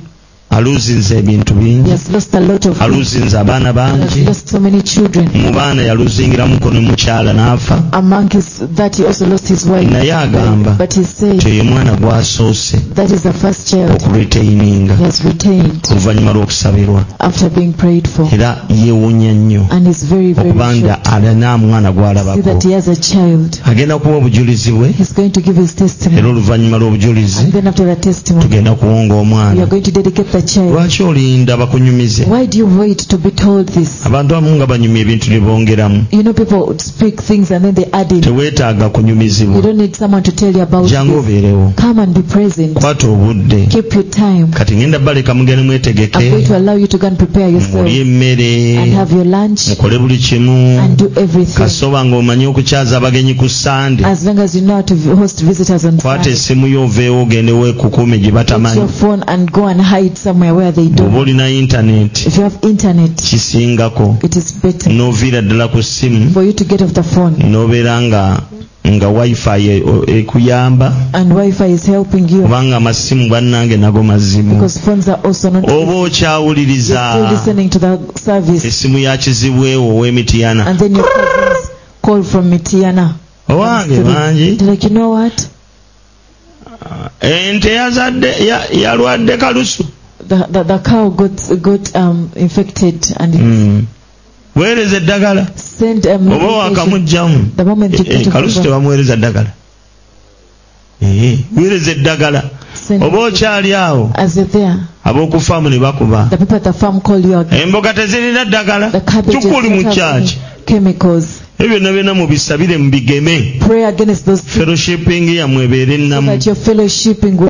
Speaker 1: aluuzinze ebintu
Speaker 2: he
Speaker 1: bingi
Speaker 2: has lost a lot of. things.
Speaker 1: aluuzinze abaana
Speaker 2: He
Speaker 1: bangi
Speaker 2: has lost so many children.
Speaker 1: mu baana yaluuzingiramuko ne mukyala n'afa
Speaker 2: Among his that he also lost his wife.
Speaker 1: naye agamba
Speaker 2: But he said
Speaker 1: teyo mwana gwasoose
Speaker 2: that is the first child
Speaker 1: okureteininga
Speaker 2: he has retained
Speaker 1: oluvannyuma lw'okusabirwa
Speaker 2: after being prayed for.
Speaker 1: era yeewuunya nnyo
Speaker 2: And he's very, very
Speaker 1: okuba nga
Speaker 2: shocked
Speaker 1: alina mwana
Speaker 2: to see
Speaker 1: gwalabako
Speaker 2: that he has a child.
Speaker 1: agenda kuwa obujulizi bwe
Speaker 2: He's going to give his
Speaker 1: era
Speaker 2: testimony.
Speaker 1: oluvannyuma lw'obujulizi
Speaker 2: And then after that testimony,
Speaker 1: tugenda kuwonga
Speaker 2: we
Speaker 1: omwana
Speaker 2: are going to dedicate the child.
Speaker 1: lwaki olinda bakunyumize
Speaker 2: Why do you wait to be told this?
Speaker 1: abantu abamu nga banyumya ebintu ne bongeramu
Speaker 2: You know, people speak things and then they add in.
Speaker 1: teweetaaga kunyumizibwa
Speaker 2: You don't need someone to tell you about
Speaker 1: jangu
Speaker 2: this.
Speaker 1: obeerewo
Speaker 2: Come and be present.
Speaker 1: kwata obudde
Speaker 2: Keep your time.
Speaker 1: kati ngenda baleka mugende mwetegeke
Speaker 2: I'm going to allow you to go and prepare yourself
Speaker 1: mulye emmere
Speaker 2: and have your lunch
Speaker 1: mukole buli kimu
Speaker 2: and do everything.
Speaker 1: kasoba ng'omanyi okukyaza abagenyi ku sande
Speaker 2: As long as you know how to host visitors on
Speaker 1: kwata
Speaker 2: Sunday.
Speaker 1: essimu yo oveewo ogende weekukuume gye
Speaker 2: Get
Speaker 1: batamanyi
Speaker 2: your phone and go and hide somewhere where they
Speaker 1: bw'oba
Speaker 2: do.
Speaker 1: olina intaneti
Speaker 2: If you have internet,
Speaker 1: kisingako
Speaker 2: it is better
Speaker 1: n'oviira ddala ku ssimu
Speaker 2: for you to get off the phone.
Speaker 1: n'obeera nga nga wifi e- o- ekuyamba
Speaker 2: And Wi-Fi is helping you
Speaker 1: kubanga amasimu bannange nago mazimu
Speaker 2: because phones are also not
Speaker 1: oba
Speaker 2: you're still
Speaker 1: okyawuliriza
Speaker 2: listening to the service.
Speaker 1: essimu ya kizibu ewo
Speaker 2: And
Speaker 1: ow'emitiyana
Speaker 2: then your cousins call from Mitiana.
Speaker 1: owange bangi
Speaker 2: They're like, you know what?
Speaker 1: ente yazadde ya- yalwadde kalusu
Speaker 2: The, the, the cow got got um, infected and
Speaker 1: Mm. Oh, weereza eddagala
Speaker 2: sent um,
Speaker 1: oba
Speaker 2: notification.
Speaker 1: wakamugjamu
Speaker 2: the moment you
Speaker 1: Eh,
Speaker 2: get
Speaker 1: eh,
Speaker 2: off
Speaker 1: kalusu
Speaker 2: the phone,
Speaker 1: tebamuweereza ddagala Eh, weereza eddagala
Speaker 2: send
Speaker 1: oba
Speaker 2: notification.
Speaker 1: okyali awo
Speaker 2: as you're there,
Speaker 1: ab'oku faamu ne bakuba
Speaker 2: the people at the farm call you out.
Speaker 1: emboga tezirina ddagala
Speaker 2: The cabbage
Speaker 1: kyokka oli mu
Speaker 2: is not
Speaker 1: kyaki
Speaker 2: having chemicals.
Speaker 1: ebyo byonna byonna mubisabire mubigeme
Speaker 2: Pray against those things
Speaker 1: fellowshiping yammwe ebeere
Speaker 2: so
Speaker 1: nnamu
Speaker 2: that your fellowshipping will